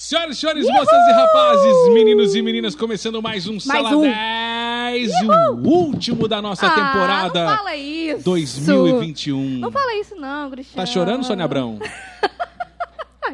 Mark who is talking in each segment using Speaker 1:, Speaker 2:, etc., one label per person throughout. Speaker 1: Senhoras e senhores, moças e rapazes, meninos e meninas, começando mais um
Speaker 2: Mais
Speaker 1: Sala
Speaker 2: um.
Speaker 1: 10, o último da nossa
Speaker 2: Ah,
Speaker 1: temporada
Speaker 2: Não fala isso.
Speaker 1: 2021.
Speaker 2: Não fala isso, não, Cristiano.
Speaker 1: Tá chorando, Sônia Abrão?
Speaker 2: Ah,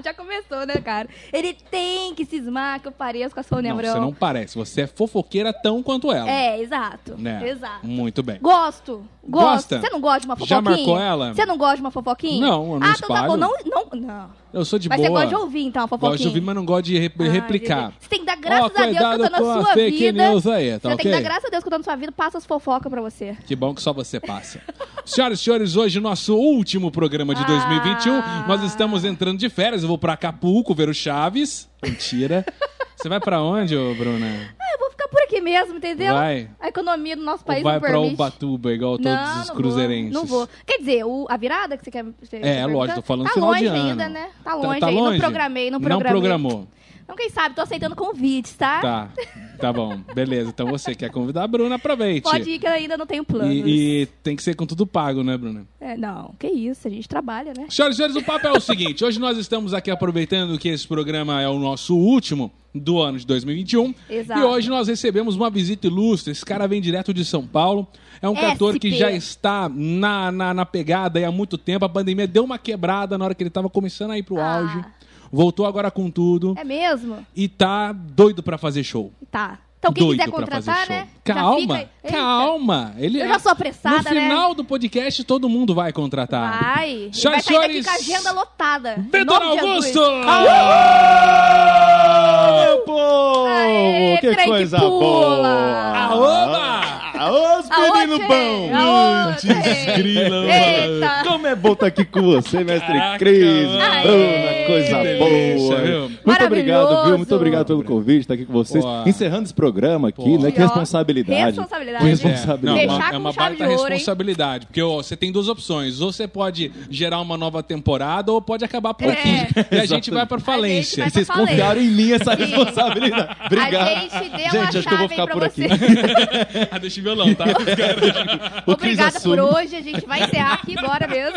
Speaker 2: Já começou, né, cara? Ele tem que cismar que eu pareço com a Sônia
Speaker 1: não,
Speaker 2: Abrão.
Speaker 1: você não parece. Você é fofoqueira tão quanto ela.
Speaker 2: É, exato.
Speaker 1: Né?
Speaker 2: Exato.
Speaker 1: Muito bem.
Speaker 2: Gosto, gosto.
Speaker 1: Gosta?
Speaker 2: Você não gosta de uma
Speaker 1: Já
Speaker 2: fofoquinha?
Speaker 1: marcou ela?
Speaker 2: Você não gosta de uma fofoquinha?
Speaker 1: Não, eu não
Speaker 2: Ah, então tá
Speaker 1: espalho.
Speaker 2: bom. Não, não, não.
Speaker 1: Eu sou de
Speaker 2: Mas
Speaker 1: boa.
Speaker 2: você gosta de ouvir, então, a fofoquinha?
Speaker 1: Gosto de ouvir, mas não gosto de re-
Speaker 2: Ai,
Speaker 1: replicar.
Speaker 2: Jesus. Você tem que dar graças
Speaker 1: Ó,
Speaker 2: a Deus que eu
Speaker 1: cuidado
Speaker 2: tô na
Speaker 1: com a
Speaker 2: sua
Speaker 1: fake
Speaker 2: vida.
Speaker 1: news aí, tá
Speaker 2: você tem que dar
Speaker 1: ok?
Speaker 2: graças a Deus que eu tô na sua vida, passa as fofocas pra você.
Speaker 1: Que bom que só você passa. Senhoras e senhores, hoje nosso último programa de 2021.
Speaker 2: Ah.
Speaker 1: Nós estamos entrando de férias. Eu vou pra Acapulco ver o Chaves. Mentira. Você vai pra onde, ô Bruna?
Speaker 2: Ah, eu vou ficar por aqui mesmo, entendeu?
Speaker 1: Vai.
Speaker 2: A economia do nosso
Speaker 1: Ou
Speaker 2: país
Speaker 1: vai
Speaker 2: não
Speaker 1: pra
Speaker 2: permite.
Speaker 1: Ubatuba, igual todos
Speaker 2: não,
Speaker 1: os
Speaker 2: não
Speaker 1: cruzeirenses?
Speaker 2: Vou, não vou. Tá Quer dizer, o- a virada que você quer. Você
Speaker 1: É, lógico, tô falando
Speaker 2: tá
Speaker 1: final
Speaker 2: longe
Speaker 1: de
Speaker 2: ainda,
Speaker 1: ano.
Speaker 2: né? Tá
Speaker 1: Tá-
Speaker 2: longe
Speaker 1: tá
Speaker 2: ainda.
Speaker 1: longe?
Speaker 2: Não programei, não
Speaker 1: Não
Speaker 2: programei.
Speaker 1: programou.
Speaker 2: Então, quem sabe, tô aceitando convites, tá?
Speaker 1: Tá, tá bom. Beleza. Então você quer convidar a Bruna, aproveite.
Speaker 2: Pode ir que eu ainda não tenho planos.
Speaker 1: E, e tem que ser com tudo pago, né, Bruna?
Speaker 2: É, não, que isso, a gente trabalha, né?
Speaker 1: Senhoras e senhores, o papo é o seguinte: hoje nós estamos aqui aproveitando que esse programa é o nosso último do ano de 2021.
Speaker 2: Exato.
Speaker 1: E hoje nós recebemos uma visita ilustre. Esse cara vem direto de São Paulo. É um
Speaker 2: SP.
Speaker 1: cantor que já está na, na, na pegada aí há muito tempo. A pandemia deu uma quebrada na hora que ele estava começando a ir pro
Speaker 2: Ah.
Speaker 1: auge. Voltou agora com tudo.
Speaker 2: É mesmo?
Speaker 1: E tá doido pra fazer show.
Speaker 2: Tá. Então, quem
Speaker 1: doido
Speaker 2: quiser
Speaker 1: pra
Speaker 2: contratar,
Speaker 1: fazer show.
Speaker 2: né? já
Speaker 1: Calma,
Speaker 2: fica- Eita,
Speaker 1: calma. Ele é
Speaker 2: Eu já sou apressada,
Speaker 1: No
Speaker 2: né?
Speaker 1: final do podcast, todo mundo vai contratar.
Speaker 2: Vai. Ele Vai
Speaker 1: Senhoras e
Speaker 2: sair daqui
Speaker 1: senhores,
Speaker 2: com a agenda lotada.
Speaker 1: Vitor
Speaker 2: Em nome de
Speaker 1: Augusto!
Speaker 2: Jesus.
Speaker 3: Meu povo!
Speaker 2: Aê,
Speaker 3: que
Speaker 2: trem que
Speaker 3: coisa
Speaker 2: pula!
Speaker 3: boa!
Speaker 1: Aoba!
Speaker 3: Aô, os
Speaker 2: Aô,
Speaker 3: menino
Speaker 2: tchê!
Speaker 3: bom!
Speaker 2: Aô,
Speaker 3: Hum,
Speaker 2: tchê!
Speaker 3: desgrila, mano.
Speaker 2: Eita!
Speaker 3: Como é bom estar aqui com você, mestre
Speaker 1: Caraca,
Speaker 3: Cris!
Speaker 1: mano.
Speaker 2: Aê!
Speaker 3: Bruna, coisa
Speaker 1: Que delícia,
Speaker 3: boa!
Speaker 1: viu?
Speaker 3: Muito obrigado, viu?
Speaker 2: Maravilhoso!
Speaker 3: Muito obrigado pelo convite, estar aqui com vocês.
Speaker 1: Pô.
Speaker 3: Encerrando esse programa aqui,
Speaker 1: Pô.
Speaker 3: né?
Speaker 2: E,
Speaker 3: Que
Speaker 2: ó,
Speaker 3: responsabilidade!
Speaker 2: Responsabilidade. né?
Speaker 3: Pois é.
Speaker 1: não,
Speaker 3: Fechar
Speaker 1: uma- é
Speaker 2: com
Speaker 1: uma
Speaker 2: chave de
Speaker 1: baita
Speaker 2: ouro, hein?
Speaker 1: responsabilidade. Porque ó, você tem duas opções. Ou você pode gerar uma nova temporada, ou pode acabar por
Speaker 2: É.
Speaker 1: aqui. E a gente
Speaker 3: Exatamente.
Speaker 1: vai pra falência.
Speaker 2: A gente
Speaker 3: Vocês
Speaker 2: falei.
Speaker 3: confiaram em mim essa responsabilidade. Obrigado.
Speaker 2: A gente deu
Speaker 3: Gente,
Speaker 2: uma
Speaker 3: acho que eu
Speaker 2: chave
Speaker 3: vou
Speaker 2: aí
Speaker 3: ficar
Speaker 2: pra
Speaker 3: por aqui.
Speaker 2: você.
Speaker 1: Ah, deixa o violão, tá?
Speaker 3: O Cris
Speaker 2: Obrigada por
Speaker 3: assume.
Speaker 2: hoje. A gente vai encerrar aqui agora mesmo.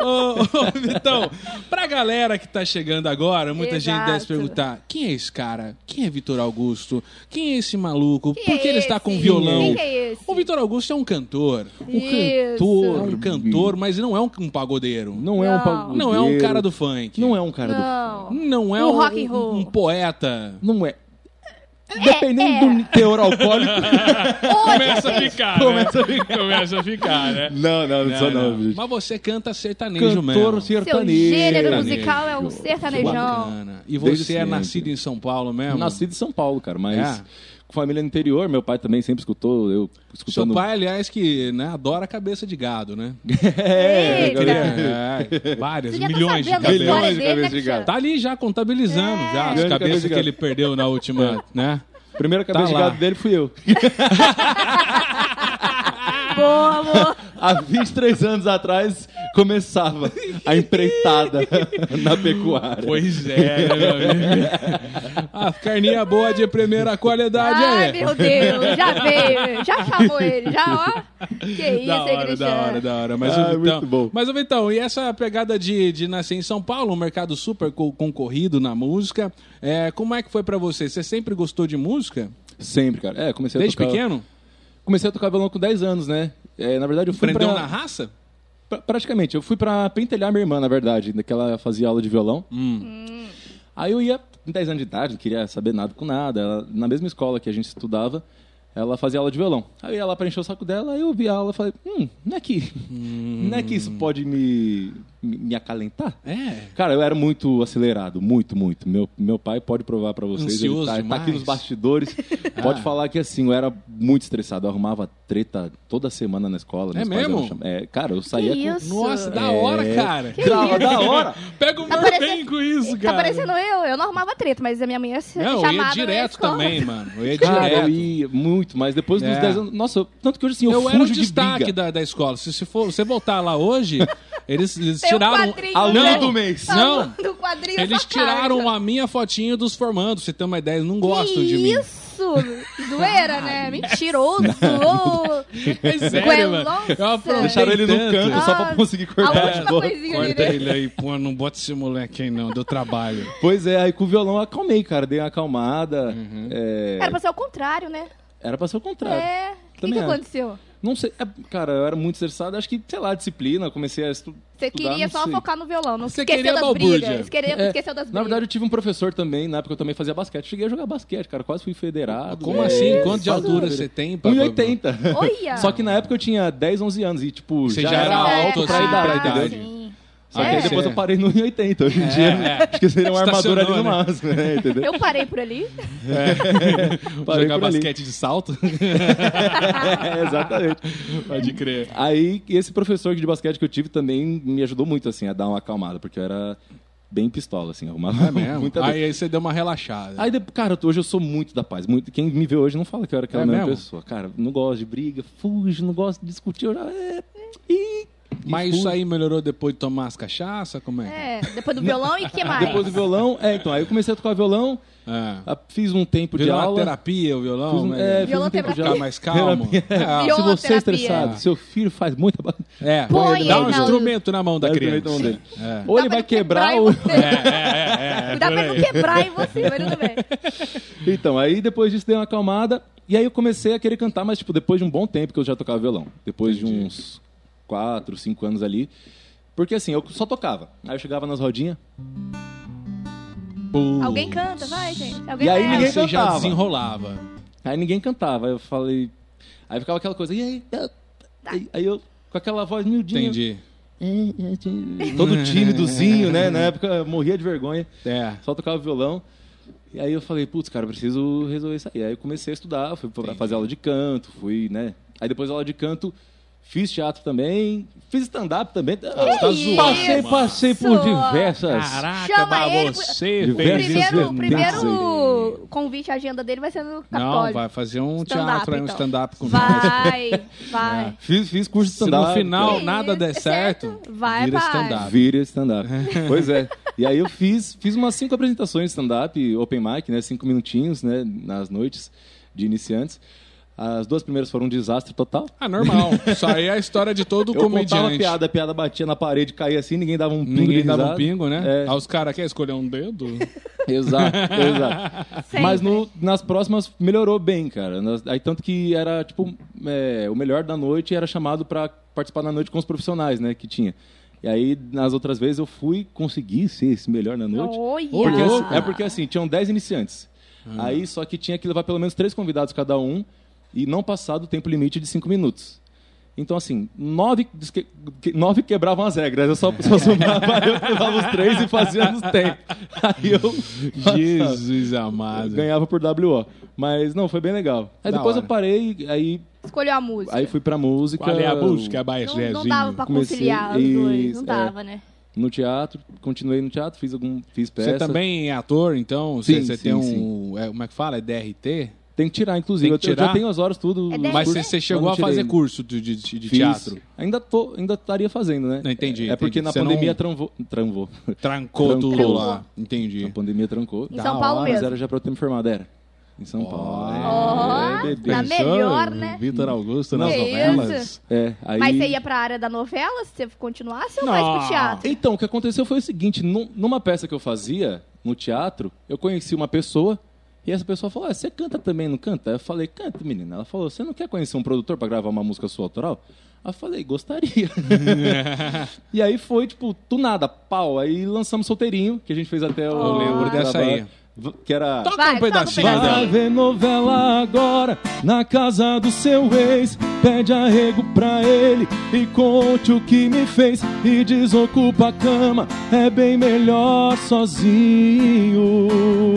Speaker 1: Ô, ô, Vitão, pra galera que tá chegando agora, muita gente
Speaker 2: Exato.
Speaker 1: deve se perguntar: quem é esse cara? Quem é Vitor Augusto? Quem é esse maluco?
Speaker 2: Quem
Speaker 1: Por que
Speaker 2: é
Speaker 1: ele está
Speaker 2: esse?
Speaker 1: com violão?
Speaker 2: Quem é esse?
Speaker 1: O Vitor Augusto é um cantor. Um
Speaker 2: Isso.
Speaker 1: cantor, um cantor, mas não é um, um pagodeiro. Não,
Speaker 3: Não é um
Speaker 2: Não.
Speaker 3: pagodeiro.
Speaker 1: é um cara do funk.
Speaker 3: Não é um cara do
Speaker 2: Não.
Speaker 1: Não é
Speaker 2: Um
Speaker 1: um,
Speaker 2: rock and roll.
Speaker 1: um poeta.
Speaker 3: Não é. Dependendo
Speaker 2: é.
Speaker 3: do teor alcoólico.
Speaker 1: Começa a ficar, né?
Speaker 3: Começa a ficar.
Speaker 1: Começa a ficar, né?
Speaker 3: Não, não, não sou não, gente.
Speaker 1: Mas você canta sertanejo
Speaker 3: Cantor
Speaker 1: mesmo.
Speaker 2: Seu
Speaker 3: sertanejo.
Speaker 2: gênero musical é o sertanejão.
Speaker 1: Bacana. E
Speaker 3: Desde
Speaker 1: você é
Speaker 3: sempre.
Speaker 1: nascido em São Paulo mesmo?
Speaker 3: Nascido em São Paulo, cara, mas
Speaker 1: É.
Speaker 3: com família no interior. Meu pai também sempre escutou, eu
Speaker 1: Seu
Speaker 3: escutando...
Speaker 1: pai, aliás, que né, adora cabeça de gado, né?
Speaker 3: É,
Speaker 2: Eita.
Speaker 3: galera.
Speaker 1: É, várias,
Speaker 2: Você já tá
Speaker 1: milhões de
Speaker 2: sabendo a
Speaker 1: cabeças.
Speaker 2: história
Speaker 3: Milhões de
Speaker 2: dele, né,
Speaker 3: cabeças de
Speaker 2: Cristiano?
Speaker 3: gato.
Speaker 1: Tá ali já contabilizando já as
Speaker 3: Grande
Speaker 1: cabeças
Speaker 3: cabeça É. de
Speaker 1: que
Speaker 3: gado. É.
Speaker 1: ele perdeu na última, né?
Speaker 3: Primeira cabeça
Speaker 1: Tá
Speaker 3: de
Speaker 1: lá.
Speaker 3: gado dele fui eu.
Speaker 2: Boa, amor.
Speaker 3: Há 23 anos atrás, começava a empreitada na pecuária.
Speaker 1: Pois é, né, meu amigo? A carninha boa de primeira qualidade
Speaker 2: Ai,
Speaker 1: aí.
Speaker 2: meu Deus. Já veio. Já chamou ele. Já, ó. Que isso,
Speaker 1: Da
Speaker 2: hein,
Speaker 1: hora,
Speaker 2: Cristiano?
Speaker 1: da hora, da hora. Mas,
Speaker 3: Ah,
Speaker 1: o Vitão,
Speaker 3: muito bom.
Speaker 1: mas o Vitão, e essa pegada de, de nascer em São Paulo, um mercado super co- concorrido na música, é, como é que foi pra você? Você sempre gostou de música?
Speaker 3: Sempre, cara. É, comecei
Speaker 1: Desde
Speaker 3: a tocar...
Speaker 1: pequeno?
Speaker 3: Comecei a tocar violão com 10 anos, né? É, na verdade, eu fui
Speaker 1: Aprendeu
Speaker 3: pra...
Speaker 1: na raça?
Speaker 3: Pra- praticamente, eu fui pra pentelhar minha irmã, na verdade, que ela fazia aula de violão.
Speaker 1: Hum.
Speaker 2: Hum.
Speaker 3: Aí eu ia, com 10 anos de idade, não queria saber nada com nada. Ela- na mesma escola que a gente estudava, ela fazia aula de violão. Aí eu ia lá pra encher o saco dela, aí eu vi a aula e falei, hum, não é que,
Speaker 1: Hum.
Speaker 3: não é que isso pode me, me, me acalentar?
Speaker 1: É.
Speaker 3: Cara, eu era muito acelerado, muito, muito. Meu, meu pai pode provar pra vocês.
Speaker 1: Ansioso
Speaker 3: ele tá, tá
Speaker 1: demais. Ah.
Speaker 3: aqui nos bastidores. Pode falar que assim, eu era muito estressado. Eu arrumava treta toda semana na escola.
Speaker 1: É
Speaker 3: meus pais
Speaker 1: mesmo?
Speaker 3: eram cham- É, cara, eu
Speaker 1: Tá
Speaker 3: saía
Speaker 2: Que
Speaker 3: com
Speaker 2: isso?
Speaker 1: Nossa, da hora, cara.
Speaker 3: Trava É. da hora.
Speaker 1: Pega o
Speaker 2: Tá
Speaker 1: meu
Speaker 2: parecendo-
Speaker 1: bem com isso,
Speaker 2: Tá
Speaker 1: cara.
Speaker 2: parecendo eu. Eu não arrumava treta, mas a minha mãe ia ser
Speaker 1: Não, eu
Speaker 2: chamada né?
Speaker 1: ia
Speaker 2: na
Speaker 1: direto
Speaker 2: escola.
Speaker 1: também, mano. Eu ia
Speaker 3: Cara, eu
Speaker 1: direto.
Speaker 3: ia muito, mas depois dos
Speaker 1: É.
Speaker 3: 10 anos. Nossa, eu- tanto que hoje assim, eu,
Speaker 1: Eu
Speaker 3: fujo
Speaker 1: era o
Speaker 3: de
Speaker 1: destaque
Speaker 3: briga.
Speaker 1: da, da escola. Se, se for, você voltar lá hoje, eles, eles
Speaker 2: Tem um
Speaker 1: tiraram.
Speaker 2: quadrinho
Speaker 1: Não,
Speaker 3: Aluno do mês.
Speaker 1: Não.
Speaker 2: Do quadrinho
Speaker 1: Eles
Speaker 2: só cara.
Speaker 1: tiraram a minha fotinho dos formandos. Você tem uma ideia, eles não gostam
Speaker 2: que
Speaker 1: de mim.
Speaker 2: Isso! Zoeira, né? Mentiroso! ô,
Speaker 1: É sério, mano. Eu aprontei
Speaker 3: Deixaram ele num
Speaker 1: tanto.
Speaker 3: canto só pra
Speaker 2: Ah,
Speaker 3: conseguir cortar
Speaker 2: a última
Speaker 3: de novo.
Speaker 2: coisinha ali,
Speaker 1: Corta
Speaker 2: né?
Speaker 1: ele aí, pô, não bota esse moleque aí não, deu trabalho.
Speaker 3: Pois é, aí com o violão eu acalmei, cara. Dei uma acalmada.
Speaker 1: Uhum.
Speaker 3: é,
Speaker 2: Era pra ser o contrário, né?
Speaker 3: Era pra ser o contrário.
Speaker 2: É. O que,
Speaker 3: Também
Speaker 2: que
Speaker 3: acho.
Speaker 2: aconteceu?
Speaker 3: Não sei, é, cara, eu era muito estressado. Acho que, sei lá, disciplina. Comecei a estu
Speaker 2: Você
Speaker 3: estudar.
Speaker 2: queria
Speaker 3: não
Speaker 2: só
Speaker 3: sei.
Speaker 2: focar no violão, não
Speaker 1: Você queria
Speaker 2: esqueceu das
Speaker 1: balbúrdia.
Speaker 2: brigas. Esqueceu,
Speaker 3: É,
Speaker 2: esqueceu das brigas.
Speaker 3: Na verdade, eu tive um professor também, na época eu também fazia basquete. Cheguei a jogar basquete, cara. Quase fui federado.
Speaker 1: Como
Speaker 3: É,
Speaker 1: assim? Quanto de
Speaker 3: quase
Speaker 1: altura
Speaker 3: federado.
Speaker 1: você tem? pra-
Speaker 3: 1,80.
Speaker 2: Olha!
Speaker 3: Só que na época eu tinha 10, 11 anos e, tipo,
Speaker 1: Você já era
Speaker 2: Ah,
Speaker 1: alto,
Speaker 3: pra
Speaker 1: assim,
Speaker 3: idade,
Speaker 1: pra
Speaker 3: entendeu?
Speaker 1: idade.
Speaker 2: sim.
Speaker 3: Só que aí
Speaker 1: É.
Speaker 3: depois eu parei no 1,80. Hoje em dia, acho que seria uma armadura ali no
Speaker 1: Estacionou, né?
Speaker 3: máximo, É, né? Entendeu?
Speaker 2: Eu parei por ali.
Speaker 3: Parei
Speaker 1: Jogar
Speaker 3: por ali.
Speaker 1: basquete de salto?
Speaker 3: É, exatamente.
Speaker 1: Pode crer.
Speaker 3: Aí, esse professor de basquete que eu tive também me ajudou muito, assim, a dar uma acalmada, porque eu era bem pistola, assim, arrumava
Speaker 1: É mesmo?
Speaker 3: muita briga.
Speaker 1: Aí, aí você deu uma relaxada.
Speaker 3: Aí, depois, cara, hoje eu sou muito da paz. Muito, quem me vê hoje não fala que eu era aquela
Speaker 1: É
Speaker 3: mesma
Speaker 1: mesmo?
Speaker 3: pessoa. Cara, não gosto de briga, fujo, não gosto de discutir. Eu já... é, ih,
Speaker 1: Mas
Speaker 3: e
Speaker 1: isso
Speaker 3: fujo.
Speaker 1: aí melhorou depois de tomar as cachaças? Como é?
Speaker 2: É, depois do violão e o que mais?
Speaker 3: Depois do violão, é, então, aí eu comecei a tocar violão,
Speaker 1: Ah.
Speaker 3: a- fiz um tempo
Speaker 1: Virou
Speaker 3: de
Speaker 1: uma
Speaker 3: aula.
Speaker 1: terapia o
Speaker 3: Fiz
Speaker 1: violão?
Speaker 3: um,
Speaker 1: né?
Speaker 3: é, fiz
Speaker 2: Violão
Speaker 3: um tempo de
Speaker 1: Ficar
Speaker 2: terapia.
Speaker 3: aula.
Speaker 1: mais calmo? É,
Speaker 2: Violão
Speaker 3: Se você é
Speaker 2: terapia.
Speaker 3: estressado, seu filho faz muita ba-
Speaker 1: É,
Speaker 2: Põe ele
Speaker 1: dá um
Speaker 2: na-
Speaker 1: instrumento na mão da
Speaker 3: Dá um
Speaker 1: criança.
Speaker 3: instrumento na mão dele.
Speaker 1: É.
Speaker 3: Ou ele vai quebrar
Speaker 2: um.
Speaker 3: o... É,
Speaker 2: Dá pra não quebrar em você, mas tudo bem.
Speaker 3: Então, aí depois disso dei uma acalmada. E aí eu comecei a querer cantar, mas tipo, depois de um bom tempo que eu já tocava violão. Depois de uns 4, 5 anos ali. Porque assim, eu só tocava. Aí eu chegava nas rodinhas.
Speaker 1: Pum.
Speaker 2: Alguém canta, vai, gente. Alguém
Speaker 3: Uh. E aí
Speaker 1: Aí
Speaker 2: pega.
Speaker 3: ninguém
Speaker 1: você já
Speaker 3: cantava.
Speaker 1: desenrolava.
Speaker 3: Aí ninguém cantava. Aí eu falei. Aí ficava aquela coisa. E aí? Aí- Aí eu, com aquela voz miudinha. assim,
Speaker 1: Entendi.
Speaker 3: Todo tímidozinho, né? Na época eu morria de vergonha.
Speaker 1: É.
Speaker 3: Só tocava violão. E aí eu falei, putz, cara, eu preciso resolver isso aí. Aí eu comecei a estudar, fui pra fazer aula de canto, fui, né? Aí depois da aula de canto, fiz teatado também, fiz stand-up também. Ah, tá
Speaker 2: isso?
Speaker 3: passei, passei por diversas.
Speaker 2: Chama ele,
Speaker 1: você
Speaker 3: pro-
Speaker 1: fez
Speaker 2: Primeiro,
Speaker 1: isso.
Speaker 3: assim.
Speaker 2: primeiro convite, a agenda dele vai ser no
Speaker 1: Não, É.
Speaker 2: Capitólio.
Speaker 1: vai fazer um
Speaker 2: Stand-up,
Speaker 1: teatro aí, um
Speaker 2: então.
Speaker 1: stand-up com nós.
Speaker 2: vai, vai.
Speaker 3: Fiz, fiz curso de
Speaker 1: Se
Speaker 3: stand-up.
Speaker 1: no final
Speaker 2: Que
Speaker 1: nada
Speaker 2: isso,
Speaker 1: der
Speaker 2: é
Speaker 1: certo,
Speaker 2: certo? Vai
Speaker 1: vira
Speaker 2: pra
Speaker 3: cara.
Speaker 1: stand-up.
Speaker 3: Vira stand-up. pois é. E aí eu fiz, fiz umas cinco apresentações de stand-up, open mic, né? Cinco minutinhos, né? Nas noites de iniciantes. As duas primeiras foram um desastre total.
Speaker 1: Ah, normal. Isso aí é a história de todo
Speaker 3: Eu contava
Speaker 1: comediante.
Speaker 3: piada, a piada batia na parede, caía assim, ninguém dava um pingo de
Speaker 1: Ninguém dava
Speaker 3: risada.
Speaker 1: um pingo, né?
Speaker 3: É.
Speaker 1: Aí os caras querem escolher um dedo.
Speaker 3: Exato, exato.
Speaker 2: Sempre.
Speaker 3: Mas no- nas próximas melhorou bem, cara. Nas- aí tanto que era, tipo, é, o melhor da noite era chamado pra participar da noite com os profissionais, né, que tinha. E aí, nas outras vezes, eu fui conseguir ser esse melhor na noite.
Speaker 2: Olha!
Speaker 3: Porque, assim, é porque, assim, tinham 10 iniciantes. Aí, só que tinha que levar pelo menos três convidados cada um e não passar do tempo limite de cinco minutos. Então, assim, nove, desque- que- nove quebravam as regras. Eu só, só somava, eu levava os três e fazia nos tempos. Aí eu passava.
Speaker 1: Jesus
Speaker 3: Eu
Speaker 1: amado.
Speaker 3: ganhava por WO. Mas, não, foi bem legal. Aí
Speaker 1: Da
Speaker 3: depois
Speaker 1: hora.
Speaker 3: eu parei, aí,
Speaker 2: Escolheu a música.
Speaker 3: aí fui pra música.
Speaker 1: Qual é a busca,
Speaker 2: não,
Speaker 1: Baezinho?
Speaker 2: não dava pra
Speaker 3: comecei-
Speaker 2: conciliar os dois.
Speaker 3: Isso, é.
Speaker 2: Não dava, né?
Speaker 3: No teatro, continuei no teatro, fiz, algum, fiz peça.
Speaker 1: Você também é ator, então?
Speaker 3: Sim,
Speaker 1: você você
Speaker 3: sim,
Speaker 1: tem um... é, como é que fala? É DRT?
Speaker 3: Tem que tirar, inclusive.
Speaker 1: Tem que
Speaker 3: Eu- Eu
Speaker 1: tirar?
Speaker 3: já tenho as horas, tudo.
Speaker 2: É
Speaker 3: os
Speaker 2: dez,
Speaker 1: Mas
Speaker 3: cursos,
Speaker 1: você, você chegou
Speaker 3: mas
Speaker 1: a
Speaker 3: não tirei
Speaker 1: fazer
Speaker 3: ainda.
Speaker 1: curso de, de- de- de
Speaker 3: Fiz.
Speaker 1: teatro?
Speaker 3: Ainda tô, ainda estaria fazendo, né?
Speaker 1: Não, entendi,
Speaker 3: É, é porque
Speaker 1: entendi.
Speaker 3: na
Speaker 1: Você não-
Speaker 3: pandemia travou. Travou.
Speaker 1: Trancou, tudo
Speaker 3: Trancou.
Speaker 1: lá.
Speaker 3: A
Speaker 1: Entendi.
Speaker 3: pandemia trancou.
Speaker 2: Em
Speaker 1: Da
Speaker 2: São
Speaker 1: hora,
Speaker 2: Paulo
Speaker 3: Mas
Speaker 2: mesmo.
Speaker 3: era já pra eu ter me formado, era. Em São
Speaker 2: Ó,
Speaker 3: Paulo. É, bebê.
Speaker 2: na melhor, né?
Speaker 1: Vitor Augusto
Speaker 2: Que
Speaker 1: nas novelas?
Speaker 2: isso?
Speaker 3: É, aí...
Speaker 2: Mas você ia pra área da novela, se você continuasse, ou
Speaker 1: Não.
Speaker 2: mais pro teatro?
Speaker 3: Então, o que aconteceu foi o seguinte: num- numa peça que eu fazia no teatro, eu conheci uma pessoa e essa pessoa falou: ah, Você canta também, não canta? Eu falei: Canta, menina. Ela falou: Você não quer conhecer um produtor pra gravar uma música sua autoral? Aí Eu falei: Gostaria. e aí foi, tipo, do nada, pau. Aí lançamos Solteirinho, que a gente fez até o.
Speaker 1: Eu lembro
Speaker 3: o-
Speaker 1: dessa aí.
Speaker 3: v- Que era.
Speaker 1: Toca
Speaker 2: Vai,
Speaker 1: um
Speaker 2: toca um
Speaker 1: pedacinho.
Speaker 2: pedacinho.
Speaker 1: dela.
Speaker 3: Vai ver novela agora na casa do seu ex. Pede arrego pra ele e conte o que me fez. E desocupa a cama, é bem melhor sozinho.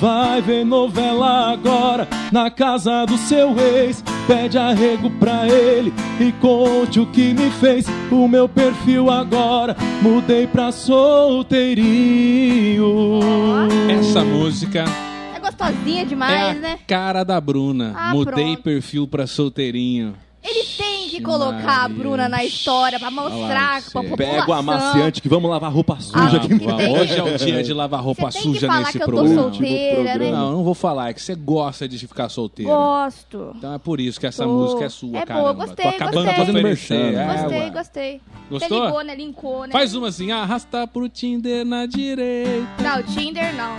Speaker 3: Vai ver novela agora na casa do seu ex. Pede arrego pra ele e conte o que me fez. O meu perfil agora mudei pra solteirinho.
Speaker 1: Essa música
Speaker 2: É gostosinha
Speaker 1: é a
Speaker 2: demais, né?
Speaker 1: cara da Bruna.
Speaker 2: Ah,
Speaker 1: Mudei
Speaker 2: pronto.
Speaker 1: perfil pra solteirinho.
Speaker 2: Ele tem que colocar a
Speaker 1: Maria.
Speaker 2: Bruna na história pra
Speaker 1: Falar pra
Speaker 2: mostrar pra
Speaker 1: você.
Speaker 2: população.
Speaker 3: Pega o amaciante que vamos lavar roupa
Speaker 1: Ah,
Speaker 3: suja aqui.
Speaker 2: que
Speaker 1: pô,
Speaker 2: tem.
Speaker 1: hoje é o dia de lavar roupa
Speaker 2: Você tem que
Speaker 1: suja
Speaker 2: falar
Speaker 1: nesse
Speaker 2: que eu tô
Speaker 1: programa.
Speaker 3: Tipo
Speaker 2: solteira, né?
Speaker 1: Não, eu não vou falar, é que você gosta de ficar solteira.
Speaker 2: Gosto.
Speaker 1: Então é por isso que essa
Speaker 2: Tô.
Speaker 1: música é sua,
Speaker 2: É
Speaker 1: cara.
Speaker 2: boa, gostei,
Speaker 1: Tô acabando
Speaker 2: gostei.
Speaker 1: de oferecer.
Speaker 3: Gostei,
Speaker 1: É,
Speaker 2: Gostei,
Speaker 1: ué.
Speaker 2: gostei.
Speaker 1: Gostou?
Speaker 2: Você ligou, né? Linkou, né?
Speaker 1: Faz uma assim, arrasta pro Tinder na direita.
Speaker 2: Não, Tinder não.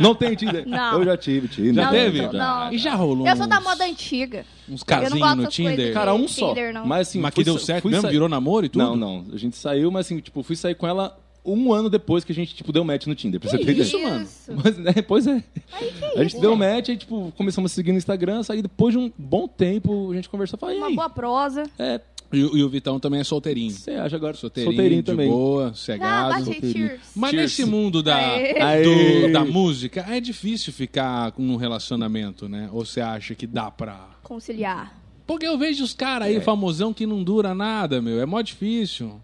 Speaker 3: Não tem Tinder.
Speaker 2: Não.
Speaker 3: Eu já tive Tinder.
Speaker 1: Já
Speaker 2: Não,
Speaker 1: teve?
Speaker 2: não, não.
Speaker 1: E já rolou
Speaker 2: Eu sou da
Speaker 1: uns-
Speaker 2: moda antiga.
Speaker 1: Uns
Speaker 2: Eu não
Speaker 1: casinhos
Speaker 2: gosto
Speaker 1: no
Speaker 2: dessas coisas.
Speaker 1: Tinder.
Speaker 3: Cara, um só.
Speaker 2: Tinder, não.
Speaker 3: Mas assim,
Speaker 1: mas que
Speaker 3: fui
Speaker 1: deu
Speaker 3: sa-
Speaker 1: certo
Speaker 3: fui
Speaker 1: mesmo?
Speaker 3: sa-
Speaker 1: Virou namoro e tudo?
Speaker 3: Não, não. A gente saiu, mas assim, tipo, fui sair com ela um ano depois que a gente, tipo, deu match no Tinder. Pra você ter
Speaker 1: isso,
Speaker 3: ideia.
Speaker 1: mano?
Speaker 3: Mas, né, pois é.
Speaker 2: Aí que
Speaker 3: A gente
Speaker 2: isso,
Speaker 3: deu
Speaker 2: gente?
Speaker 3: match, aí, tipo, começamos a seguir no Instagram, aí depois de um bom tempo a gente conversou, falei, e
Speaker 2: Uma
Speaker 3: aí,
Speaker 2: boa prosa.
Speaker 3: é,
Speaker 1: E, o- e o Vitão também é solteirinho.
Speaker 3: você acha agora?
Speaker 1: Solteirinho,
Speaker 3: Solteirinho
Speaker 1: de
Speaker 3: também.
Speaker 1: boa,
Speaker 2: Ah,
Speaker 1: cegado.
Speaker 2: bate cheers.
Speaker 1: Mas
Speaker 3: Cheers.
Speaker 1: nesse mundo da,
Speaker 2: Aê.
Speaker 1: do-
Speaker 3: Aê.
Speaker 1: da música, é difícil ficar com um relacionamento, né? Ou você acha que dá pra.
Speaker 2: Conciliar.
Speaker 1: Porque eu vejo os caras
Speaker 3: É.
Speaker 1: aí, famosão, que não dura nada, meu. É mó difícil.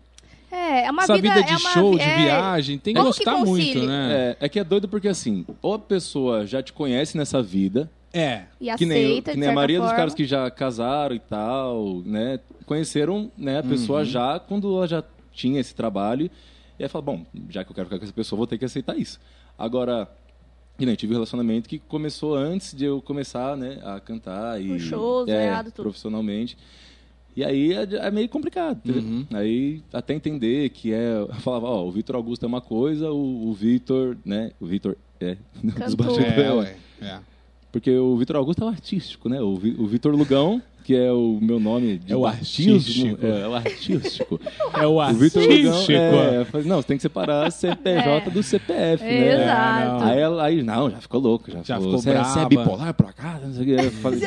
Speaker 2: É, é uma
Speaker 1: Essa
Speaker 2: vida,
Speaker 1: vida, de
Speaker 2: é uma,
Speaker 1: show,
Speaker 2: é,
Speaker 1: de viagem, tem que
Speaker 2: Como que
Speaker 1: gostar
Speaker 2: concilia?
Speaker 1: muito, né?
Speaker 3: É, é que é doido porque assim, ou a pessoa já te conhece nessa vida,
Speaker 1: É.
Speaker 2: E
Speaker 3: que
Speaker 2: aceita,
Speaker 3: nem, eu-
Speaker 2: de
Speaker 3: que nem a
Speaker 2: certa
Speaker 3: maioria dos
Speaker 2: forma.
Speaker 3: caras que já casaram e tal, né? Conheceram né, a pessoa
Speaker 1: Uhum.
Speaker 3: já quando ela já tinha esse trabalho. E aí fala, bom, já que eu quero ficar com essa pessoa, vou ter que aceitar isso. Agora, que nem, tive um relacionamento que começou antes de eu começar né, a cantar e.
Speaker 2: Com shows,
Speaker 3: é,
Speaker 2: errado, tudo.
Speaker 3: profissionalmente. E aí é, é meio complicado. entendeu?
Speaker 1: Uhum.
Speaker 3: Aí até entender que é. Eu falava, ó, o Vitor Augusto é uma coisa, o, o Vitor, né? O Vitor é. dos
Speaker 2: Cantor.
Speaker 3: bastidores.
Speaker 1: É, ué. É.
Speaker 3: Porque o Vitor Augusto é o artístico, né? O, Vi- o Vitor Lugão, que é o meu nome de
Speaker 1: É o
Speaker 3: batismo,
Speaker 1: artístico.
Speaker 3: É, é o artístico.
Speaker 1: É o
Speaker 3: o Vitor Lugão. É, eu falei, não, você tem que separar CPJ do CPF, né?
Speaker 2: É. Exato.
Speaker 3: Aí, ela, aí, não, já ficou louco. Já,
Speaker 1: Já
Speaker 3: falou,
Speaker 1: ficou
Speaker 3: "Você é- Você é
Speaker 1: brava."
Speaker 3: bipolar pra cá? Não sei o que. Eu falei,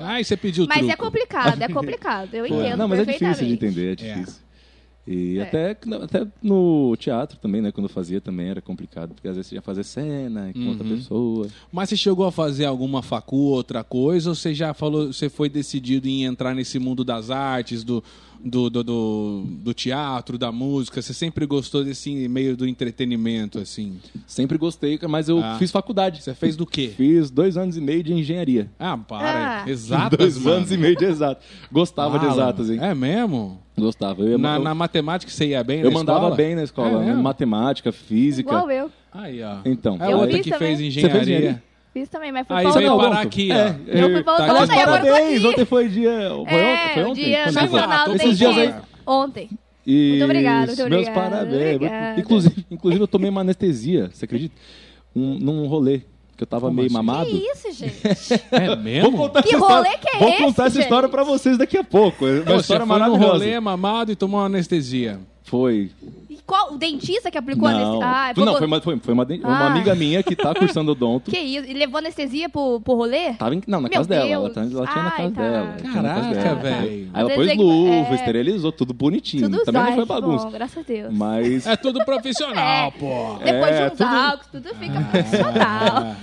Speaker 1: Ai, você pediu
Speaker 2: Mas
Speaker 1: truco.
Speaker 2: é complicado, é complicado. Eu
Speaker 3: "Pô,
Speaker 2: entendo
Speaker 3: Não, mas é difícil de
Speaker 2: perfeitamente.
Speaker 3: entender, é
Speaker 1: É.
Speaker 3: difícil. E
Speaker 2: É.
Speaker 3: até, até no teatro também, né? Quando eu fazia também era complicado. Porque às vezes você ia fazer cena com outra
Speaker 1: Uhum.
Speaker 3: pessoa.
Speaker 1: Mas você chegou a fazer alguma facu, outra coisa, ou você já falou, você foi decidido em entrar nesse mundo das artes, do, do, do, do- do teatro, da música? Você sempre gostou desse meio do entretenimento, assim?
Speaker 3: Sempre gostei, mas eu
Speaker 1: Ah.
Speaker 3: fiz faculdade.
Speaker 1: Você fez do quê?
Speaker 3: Fiz dois anos e meio de engenharia.
Speaker 1: Ah, para.
Speaker 2: Ah.
Speaker 1: Exatas,
Speaker 3: dois
Speaker 1: mano.
Speaker 3: anos e meio de exato. Gostava de
Speaker 1: Fala.
Speaker 3: exatas, hein?
Speaker 1: É mesmo?
Speaker 3: Gostava. Eu, ia-
Speaker 1: Na,
Speaker 3: eu-
Speaker 1: na matemática você ia bem
Speaker 3: eu
Speaker 1: na
Speaker 3: mandava
Speaker 1: escola?
Speaker 3: bem na escola,
Speaker 1: É
Speaker 3: né?
Speaker 1: mesmo?
Speaker 3: matemática, física.
Speaker 2: Igual eu.
Speaker 1: Aí, ó.
Speaker 3: Então,
Speaker 1: É
Speaker 3: Eu
Speaker 1: outra
Speaker 3: fiz
Speaker 1: que
Speaker 2: também.
Speaker 1: fez
Speaker 3: Você fez
Speaker 1: engenharia.
Speaker 3: engenharia?
Speaker 2: Isso também, mas foi
Speaker 1: Aí
Speaker 2: pra
Speaker 1: você
Speaker 3: Você
Speaker 1: veio
Speaker 3: não,
Speaker 1: parar
Speaker 3: ontem.
Speaker 1: aqui, ó.
Speaker 3: Ah, É,
Speaker 2: Eu fui pra
Speaker 1: Tá
Speaker 2: outra,
Speaker 1: aqui.
Speaker 3: Mas
Speaker 2: Ontem, agora eu tô
Speaker 3: parabéns!
Speaker 2: aqui. É,
Speaker 3: Ontem foi dia. Foi ontem? né? Foi
Speaker 2: o
Speaker 3: ontem?
Speaker 2: um dia
Speaker 3: Quando
Speaker 1: Sei
Speaker 2: não
Speaker 3: foi?
Speaker 1: lá,
Speaker 2: jornal,
Speaker 1: todos
Speaker 2: tem
Speaker 3: esses dias aí.
Speaker 2: dia. Ontem.
Speaker 3: E
Speaker 2: Muito obrigada, muito
Speaker 3: Meus
Speaker 2: obrigada,
Speaker 3: parabéns.
Speaker 2: obrigada.
Speaker 3: Inclusive, inclusive, eu tomei uma anestesia, você acredita? Um- num rolê, que eu tava
Speaker 1: Como
Speaker 3: meio
Speaker 1: assim?
Speaker 3: mamado.
Speaker 2: Que isso, gente?
Speaker 1: É mesmo?
Speaker 3: Vou contar
Speaker 2: Que
Speaker 3: essa
Speaker 2: rolê
Speaker 3: história,
Speaker 2: que é
Speaker 3: Vou
Speaker 2: esse,
Speaker 3: contar essa
Speaker 2: gente?
Speaker 3: história pra vocês daqui a pouco. É Uma
Speaker 1: Você
Speaker 3: história
Speaker 1: foi num
Speaker 3: maravilhosa.
Speaker 1: rolê mamado e tomou anestesia.
Speaker 3: Foi.
Speaker 2: E qual? O dentista que aplicou
Speaker 3: Não,
Speaker 2: anestesia? Ah,
Speaker 3: não
Speaker 2: vou-
Speaker 3: foi, uma, foi, foi uma, de- uma
Speaker 2: Ah.
Speaker 3: amiga minha que tá cursando odonto.
Speaker 2: Que isso? E levou anestesia pro, pro rolê?
Speaker 3: Tava em, não, na
Speaker 2: Meu
Speaker 3: casa dela. Ela,
Speaker 2: Deus.
Speaker 3: tá- ela tinha na
Speaker 2: Ai,
Speaker 3: casa
Speaker 2: tá.
Speaker 3: dela. ela tinha na
Speaker 1: Caraca,
Speaker 3: casa dela.
Speaker 1: velho.
Speaker 3: Aí
Speaker 2: Às
Speaker 3: ela
Speaker 2: vezes
Speaker 3: pôs
Speaker 2: é que-
Speaker 3: luva,
Speaker 2: é.
Speaker 3: esterilizou, tudo bonitinho.
Speaker 2: Tudo
Speaker 3: Também não
Speaker 2: zóio, tipo,
Speaker 3: foi
Speaker 2: que
Speaker 3: bagunça.
Speaker 2: Bom, graças a Deus.
Speaker 3: Mas
Speaker 1: É tudo profissional,
Speaker 2: É.
Speaker 1: pô.
Speaker 2: Depois
Speaker 3: É,
Speaker 2: de uns
Speaker 3: tudo-
Speaker 2: álcools, tudo fica profissional.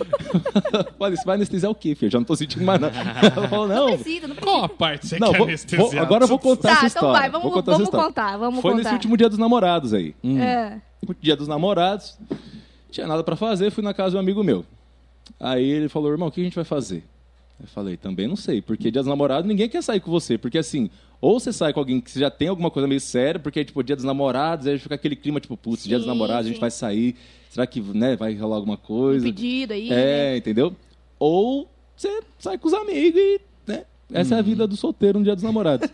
Speaker 3: olha, você vai anestesiar o quê, filho? Já não tô sentindo mais nada. Ela falou, não.
Speaker 2: Não precisa, não precisa.
Speaker 1: Qual a parte você
Speaker 3: não
Speaker 1: quer
Speaker 3: vou-
Speaker 1: anestesiar?
Speaker 3: vou- agora eu vou contar
Speaker 2: Tá,
Speaker 3: essa
Speaker 2: então
Speaker 3: história.
Speaker 2: vai, vamos-
Speaker 3: vou contar essa
Speaker 2: vamos
Speaker 3: história.
Speaker 2: contar, vamos
Speaker 3: Foi nesse
Speaker 2: contar.
Speaker 3: último dia dos namorados aí.
Speaker 2: É.
Speaker 3: No dia dos namorados, tinha nada pra fazer, fui na casa de um amigo meu. Aí ele falou, irmão, o que a gente vai fazer? Eu falei, também não sei, porque dia dos namorados ninguém quer sair com você, porque assim, ou você sai com alguém que já tem alguma coisa meio séria, porque tipo, dia dos namorados, aí fica aquele clima tipo, putz, dia dos
Speaker 2: Sim,
Speaker 3: namorados, a gente
Speaker 2: sim.
Speaker 3: vai sair, será que, né, vai rolar alguma
Speaker 2: Um
Speaker 3: coisa?
Speaker 2: pedido aí. né?
Speaker 3: É, entendeu? Ou você sai com os amigos e, né, essa é
Speaker 2: Uhum.
Speaker 3: a vida do solteiro no dia dos namorados.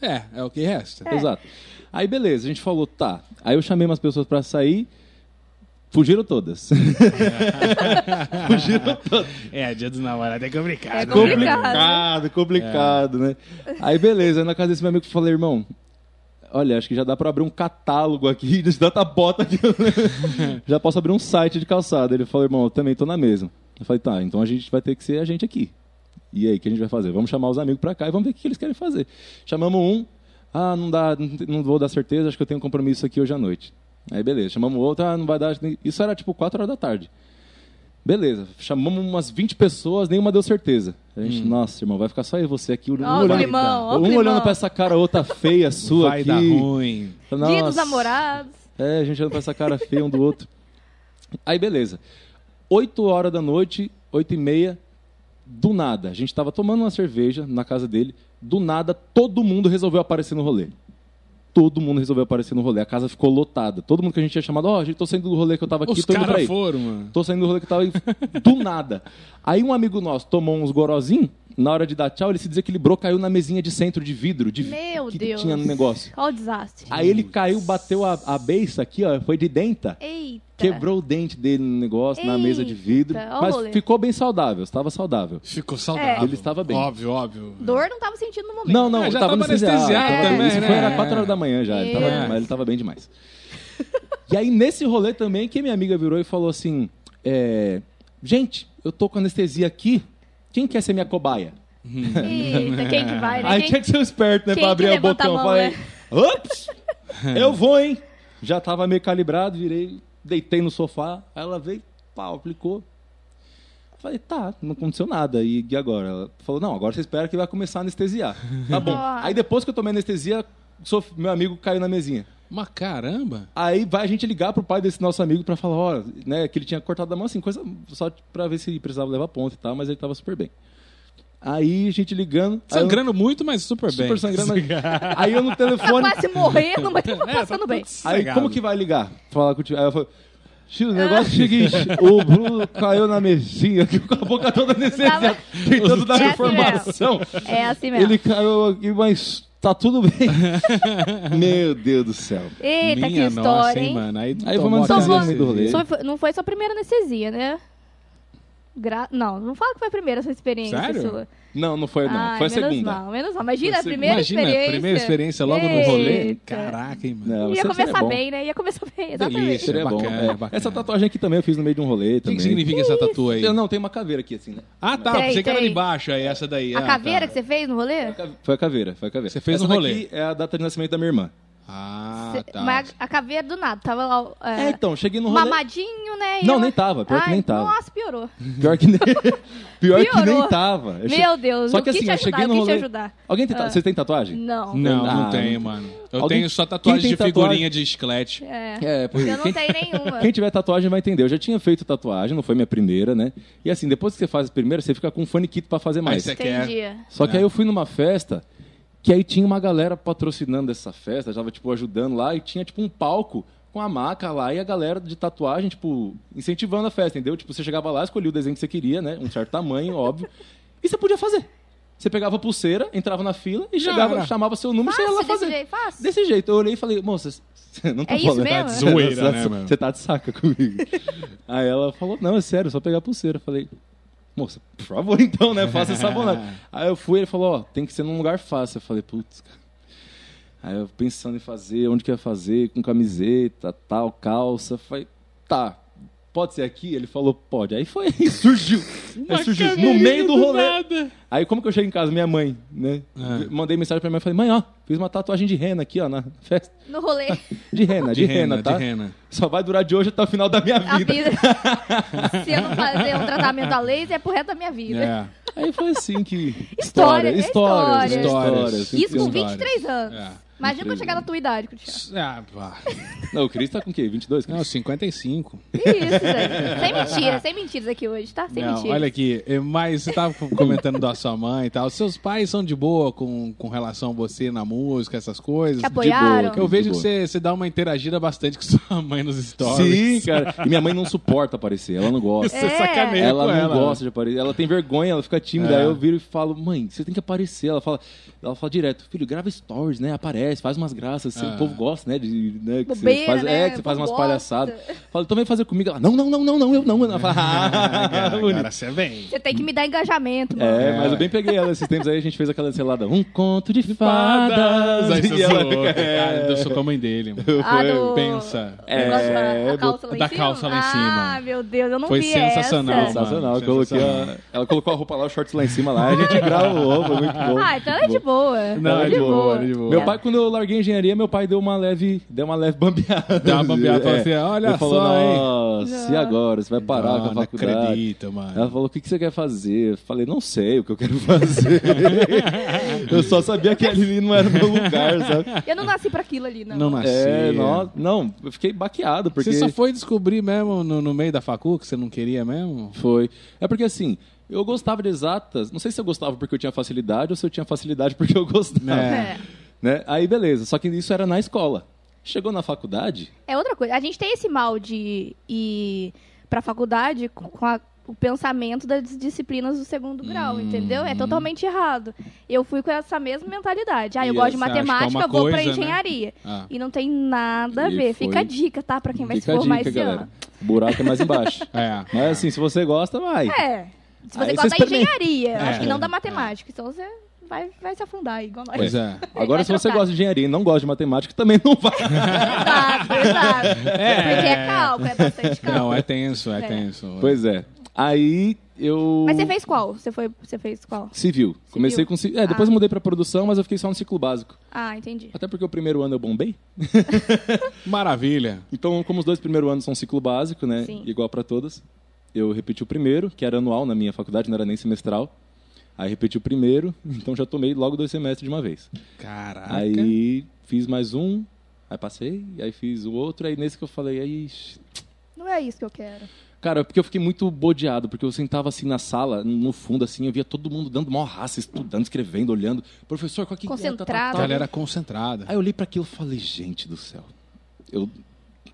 Speaker 1: É, é o que resta.
Speaker 3: Exato. Aí beleza, a gente falou, tá. Aí eu chamei umas pessoas pra sair, fugiram todas. fugiram todas.
Speaker 1: É, dia dos namorados é complicado.
Speaker 2: É complicado.
Speaker 3: Complicado, complicado, né? Aí beleza, aí na casa desse meu amigo eu falei, irmão, olha, acho que já dá pra abrir um catálogo aqui de tanta bota que eu lembro. Já posso abrir um site de calçada. Ele falou, irmão, eu também tô na mesma. Eu falei, tá, então a gente vai ter que ser a gente aqui. E aí, o que a gente vai fazer? Vamos chamar os amigos pra cá e vamos ver o que eles querem fazer. Chamamos um, ah, não dá, não te- não vou dar certeza, acho que eu tenho um compromisso aqui hoje à noite. Aí beleza, chamamos outro, ah, não vai dar. Isso era tipo 4 horas da tarde. Beleza, chamamos umas 20 pessoas, nenhuma deu certeza. A
Speaker 1: Hum.
Speaker 3: gente, nossa, irmão, vai ficar só eu e você aqui, um
Speaker 2: Ó, o
Speaker 3: olhando,
Speaker 2: climão, ó, o
Speaker 3: um
Speaker 2: climão.
Speaker 3: olhando pra essa cara outra feia sua
Speaker 1: Vai
Speaker 3: aqui.
Speaker 1: dar ruim.
Speaker 2: Dia dos
Speaker 3: Nossa.
Speaker 2: namorados.
Speaker 3: É, a gente olhando pra essa cara feia um do outro. Aí, beleza. 8 horas da noite, 8 e meia, do nada, a gente tava tomando uma cerveja na casa dele, do nada todo mundo resolveu aparecer no rolê. Todo mundo resolveu aparecer no rolê. A casa ficou lotada. Todo mundo que a gente tinha chamado, ó, a gente tô saindo do rolê que eu tava aqui,
Speaker 1: Os
Speaker 3: tô indo pra
Speaker 1: caras
Speaker 3: aí.
Speaker 1: foram, mano.
Speaker 3: Tô saindo do rolê que eu tava aí, do nada. Aí um amigo nosso tomou uns gorozinhos, na hora de dar tchau, ele se desequilibrou, caiu na mesinha de centro de vidro, de
Speaker 2: Meu
Speaker 3: que
Speaker 2: Deus.
Speaker 3: tinha no negócio.
Speaker 2: Qual o desastre?
Speaker 3: Aí ele caiu, bateu a, a beiça aqui, ó, foi de denta.
Speaker 2: Eita.
Speaker 3: Quebrou o dente dele no negócio, na mesa de vidro.
Speaker 2: Eita, ó o
Speaker 3: Mas
Speaker 2: rolê.
Speaker 3: ficou bem saudável, estava saudável.
Speaker 1: Ficou saudável.
Speaker 3: É. Ele estava bem.
Speaker 1: Óbvio, óbvio.
Speaker 2: Dor não tava sentindo no momento.
Speaker 3: Não, não,
Speaker 1: É,
Speaker 3: ele
Speaker 1: já
Speaker 3: tava
Speaker 1: tava
Speaker 3: anestesiado.
Speaker 1: anestesiado
Speaker 3: tava-
Speaker 1: também,
Speaker 3: isso
Speaker 1: né? É.
Speaker 3: foi, era 4 horas da manhã já, ele tava,
Speaker 1: Deus.
Speaker 3: mas ele tava bem demais. E aí, nesse rolê também, que minha amiga virou e falou assim, é, gente, eu tô com anestesia aqui, quem quer ser minha cobaia?
Speaker 2: Eita, quem que vai, né?
Speaker 3: aí
Speaker 2: Quem-
Speaker 3: tinha que ser um esperto, né,
Speaker 2: quem
Speaker 3: pra
Speaker 2: que
Speaker 3: abrir o
Speaker 2: levanta
Speaker 3: botão.
Speaker 2: a mão,
Speaker 3: falei,
Speaker 2: né?
Speaker 3: ops, eu vou, hein? Já tava meio calibrado, virei, deitei no sofá, aí ela veio, pau, aplicou. Falei, tá, não aconteceu nada. E, e agora? Ela falou, não, agora você espera que vai começar a anestesiar. Tá bom.
Speaker 2: Nossa.
Speaker 3: Aí depois que eu tomei anestesia, sof- meu amigo caiu na mesinha.
Speaker 1: Mas caramba.
Speaker 3: Aí vai a gente ligar pro pai desse nosso amigo pra falar, ó, né, que ele tinha cortado a mão assim, coisa só pra ver se precisava levar ponto e tal, mas ele tava super bem. Aí a gente ligando. aí eu-
Speaker 1: Sangrando muito, mas super bem.
Speaker 3: super sangrando. aí eu no telefone.
Speaker 2: Tá quase morrendo, mas tava
Speaker 1: É,
Speaker 2: passando
Speaker 1: tá
Speaker 2: bem.
Speaker 1: tudo
Speaker 3: Aí
Speaker 1: sossegado.
Speaker 3: como que vai ligar? Falar contigo. Aí eu falei. Tio, o negócio é o seguinte, o Bruno caiu na mesinha aqui com a boca toda anestesiada,
Speaker 2: Tava-
Speaker 3: tentando dar
Speaker 2: É assim
Speaker 3: informação.
Speaker 2: É assim mesmo.
Speaker 3: Ele caiu aqui, mas tá tudo bem. Meu Deus do céu.
Speaker 2: Eita,
Speaker 1: Minha
Speaker 2: que
Speaker 1: nossa,
Speaker 2: história, hein?
Speaker 1: mano. Aí,
Speaker 3: Aí
Speaker 1: tomou
Speaker 3: Então vamos
Speaker 1: aquela
Speaker 2: anestesia no
Speaker 3: meio do rolê.
Speaker 1: cerveja.
Speaker 2: Só foi- não foi sua primeira anestesia, né? Gra- Não, não fala que foi a primeira sua experiência
Speaker 1: Sério?
Speaker 2: sua.
Speaker 3: Não, não foi não.
Speaker 2: Ai,
Speaker 3: foi a
Speaker 2: menos
Speaker 3: segunda.
Speaker 2: mal, menos mal. Imagina
Speaker 3: Foi
Speaker 2: a
Speaker 3: a segunda.
Speaker 2: primeira
Speaker 1: Imagina,
Speaker 2: experiência.
Speaker 1: primeira experiência logo no rolê.
Speaker 2: Eita.
Speaker 1: Caraca, hein, mano.
Speaker 3: Não,
Speaker 2: Ia
Speaker 3: seria
Speaker 2: começar
Speaker 3: é bom.
Speaker 2: bem, né? Ia começar bem, exatamente.
Speaker 1: Delícia.
Speaker 3: Seria bom.
Speaker 1: Bacana,
Speaker 3: é.
Speaker 1: bacana.
Speaker 3: Essa tatuagem aqui também eu fiz no meio de um rolê
Speaker 1: O que,
Speaker 3: também.
Speaker 1: que significa essa tatu aí?
Speaker 3: Eu não, tem uma caveira aqui assim, né?
Speaker 1: Ah, tá.
Speaker 2: Tem,
Speaker 1: pensei que era
Speaker 2: tem.
Speaker 1: de baixo aí, essa daí.
Speaker 2: A
Speaker 1: Ah,
Speaker 2: caveira
Speaker 1: tá.
Speaker 2: que você fez no rolê?
Speaker 3: Foi a caveira, foi a caveira.
Speaker 1: Você fez
Speaker 3: Essa
Speaker 1: um rolê.
Speaker 3: daqui é a data de nascimento da minha irmã.
Speaker 1: Ah,
Speaker 2: Cê-
Speaker 1: tá.
Speaker 2: Mas a caveira do nada, tava lá.
Speaker 3: É,
Speaker 2: É,
Speaker 3: então, cheguei no rolê.
Speaker 2: mamadinho, né? E
Speaker 3: Não,
Speaker 2: ela-
Speaker 3: nem tava, pior que
Speaker 2: Ai,
Speaker 3: nem tava.
Speaker 2: Nossa, piorou.
Speaker 3: Pior que nem, pior que
Speaker 2: Piorou.
Speaker 3: nem tava. Eu che-
Speaker 2: Meu Deus,
Speaker 3: Só
Speaker 2: o
Speaker 3: que
Speaker 2: que
Speaker 3: assim,
Speaker 2: te
Speaker 3: eu
Speaker 2: ajudar,
Speaker 3: cheguei
Speaker 2: o
Speaker 3: no
Speaker 2: que te
Speaker 3: rolê.
Speaker 2: ajudar? Ah.
Speaker 3: Alguém tem ta... Vocês têm tatuagem?
Speaker 2: Não.
Speaker 1: Não,
Speaker 3: Ah,
Speaker 1: não,
Speaker 3: não
Speaker 1: tenho,
Speaker 3: tem.
Speaker 1: mano. Eu
Speaker 3: Alguém-
Speaker 1: tenho só
Speaker 3: Quem
Speaker 1: tatuagem de
Speaker 3: tem
Speaker 1: figurinha
Speaker 3: tatuagem?
Speaker 1: de esquelete.
Speaker 2: É.
Speaker 3: É, pois
Speaker 2: Eu não tenho nenhuma.
Speaker 3: Quem tiver tatuagem vai entender. Eu já tinha feito tatuagem, não foi minha primeira, né? E assim, depois que você faz a primeira, você fica com um faniquito pra fazer mais.
Speaker 1: você quer?
Speaker 2: Entendi.
Speaker 3: Só
Speaker 1: É.
Speaker 3: que aí eu fui numa festa que aí tinha uma galera patrocinando essa festa, tava tipo ajudando lá e tinha tipo um palco com a maca lá e a galera de tatuagem, tipo, incentivando a festa, entendeu? Tipo, você chegava lá, escolhia o desenho que você queria, né? Um certo tamanho, óbvio. E você podia fazer. Você pegava a pulseira, entrava na fila e
Speaker 1: Já
Speaker 3: chegava,
Speaker 1: era.
Speaker 3: chamava seu número e você ia
Speaker 2: Fácil
Speaker 3: lá
Speaker 2: desse
Speaker 3: fazer.
Speaker 2: jeito, fácil.
Speaker 3: Desse jeito. Eu olhei e falei, moça, você não tá
Speaker 2: É isso
Speaker 3: falando.
Speaker 2: mesmo? Tá de
Speaker 1: zoeira,
Speaker 3: Você tá-
Speaker 1: né, mano?
Speaker 3: Você tá de saca comigo. Aí ela falou, não, é sério, é só pegar a pulseira. Eu falei, moça, por favor então, né? Faça essa bolada.
Speaker 1: É.
Speaker 3: Aí eu fui, ele falou, ó, tem que ser num lugar fácil. Eu falei, putz, cara. Aí eu pensando em fazer, onde que ia fazer, com camiseta, tal, calça. Eu Falei, tá, pode ser aqui? Ele falou, pode. Aí foi, aí surgiu. Aí surgiu é no meio do rolê.
Speaker 1: Nada.
Speaker 3: Aí como que eu chego em casa? Minha mãe, né?
Speaker 1: Ah.
Speaker 3: Mandei mensagem pra minha mãe, falei, mãe, ó, fiz uma tatuagem de rena aqui, ó, na festa.
Speaker 2: No rolê,
Speaker 3: De rena, de,
Speaker 1: De
Speaker 3: rena,
Speaker 1: rena,
Speaker 3: tá?
Speaker 1: de rena.
Speaker 3: Só vai durar de hoje até o final da minha
Speaker 2: a
Speaker 3: vida.
Speaker 2: vida. Se eu não fazer um tratamento a laser, é pro resto da minha vida.
Speaker 1: É.
Speaker 3: Aí foi assim que...
Speaker 2: História,
Speaker 3: histórias,
Speaker 2: é
Speaker 1: história.
Speaker 3: histórias.
Speaker 1: Sim,
Speaker 2: Isso
Speaker 1: sim.
Speaker 2: com
Speaker 3: Sempre tem um-
Speaker 2: 23 anos.
Speaker 1: É.
Speaker 2: Imagina quando eu chegar na tua idade, Cristiano.
Speaker 1: Ah, pá.
Speaker 3: Não, o Cris tá com o quê? 22? Cris?
Speaker 1: Não, 55.
Speaker 2: Que Isso, Zé. Sem mentiras, sem mentiras aqui hoje, tá? Sem
Speaker 1: Não,
Speaker 2: mentiras.
Speaker 1: olha aqui, eh, mas você tava comentando da sua mãe e tal. Seus pais são de boa com, com relação a você na música, essas coisas?
Speaker 2: Te
Speaker 1: De boa.
Speaker 2: apoiaram.
Speaker 1: Eu vejo que
Speaker 3: boa.
Speaker 1: você, você dá uma interagida bastante com sua mãe nos
Speaker 3: Sim,
Speaker 1: stories.
Speaker 3: cara. E minha mãe não suporta aparecer, ela não gosta.
Speaker 1: Você
Speaker 2: É.
Speaker 1: sacaneia
Speaker 3: Ela
Speaker 1: com
Speaker 3: não
Speaker 1: ela.
Speaker 3: gosta de aparecer. Ela tem vergonha, ela fica tímida.
Speaker 1: É.
Speaker 3: Aí eu viro e falo, mãe, você tem que aparecer. Ela fala, ela fala direto, filho, grava stories, né? Aparece, faz umas graças.
Speaker 1: É.
Speaker 3: O povo gosta, né? De, né, que você
Speaker 2: Bobeira,
Speaker 3: faz,
Speaker 2: né?
Speaker 3: É, que você
Speaker 2: O
Speaker 3: faz
Speaker 2: povo
Speaker 3: umas
Speaker 2: gosta.
Speaker 3: palhaçadas. Fala, então vem fazer comigo. Ela, não, não, não, não, não, eu não. Ela fala,
Speaker 1: Ah,
Speaker 3: ah,
Speaker 1: cara,
Speaker 3: bonito.
Speaker 1: agora você vem.
Speaker 2: Você tem que me dar engajamento, mano.
Speaker 3: É,
Speaker 1: É.
Speaker 3: mas eu bem peguei ela esses tempos aí, a gente fez aquela selada, um conto de fadas.
Speaker 1: Fadas. Aí
Speaker 3: E
Speaker 1: você
Speaker 3: ela- "É."
Speaker 1: zoou, cara, eu sou com a mãe dele. mano.
Speaker 2: Ah, do...
Speaker 1: "É." Pensa.
Speaker 2: É, da,
Speaker 3: É,
Speaker 2: a calça lá em
Speaker 1: da
Speaker 2: cima?
Speaker 1: calça lá em cima.
Speaker 2: Ah, meu Deus, eu não
Speaker 1: Foi
Speaker 2: vi
Speaker 1: sensacional.
Speaker 2: essa.
Speaker 3: Sensacional,
Speaker 1: Mano,
Speaker 3: eu coloquei a-
Speaker 1: sensacional.
Speaker 3: ela colocou a roupa lá, os shorts lá em cima lá, a gente gravou, foi muito bom.
Speaker 2: Ah, então ela é de boa.
Speaker 1: Não,
Speaker 2: Ela
Speaker 1: é de boa, é de boa.
Speaker 3: Meu pai, quando eu larguei a engenharia, meu pai deu uma leve, deu uma leve bambeada.
Speaker 1: Dá uma bambeada, fala assim, "Olha
Speaker 3: Eu falo,
Speaker 1: só, hein?"
Speaker 3: Nossa, e agora? Você vai parar
Speaker 1: Ah,
Speaker 3: com a
Speaker 1: não
Speaker 3: faculdade?
Speaker 1: acredito, mano.
Speaker 3: Ela falou, o que, que você quer fazer? Eu falei, não sei o que eu quero fazer. eu só sabia que ali não era meu lugar, sabe?
Speaker 2: Eu não nasci pra aquilo ali, não.
Speaker 1: Não nasci.
Speaker 3: É, nó- não, eu fiquei baqueado, porque...
Speaker 1: Você só foi descobrir mesmo no, no meio da facu que você não queria mesmo?
Speaker 3: Foi. É porque assim, eu gostava de exatas. Não sei se eu gostava porque eu tinha facilidade ou se eu tinha facilidade porque eu gostava.
Speaker 2: É.
Speaker 3: Né? Aí beleza, só que isso era na escola. Chegou na faculdade,
Speaker 2: É outra coisa. A gente tem esse mal de ir pra faculdade com a- o pensamento das disciplinas do segundo grau,
Speaker 1: Hum.
Speaker 2: entendeu? É totalmente errado. Eu fui com essa mesma mentalidade. Ah, eu
Speaker 1: E
Speaker 2: gosto de
Speaker 1: você acha que é uma
Speaker 2: matemática, eu vou pra
Speaker 1: coisa, né?
Speaker 2: engenharia.
Speaker 1: Ah.
Speaker 2: E não tem nada a
Speaker 3: E
Speaker 2: ver.
Speaker 3: foi.
Speaker 2: Fica a dica, tá? Pra quem vai
Speaker 3: fica
Speaker 2: se
Speaker 3: a
Speaker 2: formar
Speaker 3: dica,
Speaker 2: esse
Speaker 3: galera.
Speaker 2: ano.
Speaker 3: O buraco é mais embaixo.
Speaker 1: É.
Speaker 3: Mas assim, se você gosta, vai.
Speaker 2: É. Se você
Speaker 1: Ah,
Speaker 3: Aí
Speaker 2: gosta
Speaker 3: você
Speaker 2: da
Speaker 3: experimenta.
Speaker 2: engenharia, eu
Speaker 1: É.
Speaker 2: acho que não da matemática. Então você vai, vai se afundar aí, igual nós.
Speaker 1: Pois é.
Speaker 3: Agora,
Speaker 2: Vai
Speaker 3: se você
Speaker 2: trocar.
Speaker 3: gosta de engenharia e não gosta de matemática, também não vai.
Speaker 2: Exato, exato. Porque é cálculo, é bastante cálculo.
Speaker 1: Não, é tenso, é,
Speaker 2: É.
Speaker 1: tenso.
Speaker 3: pois é. Aí eu.
Speaker 2: Mas você fez qual? Você, foi, você fez qual?
Speaker 3: Civil. Comecei com civil. É, depois eu mudei pra produção, mas eu fiquei só no ciclo básico.
Speaker 2: Ah, entendi.
Speaker 3: Até porque o primeiro ano eu bombei.
Speaker 1: Maravilha.
Speaker 3: Então, como os dois primeiros anos são ciclo básico, né?
Speaker 2: Sim.
Speaker 3: Igual pra todas. Eu repeti o primeiro, que era anual na minha faculdade, não era nem semestral. Aí repeti o primeiro, então já tomei logo dois semestres de uma vez.
Speaker 1: Caraca.
Speaker 3: Aí fiz mais um, aí passei, aí fiz o outro, aí nesse que eu falei, aí. ixi.
Speaker 2: Não é isso que eu quero.
Speaker 3: Cara, porque eu fiquei muito bodeado, porque eu sentava assim na sala, no fundo, assim, eu via todo mundo dando mó raça, estudando, escrevendo, olhando. Professor, qual que é? Tá, tá, tá,
Speaker 2: Concentrado.
Speaker 3: tá.
Speaker 1: Galera concentrada.
Speaker 3: Aí eu olhei pra aquilo e falei, gente do céu. Eu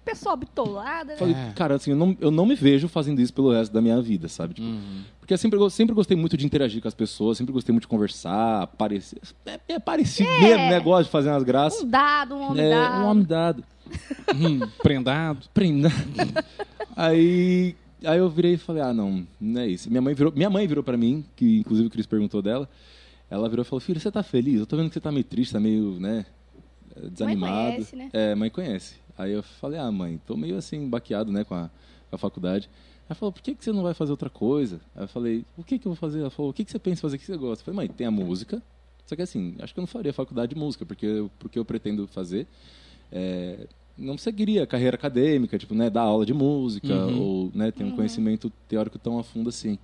Speaker 2: Pessoal bitolada. né?
Speaker 3: Falei,
Speaker 1: É.
Speaker 3: cara, assim, eu não, eu não me vejo fazendo isso pelo resto da minha vida, sabe? Tipo,
Speaker 1: Uhum.
Speaker 3: Porque eu sempre, go- sempre gostei muito de interagir com as pessoas, sempre gostei muito de conversar, parecer. É, é parecido mesmo, né? Gosto de fazer umas graças.
Speaker 2: Um dado, um homem
Speaker 3: é,
Speaker 2: dado.
Speaker 3: um homem dado.
Speaker 1: Hum, prendado.
Speaker 3: Prenda. aí, aí eu virei e falei, ah, não, não é isso. Minha mãe virou, minha mãe virou pra mim, que inclusive o Cris perguntou dela. Ela virou e falou, filho, você tá feliz? Eu tô vendo que você tá meio triste, tá meio, né? Desanimado.
Speaker 2: conhece, né?
Speaker 3: É, mãe conhece. Aí eu falei, ah, mãe, tô meio assim, baqueado, né, com a, com a faculdade. Ela falou, por que, que você não vai fazer outra coisa? Aí eu falei, o que que eu vou fazer? Ela falou, o que que você pensa em fazer, o que você gosta? Eu falei, mãe, tem a música. Só que assim, acho que eu não faria faculdade de música, porque eu, porque eu pretendo fazer. é, não seguiria a carreira acadêmica, tipo, né, dar aula de música, ou, né, ter um conhecimento teórico tão a fundo assim.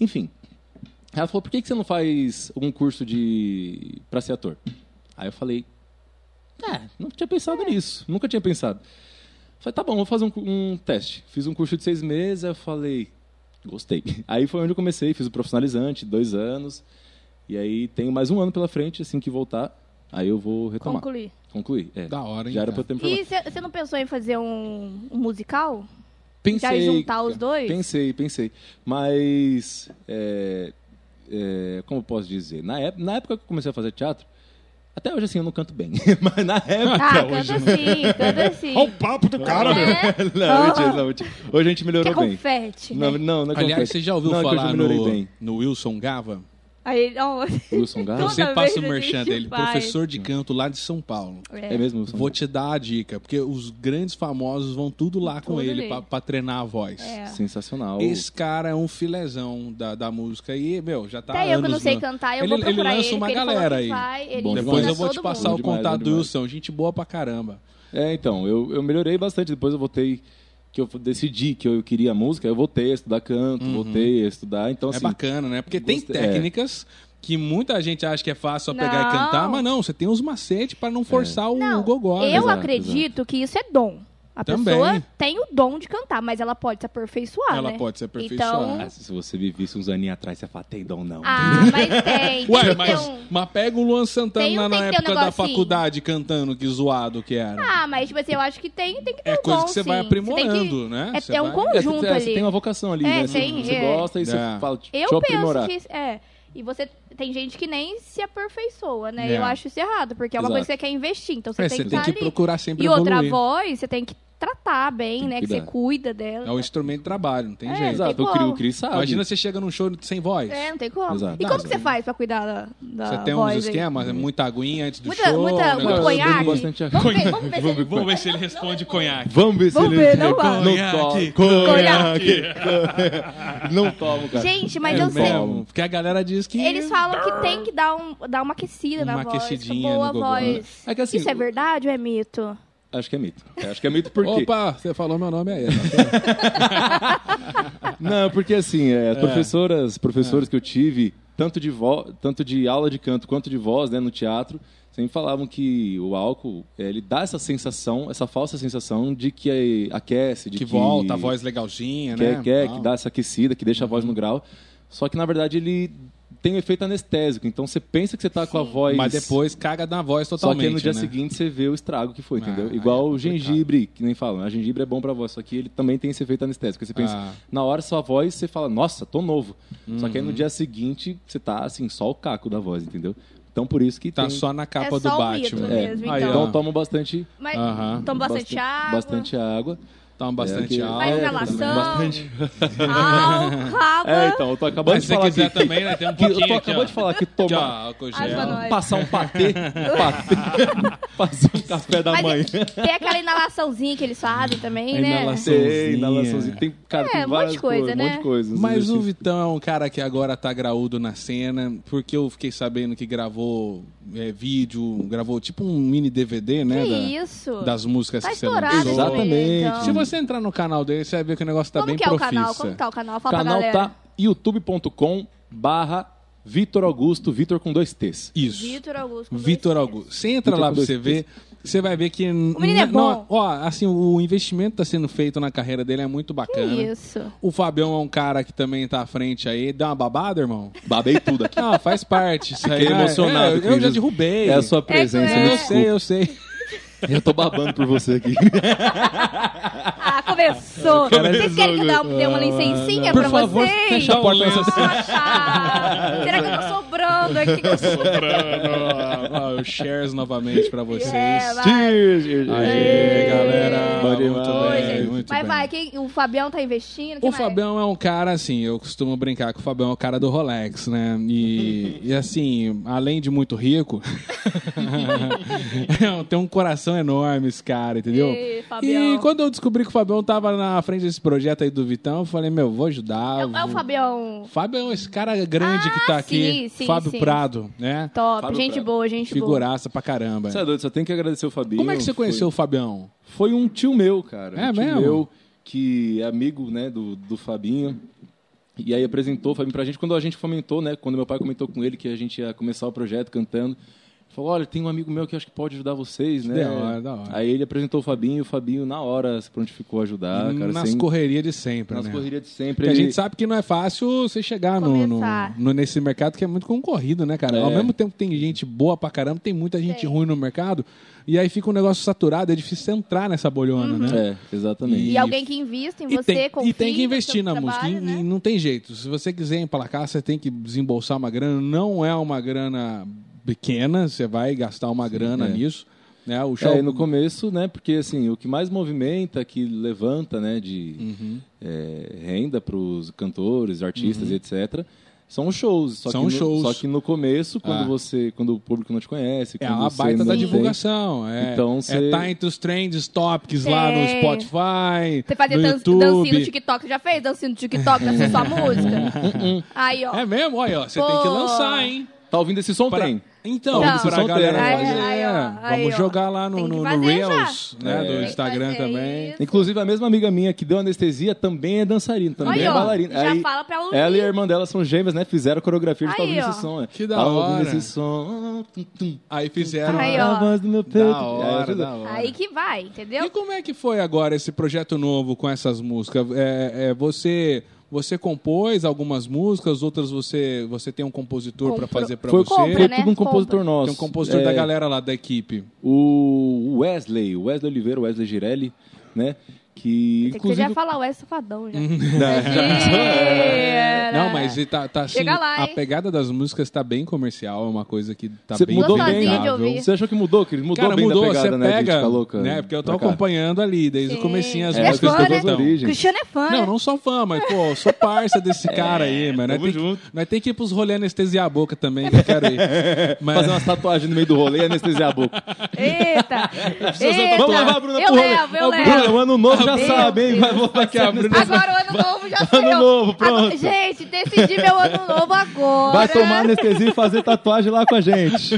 Speaker 3: Enfim. Ela falou, por que, que você não faz um curso de... pra ser ator? Aí eu falei, é, não tinha pensado nisso. Nunca tinha pensado. Falei, tá bom, vou fazer um, cu- um teste. Fiz um curso de seis meses, aí eu falei, gostei. Aí foi onde eu comecei, fiz o profissionalizante, dois anos. E aí tenho mais um ano pela frente, assim que voltar, aí eu vou retomar.
Speaker 2: Concluir.
Speaker 3: Concluir, é.
Speaker 1: Da hora, hein?
Speaker 3: Já era
Speaker 1: cara?
Speaker 3: pra eu ter me formado.
Speaker 2: E você não pensou em fazer um, um musical?
Speaker 3: Pensei,
Speaker 2: Já juntar os
Speaker 3: cara.
Speaker 2: dois?
Speaker 3: Pensei, pensei. Mas, é, é, como eu posso dizer? Na, ép- na época que eu comecei a fazer teatro, até hoje assim eu não canto bem. Mas na época...
Speaker 2: Ah, canta assim,
Speaker 1: né?
Speaker 2: canta assim.
Speaker 4: Olha o papo do cara, meu.
Speaker 2: É,
Speaker 3: Não, mentira, não, mentira. Hoje a gente
Speaker 2: que é
Speaker 3: melhorou bem.
Speaker 2: confete.
Speaker 3: Não,
Speaker 2: né?
Speaker 3: não, não é
Speaker 1: Aliás,
Speaker 3: confete.
Speaker 1: você já ouviu
Speaker 3: não, é que hoje eu
Speaker 1: falar
Speaker 3: melhorei
Speaker 1: no,
Speaker 3: bem.
Speaker 1: no Wilson Gava?
Speaker 2: Aí ele, ó,
Speaker 3: Wilson Gava?
Speaker 1: Eu
Speaker 2: Toda
Speaker 1: sempre passo o
Speaker 2: vez a gente
Speaker 1: merchan dele,
Speaker 2: faz.
Speaker 1: professor de canto lá de São Paulo.
Speaker 2: é.
Speaker 3: É mesmo, Wilson?
Speaker 1: Vou te dar a dica, porque os grandes famosos vão tudo lá com
Speaker 2: Tudo
Speaker 1: ele
Speaker 2: nele.
Speaker 1: pra, pra treinar a voz.
Speaker 2: É.
Speaker 3: Sensacional.
Speaker 1: Esse cara é um filezão da, da música e, meu, já tá
Speaker 2: Até eu que
Speaker 1: anos
Speaker 2: não sei
Speaker 1: no-
Speaker 2: cantar, eu
Speaker 1: Ele-
Speaker 2: vou
Speaker 1: ele
Speaker 2: procurar
Speaker 1: lança
Speaker 2: ele,
Speaker 1: uma
Speaker 2: porque ele falou
Speaker 1: galera
Speaker 2: que
Speaker 1: aí.
Speaker 2: vai, ele
Speaker 3: Bom,
Speaker 1: Depois
Speaker 2: ensina
Speaker 1: eu vou te
Speaker 2: todo
Speaker 1: passar
Speaker 2: mundo.
Speaker 1: o
Speaker 3: Bom demais,
Speaker 1: contato
Speaker 3: bom
Speaker 1: do
Speaker 3: demais.
Speaker 1: Wilson, gente boa pra caramba.
Speaker 3: É, então, eu, eu melhorei bastante. Depois eu voltei, que eu decidi que eu queria música, eu voltei a estudar canto, voltei a estudar. Então,
Speaker 1: Uhum. é
Speaker 3: assim, é.
Speaker 1: bacana, né? Porque tem
Speaker 3: gostei-
Speaker 1: técnicas que muita gente acha que é fácil só pegar
Speaker 2: Não.
Speaker 1: e cantar, mas não, você tem uns macetes pra
Speaker 3: É.
Speaker 1: não forçar o,
Speaker 2: Não,
Speaker 1: o gogó. né?
Speaker 2: Eu
Speaker 3: Exato,
Speaker 2: acredito que isso é dom. A
Speaker 1: Também.
Speaker 2: pessoa tem o dom de cantar, mas ela pode se aperfeiçoar,
Speaker 1: Ela
Speaker 2: né?
Speaker 1: pode se
Speaker 2: Então-
Speaker 1: aperfeiçoar.
Speaker 3: ah, se você vivisse uns aninhos atrás, você fala, tem dom não.
Speaker 2: Ah, mas tem. tem
Speaker 1: Ué,
Speaker 2: que ter
Speaker 1: mas,
Speaker 2: um-
Speaker 1: mas pega o Luan
Speaker 2: Tem um-
Speaker 1: Santana lá
Speaker 2: tem
Speaker 1: na
Speaker 2: que ter um
Speaker 1: época da
Speaker 2: negocinho.
Speaker 1: faculdade cantando, que zoado que era.
Speaker 2: Ah, mas tipo assim, eu acho que tem, tem que ter
Speaker 1: É
Speaker 2: um
Speaker 1: coisa
Speaker 2: dom,
Speaker 1: que você
Speaker 2: sim.
Speaker 1: vai
Speaker 2: tem que-
Speaker 1: aprimorando, né?
Speaker 2: É,
Speaker 1: Você
Speaker 2: é um
Speaker 1: vai-
Speaker 3: É, você-
Speaker 2: conjunto
Speaker 3: é, você,
Speaker 2: ali.
Speaker 3: tem uma vocação ali,
Speaker 2: É,
Speaker 3: né? Você-
Speaker 2: tem,
Speaker 3: você
Speaker 2: é.
Speaker 3: gosta e você
Speaker 1: É.
Speaker 3: fala, deixa
Speaker 2: Eu
Speaker 3: eu
Speaker 2: penso
Speaker 3: aprimorar.
Speaker 2: que é. E você tem gente que nem se aperfeiçoa, né?
Speaker 1: É.
Speaker 2: Eu acho isso errado, porque é uma
Speaker 3: Exato.
Speaker 2: coisa que você quer investir, então você
Speaker 1: É,
Speaker 2: tem
Speaker 1: você
Speaker 2: que
Speaker 1: tem
Speaker 2: estar
Speaker 1: que
Speaker 2: ali.
Speaker 1: procurar sempre
Speaker 2: E outra
Speaker 1: evoluir.
Speaker 2: voz, você tem que estar tratar bem,
Speaker 3: Tem que
Speaker 2: né? Que você
Speaker 3: cuidar.
Speaker 2: cuida dela.
Speaker 1: É um instrumento de trabalho, não tem
Speaker 2: É,
Speaker 1: jeito.
Speaker 2: tem
Speaker 3: Exato, o Cri, o
Speaker 2: como.
Speaker 3: Cri sabe.
Speaker 1: Imagina você chega num show sem voz.
Speaker 2: É, não tem como.
Speaker 3: Exato.
Speaker 2: E
Speaker 1: Não,
Speaker 2: como que
Speaker 1: sim.
Speaker 2: você faz pra cuidar da, da
Speaker 1: Você tem uns
Speaker 2: voz aí?
Speaker 1: esquemas, é muita aguinha antes do
Speaker 2: Muita,
Speaker 1: show.
Speaker 2: muita,
Speaker 1: um
Speaker 2: muito
Speaker 3: eu
Speaker 1: negócio-
Speaker 3: conhaque.
Speaker 2: conhaque.
Speaker 3: bebo bastante
Speaker 2: Vamos ver, vamos ver se ele...
Speaker 1: Vamos ver é se ele responde conhaque.
Speaker 3: Vamos ver se
Speaker 2: Vamos
Speaker 3: ele...
Speaker 2: ver, não vai.
Speaker 1: Conhaque.
Speaker 3: Não
Speaker 2: Conhaque.
Speaker 3: tomo. Não tomo, cara.
Speaker 2: Gente, mas
Speaker 1: É
Speaker 2: eu sei...
Speaker 1: mesmo, Porque a galera diz que.
Speaker 2: Eles falam que tem que dar, um, dar uma aquecida
Speaker 1: Uma
Speaker 2: na voz.
Speaker 1: aquecidinha
Speaker 2: boa
Speaker 1: no né? gogó.
Speaker 2: voz.
Speaker 3: É que assim,
Speaker 2: Isso é verdade ou é mito?
Speaker 3: Acho que é mito. Acho que é mito por quê?
Speaker 1: Opa, você falou meu nome aí. né?
Speaker 3: Não, porque assim, é, as professoras, professores que eu tive, tanto de, vo- tanto de aula de canto quanto de voz, né, no teatro, sempre falavam que o álcool, é, ele dá essa sensação, essa falsa sensação de que é, aquece, de
Speaker 1: Que
Speaker 3: que,
Speaker 1: volta, a voz legalzinha,
Speaker 3: que,
Speaker 1: né?
Speaker 3: quer,
Speaker 1: Tal.
Speaker 3: que dá essa aquecida, que deixa a voz no grau. Só que, na verdade, ele tem um efeito anestésico. Então, você pensa que você tá com a voz...
Speaker 1: Mas depois caga na voz
Speaker 3: Só
Speaker 1: totalmente.
Speaker 3: que aí no dia
Speaker 1: né?
Speaker 3: seguinte você vê o estrago que foi,
Speaker 1: Ah,
Speaker 3: entendeu?
Speaker 1: aí é
Speaker 3: Igual o
Speaker 1: complicado.
Speaker 3: gengibre, que nem falam. A gengibre é bom pra voz, só que ele também tem esse efeito anestésico. Aí Você pensa,
Speaker 1: Ah. hum.
Speaker 3: na hora sua voz, você fala, nossa, tô novo. Só que aí no
Speaker 1: Uhum.
Speaker 3: dia seguinte você tá assim, só o caco da voz, entendeu? Então por isso que
Speaker 1: Tá
Speaker 3: tem...
Speaker 1: só na capa
Speaker 2: É
Speaker 1: do
Speaker 2: só o mito
Speaker 1: Batman.
Speaker 2: mesmo,
Speaker 1: Aí,
Speaker 2: então.
Speaker 1: ó,
Speaker 3: Então toma bastante...
Speaker 2: Mas
Speaker 1: Aham.
Speaker 2: toma bastante, água.
Speaker 3: Bastante água.
Speaker 1: Toma
Speaker 3: É,
Speaker 1: tá um bastante
Speaker 3: que-
Speaker 1: álcool.
Speaker 2: Faz
Speaker 3: É,
Speaker 2: relação.
Speaker 3: bastante.
Speaker 2: Álcool, água.
Speaker 3: É,
Speaker 1: tá
Speaker 3: então, eu tô acabando
Speaker 1: Mas
Speaker 3: de
Speaker 1: se
Speaker 3: falar
Speaker 1: quiser
Speaker 3: aqui...
Speaker 1: também, né? Tem um
Speaker 3: que eu
Speaker 1: pouquinho
Speaker 3: tô
Speaker 1: aqui,
Speaker 3: acabando
Speaker 1: ó.
Speaker 3: de falar que
Speaker 1: Aqui, ó,
Speaker 3: tomar...
Speaker 1: álcool
Speaker 2: Água
Speaker 1: gel.
Speaker 2: nós.
Speaker 3: Passar um patê, patê, passar um café da manhã.
Speaker 2: Mas é tem aquela inalaçãozinha que eles fazem também,
Speaker 1: A
Speaker 2: né?
Speaker 1: inalação.
Speaker 3: Sei, inalaçãozinha. Tem, cara,
Speaker 2: É,
Speaker 3: tem
Speaker 2: um monte de
Speaker 3: várias
Speaker 2: coisa,
Speaker 3: coisas, um
Speaker 2: né?
Speaker 3: monte de coisa.
Speaker 1: Mas o
Speaker 3: Existe-
Speaker 1: Vitão é um cara que agora tá graúdo na cena, porque eu fiquei sabendo que gravou é, vídeo, gravou tipo um mini DVD, né?
Speaker 2: Que
Speaker 1: da-
Speaker 2: isso?
Speaker 1: Das músicas
Speaker 2: Tá
Speaker 1: que você
Speaker 2: estourado
Speaker 1: lançou.
Speaker 2: esse
Speaker 3: Exatamente.
Speaker 2: menino, então.
Speaker 1: Se você entrar no canal dele, você vai ver que o negócio tá
Speaker 2: Como
Speaker 1: bem
Speaker 2: que é o canal? Como que tá o canal?
Speaker 3: O
Speaker 2: Fala
Speaker 3: canal
Speaker 2: pra galera.
Speaker 3: tá youtube.com barra Vitor Augusto, Vitor com dois T's.
Speaker 1: Isso.
Speaker 2: Vitor Augusto. com dois
Speaker 1: Vitor
Speaker 2: T's.
Speaker 1: Augusto. Você entra
Speaker 3: Vitor
Speaker 1: lá
Speaker 3: com
Speaker 1: pra
Speaker 3: dois
Speaker 1: você ver, você vai ver que. O
Speaker 2: menino é bom.
Speaker 1: Ó, assim, o investimento tá sendo feito na carreira dele é muito
Speaker 2: Que
Speaker 1: bacana.
Speaker 2: isso?
Speaker 1: O Fabião é um cara que também tá à frente aí. Dá uma babada, irmão?
Speaker 3: Babei tudo aqui.
Speaker 1: Ah, faz parte. Isso aí.
Speaker 3: Fiquei
Speaker 1: Ah,
Speaker 3: emocionado
Speaker 1: é,
Speaker 3: com
Speaker 1: eu já
Speaker 3: isso.
Speaker 1: derrubei.
Speaker 3: É a sua presença,
Speaker 2: É,
Speaker 1: Eu
Speaker 3: me
Speaker 1: sei,
Speaker 2: é.
Speaker 3: desculpa.
Speaker 1: eu sei.
Speaker 3: Eu tô babando por você aqui.
Speaker 2: Ah, começou. Vocês querem que eu dá- dê uma licencinha é pra vocês?
Speaker 3: fecha a porta nessa cena.
Speaker 2: Poxa, Será que eu tô sobrando aqui? Que eu sou...
Speaker 1: Ó, o shares novamente pra vocês.
Speaker 2: É, vai.
Speaker 3: Cheers!
Speaker 1: Aê, galera.
Speaker 3: Bom
Speaker 1: Muito
Speaker 3: demais.
Speaker 1: bem,
Speaker 2: Oi, gente.
Speaker 1: muito
Speaker 2: Mas
Speaker 1: bem.
Speaker 2: vai, quem- o Fabião tá investindo. quem
Speaker 1: O
Speaker 2: mais?
Speaker 1: Fabião é um cara, assim, eu costumo brincar que o Fabião é o cara do Rolex, né? E, e, assim, além de muito rico, tem um coração enorme esse cara, entendeu?
Speaker 2: Ei, Fabião.
Speaker 1: e quando eu descobri que o Fabião tava na frente desse projeto aí do Vitão, eu falei, meu, vou ajudar.
Speaker 2: É, o- é o
Speaker 1: vou-
Speaker 2: Fabião.
Speaker 1: Fabião, esse cara grande
Speaker 2: Ah,
Speaker 1: que tá aqui,
Speaker 2: sim, sim,
Speaker 1: Fábio
Speaker 2: sim.
Speaker 1: Prado, né?
Speaker 2: Top,
Speaker 3: Fábio
Speaker 2: gente
Speaker 3: Prado.
Speaker 2: boa, gente boa.
Speaker 1: Figuraça pra caramba.
Speaker 3: Você é doido, só tem que agradecer o Fabinho.
Speaker 1: Como é que você conheceu o Fabião?
Speaker 3: Foi um tio meu, cara.
Speaker 1: É
Speaker 3: um tio
Speaker 1: mesmo?
Speaker 3: meu que é amigo, né, do, do Fabinho. E aí apresentou o Fabinho pra gente. Quando a gente comentou, né, quando meu pai comentou com ele que a gente ia começar o projeto cantando, ele falou, olha, tem um amigo meu que acho que pode ajudar vocês, né?
Speaker 1: Da hora, da hora.
Speaker 3: Aí ele apresentou o Fabinho, e o Fabinho na hora se prontificou a ajudar, ah, cara.
Speaker 1: Hum, Nas
Speaker 3: sem-
Speaker 1: correrias de sempre,
Speaker 3: nas
Speaker 1: né?
Speaker 3: correrias de sempre.
Speaker 1: Porque a
Speaker 3: ele-
Speaker 1: gente sabe que não é fácil você chegar no, no-
Speaker 2: Começar.
Speaker 1: no- nesse mercado que é muito concorrido, né, cara?
Speaker 3: É.
Speaker 1: Ao mesmo tempo que tem gente boa pra caramba, tem muita gente
Speaker 2: Tem.
Speaker 1: ruim no mercado, e aí fica um negócio saturado, é difícil você entrar nessa bolhona,
Speaker 2: Uhum.
Speaker 1: né?
Speaker 3: É, exatamente.
Speaker 2: E alguém que invista em
Speaker 1: E
Speaker 2: você,
Speaker 1: tem,
Speaker 2: confia
Speaker 1: e tem que
Speaker 2: no
Speaker 1: investir
Speaker 2: seu
Speaker 1: na música,
Speaker 2: trabalho,
Speaker 1: e-
Speaker 2: né?
Speaker 1: e não tem jeito. Se você quiser emplacar, você tem que desembolsar uma grana. Não é uma grana pequena, você vai gastar uma grana
Speaker 3: é.
Speaker 1: nisso. Né? O show
Speaker 3: É, e no começo, né? Porque assim, o que mais movimenta, que levanta, né, de é, renda para os cantores, artistas, e etc. São os shows. Só
Speaker 1: Uhum. São
Speaker 3: que
Speaker 1: os
Speaker 3: no,
Speaker 1: shows.
Speaker 3: Só que no começo, quando
Speaker 1: Ah.
Speaker 3: você, quando o público não te conhece,
Speaker 1: É
Speaker 3: quando
Speaker 1: uma
Speaker 3: você
Speaker 1: baita
Speaker 3: não
Speaker 1: da
Speaker 3: tem-
Speaker 1: divulgação. É,
Speaker 3: Então,
Speaker 1: é
Speaker 3: você-
Speaker 1: tá entre os trends topics lá no
Speaker 2: Sei.
Speaker 1: Spotify.
Speaker 2: É. Você fazia
Speaker 1: no
Speaker 2: dan
Speaker 1: YouTube.
Speaker 2: dancinha no TikTok, você já fez dancinha no TikTok, dançando sua música? Aí, ó.
Speaker 1: É mesmo? Olha, ó, você
Speaker 2: Pô.
Speaker 1: tem que lançar, hein?
Speaker 3: Tá ouvindo esse som?
Speaker 1: Pra-
Speaker 3: Tem.
Speaker 1: Então,
Speaker 2: Não. né?
Speaker 1: pra
Speaker 3: Solteiro.
Speaker 1: galera fazer.
Speaker 3: Aí,
Speaker 1: É,
Speaker 2: aí, ó, aí,
Speaker 1: Vamos
Speaker 2: ó.
Speaker 1: jogar lá no,
Speaker 2: Tem que
Speaker 1: no, no
Speaker 2: fazer
Speaker 1: Reels,
Speaker 2: já.
Speaker 1: né?
Speaker 3: É.
Speaker 1: Do
Speaker 3: Tem que
Speaker 1: Instagram
Speaker 2: fazer
Speaker 1: também.
Speaker 2: isso.
Speaker 3: Inclusive, a mesma amiga minha que deu anestesia também é dançarina, também
Speaker 2: Aí,
Speaker 3: é
Speaker 2: ó,
Speaker 3: bailarina.
Speaker 2: já
Speaker 3: Aí,
Speaker 2: fala pra unir.
Speaker 3: ela e a irmã dela são gêmeas, né? Fizeram a coreografia de tá
Speaker 2: Aí,
Speaker 3: ouvindo
Speaker 2: ó.
Speaker 3: esse som. né?
Speaker 1: Que da
Speaker 3: Tá ouvindo
Speaker 1: hora.
Speaker 3: esse som. Tum, tum.
Speaker 1: Aí fizeram.
Speaker 2: Aí,
Speaker 1: a-
Speaker 2: ó.
Speaker 3: a voz do meu peito.
Speaker 1: Da
Speaker 3: Aí
Speaker 1: hora,
Speaker 3: ajuda.
Speaker 1: da hora.
Speaker 2: Aí que vai,
Speaker 1: É, E
Speaker 2: entendeu?
Speaker 1: como é que foi agora esse projeto novo com essas músicas? É, é, você você compôs algumas músicas, outras você você tem um compositor pra
Speaker 2: Compro-
Speaker 1: fazer pra
Speaker 3: Foi,
Speaker 1: você?
Speaker 2: Compra,
Speaker 3: foi
Speaker 2: né?
Speaker 3: tudo um compositor
Speaker 2: Compra.
Speaker 3: nosso.
Speaker 1: Tem um compositor
Speaker 3: É,
Speaker 1: da galera lá da equipe.
Speaker 3: O Wesley, o Wesley Oliveira, o Wesley Girelli, né? Que
Speaker 2: Tem que você
Speaker 3: inclusive.
Speaker 2: já falar o é safadão já.
Speaker 3: Não, já-
Speaker 2: É.
Speaker 1: Não, mas e tá, tá assim,
Speaker 2: Chega lá,
Speaker 1: a
Speaker 2: hein?
Speaker 1: pegada das músicas tá bem comercial, é uma coisa que tá
Speaker 3: Você
Speaker 1: bem
Speaker 3: mudou
Speaker 2: Gostosinho
Speaker 3: bem.
Speaker 2: de
Speaker 1: vendável.
Speaker 2: ouvir.
Speaker 3: Você achou que mudou, querido? Mudou
Speaker 1: Cara,
Speaker 3: bem
Speaker 1: mudou,
Speaker 3: da pegada,
Speaker 1: você
Speaker 3: né? de
Speaker 1: pega,
Speaker 3: ficar louca,
Speaker 1: né? Porque eu tô
Speaker 3: pra cá.
Speaker 1: acompanhando ali, desde
Speaker 2: Sim.
Speaker 1: o comecinho as
Speaker 2: É,
Speaker 1: músicas
Speaker 2: fã,
Speaker 1: do
Speaker 2: né?
Speaker 1: Gordão.
Speaker 3: Origem.
Speaker 2: Cristiano é fã,
Speaker 1: Não,
Speaker 2: né?
Speaker 1: não sou fã, mas, pô, eu sou parça desse cara aí, mano. Nós
Speaker 3: tamo
Speaker 1: tem, que,
Speaker 3: junto.
Speaker 1: nós tem que ir pros rolê anestesiar a boca também, que eu quero ir. Mas-
Speaker 3: Fazer umas tatuagens no meio do rolê e anestesiar a boca.
Speaker 2: Eita! Eita!
Speaker 3: Vamos levar a Bruna
Speaker 2: eu
Speaker 3: pro rolê.
Speaker 2: levo, eu
Speaker 3: Ó, Bruna,
Speaker 2: levo.
Speaker 3: o ano novo já
Speaker 2: Meu
Speaker 3: sabe, hein? Vai voltar aqui a Bruna.
Speaker 2: Agora o ano novo já saiu.
Speaker 3: novo,
Speaker 2: Agora-
Speaker 3: pronto.
Speaker 2: gente, decidi meu ano novo agora.
Speaker 3: Vai tomar anestesia e fazer tatuagem lá com a gente.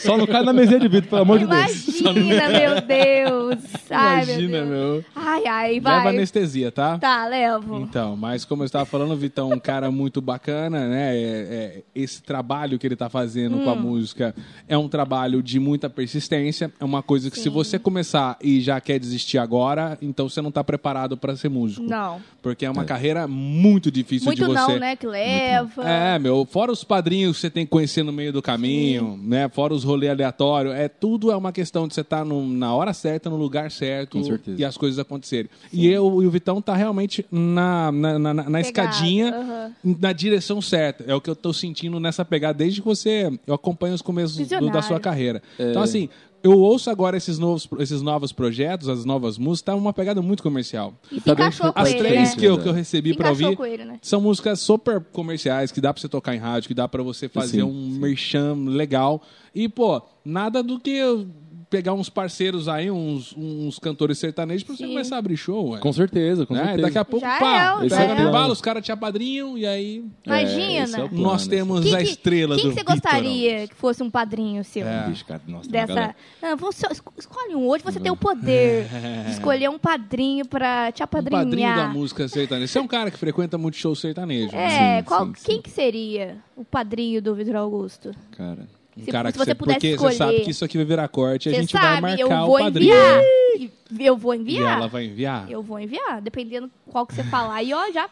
Speaker 3: Só não cai na mesinha de vidro, pelo amor de Deus.
Speaker 2: Imagina, meu Deus. Ai,
Speaker 1: Imagina,
Speaker 2: meu Deus.
Speaker 1: meu.
Speaker 2: Ai, ai, vai.
Speaker 1: Leva anestesia, tá?
Speaker 2: Tá, levo.
Speaker 1: Então, mas como eu estava falando, o Vitão é um cara muito bacana, né? É- é- esse trabalho que ele está fazendo com a
Speaker 2: Hum.
Speaker 1: música é um trabalho de muita persistência. É uma coisa que se você começar e já quer desistir agora, então você não está preparado para ser músico.
Speaker 2: Não. Tá.
Speaker 1: Porque é uma carreira muito difícil de
Speaker 2: Muito
Speaker 1: você.
Speaker 2: não, né? Que leva.
Speaker 1: É, meu, fora os padrinhos que você tem que conhecer no meio do caminho, né? Fora os rolês aleatórios, é tudo é uma questão de você estar na hora certa, no lugar certo
Speaker 3: Com certeza.
Speaker 1: e as coisas acontecerem. E eu e o Vitão tá realmente na, na, na, na
Speaker 2: Pegado,
Speaker 1: escadinha, na direção certa. É o que eu tô sentindo nessa pegada desde que você eu acompanho os começos do- da sua
Speaker 2: Visionário.
Speaker 1: carreira.
Speaker 3: É.
Speaker 1: Então assim, eu ouço agora esses novos, esses novos projetos, as novas músicas, tá uma pegada muito comercial.
Speaker 2: E se
Speaker 3: Tá bem
Speaker 2: encaixou com
Speaker 1: As
Speaker 2: ele,
Speaker 1: três
Speaker 2: né?
Speaker 1: que, eu, que eu recebi
Speaker 2: Se
Speaker 1: pra
Speaker 2: encaixou
Speaker 1: ouvir
Speaker 2: com ele, né?
Speaker 1: são músicas super comerciais que dá pra você tocar em rádio, que dá pra você fazer
Speaker 3: Sim,
Speaker 1: um merchan legal. E, pô, nada do que eu pegar uns parceiros aí, uns, uns cantores sertanejos, pra você
Speaker 2: Sim.
Speaker 1: começar a abrir show, ué.
Speaker 3: Com certeza, com
Speaker 1: Né?
Speaker 3: certeza.
Speaker 1: E daqui a pouco,
Speaker 2: Já é
Speaker 1: pá,
Speaker 2: o-
Speaker 1: é,
Speaker 3: já
Speaker 1: pega
Speaker 3: é
Speaker 1: no
Speaker 3: o-
Speaker 1: embalo, os caras te apadrinham e aí
Speaker 2: Imagina.
Speaker 3: esse é o plano,
Speaker 1: nós
Speaker 3: esse
Speaker 1: temos
Speaker 2: Quem
Speaker 1: a
Speaker 2: que-
Speaker 1: estrela
Speaker 2: quem
Speaker 1: do
Speaker 2: que você
Speaker 1: Vitorão.
Speaker 2: gostaria que fosse um padrinho seu?
Speaker 3: é o plano. Bicho, cara, nossa, tem uma
Speaker 2: Dessa.
Speaker 3: galera.
Speaker 2: Não, você, esco- escolhe um hoje, você tem o poder de escolher um padrinho pra te
Speaker 1: Um padrinho da
Speaker 2: apadrinhar.
Speaker 1: música sertaneja. Você é um cara que frequenta muito show sertanejo. né?
Speaker 2: é,
Speaker 3: Sim,
Speaker 2: qual,
Speaker 3: sim, sim.
Speaker 2: quem que seria o padrinho do Vitor Augusto?
Speaker 3: Cara.
Speaker 1: Um
Speaker 2: Se-
Speaker 1: cara
Speaker 2: se
Speaker 1: que
Speaker 2: você
Speaker 1: você,
Speaker 2: pudesse
Speaker 1: porque
Speaker 2: escolher.
Speaker 1: você sabe que isso aqui vai virar corte e a
Speaker 2: Você
Speaker 1: gente
Speaker 2: sabe,
Speaker 1: vai
Speaker 2: eu
Speaker 1: marcar
Speaker 2: vou
Speaker 1: o padrinho.
Speaker 2: enviar. E- Eu vou
Speaker 1: E
Speaker 2: enviar.
Speaker 1: ela vai enviar?
Speaker 2: Eu vou enviar, dependendo qual que você falar. Aí, ó, já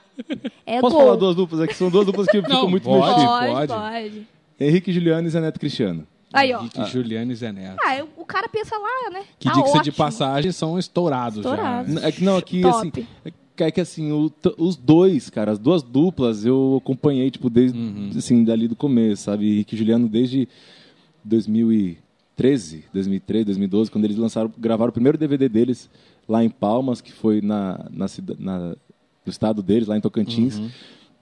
Speaker 2: é
Speaker 3: Posso
Speaker 2: gol.
Speaker 3: falar duas duplas aqui? São duas duplas que ficam muito
Speaker 1: pode.
Speaker 3: mexidas.
Speaker 1: Pode.
Speaker 2: Pode, pode.
Speaker 3: Henrique Juliano e Zé Neto Cristiano.
Speaker 2: Aí, ó.
Speaker 1: Henrique, Juliano e Zé Neto.
Speaker 2: Ah, eu- o cara pensa lá, né?
Speaker 1: Que
Speaker 2: tá
Speaker 1: diga-se de
Speaker 2: ótimo.
Speaker 1: passagem são estourados,
Speaker 2: Estourados.
Speaker 1: já. né?
Speaker 3: É que não, aqui
Speaker 2: Top.
Speaker 3: assim. É que assim, o t- os dois, cara, as duas duplas eu acompanhei, tipo, desde, assim, dali do começo, sabe? Henrique e Juliano desde 2013, 2013, 2012, quando eles lançaram, gravaram o primeiro DVD deles lá em Palmas, que foi na, na, cida- na- no estado deles, lá em Tocantins.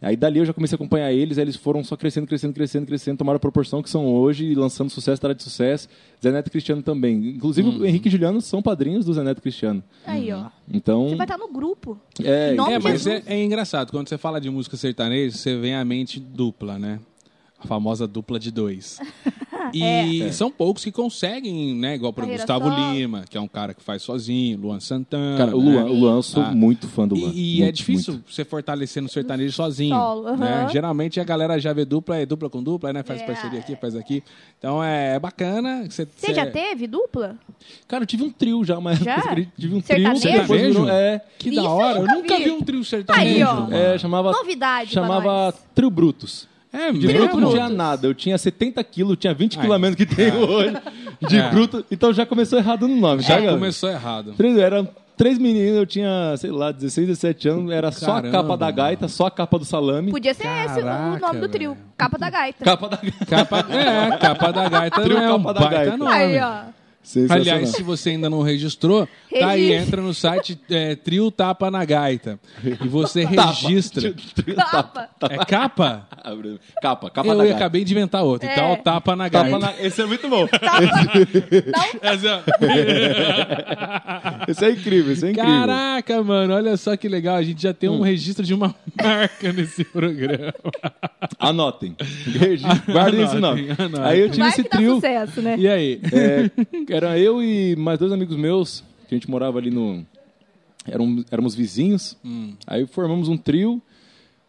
Speaker 3: Aí dali eu já comecei a acompanhar eles, aí eles foram só crescendo, crescendo, crescendo, crescendo, tomaram a proporção que são hoje, e lançando sucesso, atrás de sucesso. Zé Neto e Cristiano também. Inclusive, o Henrique e Juliano são padrinhos do Zé Neto e Cristiano.
Speaker 2: Aí,
Speaker 1: Uhum.
Speaker 2: ó.
Speaker 3: Então.
Speaker 2: Você vai estar no grupo.
Speaker 3: É,
Speaker 2: Em nome
Speaker 1: É,
Speaker 2: de
Speaker 1: mas é,
Speaker 2: Jesus.
Speaker 1: é engraçado. Quando você fala de música sertaneja, você vem à mente dupla, né? A famosa dupla de dois. E
Speaker 3: É.
Speaker 1: são poucos que conseguem, né? Igual para
Speaker 2: É. Carreira
Speaker 1: Gustavo
Speaker 2: solo.
Speaker 1: Lima, que é um cara que faz sozinho, Luan Santana.
Speaker 3: Cara, o
Speaker 1: né?
Speaker 3: Luan, o Luan, eu sou
Speaker 1: Ah.
Speaker 3: muito fã do Luan.
Speaker 1: E, e é
Speaker 3: Muito,
Speaker 1: difícil
Speaker 3: muito.
Speaker 1: você fortalecer no sertanejo sozinho.
Speaker 2: Solo,
Speaker 1: né?
Speaker 2: aham.
Speaker 1: Geralmente a galera já vê dupla, é dupla com dupla, né? Faz
Speaker 2: É.
Speaker 1: parceria aqui, faz aqui. Então é bacana. Você,
Speaker 2: Você já teve dupla?
Speaker 3: Cara, eu tive um trio já, mas
Speaker 2: Já?
Speaker 3: tive um
Speaker 2: Sertanejo?
Speaker 3: trio. depois
Speaker 1: Sertanejo?
Speaker 3: virou- É,
Speaker 1: Que
Speaker 2: Isso
Speaker 1: da
Speaker 2: eu
Speaker 1: hora. Eu
Speaker 2: nunca
Speaker 1: nunca vi
Speaker 2: vi
Speaker 1: um trio sertanejo.
Speaker 2: Aí, ó.
Speaker 1: mano.
Speaker 3: é, chamava,
Speaker 2: Novidade pra
Speaker 3: chamava
Speaker 2: nós.
Speaker 3: trio brutos.
Speaker 1: É
Speaker 3: De bruto
Speaker 1: mesmo?
Speaker 3: não tinha nada, eu tinha 70 quilos, eu tinha 20
Speaker 1: Ai.
Speaker 3: quilos a menos que tenho hoje de
Speaker 1: É.
Speaker 3: bruto, então já começou errado no nome,
Speaker 1: Já
Speaker 3: tá, galera?
Speaker 1: começou errado.
Speaker 3: Três, eram três meninos, eu tinha, sei lá, 16, 17 anos, era só a
Speaker 1: Caramba,
Speaker 3: capa da gaita, só a capa do salame,
Speaker 2: Podia ser esse o
Speaker 1: Caraca,
Speaker 2: nome do trio.
Speaker 1: velho.
Speaker 2: Capa da Gaita.
Speaker 3: capa da gaita.
Speaker 1: Capa, é, capa da gaita
Speaker 3: Trio
Speaker 1: não é um
Speaker 3: Capa da
Speaker 1: baita
Speaker 3: Gaita.
Speaker 1: nome.
Speaker 2: Aí, ó.
Speaker 3: Sensacional.
Speaker 1: Aliás, se você ainda não registrou, tá aí,
Speaker 2: Registra.
Speaker 1: entra no site é, Trio Tapa na Gaita. E você registra.
Speaker 3: Trio tapa.
Speaker 2: Tapa.
Speaker 1: É capa?
Speaker 3: Capa, capa da
Speaker 1: Eu
Speaker 3: gaita.
Speaker 1: acabei de inventar outro. Então,
Speaker 2: É.
Speaker 1: tapa na
Speaker 3: Tapa
Speaker 1: gaita.
Speaker 3: na- Esse é muito bom.
Speaker 2: um
Speaker 1: É assim, ó.
Speaker 3: Esse é incrível, esse é incrível. Hum.
Speaker 1: Caraca, mano, olha só que legal. A gente já tem um registro de uma marca nesse programa.
Speaker 3: Anotem. Guardem esse nome.
Speaker 1: Anotem, anotem.
Speaker 3: Aí eu tive
Speaker 2: Vai
Speaker 3: esse
Speaker 2: que dá
Speaker 3: trio.
Speaker 2: sucesso, né?
Speaker 1: E aí?
Speaker 3: É, era eu e mais dois amigos meus, que a gente morava ali no. Eram, éramos vizinhos. Aí formamos um trio.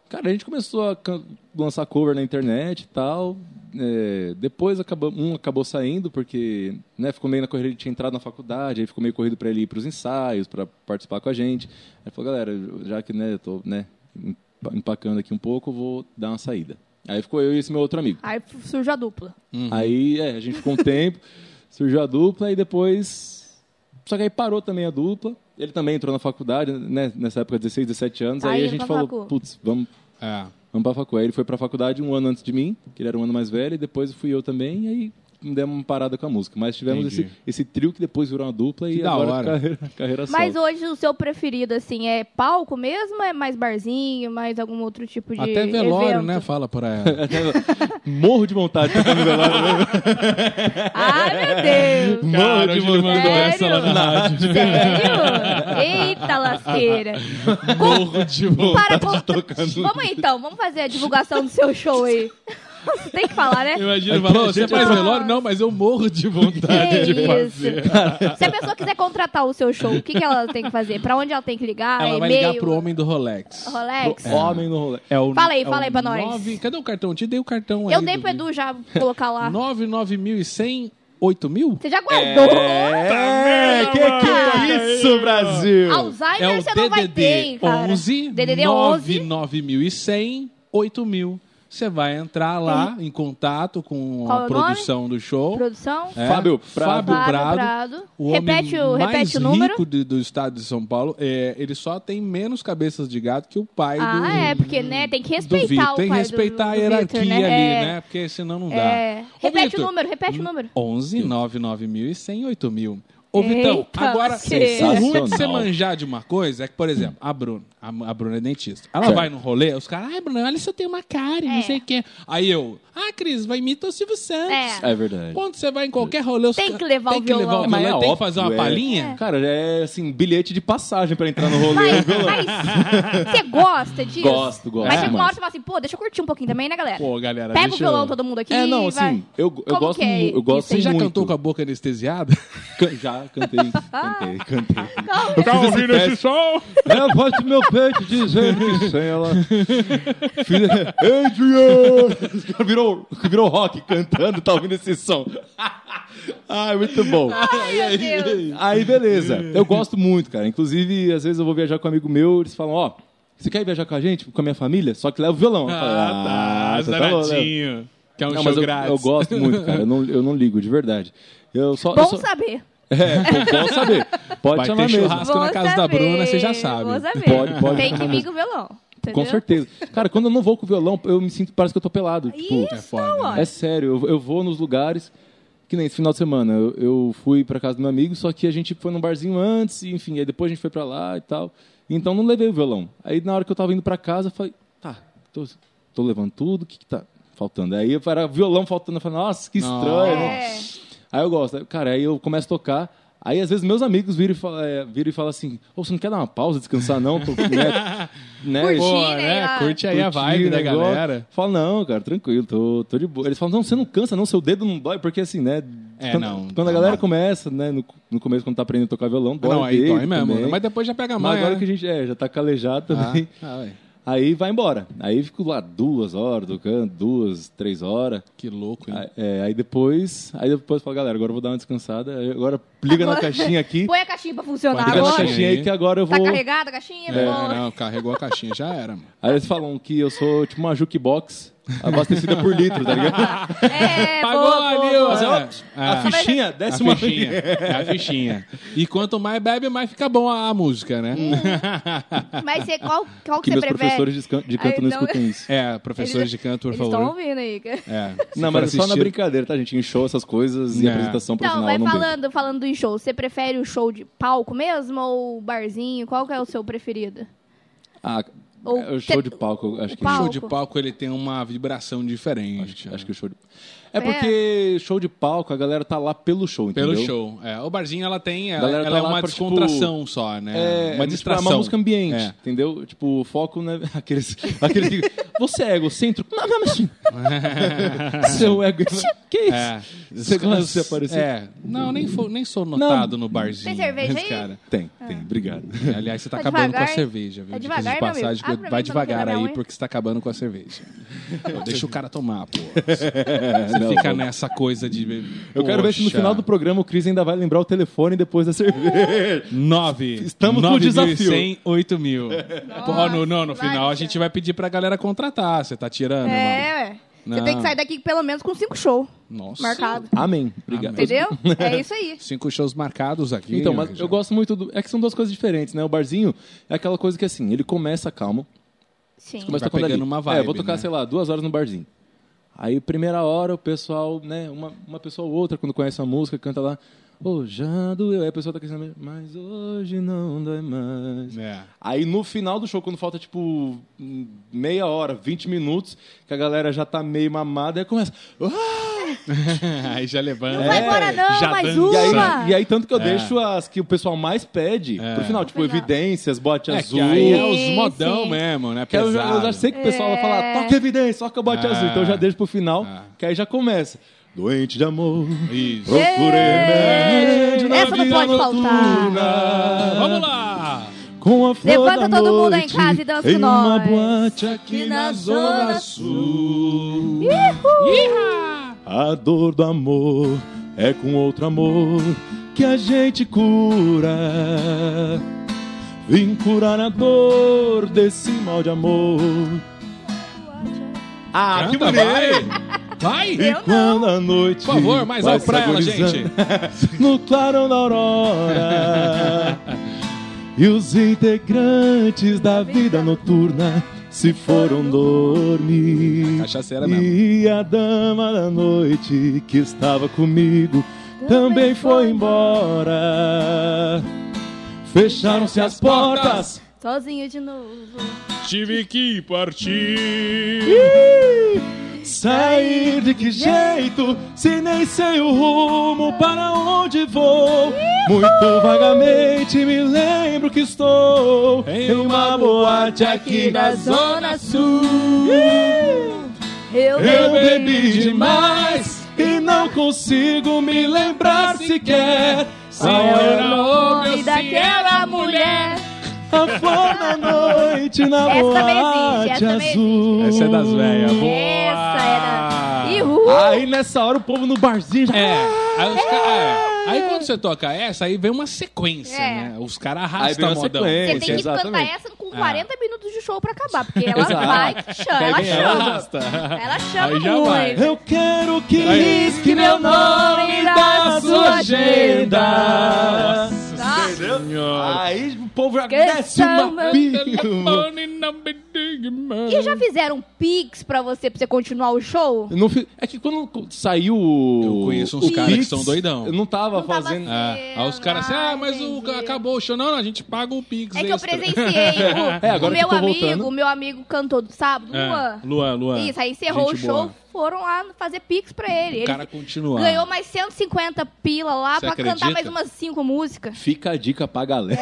Speaker 3: Cara, a gente começou a can- lançar cover na internet e tal. É, depois acabou, um acabou saindo, porque né, ficou meio na correria, ele tinha entrado na faculdade, aí ficou meio corrido pra ele ir pros ensaios, pra participar com a gente. Aí ele falou, galera, já que né, eu tô né, empa- empacando aqui um pouco, eu vou dar uma saída. Aí ficou eu e esse meu outro amigo.
Speaker 2: Aí surge a dupla.
Speaker 3: Aí é, a gente ficou um tempo, surgiu a dupla e depois. Só que aí parou também a dupla. Ele também entrou na faculdade, né? Nessa época, 16, 17 anos.
Speaker 2: Tá
Speaker 3: aí a
Speaker 2: indo
Speaker 3: gente
Speaker 2: pra
Speaker 3: falou,
Speaker 2: facu.
Speaker 3: putz, vamos,
Speaker 1: É.
Speaker 3: Vamos pra faculdade. Aí Ele foi pra faculdade um ano antes de mim, que ele era um ano mais velho, e depois fui eu também, e aí demos uma parada com a música. Mas tivemos
Speaker 1: Entendi.
Speaker 3: esse, esse trio que depois virou uma dupla
Speaker 1: Que
Speaker 3: e
Speaker 1: da
Speaker 3: agora
Speaker 1: hora.
Speaker 3: carreira, carreira solo.
Speaker 2: Mas hoje o seu preferido, assim, é palco mesmo? É mais barzinho, mais algum outro tipo de
Speaker 1: Até velório,
Speaker 2: evento?
Speaker 1: né? Fala pra ela.
Speaker 3: Morro de vontade de tocar no velório.
Speaker 2: Ah, meu Deus!
Speaker 1: Cara,
Speaker 3: Morro
Speaker 1: hoje
Speaker 3: de
Speaker 1: ele
Speaker 3: vontade.
Speaker 1: mandou essa lá na rádio.
Speaker 2: Sério? Sério? Eita lasqueira!
Speaker 1: Morro de vontade.
Speaker 2: Para, pô, Vamos aí, então, vamos fazer a divulgação do seu show aí. Você tem que falar, né?
Speaker 1: Imagina, falou, você
Speaker 3: Gente,
Speaker 1: faz
Speaker 2: eu-
Speaker 1: velório? Não, mas eu morro de vontade
Speaker 2: Que
Speaker 1: de
Speaker 2: isso.
Speaker 1: fazer.
Speaker 2: Se a pessoa quiser contratar o seu show, o que, que ela tem que fazer? Pra onde ela tem que ligar?
Speaker 1: Ela
Speaker 2: é
Speaker 1: vai
Speaker 2: e-mail?
Speaker 1: ligar pro homem do Rolex.
Speaker 2: Rolex?
Speaker 3: Homem no rolê.
Speaker 1: É o,
Speaker 2: Fala aí,
Speaker 1: é
Speaker 2: fala
Speaker 1: o
Speaker 2: aí pra nós.
Speaker 1: nove- Cadê o cartão? Te dei o cartão
Speaker 2: Eu
Speaker 1: ali
Speaker 2: dei
Speaker 1: do
Speaker 2: pro Edu já colocar lá.
Speaker 1: 99.100, 8 mil?
Speaker 2: Você já guardou?
Speaker 3: É, que que é isso, Brasil?
Speaker 2: Alzheimer
Speaker 1: É o
Speaker 2: você não vai ter, hein,
Speaker 1: DDD
Speaker 2: cara.
Speaker 1: 11
Speaker 2: DDD
Speaker 1: 9
Speaker 2: 11.
Speaker 1: 9100 8000. Você vai entrar lá em contato com
Speaker 2: Hum. Qual é
Speaker 1: a
Speaker 2: o
Speaker 1: produção do show.
Speaker 2: Produção.
Speaker 1: É,
Speaker 3: Fábio Prado.
Speaker 1: Fábio
Speaker 2: Fábio
Speaker 1: Prado.
Speaker 2: Prado.
Speaker 1: O
Speaker 2: Repete
Speaker 1: homem
Speaker 2: o-
Speaker 1: mais
Speaker 2: repete o número.
Speaker 1: rico de- do estado de São Paulo. É, ele só tem menos cabeças de gato que o pai do,
Speaker 2: Ah, é, porque, né, tem que
Speaker 1: do
Speaker 2: respeitar
Speaker 1: Vitor.
Speaker 2: o
Speaker 1: Tem que
Speaker 2: pai
Speaker 1: respeitar
Speaker 2: do,
Speaker 1: a
Speaker 2: do
Speaker 1: hierarquia
Speaker 2: Vitor, né?
Speaker 1: ali,
Speaker 2: É,
Speaker 1: né? Porque senão não dá.
Speaker 2: é.
Speaker 1: Ô,
Speaker 2: Repete
Speaker 1: Vitor, Hum.
Speaker 2: o número, repete o número.
Speaker 1: 11 99100 8000. Ô, Vitão,
Speaker 2: Eita,
Speaker 1: agora
Speaker 2: lasqueira.
Speaker 1: o ruim de você
Speaker 3: Sensacional.
Speaker 1: manjar de uma coisa é que, por exemplo, a Bruna, a, a Bruna é dentista. Ela
Speaker 3: Certo.
Speaker 1: vai no rolê, os caras, ai, Bruna, olha se eu tenho uma cara, e não
Speaker 2: É.
Speaker 1: sei o quê. Aí eu, ah, Cris, vai imitar o Silvio Santos.
Speaker 2: É.
Speaker 3: É verdade.
Speaker 1: Quando você vai em qualquer rolê, os
Speaker 2: Tem
Speaker 1: ca-
Speaker 2: que levar
Speaker 1: tem
Speaker 2: o
Speaker 1: que levar
Speaker 2: violão.
Speaker 1: o
Speaker 2: Mas
Speaker 1: violão, tem que
Speaker 3: óbvio,
Speaker 1: fazer uma
Speaker 3: é.
Speaker 1: palhinha.
Speaker 3: Cara, é assim, bilhete de passagem pra entrar no rolê.
Speaker 2: Mas,
Speaker 3: viu?
Speaker 2: mas você gosta disso?
Speaker 3: Gosto, gosto É,
Speaker 2: Mas chega uma
Speaker 3: demais.
Speaker 2: hora você fala assim, pô, deixa eu curtir um pouquinho também, né, galera?
Speaker 1: Pô, galera,
Speaker 2: Pega o
Speaker 1: deixa eu-
Speaker 2: violão todo mundo aqui
Speaker 3: É,
Speaker 2: e
Speaker 3: não,
Speaker 2: vai.
Speaker 3: assim, eu, eu
Speaker 2: Como
Speaker 3: gosto,
Speaker 2: que é
Speaker 3: mu- eu gosto
Speaker 1: Você já
Speaker 3: muito.
Speaker 1: cantou com a boca anestesiada?
Speaker 3: Can- Já cantei,
Speaker 2: Ah.
Speaker 3: cantei, cantei.
Speaker 2: Calma.
Speaker 1: Tá ouvindo esse som?
Speaker 3: É a voz do meu peito dizendo que sem ela. Filha, Adrian! Virou, virou rock cantando, tá ouvindo esse som. Ai, muito bom.
Speaker 2: Ai, meu Deus.
Speaker 3: Aí, beleza. Eu gosto muito, cara. Inclusive, às vezes eu vou viajar com um amigo meu, eles falam, ó, você quer ir viajar com a gente, com a minha família? Só que leva o violão. Eu falo,
Speaker 1: Ah, tá,
Speaker 3: você louco, né?"
Speaker 1: danadinho. Que é um
Speaker 3: Não,
Speaker 1: show
Speaker 3: mas eu,
Speaker 1: grátis.
Speaker 3: eu gosto muito, cara. Eu não, eu não ligo, de verdade. Eu só, eu
Speaker 2: Bom
Speaker 3: só-
Speaker 2: saber.
Speaker 3: É, bom bom saber. Pode
Speaker 1: Vai
Speaker 3: chamar
Speaker 1: ter
Speaker 3: mesmo.
Speaker 1: churrasco na casa da Bruna, você já sabe.
Speaker 2: Vou saber.
Speaker 3: Pode- pode
Speaker 2: Tem que
Speaker 3: chamar
Speaker 2: vir
Speaker 3: mesmo.
Speaker 2: com o violão. Entendeu?
Speaker 3: Com certeza. Cara, quando eu não vou com o violão, eu me sinto, parece que eu tô pelado. Tipo,
Speaker 1: É
Speaker 2: Isso,
Speaker 1: foda, né?
Speaker 2: ó.
Speaker 3: é sério, eu, eu vou nos lugares. Que nem esse final de semana, eu, eu fui pra casa do meu amigo, só que a gente foi num barzinho antes, e, enfim, aí depois a gente foi pra lá e tal. Então não levei o violão. Aí na hora que eu tava indo pra casa, eu falei, tá, tô, tô levando tudo, o que, que tá faltando? Aí era violão faltando, eu falei, nossa, que estranho.
Speaker 2: É.
Speaker 3: Aí eu gosto. Aí, Cara, aí eu começo a tocar. Aí às vezes meus amigos viram e falam, é, viram e falam assim, ô, você não quer dar uma pausa, descansar não? Tô, né, né,
Speaker 2: Curtir,
Speaker 3: pô,
Speaker 1: Pô,
Speaker 2: né,
Speaker 1: né?
Speaker 2: a-
Speaker 1: Curte aí a
Speaker 3: curtir
Speaker 1: vibe
Speaker 3: o
Speaker 1: da
Speaker 3: negócio.
Speaker 1: galera.
Speaker 3: Fala, não, cara, tranquilo, tô, tô de boa. Eles falam, não, você não cansa não, seu dedo não dói, porque assim, né...
Speaker 1: É,
Speaker 3: quando,
Speaker 1: não,
Speaker 3: Quando a
Speaker 1: dá
Speaker 3: galera
Speaker 1: nada.
Speaker 3: começa, né, no, no começo, quando tá aprendendo a tocar violão, dói
Speaker 1: não, aí
Speaker 3: dedo
Speaker 1: dói mesmo.
Speaker 3: também.
Speaker 1: Mas depois já pega a
Speaker 3: Mas
Speaker 1: mão.
Speaker 3: agora que a gente é, já tá calejado também,
Speaker 1: Ah, ué.
Speaker 3: aí vai embora. Aí fico lá duas horas tocando, duas, três horas.
Speaker 1: Que louco, hein?
Speaker 3: Aí- É, aí depois, aí depois fala, galera, agora eu vou dar uma descansada. aí Agora liga na caixinha aqui.
Speaker 2: Põe a caixinha pra funcionar
Speaker 1: Põe
Speaker 3: Liga na
Speaker 2: agora.
Speaker 3: caixinha aí que agora eu vou.
Speaker 2: Tá carregada a caixinha?
Speaker 1: É,
Speaker 2: Boa.
Speaker 1: não, carregou a caixinha, já era, mano.
Speaker 3: Aí eles falam que eu sou tipo uma jukebox abastecida por litro, tá ligado?
Speaker 2: É, boa, boa,
Speaker 1: ó.
Speaker 2: boa.
Speaker 1: É,
Speaker 3: A fichinha,
Speaker 1: a
Speaker 3: desce uma
Speaker 1: fichinha. É a fichinha. E quanto mais bebe, mais fica bom a, a música, né?
Speaker 2: Hum. Mas você, qual, qual que,
Speaker 3: Que
Speaker 2: você
Speaker 3: meus
Speaker 2: prefere?
Speaker 3: professores de, can- de
Speaker 2: Aí
Speaker 3: canto não
Speaker 2: não-
Speaker 3: escutem isso.
Speaker 1: É, professores de canto, por
Speaker 2: Eles estão
Speaker 1: favor.
Speaker 2: ouvindo aí. cara.
Speaker 1: É, se
Speaker 3: Não,
Speaker 1: for
Speaker 3: mas é só na
Speaker 1: assistir-
Speaker 3: brincadeira, tá, gente? Em show, essas coisas e
Speaker 1: Não.
Speaker 3: apresentação
Speaker 2: Então,
Speaker 3: profissional.
Speaker 2: vai
Speaker 3: não brinca.
Speaker 2: falando, falando em show. Você prefere o show de palco mesmo ou barzinho? Qual que é o seu preferido?
Speaker 3: Ah,
Speaker 2: Ou
Speaker 3: é o show
Speaker 2: te-
Speaker 3: de palco, eu acho
Speaker 2: o
Speaker 3: que.
Speaker 2: palco.
Speaker 1: Show de palco, ele tem uma vibração diferente.
Speaker 3: Acho que o show de... É
Speaker 2: É.
Speaker 3: porque show de palco, a galera tá lá pelo show, entendeu?
Speaker 1: Pelo show. É, o barzinho, ela tem... Ela,
Speaker 3: Galera tá
Speaker 1: ela é
Speaker 3: lá
Speaker 1: uma
Speaker 3: pra, tipo,
Speaker 1: descontração só, né?
Speaker 3: É,
Speaker 1: uma
Speaker 3: tipo,
Speaker 1: distração.
Speaker 3: É uma música ambiente,
Speaker 1: É.
Speaker 3: entendeu? Tipo, o foco, né? Aqueles, aqueles que. Você é egocêntrico? Não, não, mas. Seu ego. Que isso?
Speaker 1: É.
Speaker 3: Você gosta de se aparecer?
Speaker 1: É. Não, nem, fo- nem sou notado no barzinho.
Speaker 2: Tem cerveja
Speaker 1: mas,
Speaker 2: aí?
Speaker 1: Cara,
Speaker 3: Tem,
Speaker 2: É.
Speaker 3: tem, obrigado.
Speaker 1: aliás, você tá,
Speaker 2: Tá
Speaker 1: acabando
Speaker 2: devagar?
Speaker 1: com a cerveja, viu?
Speaker 2: Tá
Speaker 1: Dicas
Speaker 2: devagar,
Speaker 1: de
Speaker 2: meu amigo?
Speaker 1: passagem, vai
Speaker 2: Abre pra mim pra não
Speaker 1: devagar
Speaker 2: quebrar
Speaker 1: aí,
Speaker 2: minha unha.
Speaker 1: porque você tá acabando com a cerveja. Pô, Deixa o cara tomar, pô.
Speaker 3: É, não,
Speaker 1: Fica
Speaker 3: não.
Speaker 1: nessa coisa de...
Speaker 3: Eu quero ver se no final do programa o Cris ainda vai lembrar o telefone depois da cerveja.
Speaker 1: 9.
Speaker 3: Estamos no desafio.
Speaker 1: 8 mil. Pô, no, não, no
Speaker 2: Nossa,
Speaker 1: final a
Speaker 2: Lacha.
Speaker 1: gente vai pedir pra galera contratar. Você tá tirando, irmão.
Speaker 2: É, ué. Você
Speaker 1: Não.
Speaker 2: tem que sair daqui pelo menos com cinco shows
Speaker 1: Nossa.
Speaker 2: marcados.
Speaker 3: Amém. Obrigado.
Speaker 1: Amém.
Speaker 2: Entendeu? É isso aí.
Speaker 1: Cinco shows marcados aqui.
Speaker 3: Então, mas
Speaker 1: já.
Speaker 3: eu gosto muito do. É que são duas coisas diferentes, né? O barzinho é aquela coisa que assim, ele começa calmo.
Speaker 2: Sim.
Speaker 3: Começa
Speaker 1: Vai
Speaker 3: tocando ali.
Speaker 1: pegando uma vibe,
Speaker 3: é, vou tocar,
Speaker 1: né?
Speaker 3: sei lá, duas horas no barzinho. Aí, primeira hora, o pessoal, né? Uma, uma pessoa ou outra, quando conhece a música, canta lá. Ô, já doeu. Aí a pessoa tá cantando, mas hoje não dói mais.
Speaker 1: É.
Speaker 3: Aí no final do show, quando falta tipo hum, meia hora, 20 minutos, que a galera já tá meio mamada, aí começa. "Ah!"
Speaker 1: aí já levanta. É,
Speaker 2: Não vai embora não,
Speaker 1: já
Speaker 2: mais
Speaker 1: dança.
Speaker 2: uma.
Speaker 3: E, aí, e aí, tanto que eu
Speaker 1: É.
Speaker 3: deixo as que o pessoal mais pede pro final, tipo
Speaker 2: Final.
Speaker 3: evidências, bote
Speaker 1: É,
Speaker 3: azul.
Speaker 1: que aí é os
Speaker 2: Sim,
Speaker 1: modão
Speaker 2: sim.
Speaker 1: mesmo, né?
Speaker 3: Que eu, já, eu
Speaker 1: Pesado.
Speaker 3: já sei que o pessoal vai falar,
Speaker 2: É.
Speaker 3: toca evidência, toca bote
Speaker 1: É.
Speaker 3: azul. Então eu já deixo pro final,
Speaker 1: É.
Speaker 3: que aí já começa. Doente de amor,
Speaker 1: Isso.
Speaker 3: procurei
Speaker 2: Ei,
Speaker 3: remédio na
Speaker 2: É. essa não
Speaker 3: vida
Speaker 2: pode
Speaker 3: noturna.
Speaker 1: Vamos lá!
Speaker 3: Com a flor
Speaker 2: Levanta
Speaker 3: da
Speaker 2: todo mundo aí em
Speaker 3: noite,
Speaker 2: casa e dança com
Speaker 3: em uma
Speaker 2: nós.
Speaker 3: boate aqui
Speaker 2: Que
Speaker 3: na
Speaker 2: na
Speaker 3: Zona
Speaker 2: Zona
Speaker 3: Sul.
Speaker 1: Ih!
Speaker 3: A dor do amor é com outro amor que a gente cura. Vim curar a dor desse mal de amor. Ah,
Speaker 1: Canta, vai! Vai!
Speaker 2: Eu não.
Speaker 3: Quando a noite.
Speaker 1: Por favor, mais
Speaker 3: vai
Speaker 1: alto pra ela,
Speaker 3: saborizando
Speaker 1: gente.
Speaker 3: No clarão da aurora. e os integrantes da vida noturna se foram dormir.
Speaker 1: Cachaceira mesmo.
Speaker 3: E a dama da noite que estava comigo também foi embora. Fecharam-se as portas.
Speaker 2: Sozinho de novo.
Speaker 1: Tive que partir.
Speaker 3: Sair de que jeito? Se nem sei o rumo para onde vou. Muito vagamente me lembro que estou em uma boate aqui na Zona Sul.
Speaker 2: Eu,
Speaker 3: Eu bebi demais e não consigo me lembrar sequer. Qual
Speaker 1: é
Speaker 3: era
Speaker 2: nome daquela mulher.
Speaker 3: a flor da noite na
Speaker 2: Essa também
Speaker 3: boate
Speaker 2: existe, essa também
Speaker 3: azul?
Speaker 1: Essa é das velhas. Boa! Ah.
Speaker 2: Essa era. Ih, uh,
Speaker 3: Aí nessa hora o povo no barzinho já.
Speaker 1: É. Aí, os ca- é. Aí quando você toca essa, aí vem uma sequência,
Speaker 2: É.
Speaker 1: né? Os caras
Speaker 3: Aí vem
Speaker 1: arrastam
Speaker 3: uma
Speaker 1: a modão.
Speaker 3: sequência.
Speaker 2: Você tem que cantar
Speaker 3: exatamente.
Speaker 2: essa
Speaker 1: Ah.
Speaker 2: com 40 minutos de show pra acabar, porque ela
Speaker 3: Exato.
Speaker 2: vai que chama,
Speaker 3: Aí
Speaker 2: ela
Speaker 3: vem ela,
Speaker 2: chama.
Speaker 1: É, Arrasta.
Speaker 2: Ela chama
Speaker 1: Aí já
Speaker 2: muito.
Speaker 1: vai.
Speaker 3: Eu quero que
Speaker 1: Aí.
Speaker 3: risque meu nome da sua agenda.
Speaker 2: Tá?
Speaker 1: Senhora.
Speaker 3: Aí o povo já
Speaker 2: Que
Speaker 3: desce
Speaker 2: são
Speaker 3: uma
Speaker 2: meus
Speaker 3: pila.
Speaker 2: E já fizeram pix pra você, pra você continuar o show?
Speaker 3: Não fi- É que quando saiu
Speaker 1: Eu
Speaker 3: o.
Speaker 1: conheço uns
Speaker 3: o
Speaker 1: caras que
Speaker 3: Pix,
Speaker 1: são doidão.
Speaker 3: Eu não tava
Speaker 2: Não tava
Speaker 3: fazendo.
Speaker 1: Ah, aí os caras assim,
Speaker 2: Ah,
Speaker 1: ah, mas o,
Speaker 2: entendi.
Speaker 1: acabou o show. Não, não, a gente paga o Pix
Speaker 2: É que eu
Speaker 1: extra.
Speaker 2: presenciei o,
Speaker 3: É, agora
Speaker 2: o
Speaker 3: que eu
Speaker 2: meu
Speaker 3: tô
Speaker 2: amigo,
Speaker 3: voltando.
Speaker 2: o meu amigo cantor do sábado,
Speaker 1: É,
Speaker 2: Luan.
Speaker 1: Luan, Luan.
Speaker 2: Isso, aí encerrou o
Speaker 1: Gente
Speaker 2: show,
Speaker 1: boa.
Speaker 2: foram lá fazer pix pra ele.
Speaker 1: O
Speaker 2: Ele
Speaker 1: cara continua.
Speaker 2: ganhou mais 150 pila lá
Speaker 1: Você
Speaker 2: pra
Speaker 1: acredita?
Speaker 2: cantar mais umas 5 músicas.
Speaker 3: Fica a dica pra galera.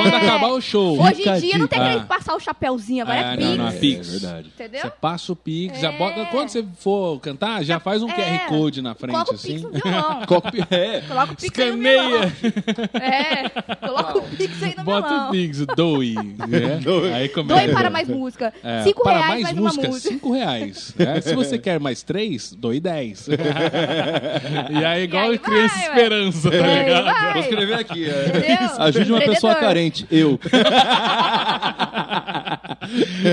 Speaker 1: Então, quando acabar o show,
Speaker 2: Hoje
Speaker 3: fica a
Speaker 2: em dia não tem
Speaker 1: dica.
Speaker 2: aquele de passar o chapéuzinho, agora
Speaker 1: Ah,
Speaker 2: é pix.
Speaker 1: não, não, é Pix.
Speaker 3: É verdade.
Speaker 2: Entendeu?
Speaker 1: você passa o Pix, já
Speaker 2: É.
Speaker 1: bota, quando você for cantar, já faz um
Speaker 2: É.
Speaker 1: QR Code na frente,
Speaker 2: Coloca o
Speaker 1: assim.
Speaker 2: pix no violão.
Speaker 3: Copy. É.
Speaker 2: Coloca o pix aí no
Speaker 1: Escaneia.
Speaker 2: violão. É, coloca o pix aí no
Speaker 1: Bota o
Speaker 2: violão.
Speaker 1: Pix, doe.
Speaker 3: Doe.
Speaker 1: É. Aí começa.
Speaker 2: Doe para mais música.
Speaker 1: É,
Speaker 2: 5
Speaker 1: para
Speaker 2: reais
Speaker 1: mais,
Speaker 2: mais,
Speaker 1: músicas,
Speaker 2: uma música.
Speaker 1: cinco reais. É, se você quer mais três, doe dez. e aí, igual
Speaker 2: aí vai,
Speaker 1: Criança
Speaker 2: ué.
Speaker 1: Esperança, tá
Speaker 2: É,
Speaker 1: ligado?
Speaker 2: vai.
Speaker 3: Vou escrever aqui.
Speaker 2: Entendeu?
Speaker 3: Ajude uma pessoa
Speaker 2: Empreendedor.
Speaker 3: carente. Eu.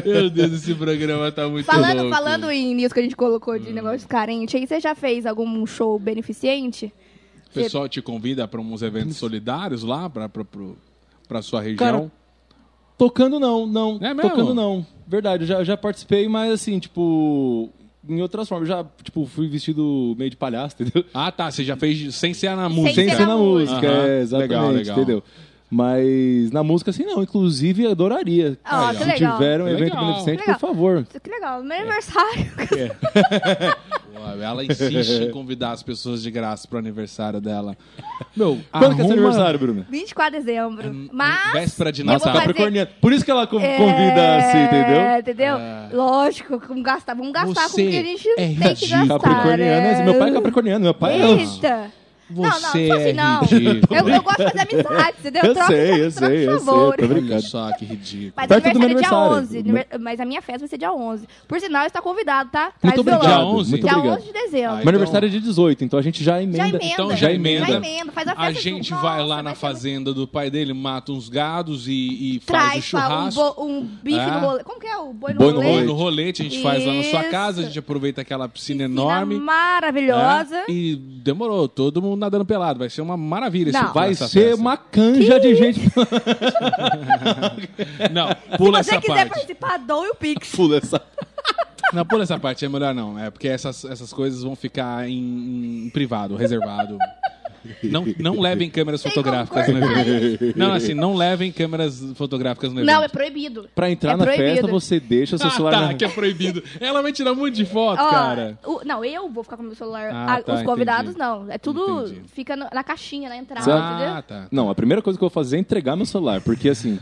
Speaker 1: Meu Deus, esse programa tá muito
Speaker 2: Falando,
Speaker 3: Uhum.
Speaker 1: louco.
Speaker 2: falando em nisso que a gente colocou de negócio carente, aí você já fez algum show beneficente?
Speaker 1: O pessoal te convida pra uns eventos solidários lá, pra, pra, pro- pra sua região.
Speaker 3: Cara, Tocando não, não.
Speaker 1: É mesmo?
Speaker 3: Tocando não. Verdade, eu já, já participei, mas assim, tipo. Em outras formas, já, tipo, fui vestido meio de palhaço, entendeu?
Speaker 1: Ah, tá. Você já fez sem ser na música.
Speaker 2: ser
Speaker 3: Sem ser na música,
Speaker 1: Aham.
Speaker 3: é, exatamente,
Speaker 1: Legal, legal.
Speaker 3: entendeu? Mas na música, assim, não. Inclusive, eu adoraria.
Speaker 2: Ah,
Speaker 3: se
Speaker 2: que legal.
Speaker 3: tiver um
Speaker 1: Que
Speaker 3: evento
Speaker 1: legal.
Speaker 3: beneficente,
Speaker 2: Legal.
Speaker 3: por favor.
Speaker 2: Isso que legal,
Speaker 3: É.
Speaker 2: meu aniversário.
Speaker 1: Pô, Ela insiste em convidar as pessoas de graça pro aniversário dela. Meu,
Speaker 3: Quando que é
Speaker 1: arruma-
Speaker 3: seu aniversário, Bruno?
Speaker 2: 24 de
Speaker 3: É,
Speaker 2: dezembro. Mas.
Speaker 1: Véspera de
Speaker 2: eu vou
Speaker 1: Natal.
Speaker 2: fazer-
Speaker 3: Capricorniano. Por isso que ela co-
Speaker 2: É,
Speaker 3: convida assim, entendeu? É.
Speaker 2: Entendeu? Lógico, vamos gastar, vamos gastar
Speaker 1: Você
Speaker 2: com o que a gente
Speaker 1: é
Speaker 2: tem que
Speaker 1: ridículo.
Speaker 2: gastar.
Speaker 3: Capricorniano,
Speaker 2: né?
Speaker 3: meu pai é capricorniano, meu pai é.
Speaker 2: Eita! não, não,
Speaker 1: Você é
Speaker 2: não assim, não.
Speaker 1: ridículo.
Speaker 2: Eu, eu gosto de fazer amizade, entendeu?
Speaker 3: Eu
Speaker 2: Troca-
Speaker 3: sei, eu
Speaker 2: troca
Speaker 3: sei, eu sei,
Speaker 2: favores.
Speaker 3: tô brincando.
Speaker 1: Olha só que ridículo.
Speaker 2: Mas
Speaker 3: Perto do meu
Speaker 2: aniversário é dia
Speaker 3: aniversário.
Speaker 2: 11, aniver- mas a minha festa vai ser dia 11. Por sinal, está convidado, tá? Traz
Speaker 1: Muito
Speaker 2: violão.
Speaker 1: obrigado,
Speaker 3: Muito
Speaker 1: muito
Speaker 2: Dia
Speaker 3: obrigado.
Speaker 2: 11 de dezembro.
Speaker 1: Ai,
Speaker 3: Meu aniversário é de 18, então a gente já emenda.
Speaker 2: Já emenda.
Speaker 1: Então
Speaker 2: Emenda.
Speaker 1: já emenda.
Speaker 2: Já emenda, faz a
Speaker 1: A
Speaker 2: festa
Speaker 1: gente
Speaker 2: junto.
Speaker 1: vai lá
Speaker 2: Nossa,
Speaker 1: na
Speaker 2: vai ser muito-
Speaker 1: fazenda do pai dele, mata uns gados e, e faz o
Speaker 2: Traz fala, um,
Speaker 1: churrasco.
Speaker 2: bo- um bife
Speaker 1: É.
Speaker 2: no rolê. Como que é? O boi no
Speaker 3: Boi no
Speaker 2: rolê?
Speaker 1: Põe
Speaker 3: rolê.
Speaker 1: no rolete, a gente faz lá na sua
Speaker 2: Isso.
Speaker 1: casa, a gente aproveita aquela piscina
Speaker 2: Piscina
Speaker 1: enorme. né?
Speaker 2: Maravilhosa.
Speaker 1: E demorou, todo mundo mundo nadando pelado. Vai ser uma maravilha. esse-
Speaker 2: Não.
Speaker 3: Vai
Speaker 1: essa
Speaker 3: ser
Speaker 1: festa.
Speaker 3: uma canja de gente.
Speaker 1: Não, pula
Speaker 2: Se você
Speaker 1: essa
Speaker 2: quiser
Speaker 1: parte.
Speaker 2: participar, doe o Pix.
Speaker 3: Pula essa.
Speaker 1: Não, pula essa parte, é melhor não. É porque essas, essas coisas vão ficar em, em privado, reservado. Não, não levem câmeras
Speaker 2: Tem
Speaker 1: fotográficas no
Speaker 2: como cortar
Speaker 1: evento. Não, assim, não levem câmeras fotográficas no evento.
Speaker 2: Não, é proibido.
Speaker 3: Pra entrar
Speaker 2: É
Speaker 3: na
Speaker 2: proibido.
Speaker 3: festa, você deixa o seu
Speaker 1: ah,
Speaker 3: celular
Speaker 1: tá,
Speaker 3: na...
Speaker 1: que é proibido. Ela vai tirar um monte de foto,
Speaker 2: Ó,
Speaker 1: cara.
Speaker 2: o- não, eu vou ficar com o meu celular.
Speaker 1: Ah,
Speaker 2: Ah,
Speaker 1: tá,
Speaker 2: os convidados
Speaker 1: entendi.
Speaker 2: não. É tudo.
Speaker 1: Entendi.
Speaker 2: Fica no- na caixinha, na entrada,
Speaker 1: Ah,
Speaker 2: entendeu?
Speaker 1: tá.
Speaker 3: Não, a primeira coisa que eu vou fazer é entregar meu celular, porque assim,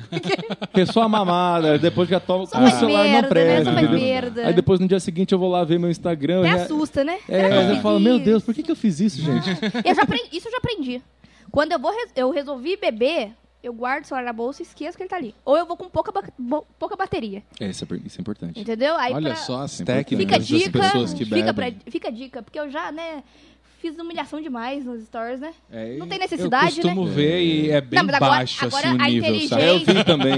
Speaker 3: pessoa mamada, depois já toma
Speaker 2: Só
Speaker 3: o
Speaker 2: faz
Speaker 3: celular
Speaker 2: merda,
Speaker 3: não presta,
Speaker 2: né? Só faz
Speaker 3: entendeu?
Speaker 2: merda.
Speaker 3: Aí depois no dia seguinte eu vou lá ver meu Instagram,
Speaker 2: Até
Speaker 3: eu já-
Speaker 2: assusta, né? Será
Speaker 3: é,
Speaker 2: que eu
Speaker 3: eu já
Speaker 2: fiz
Speaker 3: falo, meu
Speaker 2: isso?
Speaker 3: Deus, por que, que eu fiz isso, gente?
Speaker 2: Eu já aprendi, isso eu já aprendi. Quando eu vou res- eu resolvi beber, eu guardo o celular na bolsa e esqueço que ele tá ali. Ou eu vou com pouca, ba- bo- pouca bateria,
Speaker 3: É, isso é, per- isso é importante.
Speaker 2: entendeu? Aí
Speaker 1: Olha
Speaker 2: pra-
Speaker 1: só as
Speaker 2: fica
Speaker 3: Importante.
Speaker 2: a
Speaker 1: técnicas das
Speaker 2: dica,
Speaker 1: pessoas que bebem.
Speaker 2: fica, pra, fica a dica, porque eu já, né, fiz humilhação demais nos stories, né?
Speaker 1: É,
Speaker 2: Não tem necessidade,
Speaker 1: Eu costumo
Speaker 2: né?
Speaker 1: ver e é bem
Speaker 2: Não, mas agora-
Speaker 1: baixo assim,
Speaker 2: agora
Speaker 1: o
Speaker 2: a
Speaker 1: nível,
Speaker 2: inteligência-
Speaker 1: sabe?
Speaker 3: É, eu vi também.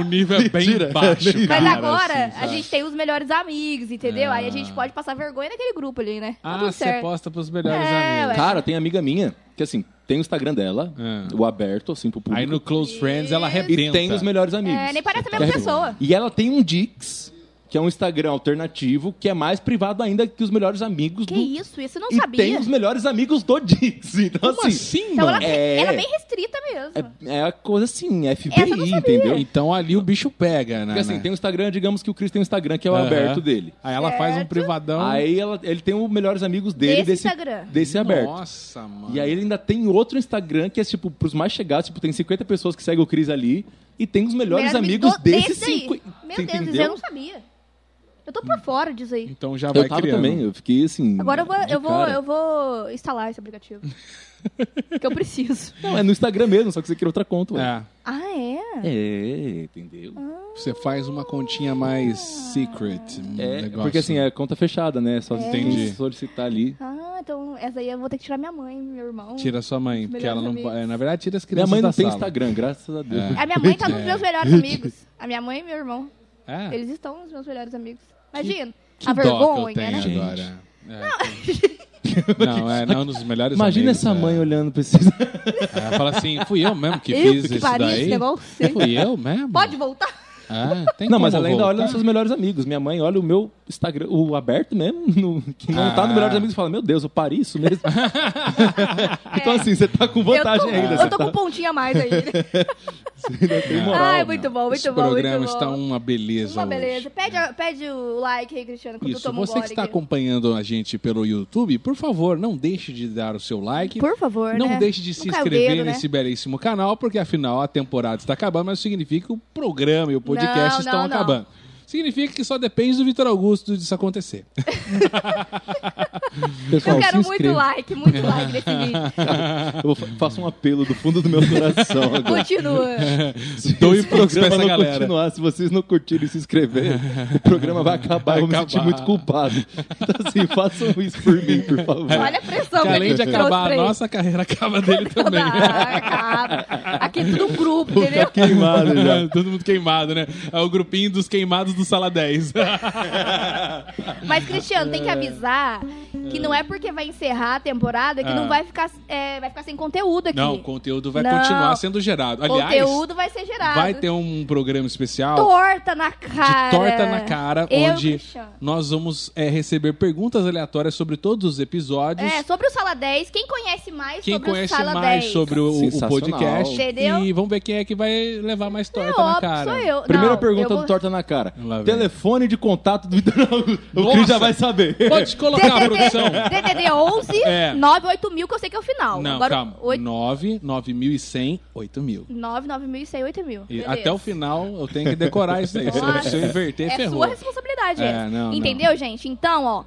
Speaker 1: O nível é bem
Speaker 3: Mentira.
Speaker 1: baixo,
Speaker 2: Mas
Speaker 1: cara.
Speaker 2: agora
Speaker 1: assim,
Speaker 2: a
Speaker 1: sabe?
Speaker 2: gente tá tem os melhores amigos, entendeu?
Speaker 1: Ah.
Speaker 2: Aí a gente pode passar vergonha naquele grupo ali, né? Tá
Speaker 1: Ah,
Speaker 2: tudo
Speaker 1: você
Speaker 2: certo.
Speaker 1: posta pros melhores
Speaker 2: É,
Speaker 1: amigos.
Speaker 2: ué.
Speaker 3: Cara, tem amiga minha, que assim, tem o Instagram dela,
Speaker 1: Ah.
Speaker 3: o aberto, assim, pro público.
Speaker 1: Aí no Close Friends ela
Speaker 3: E
Speaker 1: arrebenta.
Speaker 3: tem os melhores amigos.
Speaker 2: É, nem parece a mesma
Speaker 3: Quer-
Speaker 2: pessoa.
Speaker 3: E ela tem um Dix, que é um Instagram alternativo, que é mais privado ainda que os melhores amigos
Speaker 2: Que
Speaker 3: do...
Speaker 2: isso? Isso eu não
Speaker 3: e
Speaker 2: sabia.
Speaker 3: tem os melhores amigos do Dix. Então,
Speaker 1: Como
Speaker 3: assim,
Speaker 1: assim,
Speaker 2: Então
Speaker 1: mano?
Speaker 2: ela,
Speaker 3: É.
Speaker 2: ela é bem restrita mesmo.
Speaker 3: é, é a coisa assim,
Speaker 2: Essa eu não
Speaker 3: FBI,
Speaker 2: sabia. É,
Speaker 3: entendeu?
Speaker 1: Então ali o bicho pega, né?
Speaker 3: Porque assim,
Speaker 1: né?
Speaker 3: tem o Instagram, digamos que o Chris tem o Instagram, que é o
Speaker 1: Aham.
Speaker 3: aberto dele.
Speaker 1: Aí ela faz um
Speaker 2: Certo.
Speaker 1: privadão.
Speaker 3: Aí ela- ele tem os melhores amigos dele
Speaker 2: Desse
Speaker 3: desse,
Speaker 2: Instagram.
Speaker 3: desse aberto.
Speaker 1: Nossa, mano.
Speaker 3: E aí ele ainda tem outro Instagram que é tipo pros mais chegados, tipo tem 50 pessoas que seguem o Cris ali e tem os melhores
Speaker 2: Melhor
Speaker 3: amigos
Speaker 2: do-
Speaker 3: desses
Speaker 2: aí.
Speaker 3: 50.
Speaker 2: Meu
Speaker 3: Você
Speaker 2: Deus, eu não sabia. Eu tô por fora disso aí.
Speaker 1: Então já
Speaker 3: Eu
Speaker 1: vai
Speaker 3: tava
Speaker 1: criando.
Speaker 3: também, eu fiquei assim.
Speaker 2: Agora eu vou,
Speaker 3: de
Speaker 2: eu vou,
Speaker 3: cara.
Speaker 2: eu vou instalar esse aplicativo. que eu preciso.
Speaker 3: Não, é no Instagram mesmo, só que você cria outra conta. ué.
Speaker 1: É,
Speaker 2: Ah, é?
Speaker 3: É, entendeu?
Speaker 1: você faz uma continha mais secret. um
Speaker 3: É,
Speaker 1: negócio.
Speaker 3: porque assim, é conta fechada, né? Só
Speaker 1: Entendi.
Speaker 3: tem que solicitar ali.
Speaker 2: Ah, então essa aí eu vou ter que tirar minha mãe, meu irmão.
Speaker 1: Tira sua mãe, porque ela
Speaker 2: Melhores
Speaker 1: não.
Speaker 2: amigos.
Speaker 1: é, na verdade, tira as
Speaker 3: Minha
Speaker 1: crianças.
Speaker 3: mãe não
Speaker 1: da
Speaker 3: tem
Speaker 1: sala.
Speaker 3: Instagram, graças a Deus.
Speaker 2: A minha mãe tá nos
Speaker 1: É.
Speaker 2: meus melhores amigos. A minha mãe e meu irmão.
Speaker 1: É.
Speaker 2: Eles estão nos meus melhores amigos. Imagina.
Speaker 1: Que
Speaker 2: a
Speaker 1: dó que eu
Speaker 2: vergonha,
Speaker 1: tenho
Speaker 2: né?
Speaker 3: Gente.
Speaker 1: agora. É. Não, é não, um dos melhores
Speaker 3: Imagina
Speaker 1: amigos,
Speaker 3: essa
Speaker 1: é.
Speaker 3: mãe olhando pra esses.
Speaker 1: Ela fala assim: fui eu mesmo que
Speaker 2: eu
Speaker 1: fiz
Speaker 2: que
Speaker 1: isso
Speaker 2: pariu
Speaker 1: daí.
Speaker 2: esse negócio.
Speaker 1: Fui eu mesmo?
Speaker 2: Pode voltar?
Speaker 1: Ah, tem
Speaker 3: Não,
Speaker 1: como
Speaker 3: mas ela ainda
Speaker 1: voltar?
Speaker 3: olha nos seus melhores amigos. Minha mãe olha o meu Instagram, o aberto mesmo, no- que não tá
Speaker 1: Ah.
Speaker 3: no melhores amigos e fala: Meu Deus, eu parei isso mesmo. então, assim, você tá com vantagem
Speaker 2: eu tô,
Speaker 3: ainda.
Speaker 2: Eu
Speaker 3: Você
Speaker 2: tô
Speaker 3: tá...
Speaker 2: com um pontinho a mais aí.
Speaker 3: tem moral. né?
Speaker 2: Ai, Ah, muito bom, muito
Speaker 1: Esse
Speaker 2: bom.
Speaker 1: programa
Speaker 2: muito bom.
Speaker 1: está uma beleza.
Speaker 2: Uma
Speaker 1: hoje.
Speaker 2: beleza. Pede, a- pede o like aí, Cristiano, quando eu
Speaker 1: Isso,
Speaker 2: tomo um
Speaker 1: você que
Speaker 2: gole
Speaker 1: está
Speaker 2: aqui.
Speaker 1: acompanhando a gente pelo YouTube, por favor, não deixe de dar o seu like.
Speaker 2: Por favor,
Speaker 1: não
Speaker 2: né?
Speaker 1: deixe de se
Speaker 2: Não cai o
Speaker 1: inscrever
Speaker 2: dedo, né?
Speaker 1: nesse belíssimo canal, porque afinal a temporada está acabando, mas significa que o programa e o podcast
Speaker 2: Não,
Speaker 1: estão
Speaker 2: não, não.
Speaker 1: acabando. Significa que só depende do Vitor Augusto disso acontecer.
Speaker 3: Pessoal,
Speaker 2: Eu quero
Speaker 3: se
Speaker 2: muito
Speaker 3: inscreva.
Speaker 2: like, muito like nesse vídeo.
Speaker 3: Eu fa- faço um apelo do fundo do meu coração agora.
Speaker 2: Continua.
Speaker 3: Se
Speaker 1: Doe Pix
Speaker 3: esse
Speaker 1: pra
Speaker 3: programa
Speaker 1: essa
Speaker 3: não
Speaker 1: galera.
Speaker 3: continuar, se vocês não curtirem e se inscreverem, o programa vai acabar.
Speaker 1: Vai
Speaker 3: eu vou me sentir
Speaker 1: acabar.
Speaker 3: muito culpado. Então, assim, façam isso por mim, por favor.
Speaker 2: Olha a pressão
Speaker 1: Que
Speaker 2: que
Speaker 1: além
Speaker 2: ele
Speaker 1: de
Speaker 2: trouxe
Speaker 1: acabar
Speaker 2: pra
Speaker 1: a
Speaker 2: ele.
Speaker 1: nossa carreira, acaba dele também.
Speaker 2: Acaba. Aqui é tudo um grupo, entendeu?
Speaker 3: Queimado já.
Speaker 1: Todo mundo queimado, né? É o grupinho dos queimados do Sala 10.
Speaker 2: Mas, Cristiano, tem que avisar que não é porque vai encerrar a temporada que
Speaker 1: Ah.
Speaker 2: não vai ficar, é, vai ficar sem conteúdo aqui.
Speaker 1: Não, o conteúdo vai
Speaker 2: Não.
Speaker 1: continuar sendo gerado. Aliás,
Speaker 2: conteúdo vai ser gerado.
Speaker 1: vai ter um programa especial.
Speaker 2: torta na cara.
Speaker 1: de torta na cara,
Speaker 2: Eu e o
Speaker 1: onde
Speaker 2: Cristiano.
Speaker 1: nós vamos é, receber perguntas aleatórias sobre todos os episódios.
Speaker 2: É, sobre o Sala 10, quem conhece mais
Speaker 1: quem
Speaker 2: sobre
Speaker 1: conhece
Speaker 2: o Sala
Speaker 1: mais
Speaker 2: 10?
Speaker 1: sobre o, o
Speaker 3: Sensacional.
Speaker 1: podcast.
Speaker 2: Entendeu?
Speaker 1: E vamos ver quem é que vai levar mais
Speaker 2: É
Speaker 1: torta na
Speaker 2: óbvio,
Speaker 1: cara.
Speaker 2: sou eu.
Speaker 3: Primeira
Speaker 2: Não, eu
Speaker 3: pergunta
Speaker 2: vou-
Speaker 3: do Torta na Cara.
Speaker 1: Lá vem.
Speaker 3: Telefone de contato do Vitor Augusto. O Cris já vai saber.
Speaker 1: Pode colocar a produção.
Speaker 2: DDD 11
Speaker 1: É.
Speaker 2: 98 mil, que eu sei que é o final.
Speaker 1: Não,
Speaker 2: Agora,
Speaker 1: calma.
Speaker 2: 8,
Speaker 1: 9, 9.100, 8.000.
Speaker 2: 9, 9.100, 8 mil.
Speaker 1: E
Speaker 2: Beleza.
Speaker 1: Até o final eu tenho que decorar isso aí. Se eu-
Speaker 2: Nossa.
Speaker 1: Se eu inverter,
Speaker 2: É
Speaker 1: ferrou.
Speaker 2: sua responsabilidade
Speaker 1: É,
Speaker 2: essa.
Speaker 1: não,
Speaker 2: Entendeu, gente? Então, ó.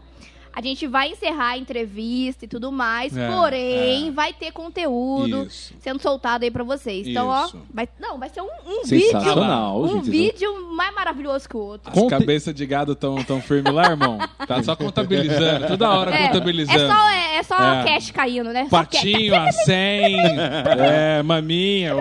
Speaker 2: A gente vai encerrar a entrevista e tudo mais,
Speaker 1: É,
Speaker 2: porém, vai ter conteúdo
Speaker 1: Isso.
Speaker 2: sendo soltado aí pra vocês. Então,
Speaker 1: Isso.
Speaker 2: ó, vai, não, vai ser um, um vídeo,
Speaker 3: Sensacional,
Speaker 2: um
Speaker 3: gente.
Speaker 2: vídeo mais maravilhoso que o outro.
Speaker 1: As
Speaker 3: Conte-
Speaker 1: cabeças de gado tão, tão firme lá, irmão. Tá só contabilizando, toda hora
Speaker 2: É,
Speaker 1: contabilizando.
Speaker 2: é só é, é só
Speaker 1: É.
Speaker 2: cash caindo, né? Só cash.
Speaker 1: Patinho a 100, é, maminha,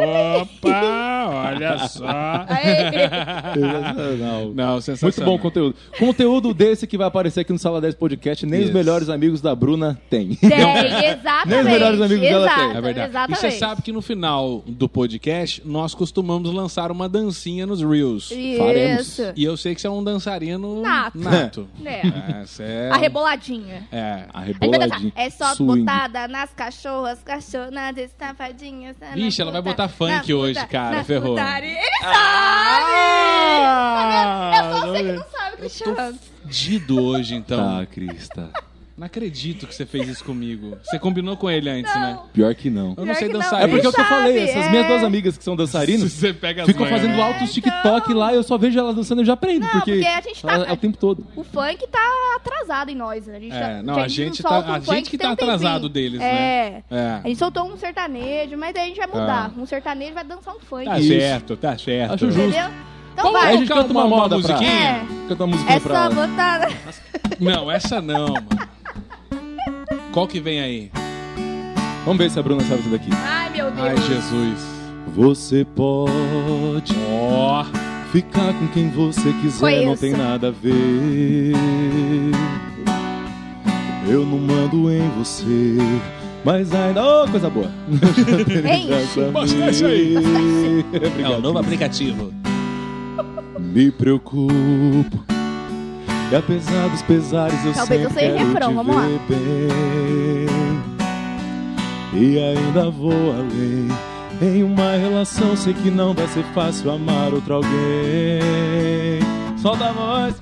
Speaker 1: opa, olha só.
Speaker 2: É. Aí.
Speaker 3: Sensacional.
Speaker 1: Não,
Speaker 3: Muito
Speaker 1: sensacional.
Speaker 3: bom o conteúdo. Conteúdo desse que vai aparecer aqui no Sala 10 Podcast, nem
Speaker 1: Isso.
Speaker 3: os melhores amigos da Bruna têm.
Speaker 1: Então,
Speaker 2: Tem, exatamente.
Speaker 3: Nem os melhores amigos dela têm.
Speaker 1: É verdade.
Speaker 2: Exatamente.
Speaker 1: E você sabe que no final do podcast nós costumamos lançar uma dancinha nos Reels.
Speaker 3: faremos.
Speaker 2: Isso.
Speaker 1: E eu sei que você é um dançarino
Speaker 2: Nato.
Speaker 1: nato.
Speaker 2: Né?
Speaker 1: É, você é.
Speaker 2: A reboladinha.
Speaker 1: É.
Speaker 3: A
Speaker 2: A gente vai dançar.
Speaker 3: reboladinha.
Speaker 2: É só
Speaker 3: swing.
Speaker 2: botada nas cachorras, cachorras estafadinhas. tá na
Speaker 1: Vixe, ela vai
Speaker 2: puta-
Speaker 1: botar funk
Speaker 2: na puta-
Speaker 1: hoje, cara,
Speaker 2: na
Speaker 1: ferrou.
Speaker 2: putaria. Ele
Speaker 1: Ah!
Speaker 2: sabe! Eu só sei que é não sabe, Cristiano.
Speaker 1: Dido hoje, então.
Speaker 3: Tá, Crista.
Speaker 1: Não acredito que você fez isso comigo. Você combinou com ele antes, né?
Speaker 2: Não.
Speaker 3: Pior que não.
Speaker 1: Eu não
Speaker 2: Pior
Speaker 1: sei
Speaker 2: que não.
Speaker 1: dançar
Speaker 3: É porque
Speaker 1: isso.
Speaker 3: é o que eu falei, essas
Speaker 2: é.
Speaker 3: minhas duas amigas que são dançarinas
Speaker 1: Você pega as
Speaker 3: ficam
Speaker 1: manhas,
Speaker 3: fazendo
Speaker 1: né?
Speaker 3: altos TikTok lá, eu só vejo ela dançando e eu já aprendo,
Speaker 2: Não,
Speaker 3: porque,
Speaker 2: porque a gente tá-
Speaker 3: ela- é o tempo todo.
Speaker 2: O funk tá atrasado em nós. né? A gente,
Speaker 1: É,
Speaker 2: tá-
Speaker 1: não, a gente, tá,
Speaker 2: solta um
Speaker 1: a
Speaker 2: funk
Speaker 1: gente que
Speaker 2: tem
Speaker 1: tá
Speaker 2: um tempinho.
Speaker 1: atrasado deles, né? Ah.
Speaker 2: É. A
Speaker 1: É.
Speaker 2: gente soltou um sertanejo, mas daí a gente vai mudar. Um sertanejo vai dançar um funk.
Speaker 1: Tá
Speaker 3: Isso.
Speaker 1: certo, tá certo.
Speaker 3: Acho justo.
Speaker 2: entendeu? Então
Speaker 1: Vamos
Speaker 3: Aí a
Speaker 2: vai.
Speaker 3: gente canta uma,
Speaker 1: Uma
Speaker 3: moda pra...
Speaker 1: musiquinha?
Speaker 2: É.
Speaker 3: Canta uma musiquinha
Speaker 2: É
Speaker 3: pra
Speaker 2: só
Speaker 3: ela.
Speaker 2: botar.
Speaker 1: Não, essa não, mano. Qual que vem aí?
Speaker 3: Vamos ver se a Bruna sabe isso daqui.
Speaker 2: Ai, meu
Speaker 1: Ai,
Speaker 2: Deus.
Speaker 1: Jesus.
Speaker 3: Você pode
Speaker 1: Ó.
Speaker 3: Ficar com quem você quiser
Speaker 2: Foi
Speaker 3: não
Speaker 2: isso.
Speaker 3: tem nada a ver. Eu não mando em você, mas ainda. Oh, coisa boa!
Speaker 2: Enche.
Speaker 1: Bastante aí. É
Speaker 3: Obrigado.
Speaker 1: o novo aplicativo.
Speaker 3: Me preocupo. E apesar dos pesares, eu
Speaker 2: Talvez eu
Speaker 3: sempre
Speaker 2: sei o
Speaker 3: quero
Speaker 2: refrão,
Speaker 3: te
Speaker 2: vamos lá.
Speaker 3: ver bem. E ainda vou além. Em uma relação sei que não vai ser fácil amar outro alguém. Solta a voz.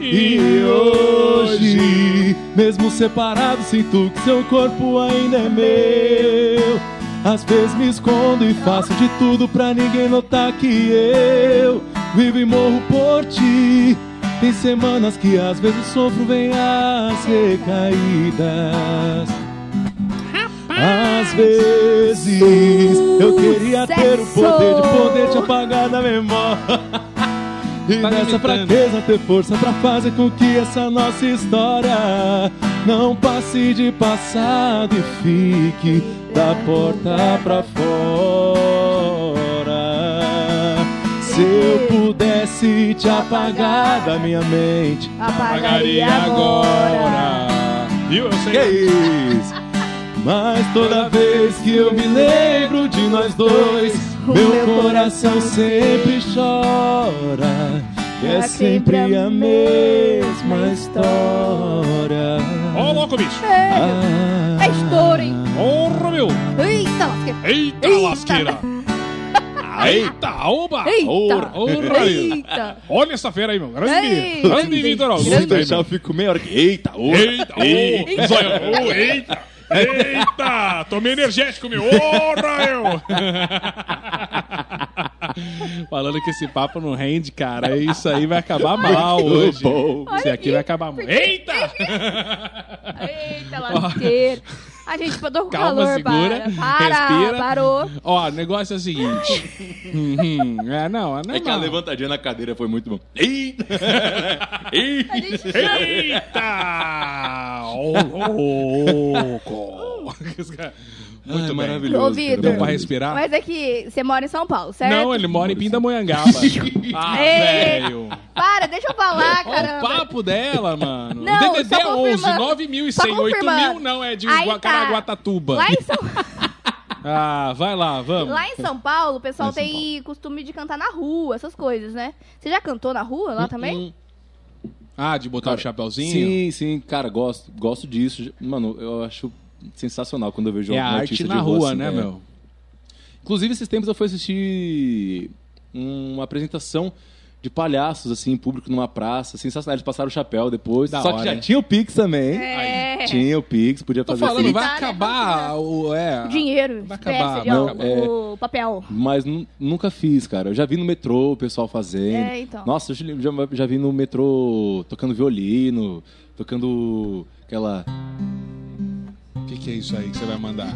Speaker 3: E hoje, mesmo separado, sinto que seu corpo ainda é meu. Às vezes me escondo e faço de tudo pra ninguém notar que eu vivo e morro por ti. Tem semanas que às vezes sofro, vem as recaídas. Às vezes eu queria ter o poder de poder te apagar da memória. E
Speaker 1: Tá
Speaker 3: nessa
Speaker 1: limitando.
Speaker 3: fraqueza ter força pra fazer com que essa nossa história não passe de passado e fique da porta pra fora. Se eu pudesse te apagar da minha mente,
Speaker 2: Apagaria agora.
Speaker 1: Viu? Eu sei.
Speaker 3: que é isso? Mas toda vez que eu me lembro de nós dois,
Speaker 2: O
Speaker 3: meu
Speaker 2: meu
Speaker 3: coração
Speaker 2: coração
Speaker 3: sempre chora. E é sempre a mesma história.
Speaker 1: Ó, louco, bicho.
Speaker 3: Ah,
Speaker 2: É estouro, hein?
Speaker 1: Porra, meu.
Speaker 2: Eita, lasqueira.
Speaker 1: Eita,
Speaker 2: Eita.
Speaker 1: lasqueira. Eita, oba.
Speaker 2: Eita.
Speaker 1: Porra, meu.
Speaker 2: Eita.
Speaker 1: Olha essa fera aí, meu. Grande,
Speaker 2: Eita.
Speaker 1: grande Vitor Augusto.
Speaker 3: Se
Speaker 1: hein, meu.
Speaker 3: deixar, Ah. eu fico meia hora que. Eita, ô!
Speaker 1: Eita, ô, zóio, ô, eita. Eita, tomei energético, meu. Ora, eu. Falando que esse papo não rende, cara. Isso aí vai acabar mal hoje.
Speaker 3: bom.
Speaker 1: Isso aqui vai acabar mal. Eita!
Speaker 2: Eita, lasqueira. A gente, eu tô com
Speaker 1: Calma,
Speaker 2: calor,
Speaker 1: segura,
Speaker 2: para. Para,
Speaker 1: respira.
Speaker 2: parou.
Speaker 1: Ó, o negócio é o seguinte. Uhum. É, não, é normal.
Speaker 3: Aquela levantadinha na cadeira foi muito bom. Eita!
Speaker 2: A gente
Speaker 1: Eita! Ô, louco!
Speaker 3: Muito bem.
Speaker 2: Ô, Vitor.
Speaker 1: Deu pra
Speaker 3: Maravilhoso.
Speaker 1: respirar?
Speaker 2: Mas é que você mora em São Paulo, certo?
Speaker 1: Não, ele mora em Pindamonhangaba. ah,
Speaker 2: Ei.
Speaker 1: velho.
Speaker 2: Para, deixa eu falar,
Speaker 1: Olha o
Speaker 2: caramba.
Speaker 1: papo dela, mano.
Speaker 2: Não,
Speaker 1: o DDD
Speaker 2: só
Speaker 1: é 11,
Speaker 2: confirmando.
Speaker 1: 9 mil e
Speaker 2: Só
Speaker 1: 100, 8 mil
Speaker 2: confirmando.
Speaker 1: não, é de
Speaker 2: Aí
Speaker 1: Gua-
Speaker 2: tá.
Speaker 1: Caraguatatuba.
Speaker 2: Lá em São
Speaker 1: Ah, vai lá, vamos.
Speaker 2: Lá em São Paulo, o pessoal
Speaker 3: Lá em São
Speaker 2: tem costume de cantar na rua, essas coisas, né? Você já cantou na rua lá também?
Speaker 1: Hum. Ah, de botar o
Speaker 3: Cara,
Speaker 1: chapeuzinho?
Speaker 3: Sim, sim, cara, gosto, gosto disso. Mano, eu acho sensacional quando eu vejo
Speaker 1: É a
Speaker 3: algum
Speaker 1: arte
Speaker 3: artista
Speaker 1: na
Speaker 3: de rua,
Speaker 1: rua,
Speaker 3: assim,
Speaker 1: né,
Speaker 3: é.
Speaker 1: meu?
Speaker 3: Inclusive, esses tempos eu fui assistir uma apresentação de palhaços, assim, em público numa praça. Sensacional, eles passaram o chapéu depois.
Speaker 1: Da
Speaker 3: só
Speaker 1: hora,
Speaker 3: que já
Speaker 1: hein?
Speaker 3: tinha o Pix também.
Speaker 2: É.
Speaker 3: Tinha o Pix, podia
Speaker 1: Tô
Speaker 3: fazer assim.
Speaker 1: falando,
Speaker 3: Pix.
Speaker 1: vai
Speaker 2: Tá, né?
Speaker 1: acabar o... É,
Speaker 2: Dinheiro,
Speaker 1: Vai
Speaker 2: espécie,
Speaker 1: acabar, é.
Speaker 2: de
Speaker 1: vai
Speaker 2: ó,
Speaker 1: acabar.
Speaker 2: o papel.
Speaker 3: Mas nu- nunca fiz, cara. Eu já vi no metrô o pessoal fazendo.
Speaker 2: É, então.
Speaker 3: Nossa, eu já, já vi no metrô tocando violino, tocando aquela.
Speaker 1: O que, que é isso aí que você vai mandar?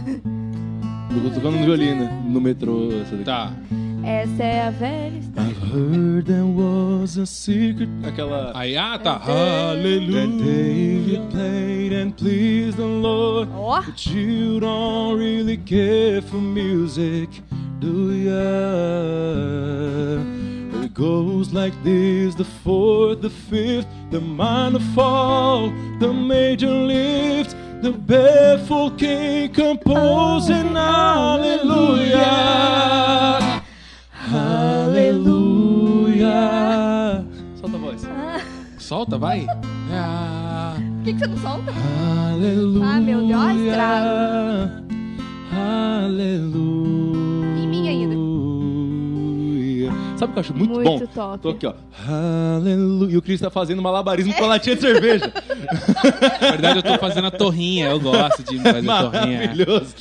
Speaker 3: tocando no violino no metrô. Essa daqui.
Speaker 1: Tá.
Speaker 2: Essa é a velha história.
Speaker 3: I've heard there was a secret. Aquela.
Speaker 1: Aí, ah, tá.
Speaker 3: That David
Speaker 1: Aleluia.
Speaker 3: played and pleased the Lord.
Speaker 2: Ó.
Speaker 3: But you don't really care for music, do ya? It goes like this the fourth, the fifth, the minor fall, the major lift, the barefoot king composing hallelujah. Hallelujah. Solta a voz.
Speaker 1: Solta, vai. Ah,
Speaker 2: Por que, que você não solta?
Speaker 3: Aleluia.
Speaker 2: Ah, meu Deus, olha a
Speaker 3: Aleluia.
Speaker 2: Em mim
Speaker 3: Sabe o que eu acho muito,
Speaker 2: Muito
Speaker 3: bom?
Speaker 2: top.
Speaker 3: Tô aqui, ó. Aleluia. E o Cris tá fazendo malabarismo com a latinha de cerveja.
Speaker 1: na verdade, eu tô fazendo a torrinha. Eu gosto de fazer torrinha. É.
Speaker 3: Maravilhoso.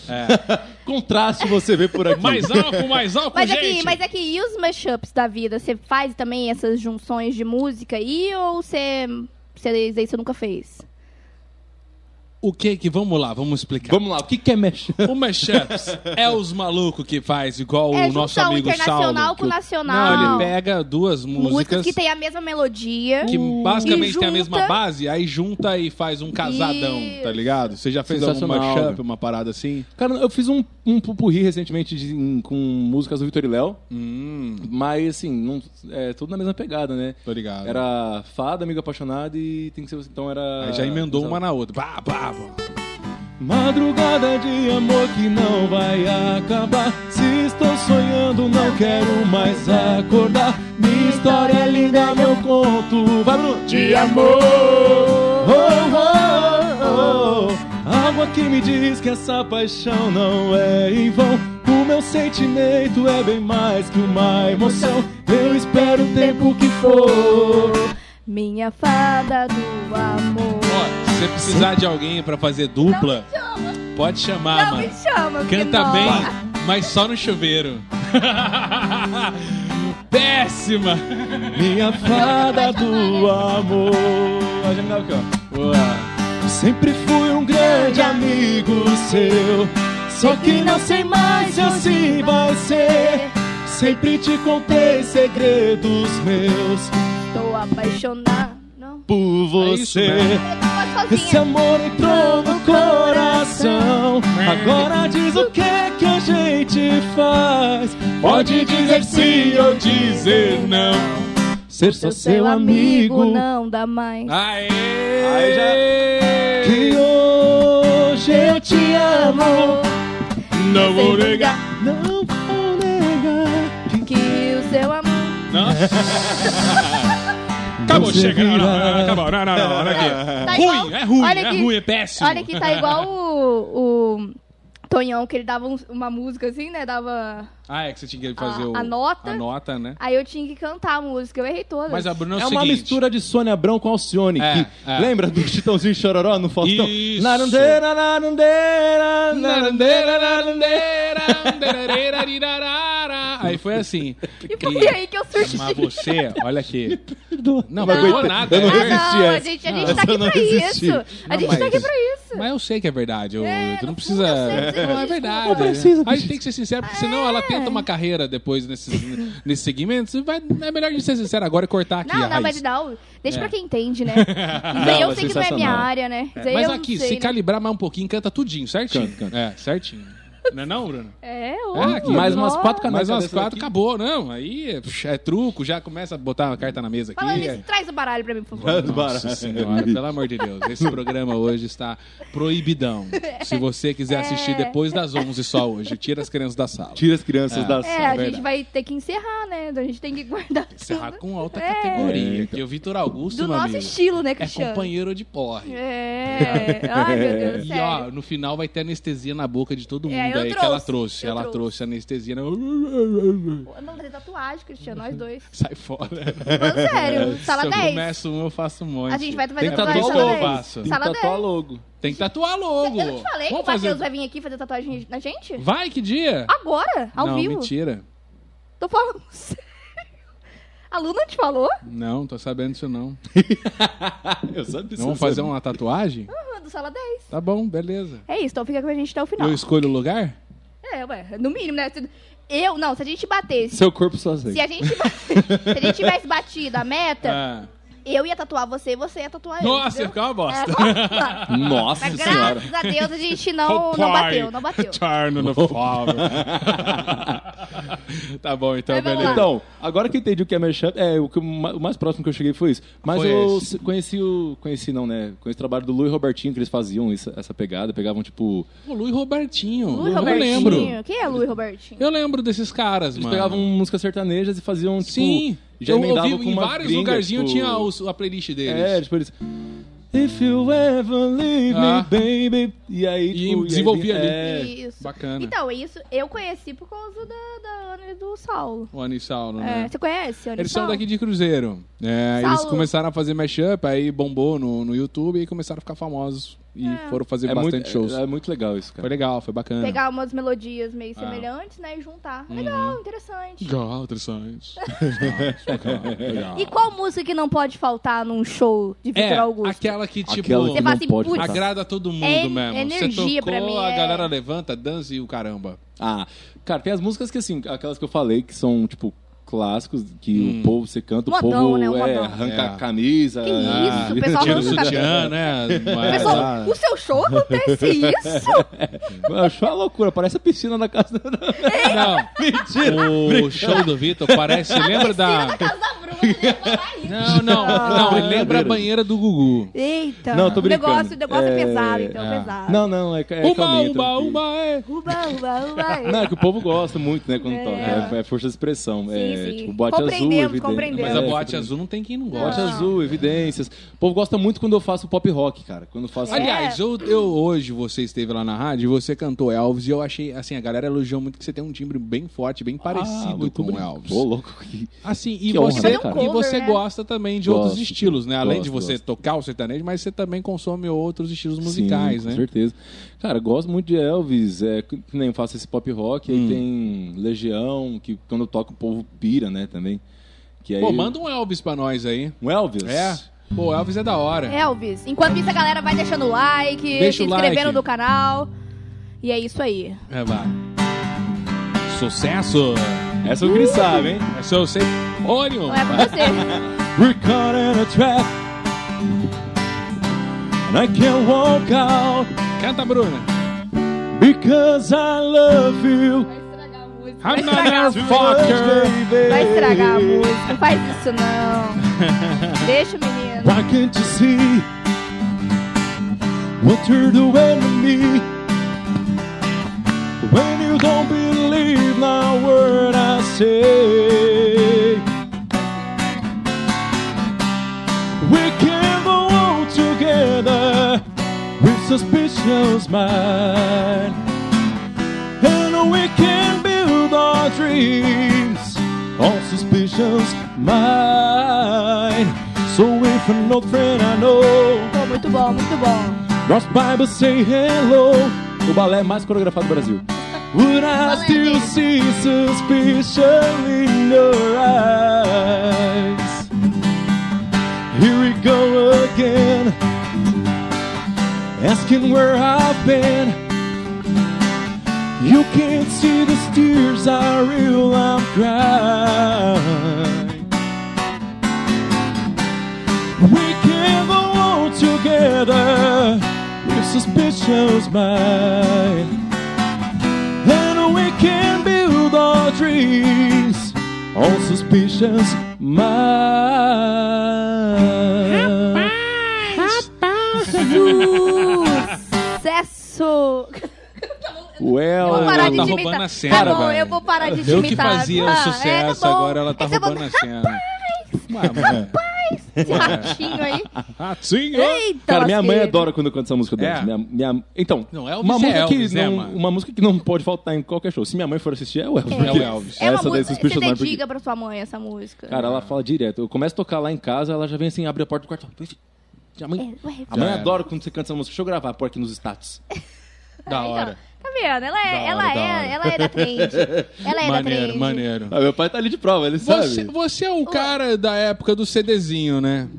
Speaker 3: Contraste você vê por aqui.
Speaker 1: Mais um. álcool, mais álcool,
Speaker 2: Mas
Speaker 1: gente.
Speaker 2: aqui, mas aqui, e os mashups da vida? Você faz também essas junções de música aí ou você. Você, isso aí você nunca fez?
Speaker 1: O que que... Vamos lá, vamos explicar.
Speaker 3: Vamos lá, o que, que é mexer?
Speaker 1: O Mashups é os malucos que faz igual
Speaker 2: É
Speaker 1: o nosso
Speaker 2: junção
Speaker 1: amigo
Speaker 2: internacional
Speaker 1: Saulo.
Speaker 2: com
Speaker 1: que o-
Speaker 2: nacional.
Speaker 1: Não, ele pega duas
Speaker 2: Músicas,
Speaker 1: músicas...
Speaker 2: que tem a mesma melodia.
Speaker 1: que basicamente
Speaker 2: E
Speaker 1: tem a
Speaker 2: junta-
Speaker 1: mesma base, aí junta e faz um casadão,
Speaker 2: Isso.
Speaker 1: tá ligado? Você já fez algum
Speaker 3: Sensacional,
Speaker 1: mashup,
Speaker 3: velho.
Speaker 1: uma parada assim?
Speaker 3: Cara, eu fiz um, um pupurri recentemente de- em- com músicas do Vitor e Léo,
Speaker 1: Hum,
Speaker 3: mas assim, não, é tudo na mesma pegada, né?
Speaker 1: tô ligado.
Speaker 3: Era fada, amiga apaixonada e tem que ser você. Então era.
Speaker 1: Aí já emendou uma na outra. Bah, bah, bah.
Speaker 3: Madrugada de amor que não vai acabar. Se estou sonhando, não quero mais acordar. Minha história é linda, meu conto. Vai, Bruno! De amor! Oh, oh, oh. Água que me diz que essa paixão não é em vão. O meu sentimento é bem mais que uma emoção. Eu espero o tempo que for.
Speaker 2: Minha fada do amor.
Speaker 1: Ó, se você precisar de alguém pra fazer dupla, pode chamar,
Speaker 2: não é me
Speaker 1: mano.
Speaker 2: chama, porque
Speaker 1: Canta
Speaker 2: não.
Speaker 1: bem, mas só no chuveiro. Péssima!
Speaker 3: Minha fada do amor. A gente aqui, ó.
Speaker 1: Boa.
Speaker 3: Sempre fui um grande amigo seu. Só que não sei mais se assim vai ser. Sempre te contei segredos meus
Speaker 2: Tô apaixonada. Não,
Speaker 3: por
Speaker 1: É isso
Speaker 3: você.
Speaker 1: mesmo.
Speaker 2: eu tô
Speaker 3: Esse
Speaker 2: sozinha.
Speaker 3: amor entrou no coração. Agora diz o que que a gente faz. Pode dizer sim ou dizer não. Ser só
Speaker 2: Seu,
Speaker 3: seu
Speaker 2: amigo
Speaker 3: amigo.
Speaker 2: não dá mais.
Speaker 1: Aê!
Speaker 3: Aí Que hoje eu te amo.
Speaker 1: Não vou
Speaker 2: Sem
Speaker 1: negar.
Speaker 3: Não vou negar que
Speaker 2: Que o seu amor.
Speaker 1: Acabou,
Speaker 3: Você
Speaker 1: chega. Não, não, não, não,
Speaker 3: virá.
Speaker 1: acabou. Não, não, não, olha aqui.
Speaker 2: Tá igual-
Speaker 1: ruim, é ruim,
Speaker 2: olha
Speaker 1: é
Speaker 2: aqui.
Speaker 1: ruim, é péssimo.
Speaker 2: Olha que tá igual o, o Tonhão, que ele dava um- uma música assim, né? Dava.
Speaker 1: Ah, é que você tinha que fazer
Speaker 2: A-
Speaker 1: o...
Speaker 2: a nota.
Speaker 1: A nota, né?
Speaker 2: Aí eu tinha que cantar a música, eu errei todas.
Speaker 1: Mas a Bruna é,
Speaker 3: É
Speaker 1: o
Speaker 3: uma
Speaker 1: seguinte,
Speaker 3: mistura de Sônia Abrão com Alcione.
Speaker 1: É,
Speaker 3: que-
Speaker 1: é.
Speaker 3: Lembra do Chitãozinho e Chororó no Faustão?
Speaker 1: Isso.
Speaker 3: Narandeira, narandeira, narandeira, narandeira.
Speaker 1: Aí foi assim.
Speaker 2: E foi aí que eu surgi.
Speaker 1: Mas você, olha aqui. Não,
Speaker 3: Eu
Speaker 1: mas
Speaker 3: aguentei-
Speaker 1: não nada.
Speaker 3: eu não
Speaker 1: é.
Speaker 2: Ah,
Speaker 3: resisti
Speaker 2: não,
Speaker 3: a
Speaker 2: a
Speaker 3: essa.
Speaker 2: gente, a
Speaker 3: Não,
Speaker 2: gente tá
Speaker 3: essa eu
Speaker 2: aqui
Speaker 3: não
Speaker 2: pra
Speaker 3: resisti.
Speaker 2: isso. A
Speaker 1: Não,
Speaker 2: gente
Speaker 1: mas-
Speaker 2: tá aqui pra isso.
Speaker 1: Mas eu sei que é verdade. Eu,
Speaker 2: É,
Speaker 1: tu
Speaker 2: no
Speaker 1: não
Speaker 2: fundo
Speaker 1: precisa.
Speaker 2: eu sei que você É.
Speaker 1: Não, é
Speaker 2: diz,
Speaker 1: verdade.
Speaker 2: não
Speaker 3: precisa,
Speaker 1: A gente
Speaker 3: bicho.
Speaker 1: tem que ser sincero, porque senão ela tenta uma carreira depois nesse, nesse segmento. Você vai, é melhor a gente ser sincero agora e cortar aqui.
Speaker 2: Não,
Speaker 1: a
Speaker 2: não,
Speaker 1: raiz.
Speaker 2: mas não. Deixa
Speaker 1: É.
Speaker 2: pra quem entende, né? Isso aí
Speaker 3: Não,
Speaker 2: eu
Speaker 3: é
Speaker 2: sei que não é minha
Speaker 3: sensacional.
Speaker 2: área, né? Isso
Speaker 1: É.
Speaker 2: aí
Speaker 1: Mas
Speaker 2: eu não
Speaker 1: aqui,
Speaker 2: sei,
Speaker 1: se
Speaker 2: né?
Speaker 1: calibrar mais um pouquinho, canta tudinho, certinho?
Speaker 3: Canta, canta.
Speaker 1: É, certinho. Não é não, Bruno?
Speaker 2: É, ô,
Speaker 1: É, aqui,
Speaker 3: Mais umas
Speaker 2: ó.
Speaker 3: quatro canais.
Speaker 1: Mais umas
Speaker 3: dessa
Speaker 1: quatro,
Speaker 3: daqui.
Speaker 1: acabou, não. Aí puxa, é truco, já começa a botar a carta na mesa aqui. É.
Speaker 2: Falando nisso, traz o baralho pra mim, por favor.
Speaker 3: Traz.
Speaker 1: Nossa
Speaker 3: Baralho.
Speaker 1: senhora, pelo amor de Deus. Esse programa hoje está proibidão. Se você
Speaker 2: É.
Speaker 1: quiser assistir depois das 11 só hoje, tira as crianças da sala.
Speaker 3: Tira as crianças da
Speaker 2: É, a
Speaker 3: sala.
Speaker 2: gente vai ter que encerrar, né? A gente tem que guardar
Speaker 1: Encerrar
Speaker 2: tudo.
Speaker 1: com alta
Speaker 2: É.
Speaker 1: categoria. Que o Vitor Augusto,
Speaker 2: Do
Speaker 1: meu
Speaker 2: nosso
Speaker 1: amigo,
Speaker 2: estilo, né,
Speaker 1: é
Speaker 2: Cristiano?
Speaker 1: companheiro de porre.
Speaker 2: É. Ai, meu Deus,
Speaker 1: E ó,
Speaker 2: sério.
Speaker 1: no final vai ter anestesia na boca de todo mundo
Speaker 2: É, eu
Speaker 1: aí que ela
Speaker 2: trouxe,
Speaker 1: trouxe.
Speaker 2: eu
Speaker 1: Ela trouxe,
Speaker 2: trouxe.
Speaker 1: anestesia. né?
Speaker 2: Não, tem tatuagem, Cristiano, nós dois.
Speaker 1: Sai fora.
Speaker 2: Falando sério, sala
Speaker 1: É, Se eu
Speaker 2: 10.
Speaker 1: começo um, eu faço um monte.
Speaker 2: A gente vai
Speaker 1: Tem
Speaker 2: fazer
Speaker 1: que
Speaker 2: tatuagem
Speaker 1: tatuar
Speaker 2: sala
Speaker 1: logo,
Speaker 2: 10.
Speaker 1: faço.
Speaker 3: Tem que
Speaker 2: Sala
Speaker 3: tatuar logo.
Speaker 1: Tem que tatuar logo.
Speaker 2: Eu não te falei que o
Speaker 1: Vamos
Speaker 2: Matheus
Speaker 1: fazer...
Speaker 2: vai vir aqui fazer tatuagem na gente?
Speaker 1: Vai, que dia?
Speaker 2: Agora, ao
Speaker 1: não,
Speaker 2: vivo.
Speaker 1: mentira.
Speaker 2: Tô falando sério. A Lu não te falou?
Speaker 1: Não, tô sabendo disso não.
Speaker 3: Eu sabia
Speaker 1: Não vamos fazer um uma tatuagem?
Speaker 2: Ah, Do sala 10.
Speaker 1: Tá bom, beleza.
Speaker 2: É isso, então fica com a gente até o final.
Speaker 1: Eu escolho o lugar?
Speaker 2: É, ué, no mínimo, né? Se- Eu, não, se a gente batesse.
Speaker 3: Seu corpo sozinho.
Speaker 2: Se a gente, ba- se a gente tivesse batido a meta,
Speaker 1: Ah.
Speaker 2: eu ia tatuar você e você ia tatuar eu.
Speaker 1: Nossa, ia
Speaker 2: entendeu?
Speaker 1: ficar uma bosta.
Speaker 2: É, nossa.
Speaker 3: Nossa
Speaker 2: Mas
Speaker 3: senhora.
Speaker 2: graças a Deus a gente não, não bateu, não bateu.
Speaker 1: Charno no fogo. tá bom, então,
Speaker 2: Mas vamos
Speaker 1: beleza.
Speaker 2: lá.
Speaker 3: Então, agora que eu entendi o que é merchan, é, o, que, eu ma- o mais próximo que eu cheguei foi isso. Mas
Speaker 1: Foi
Speaker 3: eu
Speaker 1: esse.
Speaker 3: se- conheci o. Conheci não, né? Conheci o trabalho do Lu e Robertinho, que eles faziam isso- essa pegada, pegavam tipo.
Speaker 1: O Lu e Robertinho.
Speaker 2: Lu e
Speaker 1: eu
Speaker 2: Robertinho.
Speaker 1: lembro.
Speaker 2: Quem é Lu e Robertinho?
Speaker 1: Eu lembro desses caras,
Speaker 3: Eles
Speaker 1: mano.
Speaker 3: pegavam músicas sertanejas e faziam, tipo.
Speaker 1: Sim.
Speaker 3: já
Speaker 1: eu
Speaker 3: emendavam
Speaker 1: ouvi
Speaker 3: com
Speaker 1: em
Speaker 3: uma
Speaker 1: vários
Speaker 3: gringa,
Speaker 1: lugarzinhos
Speaker 3: tipo-
Speaker 1: tinha os- a playlist deles.
Speaker 3: É, tipo, eles. If you ever leave
Speaker 1: Ah.
Speaker 3: me, baby. E aí,
Speaker 1: E
Speaker 3: tipo, aí
Speaker 1: desenvolvia ali.
Speaker 3: É,
Speaker 2: Isso.
Speaker 1: Bacana.
Speaker 2: Então, isso eu conheci por causa da, da Ana e do Saulo.
Speaker 1: O Ani Saulo,
Speaker 3: Uhum.
Speaker 2: É,
Speaker 1: né?
Speaker 2: você conhece a Ana e
Speaker 1: Eles são
Speaker 2: Saulo?
Speaker 1: daqui de Cruzeiro. É,
Speaker 2: Saulo.
Speaker 1: eles começaram a fazer mashup, aí bombou no, no YouTube e começaram a ficar famosos. E foram fazer
Speaker 3: é
Speaker 1: bastante
Speaker 3: muito,
Speaker 1: shows.
Speaker 3: É, é muito legal isso,
Speaker 1: Foi
Speaker 3: cara.
Speaker 1: legal, foi bacana.
Speaker 2: Pegar umas melodias meio
Speaker 1: Ah.
Speaker 2: semelhantes, né, e juntar.
Speaker 3: Uhum.
Speaker 2: Legal, interessante.
Speaker 1: Legal, interessante.
Speaker 2: E qual música que não pode faltar num show de Vitor
Speaker 1: É,
Speaker 2: Augusto?
Speaker 1: aquela que, tipo,
Speaker 3: Aquela que
Speaker 2: Você fala
Speaker 3: não
Speaker 2: assim,
Speaker 3: pode
Speaker 2: putz,
Speaker 3: faltar.
Speaker 1: agrada todo mundo
Speaker 2: É
Speaker 1: mesmo. Você tocou,
Speaker 2: energia pra mim,
Speaker 1: a
Speaker 2: é-
Speaker 1: galera levanta, dança e o caramba.
Speaker 3: Ah, cara, tem as músicas que, assim, aquelas que eu falei, que são, tipo, clássicos, que o povo, você canta, o
Speaker 2: Modão,
Speaker 3: povo
Speaker 2: né? O
Speaker 3: é,
Speaker 2: modão.
Speaker 3: arranca
Speaker 1: Hum. É.
Speaker 3: a camisa. ah,
Speaker 2: Que isso, o pessoal
Speaker 1: Ah, Tira o
Speaker 2: arranca a
Speaker 1: sutiã, né? Mas,
Speaker 2: Pessoal,
Speaker 3: É.
Speaker 1: ah,
Speaker 2: o seu show acontece isso?
Speaker 3: Eu acho uma loucura, parece a piscina da casa da...
Speaker 1: não,
Speaker 3: Mentira!
Speaker 1: o show do Vitor parece... Lembra da...
Speaker 2: Casa da Bruna, né? Fala isso.
Speaker 1: Não, não, não,
Speaker 3: Brincadeira.
Speaker 1: lembra a banheira do Gugu.
Speaker 2: Eita.
Speaker 3: Não, tô brincando.
Speaker 2: O negócio, o negócio é...
Speaker 3: É,
Speaker 2: pesado, então,
Speaker 1: é.
Speaker 2: pesado.
Speaker 3: Não, não, é, é
Speaker 1: Uma,
Speaker 3: calminho,
Speaker 1: uma,
Speaker 3: tranquilo.
Speaker 1: uma, é...
Speaker 2: Uba, uba, uba.
Speaker 3: Não, é que o povo gosta muito, né, quando
Speaker 2: É.
Speaker 3: toca. É, é força de expressão. é,
Speaker 2: sim.
Speaker 3: tipo, boate azul,
Speaker 2: Compreendemos,
Speaker 3: evidente.
Speaker 2: compreendemos.
Speaker 1: Mas
Speaker 3: É, Ah.
Speaker 1: a boate azul não tem quem não
Speaker 3: Boate
Speaker 1: gosta.
Speaker 2: Não.
Speaker 3: azul, evidências. O povo gosta muito quando eu faço pop rock, cara. Quando eu
Speaker 2: É.
Speaker 3: faço.
Speaker 1: Aliás, eu, eu- hoje você esteve lá na rádio e você cantou Elvis e eu achei, assim, a galera elogiou muito que você tem um timbre bem forte, bem
Speaker 3: Ah,
Speaker 1: parecido
Speaker 3: muito
Speaker 1: com o
Speaker 3: obrigado.
Speaker 1: Elvis.
Speaker 3: Ô, louco. que-
Speaker 1: Assim, e
Speaker 3: Que honra,
Speaker 1: você,
Speaker 3: né, cara?
Speaker 1: e você
Speaker 2: Cover, né?
Speaker 1: gosta também de outros
Speaker 3: Gosto,
Speaker 1: estilos, né? Além
Speaker 3: gosto,
Speaker 1: de você
Speaker 3: gosto.
Speaker 1: tocar o sertanejo, mas você também consome outros estilos musicais,
Speaker 3: Sim,
Speaker 1: né?
Speaker 3: Com certeza. Cara, gosto muito de Elvis, é, que nem eu faço esse pop rock, aí tem Legião, que quando eu toco o povo pira, né, também. Que aí...
Speaker 1: Pô, manda um Elvis pra nós aí.
Speaker 3: Um Elvis?
Speaker 1: É. Pô, Elvis é da hora.
Speaker 2: Elvis. Enquanto isso, a galera vai deixando o like,
Speaker 1: Deixa
Speaker 2: se
Speaker 1: o like.
Speaker 2: inscrevendo no canal. E é isso aí.
Speaker 1: É, vai. Sucesso!
Speaker 3: Essa o Cris sabe, hein?
Speaker 1: Essa eu sei. Ônibus!
Speaker 2: Não é com você.
Speaker 3: We're caught in a trap And I can't walk out
Speaker 1: Canta, Bruna!
Speaker 3: Because I love you
Speaker 2: Vai estragar a música.
Speaker 1: I'm not a
Speaker 2: Vai estragar a música.
Speaker 1: fucker!
Speaker 3: baby.
Speaker 2: Vai estragar a música. Não faz isso, não. Deixa o menino.
Speaker 3: Why can't you see what you're doing to me? When you don't believe my word I say, we can go on together with suspicious mind, and we can build our dreams on suspicious mind. So if an old friend I know
Speaker 2: Pô, muito bom, muito bom.
Speaker 3: Ross Bible say hello. O balé mais coreografado do Brasil. Would I
Speaker 2: Balé
Speaker 3: still
Speaker 2: dele.
Speaker 3: see suspicion in your eyes? Here we go again, asking where I've been. You can't see the tears I real I'm crying. We can go on together with suspicions mind. And we can build our dreams on suspicions mind.
Speaker 2: Sucesso!
Speaker 3: Well,
Speaker 2: Vou parar
Speaker 1: ela
Speaker 2: de
Speaker 1: tá
Speaker 2: te
Speaker 1: roubando
Speaker 2: imitar.
Speaker 1: a cena,
Speaker 2: tá bom,
Speaker 1: velho.
Speaker 2: eu vou parar de te
Speaker 1: Eu
Speaker 2: imitar.
Speaker 1: que fazia o
Speaker 2: Ah, é,
Speaker 1: sucesso,
Speaker 2: tá bom.
Speaker 1: agora ela tá
Speaker 2: Essa é uma-
Speaker 1: roubando a cena. Mano,
Speaker 2: Esse ratinho aí.
Speaker 1: Ratinho!
Speaker 2: Eita,
Speaker 3: Cara, minha mãe
Speaker 2: lasqueira.
Speaker 3: adora quando eu canto essa música dela.
Speaker 1: É.
Speaker 3: Minha, minha- Então,
Speaker 1: Não, Elvis
Speaker 3: uma,
Speaker 1: é
Speaker 3: música
Speaker 1: Elvis,
Speaker 3: que
Speaker 1: né,
Speaker 3: não,
Speaker 1: mano?
Speaker 3: uma música que não pode faltar em qualquer show. Se minha mãe for assistir, é o Elvis.
Speaker 1: É o
Speaker 3: porque
Speaker 1: Elvis.
Speaker 2: É uma
Speaker 3: Essa
Speaker 2: música.
Speaker 3: daí,
Speaker 2: Você
Speaker 3: Suspicious Mind, porque-
Speaker 2: dedica pra sua mãe essa música.
Speaker 3: É. Cara, ela fala direto. Eu começo a tocar lá em casa, ela já vem assim, abre a porta do quarto. fala, Minha
Speaker 2: É,
Speaker 3: mãe,
Speaker 2: ué,
Speaker 3: a mãe
Speaker 1: Já era.
Speaker 3: adora quando você canta essa música. Deixa eu gravar, pôr aqui nos status.
Speaker 1: Da hora.
Speaker 2: Tá vendo? Ela é,
Speaker 1: Da
Speaker 2: ela,
Speaker 1: hora, da hora.
Speaker 2: é ela é da trend. Ela é da
Speaker 1: Maneiro,
Speaker 2: trend.
Speaker 1: maneiro.
Speaker 3: Ah, meu pai tá ali de prova, ele
Speaker 1: Você,
Speaker 3: sabe.
Speaker 1: você é o cara da época do CDzinho, né?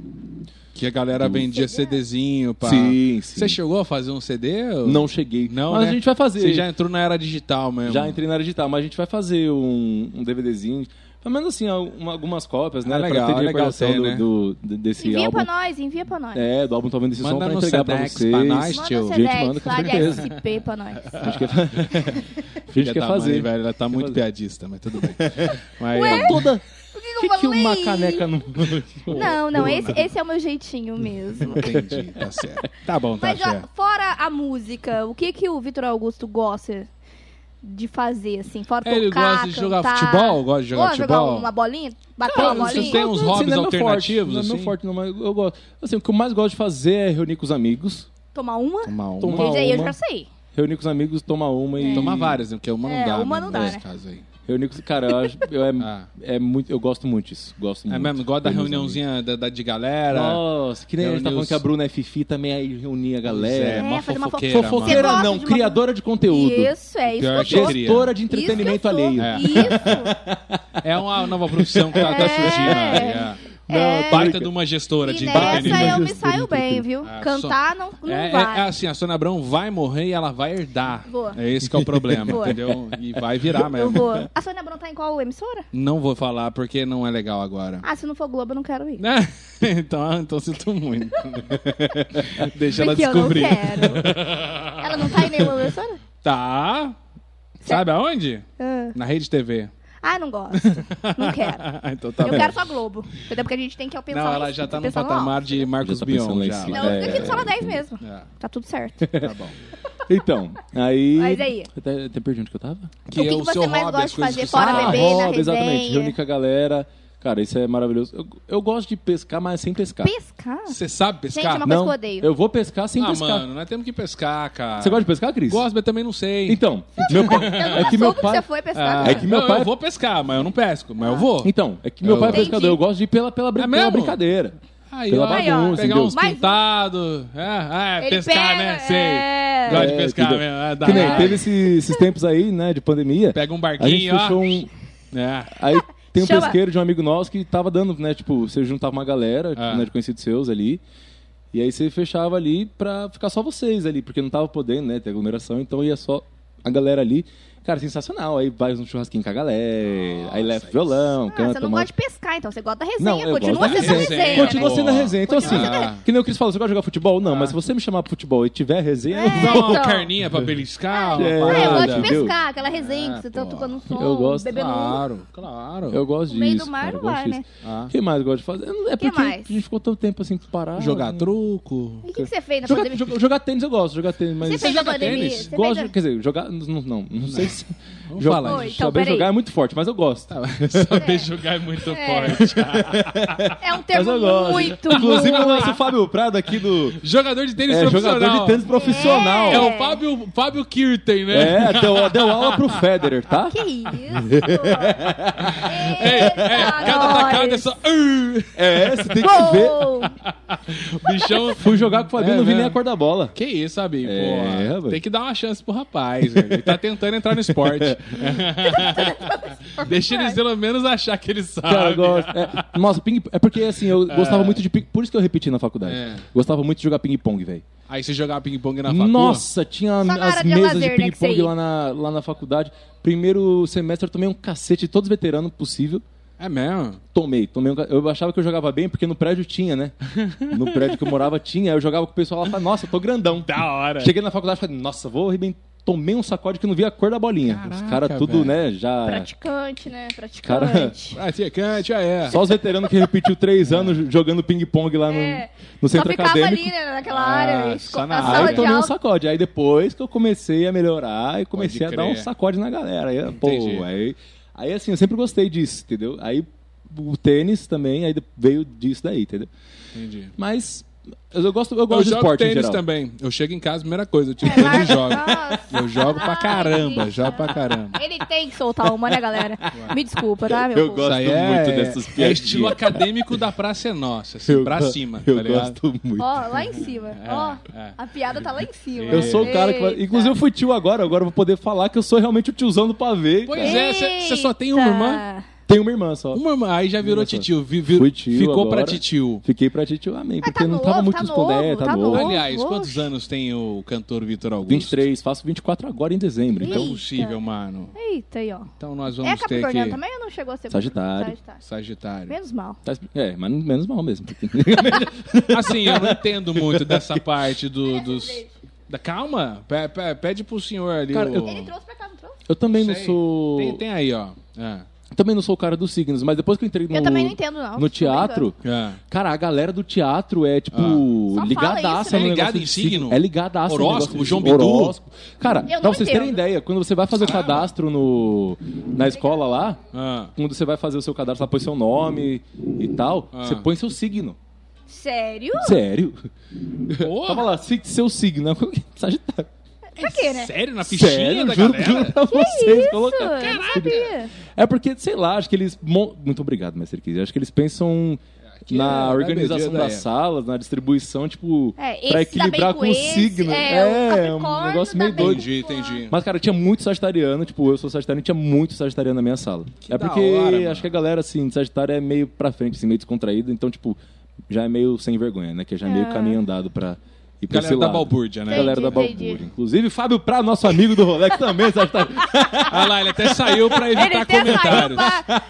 Speaker 1: Que a galera vendia CDzinho pra...
Speaker 3: Sim, sim.
Speaker 1: Você chegou a fazer um CD?
Speaker 3: Não cheguei.
Speaker 1: Não,
Speaker 3: mas
Speaker 1: né?
Speaker 3: a gente vai fazer.
Speaker 1: Você já entrou na era digital mesmo.
Speaker 3: Já entrei na área digital, mas a gente vai fazer um, um DVDzinho. Pelo menos assim, alguma- algumas cópias, né?
Speaker 1: É legal,
Speaker 3: pra
Speaker 1: é
Speaker 3: ter de
Speaker 1: legal
Speaker 3: recordação
Speaker 1: ter,
Speaker 3: do,
Speaker 1: né?
Speaker 3: do- de- desse
Speaker 2: Envia
Speaker 3: álbum.
Speaker 2: pra nós, envia pra nós.
Speaker 3: É, do álbum Talvez Desse
Speaker 1: Manda
Speaker 3: Som pra
Speaker 1: no
Speaker 3: entregar pra
Speaker 1: Sedex
Speaker 3: vocês.
Speaker 1: pra nós.
Speaker 2: Manda
Speaker 1: tio.
Speaker 2: o
Speaker 3: Gente, manda,
Speaker 2: Sedex
Speaker 3: com
Speaker 2: lá de
Speaker 3: certeza.
Speaker 2: SP pra nós.
Speaker 3: A gente quer, a gente
Speaker 1: Filha
Speaker 3: quer
Speaker 1: da mãe,
Speaker 3: fazer.
Speaker 1: velho, ela tá muito
Speaker 3: fazer.
Speaker 1: piadista, mas tudo bem. Mas-
Speaker 3: Tá toda...
Speaker 2: Por que,
Speaker 3: O
Speaker 2: que eu
Speaker 3: que, que uma
Speaker 2: falei?
Speaker 3: caneca não.
Speaker 2: Não, não, esse, esse é o meu jeitinho mesmo.
Speaker 1: Entendi, tá certo. Tá bom, tá
Speaker 2: Mas ó,
Speaker 1: certo.
Speaker 2: fora a música, o que que o Vitor Augusto gosta de fazer, assim? Fora
Speaker 1: Ele
Speaker 2: tocar,
Speaker 1: gosta de jogar
Speaker 2: cantar?
Speaker 1: futebol? Gosta de jogar
Speaker 2: Gosta
Speaker 1: futebol?
Speaker 2: uma bolinha? Bater
Speaker 1: Cara,
Speaker 2: uma
Speaker 1: você
Speaker 2: bolinha?
Speaker 1: tem uns hobbies
Speaker 3: não é meu
Speaker 1: alternativos,
Speaker 3: forte, Não é
Speaker 1: assim?
Speaker 3: meu forte, não, mas eu gosto. Assim, o que eu mais gosto de fazer é reunir com os amigos.
Speaker 2: Tomar uma?
Speaker 1: Tomar uma.
Speaker 3: Tomar-
Speaker 2: Desde aí eu
Speaker 3: uma.
Speaker 2: já sei.
Speaker 3: Reunir com os amigos, tomar uma e.
Speaker 1: Tomar várias, né? Porque uma não
Speaker 2: É,
Speaker 1: dá.
Speaker 2: uma
Speaker 1: né,
Speaker 2: não dá,
Speaker 1: Nesse
Speaker 2: né?
Speaker 1: caso aí.
Speaker 3: Reunir com. Cara, eu, acho- eu é,
Speaker 1: Ah.
Speaker 3: é muito, eu gosto muito disso. Gosto
Speaker 1: É
Speaker 3: muito.
Speaker 1: mesmo, gosta da
Speaker 3: Reunir os
Speaker 1: reuniãozinha da, da- de galera.
Speaker 3: amigos. Nossa, que nem a gente tá
Speaker 1: Reunir
Speaker 3: falando
Speaker 1: os-
Speaker 3: que a Bruna é Fifi também aí reunir a
Speaker 1: É,
Speaker 3: galera.
Speaker 1: uma
Speaker 2: É, fazer uma
Speaker 1: fofoqueira. mano.
Speaker 2: Você
Speaker 3: Fofoqueira
Speaker 2: gosta
Speaker 3: não,
Speaker 2: de uma-
Speaker 3: criadora de conteúdo.
Speaker 2: Isso, é
Speaker 1: Pior
Speaker 2: isso que eu
Speaker 1: que-
Speaker 2: gosto.
Speaker 3: Gestora de
Speaker 2: Isso que eu
Speaker 3: entretenimento
Speaker 2: sou.
Speaker 3: alheio.
Speaker 1: É.
Speaker 2: Isso.
Speaker 1: É uma nova profissão que tá, tá
Speaker 2: É.
Speaker 1: surgindo. Né?
Speaker 2: É.
Speaker 1: É. Baita de uma gestora de
Speaker 2: E nessa eu
Speaker 1: entretenimento.
Speaker 2: me saio bem, viu?
Speaker 1: Ah,
Speaker 2: Cantar não, não
Speaker 1: É, é-
Speaker 2: vai.
Speaker 1: é assim, a Sônia Abrão vai morrer e ela vai herdar.
Speaker 2: Vou.
Speaker 1: É esse que é o problema,
Speaker 2: Vou.
Speaker 1: entendeu? E vai virar mesmo.
Speaker 2: Eu vou. A Sônia Abrão tá em qual emissora?
Speaker 1: Não vou falar porque não é legal agora.
Speaker 2: Ah, se não for Globo, eu não quero ir.
Speaker 1: Né? então, então sinto muito. Deixa ela
Speaker 2: Porque eu não
Speaker 1: descobrir.
Speaker 2: quero. Ela não tá em nenhuma emissora?
Speaker 1: Tá. Sabe aonde?
Speaker 2: Ah.
Speaker 1: Na Rede TV.
Speaker 2: Ah, não gosto. Não quero.
Speaker 1: então tá bom.
Speaker 2: Eu quero só Globo. Entendeu? Porque a gente tem que pensar
Speaker 1: Não,
Speaker 2: lá
Speaker 1: ela
Speaker 2: em
Speaker 1: já
Speaker 2: cima,
Speaker 1: tá no
Speaker 2: pensar lá,
Speaker 1: patamar de Marcos
Speaker 3: Já tá pensando
Speaker 1: Bion.
Speaker 3: lá em
Speaker 1: Já,
Speaker 3: cima.
Speaker 1: lá.
Speaker 2: Não, fica aqui no
Speaker 3: É,
Speaker 2: Sala 10 mesmo.
Speaker 1: É,
Speaker 2: Tá tudo certo.
Speaker 1: tá bom.
Speaker 3: Então, aí.
Speaker 2: Mas aí?
Speaker 3: Eu até, até perdi onde que eu tava.
Speaker 2: que
Speaker 1: é
Speaker 2: você mais
Speaker 1: hobby,
Speaker 2: gosta
Speaker 1: as coisas
Speaker 2: de fazer
Speaker 1: que você
Speaker 2: fora
Speaker 1: faz.
Speaker 2: beber? na resenha.
Speaker 3: Ah, exatamente. Reunir com a galera. Cara, isso é maravilhoso. Eu, eu gosto de pescar, mas sem pescar.
Speaker 2: Pescar?
Speaker 1: Você sabe pescar?
Speaker 2: Gente, é uma coisa
Speaker 3: não,
Speaker 2: que eu odeio.
Speaker 3: eu vou pescar sem
Speaker 1: ah,
Speaker 3: pescar.
Speaker 1: mano, nós temos que pescar, cara.
Speaker 3: Você gosta de pescar, Cris?
Speaker 1: Gosto, mas também não sei.
Speaker 3: Então, meu pai, é que
Speaker 2: Ah, Soube
Speaker 3: meu
Speaker 2: que
Speaker 3: pai,
Speaker 2: você foi pescar. né?
Speaker 1: Ah,
Speaker 2: não.
Speaker 3: É que meu
Speaker 1: eu,
Speaker 3: pai-
Speaker 1: eu vou pescar, mas eu não pesco. Mas eu vou.
Speaker 3: então, é que meu pai é
Speaker 2: Entendi.
Speaker 3: pescador. Eu gosto de ir pela pela, brin-
Speaker 1: É
Speaker 3: pela
Speaker 1: mesmo?
Speaker 3: brincadeira.
Speaker 1: Aí,
Speaker 3: Pela
Speaker 1: ó,
Speaker 2: bagunça,
Speaker 1: pegar
Speaker 3: entendeu?
Speaker 1: uns
Speaker 2: Mais um.
Speaker 1: pintados. É, é,
Speaker 2: Ele
Speaker 1: pescar,
Speaker 2: pega,
Speaker 1: né?
Speaker 2: é.
Speaker 1: Sei. Gosto de
Speaker 3: É,
Speaker 1: pescar
Speaker 3: entendeu?
Speaker 1: mesmo. É, dá
Speaker 3: Que nem
Speaker 1: lá.
Speaker 3: teve esse- esses tempos aí, né, de pandemia.
Speaker 1: Pega um
Speaker 3: a gente
Speaker 1: barquinho,
Speaker 3: fechou
Speaker 1: ó.
Speaker 3: um,
Speaker 1: É.
Speaker 3: Aí tem um
Speaker 2: Chama.
Speaker 3: pesqueiro de um amigo nosso que tava dando, né? Tipo, você juntava uma galera, tipo,
Speaker 1: Ah.
Speaker 3: né, de conhecidos seus ali. E aí você fechava ali pra ficar só vocês ali, porque não tava podendo, né? Ter aglomeração, então ia só a galera ali. Cara, sensacional. Aí vai um churrasquinho com a galera, aí leva violão,
Speaker 2: Ah,
Speaker 3: canta.
Speaker 2: você não
Speaker 3: mano.
Speaker 2: gosta de pescar, então. Você gosta da
Speaker 3: Não,
Speaker 2: resenha.
Speaker 3: eu
Speaker 2: Continua
Speaker 3: gosto da
Speaker 2: sendo resenha.
Speaker 1: resenha.
Speaker 2: né?
Speaker 3: Continua sendo a
Speaker 1: Boa.
Speaker 3: resenha. Então, assim,
Speaker 1: Continua sendo a resenha.
Speaker 3: que nem o Cris falou, você gosta de jogar futebol? Não, mas se você me chamar pra futebol e tiver resenha, eu
Speaker 1: Dá uma
Speaker 2: Então.
Speaker 1: carninha pra beliscar, uma
Speaker 3: É.
Speaker 2: Ah, eu gosto
Speaker 1: parada.
Speaker 2: de
Speaker 3: Entendeu?
Speaker 2: pescar, aquela resenha
Speaker 1: É,
Speaker 2: que você tá
Speaker 1: pô.
Speaker 2: tocando um som,
Speaker 3: Ah, Eu gosto. Ah,
Speaker 2: bebendo um.
Speaker 1: Claro, claro.
Speaker 3: Eu gosto
Speaker 2: No
Speaker 3: disso.
Speaker 2: meio do mar
Speaker 3: cara,
Speaker 2: não
Speaker 3: eu gosto
Speaker 2: vai,
Speaker 3: disso.
Speaker 2: né?
Speaker 1: Ah.
Speaker 3: O que mais eu gosto de fazer? É porque
Speaker 2: mais?
Speaker 3: a gente ficou tanto tempo assim parado.
Speaker 1: Jogar
Speaker 3: né?
Speaker 1: truco.
Speaker 2: E o que, que você fez na
Speaker 3: Jogar,
Speaker 2: pandemia?
Speaker 3: joga- jogar tênis eu gosto, jogar tênis, mas.
Speaker 2: Você fez na
Speaker 1: joga
Speaker 2: pandemia?
Speaker 1: tênis?
Speaker 2: Você
Speaker 3: gosto,
Speaker 2: fez
Speaker 3: de- quer dizer, jogar. Não, não, não sei se.
Speaker 1: Vamos
Speaker 3: Joga-
Speaker 1: falar
Speaker 2: Oi.
Speaker 1: isso.
Speaker 2: Então,
Speaker 3: saber
Speaker 2: peraí. Tá
Speaker 3: jogar é muito forte, mas eu gosto.
Speaker 1: Saber jogar é muito forte.
Speaker 2: a- É um
Speaker 3: mas eu
Speaker 2: termo
Speaker 3: gosto.
Speaker 2: muito,
Speaker 3: Inclusive,
Speaker 2: muito.
Speaker 3: o nosso Fábio Prado aqui do.
Speaker 1: Jogador de tênis
Speaker 3: É,
Speaker 1: profissional.
Speaker 3: jogador de tênis profissional.
Speaker 1: É o Fábio, Fábio Kirten, né?
Speaker 3: É, deu, deu aula pro Federer, tá?
Speaker 2: Que isso?
Speaker 1: Cada tacada é só. "Arr!"
Speaker 3: É, você tem que ver.
Speaker 2: Uou!
Speaker 1: Bichão.
Speaker 3: Fui jogar com o Fabinho,
Speaker 1: É,
Speaker 3: não vi
Speaker 1: né?
Speaker 3: nem a cor da bola.
Speaker 1: Que isso, Fabinho?
Speaker 3: É,
Speaker 1: pô.
Speaker 3: rapaz.
Speaker 1: Tem que dar uma chance pro rapaz, velho. Ele tá tentando entrar no esporte. Deixa eles pelo menos achar que ele sabe.
Speaker 3: Cara, eu gosto. É, nossa, ping, é porque assim, eu gostava muito de ping, por isso que eu repeti na faculdade.
Speaker 1: É.
Speaker 3: Gostava muito de jogar ping-pong, velho.
Speaker 1: Aí você jogar ping-pong na facua.
Speaker 3: Nossa, tinha
Speaker 2: Só na
Speaker 3: as
Speaker 2: área de
Speaker 3: mesas
Speaker 2: lazer,
Speaker 3: de
Speaker 2: né, que você
Speaker 3: ping-pong
Speaker 2: ia.
Speaker 3: lá, na, lá na faculdade. Primeiro semestre eu tomei um cacete de todos os veteranos possível.
Speaker 1: É mesmo?
Speaker 3: Tomei, tomei um ca- Eu achava que eu jogava bem, porque no prédio tinha, né? No prédio que eu morava tinha. Aí eu jogava com o pessoal lá e falava, nossa, eu tô grandão.
Speaker 1: Da hora.
Speaker 3: Cheguei na faculdade e falei, nossa, vou arrebentar. Tomei um sacode que eu não via a cor da bolinha. os
Speaker 1: Caraca,
Speaker 3: caras tudo,
Speaker 1: velho.
Speaker 3: né, já...
Speaker 2: Praticante, né? Praticante.
Speaker 1: Praticante, ah, é.
Speaker 3: Só os veteranos que repetiu três anos jogando ping-pong lá no,
Speaker 2: É.
Speaker 3: no
Speaker 2: Só
Speaker 3: centro
Speaker 2: ficava
Speaker 3: acadêmico.
Speaker 2: ali, né? Naquela
Speaker 1: Ah,
Speaker 2: área.
Speaker 1: só
Speaker 2: esco-
Speaker 1: na
Speaker 2: Na
Speaker 1: área.
Speaker 2: sala
Speaker 3: Aí eu
Speaker 2: de
Speaker 3: tomei um
Speaker 2: aula.
Speaker 3: sacode. Aí depois que eu comecei a melhorar e comecei a
Speaker 1: Pode
Speaker 3: dar um
Speaker 1: crer.
Speaker 3: sacode na galera. Aí, pô,
Speaker 1: Entendi.
Speaker 3: aí, aí assim, eu sempre gostei disso, entendeu? Aí o tênis também aí de- veio disso daí, entendeu?
Speaker 1: Entendi.
Speaker 3: Mas eu gosto, eu
Speaker 1: Eu
Speaker 3: gosto de
Speaker 1: jogo
Speaker 3: esporte em
Speaker 1: tênis
Speaker 3: geral.
Speaker 1: também. Eu chego em casa, primeira coisa, eu tiro
Speaker 2: É,
Speaker 1: tênis e
Speaker 2: Marcos,
Speaker 1: jogo.
Speaker 2: nossa.
Speaker 1: Eu jogo pra
Speaker 2: Ai,
Speaker 1: caramba,
Speaker 2: gente.
Speaker 1: jogo pra caramba.
Speaker 2: Ele tem que soltar uma, né, galera? Me desculpa, tá, meu
Speaker 3: Eu
Speaker 2: povo?
Speaker 3: gosto.
Speaker 1: Isso aí é,
Speaker 3: muito dessas
Speaker 1: é
Speaker 3: piadinhas.
Speaker 1: estilo acadêmico da Praça é Nossa, assim,
Speaker 3: Eu
Speaker 1: pra
Speaker 3: go-
Speaker 1: cima, tá
Speaker 3: Eu
Speaker 1: ligado?
Speaker 3: gosto muito.
Speaker 2: Ó, lá em cima. Ó,
Speaker 1: é.
Speaker 2: a piada tá lá em cima.
Speaker 3: Eu sou o cara que.
Speaker 2: Eita.
Speaker 3: Inclusive, eu fui tio agora, agora eu vou poder falar que eu sou realmente o tiozão do pavê.
Speaker 1: Pois
Speaker 3: cara.
Speaker 1: é, você só tem uma
Speaker 2: Eita.
Speaker 1: irmã?
Speaker 3: Tenho uma irmã só.
Speaker 1: Uma irmã- aí já virou
Speaker 3: Nossa.
Speaker 1: titio. vi- vi-
Speaker 3: Fui tio
Speaker 1: ficou pra
Speaker 3: agora.
Speaker 1: titio.
Speaker 3: Fiquei pra titio, amém.
Speaker 2: Mas
Speaker 3: Porque
Speaker 2: tá
Speaker 3: não
Speaker 2: novo,
Speaker 3: tava muito
Speaker 2: tá
Speaker 3: respondendo,
Speaker 2: novo,
Speaker 3: tá,
Speaker 2: tá
Speaker 3: novo.
Speaker 2: novo.
Speaker 1: Aliás,
Speaker 2: oxe.
Speaker 1: quantos anos tem o cantor Vitor Augusto?
Speaker 3: 23, faço 24 agora em dezembro.
Speaker 1: Não é
Speaker 3: Então,
Speaker 2: Eita.
Speaker 1: possível, mano.
Speaker 2: Eita aí, ó.
Speaker 1: Então nós
Speaker 2: É
Speaker 1: vamos ter
Speaker 2: Capricorniano
Speaker 1: que...
Speaker 2: também ou não chegou a ser?
Speaker 3: Sagitário.
Speaker 2: Sagitário.
Speaker 1: Sagitário.
Speaker 2: Menos mal.
Speaker 3: tá- é, mas menos mal mesmo. porque-
Speaker 1: Assim, eu não entendo muito dessa parte do, dos... Da, calma, pe- pe- pede pro senhor ali
Speaker 3: Cara,
Speaker 1: o...
Speaker 3: eu-
Speaker 2: Ele trouxe pra cá, não trouxe?
Speaker 3: Eu também não
Speaker 1: Sei.
Speaker 3: sou.
Speaker 1: Tem, tem aí, ó. Ah,
Speaker 3: Também não sou o cara dos signos, mas depois que eu entrei no,
Speaker 2: Eu também não entendo, não.
Speaker 3: no teatro,
Speaker 1: ah.
Speaker 3: cara, a galera do teatro é, tipo,
Speaker 1: Ah.
Speaker 2: Só fala isso, né?
Speaker 3: ligadaça no
Speaker 1: É ligada
Speaker 3: negócio
Speaker 1: em
Speaker 3: de
Speaker 1: signo?
Speaker 3: É ligadaça no
Speaker 1: Horóscopo,
Speaker 3: negócio de
Speaker 1: João
Speaker 3: signo.
Speaker 1: Bidu?
Speaker 3: Horóscopo. Cara,
Speaker 2: Eu não
Speaker 3: pra vocês terem
Speaker 2: entendo.
Speaker 3: ideia, quando você vai fazer o
Speaker 1: Caramba.
Speaker 3: cadastro no, na escola lá,
Speaker 1: Ah.
Speaker 3: quando você vai fazer o seu cadastro, lá põe seu nome e tal,
Speaker 1: Ah.
Speaker 3: você põe seu signo.
Speaker 2: Sério?
Speaker 3: Sério?
Speaker 1: Pô,
Speaker 3: Tava lá, sig- seu signo. né? Sagitário.
Speaker 2: Pra quê, né?
Speaker 1: sério? Na fichinha
Speaker 3: Sério,
Speaker 1: da
Speaker 3: juro,
Speaker 1: galera?
Speaker 3: juro pra vocês.
Speaker 2: Isso,
Speaker 3: colocaram.
Speaker 2: eu não sabia.
Speaker 3: É porque, sei lá, acho que eles. mon- Muito obrigado, mestre Kiz. Acho que eles pensam
Speaker 1: Aqui é
Speaker 3: na
Speaker 1: a
Speaker 3: organização
Speaker 1: bebedeira,
Speaker 3: das
Speaker 1: é.
Speaker 3: salas, na distribuição, tipo.
Speaker 2: É, esse
Speaker 3: pra
Speaker 2: tá
Speaker 3: equilibrar
Speaker 2: bem
Speaker 3: com o
Speaker 2: esse,
Speaker 3: signo.
Speaker 2: É,
Speaker 3: É,
Speaker 2: o
Speaker 3: um
Speaker 2: Capricórnio
Speaker 3: negócio meio
Speaker 2: tá bem
Speaker 3: doido.
Speaker 1: Entendi,
Speaker 2: com o fulano.
Speaker 1: entendi.
Speaker 3: Mas, cara, tinha muito sagitariano, tipo, eu sou sagitariano e tinha muito sagitariano na minha sala. é
Speaker 1: da
Speaker 3: porque
Speaker 1: hora, mano.
Speaker 3: acho que a galera, assim, de sagitário é meio pra frente, assim, meio descontraída, então, tipo, já é meio sem vergonha, né? Que já é meio caminho andado pra ir pra esse
Speaker 1: Galera da
Speaker 3: lado.
Speaker 1: balbúrdia, né?
Speaker 2: Entendi,
Speaker 3: Galera da
Speaker 2: entendi.
Speaker 3: Balbúrdia. Inclusive, Fábio Prá, nosso amigo do Rolex, também é sagitário.
Speaker 1: Ah lá, ele até saiu pra
Speaker 2: Ele tá
Speaker 1: evitar
Speaker 2: até saiu
Speaker 1: comentários.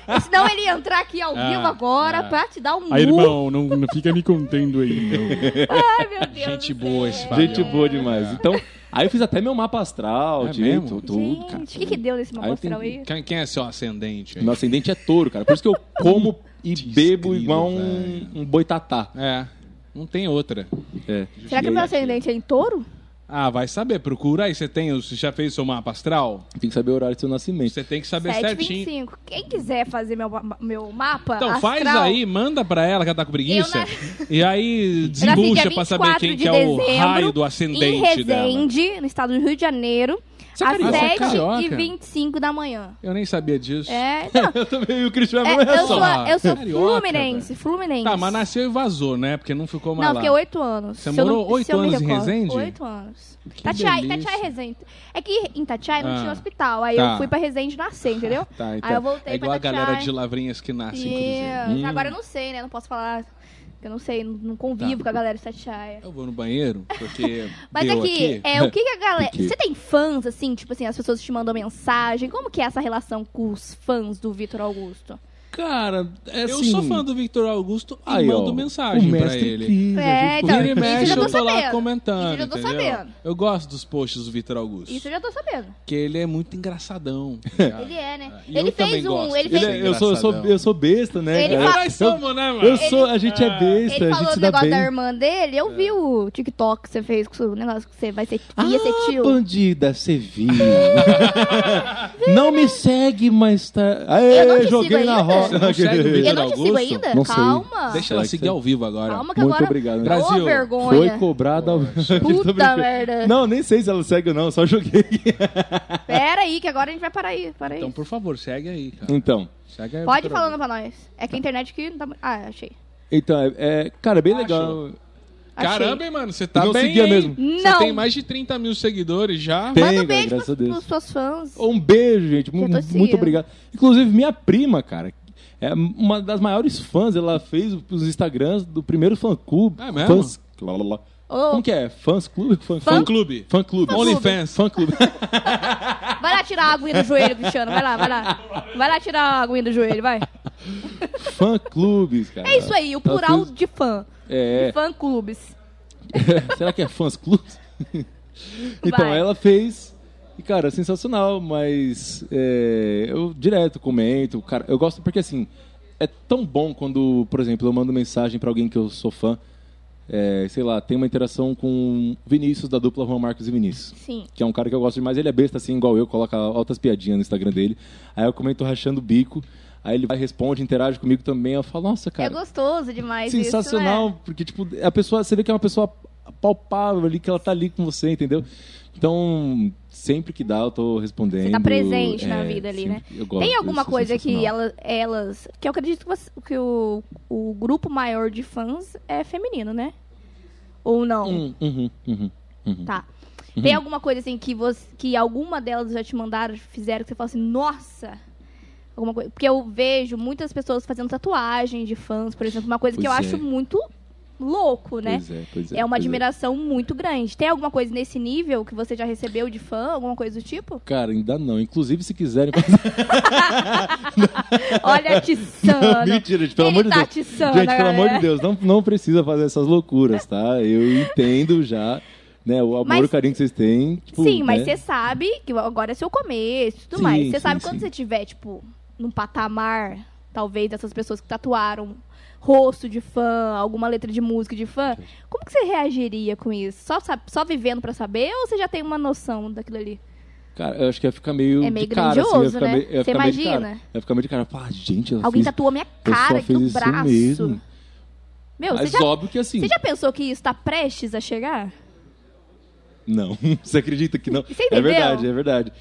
Speaker 2: pra... Senão ele ia entrar aqui ao
Speaker 1: Ah,
Speaker 2: vivo agora
Speaker 1: ah.
Speaker 2: pra te dar um
Speaker 1: Aí,
Speaker 2: murro.
Speaker 1: irmão, não, não fica me contendo aí, não.
Speaker 2: Ai, meu Deus
Speaker 1: Gente
Speaker 2: do
Speaker 1: boa
Speaker 2: céu.
Speaker 1: esse Fábio.
Speaker 3: Gente boa demais. Então, aí eu fiz até meu mapa astral,
Speaker 1: É
Speaker 3: direito,
Speaker 1: mesmo?
Speaker 3: tudo. cara.
Speaker 2: Gente, o que que deu nesse
Speaker 3: Aí
Speaker 2: mapa
Speaker 3: eu
Speaker 2: astral
Speaker 3: tenho-
Speaker 2: aí?
Speaker 1: Quem, quem é seu ascendente aí?
Speaker 3: Meu ascendente é touro, cara. Por isso que eu como e bebo
Speaker 1: grilo,
Speaker 3: igual um,
Speaker 1: velho.
Speaker 3: um boitatá.
Speaker 1: É, não tem outra.
Speaker 3: É.
Speaker 2: Será que o meu ascendente é em touro?
Speaker 1: Ah, vai saber, procura aí. Você tem, o- você já fez o seu mapa astral?
Speaker 3: Tem que saber o horário do seu nascimento.
Speaker 1: Você tem que
Speaker 2: É,
Speaker 1: saber
Speaker 2: tipo
Speaker 1: certinho.
Speaker 2: 725. Quem quiser fazer meu, ma- meu mapa
Speaker 1: Então
Speaker 2: astral,
Speaker 1: faz aí, manda pra ela que ela tá com preguiça.
Speaker 2: Eu
Speaker 1: E aí
Speaker 2: ela fica
Speaker 1: desembucha pra
Speaker 2: 24
Speaker 1: saber quem
Speaker 2: de
Speaker 1: que é o
Speaker 2: dezembro,
Speaker 1: raio do
Speaker 2: em
Speaker 1: ascendente dela.
Speaker 2: Resende, no estado do Rio de Janeiro,
Speaker 3: Você é
Speaker 2: às
Speaker 3: carioca?
Speaker 1: sete-
Speaker 2: 7h25 da manhã.
Speaker 1: Eu nem sabia disso.
Speaker 2: É, não,
Speaker 3: Eu também, o Cristiano
Speaker 2: é,
Speaker 3: é, é
Speaker 2: eu sou,
Speaker 1: só.
Speaker 2: eu sou
Speaker 1: Carioca,
Speaker 2: fluminense, fluminense.
Speaker 1: Tá, mas nasceu e vazou, né? Porque não ficou mais
Speaker 2: Não,
Speaker 1: lá.
Speaker 2: fiquei oito anos.
Speaker 1: Você
Speaker 2: se eu não-
Speaker 1: morou oito
Speaker 2: se eu me
Speaker 1: anos em
Speaker 2: recordo.
Speaker 1: Resende?
Speaker 2: Oito anos. Tatiai,
Speaker 1: delícia.
Speaker 2: Tatiai e Resende. É que em Tatiai não
Speaker 1: Ah.
Speaker 2: tinha hospital. Aí
Speaker 1: Tá.
Speaker 2: eu fui pra Resende nascer, entendeu?
Speaker 3: Tá, então.
Speaker 2: Aí eu voltei
Speaker 1: É igual a
Speaker 2: pra Tatiai.
Speaker 1: galera de Lavrinhas que
Speaker 3: Assim,
Speaker 1: nasce, inclusive.
Speaker 2: Isso. Agora eu não sei, né? Não posso falar. Eu não sei, não- não convivo
Speaker 3: Tá.
Speaker 2: com a galera de Tatiaia.
Speaker 1: Eu vou no banheiro, porque.
Speaker 2: Mas
Speaker 1: deu
Speaker 2: aqui, é o que, que a galera.
Speaker 3: Por quê?
Speaker 2: Você tem fãs, assim, tipo assim, as pessoas te mandam mensagem? Como que é essa relação com os fãs do Vitor Augusto?
Speaker 3: Cara, é assim...
Speaker 1: Eu sou fã do Victor Augusto e
Speaker 3: Aí, ó,
Speaker 1: mando mensagem
Speaker 3: o
Speaker 1: pra
Speaker 3: mestre
Speaker 1: ele.
Speaker 3: Kiz, a
Speaker 2: É,
Speaker 3: gente
Speaker 2: então,
Speaker 1: Vira e
Speaker 2: isso
Speaker 1: mexe,
Speaker 2: eu
Speaker 1: eu
Speaker 2: tô
Speaker 1: tô lá
Speaker 2: sabendo.
Speaker 1: comentando.
Speaker 2: Isso eu já tô
Speaker 1: entendeu?
Speaker 2: sabendo.
Speaker 1: Eu gosto dos posts do Vitor Augusto.
Speaker 2: Isso é eu já tô sabendo.
Speaker 1: Porque ele é muito engraçadão. tá
Speaker 3: Ah,
Speaker 2: Ele é, né?
Speaker 1: E
Speaker 2: Ele
Speaker 1: eu também
Speaker 2: fez um.
Speaker 1: gosto.
Speaker 2: Ele fez
Speaker 3: Ele é- eu, sou, eu, sou, eu sou besta, né,
Speaker 2: Ele
Speaker 3: cara?
Speaker 2: fala-
Speaker 1: Nós somos, né, mano?
Speaker 3: Eu sou, a gente é besta,
Speaker 2: Ele
Speaker 3: a gente
Speaker 2: falou
Speaker 3: se
Speaker 2: do
Speaker 3: dá
Speaker 2: negócio
Speaker 3: bem. É.
Speaker 2: da irmã dele, eu vi o TikTok que você fez com o negócio que você vai ser, ia ser
Speaker 3: ah,
Speaker 2: tio.
Speaker 3: bandida, você viu. não me segue, mas tá...
Speaker 2: Eu não te
Speaker 3: Aê,
Speaker 2: sigo
Speaker 3: joguei na
Speaker 2: ainda?
Speaker 3: roda.
Speaker 1: Não segue o
Speaker 2: eu
Speaker 1: Vitor
Speaker 2: não te sigo
Speaker 1: Augusto?
Speaker 2: ainda?
Speaker 3: Não sei.
Speaker 2: Calma.
Speaker 1: Deixa ela
Speaker 3: Será que
Speaker 1: seguir
Speaker 3: você-
Speaker 1: ao vivo agora.
Speaker 2: Calma que
Speaker 3: Muito
Speaker 2: agora.
Speaker 3: obrigado, né?
Speaker 1: Brasil,
Speaker 2: Ô,
Speaker 3: Foi
Speaker 2: vergonha.
Speaker 3: cobrada.
Speaker 2: Puta
Speaker 3: Tô brincando.
Speaker 2: merda.
Speaker 3: Não, nem sei se ela segue ou não, só joguei.
Speaker 2: Pera aí, que agora a gente vai parar aí. Para aí.
Speaker 1: Então, por favor, segue aí, cara.
Speaker 3: Então,
Speaker 1: Segue aí,
Speaker 2: Pode ir
Speaker 1: Vitor
Speaker 3: né?
Speaker 2: falando pra nós. É que a internet que não tá. Ah, achei.
Speaker 3: então é, é, cara, é bem
Speaker 1: Acho.
Speaker 3: legal.
Speaker 1: Augusto. Caramba,
Speaker 2: Achei.
Speaker 1: hein, mano, você tá
Speaker 3: Eu não
Speaker 1: bem,
Speaker 3: seguia
Speaker 1: hein?
Speaker 3: mesmo.
Speaker 1: Você
Speaker 2: Não.
Speaker 1: tem mais de 30 mil seguidores já.
Speaker 3: Tem,
Speaker 2: Manda um
Speaker 3: cara,
Speaker 2: beijo
Speaker 3: graças a
Speaker 2: pros,
Speaker 3: Deus.
Speaker 2: pros seus fãs.
Speaker 3: Um beijo, gente.
Speaker 2: tô
Speaker 3: Mu-
Speaker 2: seguindo.
Speaker 3: Muito obrigado. Inclusive, minha prima, cara, é uma das maiores fãs. Ela fez os Instagrams do primeiro fã clube.
Speaker 1: É mesmo?
Speaker 3: Fãs... lá, lá, lá.
Speaker 2: Ô,
Speaker 3: Como que é? Fãs clube? Fã,
Speaker 1: Fã clube.
Speaker 3: Fã clube.
Speaker 1: Fã Only clube. fans.
Speaker 3: Fã clube.
Speaker 2: Vai lá tirar a aguinha do joelho, Cristiano. Vai lá, vai lá. Vai lá tirar a aguinha do joelho, vai.
Speaker 3: fã clubes, cara.
Speaker 2: É isso aí, o
Speaker 3: Ela
Speaker 2: plural
Speaker 3: fez-
Speaker 2: de fã.
Speaker 3: Tá É.
Speaker 2: De fã clubes.
Speaker 3: Será que é fãs clubes? então,
Speaker 2: Vai.
Speaker 3: ela fez. E, cara, sensacional, mas é, eu direto comento. Cara, eu gosto porque, assim, é tão bom quando, por exemplo, eu mando mensagem pra alguém que eu sou fã. é, sei lá, tem uma interação com o Vinícius, da dupla Juan Marcos e Vinícius.
Speaker 2: Sim.
Speaker 3: Que é um cara que eu gosto demais. Ele é besta, assim, igual eu, coloca altas piadinhas no Instagram dele. Aí eu comento rachando o bico. Aí ele vai, responde, interage comigo também. Eu falo, nossa,
Speaker 2: É
Speaker 3: cara.
Speaker 2: gostoso demais isso, né?
Speaker 3: Sensacional, porque, tipo, a pessoa, você vê que é uma pessoa palpável ali, que ela tá ali com você, entendeu? Então, sempre que dá, eu tô respondendo.
Speaker 2: Você tá presente na
Speaker 3: É,
Speaker 2: vida ali, né?
Speaker 3: sempre- Eu gosto,
Speaker 2: Tem alguma
Speaker 3: isso é
Speaker 2: coisa que
Speaker 3: sensacional.
Speaker 2: ela- elas. Que eu acredito que, você- que o, o grupo maior de fãs é feminino, né? Ou não?
Speaker 3: Hum, uhum, uhum.
Speaker 2: Tá. Tem alguma coisa assim que, você, que alguma delas já te mandaram, fizeram, que você fala assim, nossa, Alguma coisa. Porque eu vejo muitas pessoas fazendo tatuagem de fãs, por exemplo, uma coisa que eu
Speaker 3: Pois é.
Speaker 2: acho muito louco, né?
Speaker 3: Pois é, pois é.
Speaker 2: É, uma
Speaker 3: pois
Speaker 2: admiração muito grande. Tem alguma coisa nesse nível que você já recebeu de fã, alguma coisa do tipo?
Speaker 3: Cara, ainda não. Inclusive, se quiserem.
Speaker 2: Olha a Tissana.
Speaker 3: Mentira, gente, pelo
Speaker 2: Tá Ele
Speaker 3: amor de
Speaker 2: tá
Speaker 3: Deus.
Speaker 2: atiçando
Speaker 3: Gente,
Speaker 2: a
Speaker 3: pelo amor
Speaker 2: galera.
Speaker 3: de Deus, não, não precisa fazer essas loucuras, tá? Eu entendo já, né? O amor e
Speaker 2: Mas-
Speaker 3: o carinho que vocês têm. tipo,
Speaker 2: Sim, mas
Speaker 3: né?
Speaker 2: você sabe que agora é seu começo e tudo
Speaker 3: Sim,
Speaker 2: mais. Você
Speaker 3: sim,
Speaker 2: sabe
Speaker 3: sim.
Speaker 2: quando você tiver, tipo, num patamar, talvez, dessas pessoas que tatuaram rosto de fã, alguma letra de música de fã, como que você reagiria com isso? Só, sa- só vivendo pra saber ou você já tem uma noção daquilo ali?
Speaker 3: Cara, eu acho que ia ficar meio.
Speaker 2: É meio
Speaker 3: de cara, assim, ia
Speaker 2: grandioso,
Speaker 3: ficar
Speaker 2: né?
Speaker 3: meio- ia
Speaker 2: Você
Speaker 3: ficar meio de
Speaker 2: imagina?
Speaker 3: cara. Ia ficar meio de cara. Fala, gente, ela
Speaker 2: Alguém tá
Speaker 3: fez,
Speaker 2: tatuou minha
Speaker 3: ela só
Speaker 2: cara aqui
Speaker 3: fez
Speaker 2: no
Speaker 3: isso
Speaker 2: braço.
Speaker 3: mesmo.
Speaker 2: Meu, você
Speaker 3: Mas
Speaker 2: já,
Speaker 3: óbvio que assim.
Speaker 2: você já pensou que isso tá prestes a chegar?
Speaker 3: Não, você acredita que não?
Speaker 2: Você
Speaker 3: é
Speaker 2: entendeu?
Speaker 3: verdade, é verdade.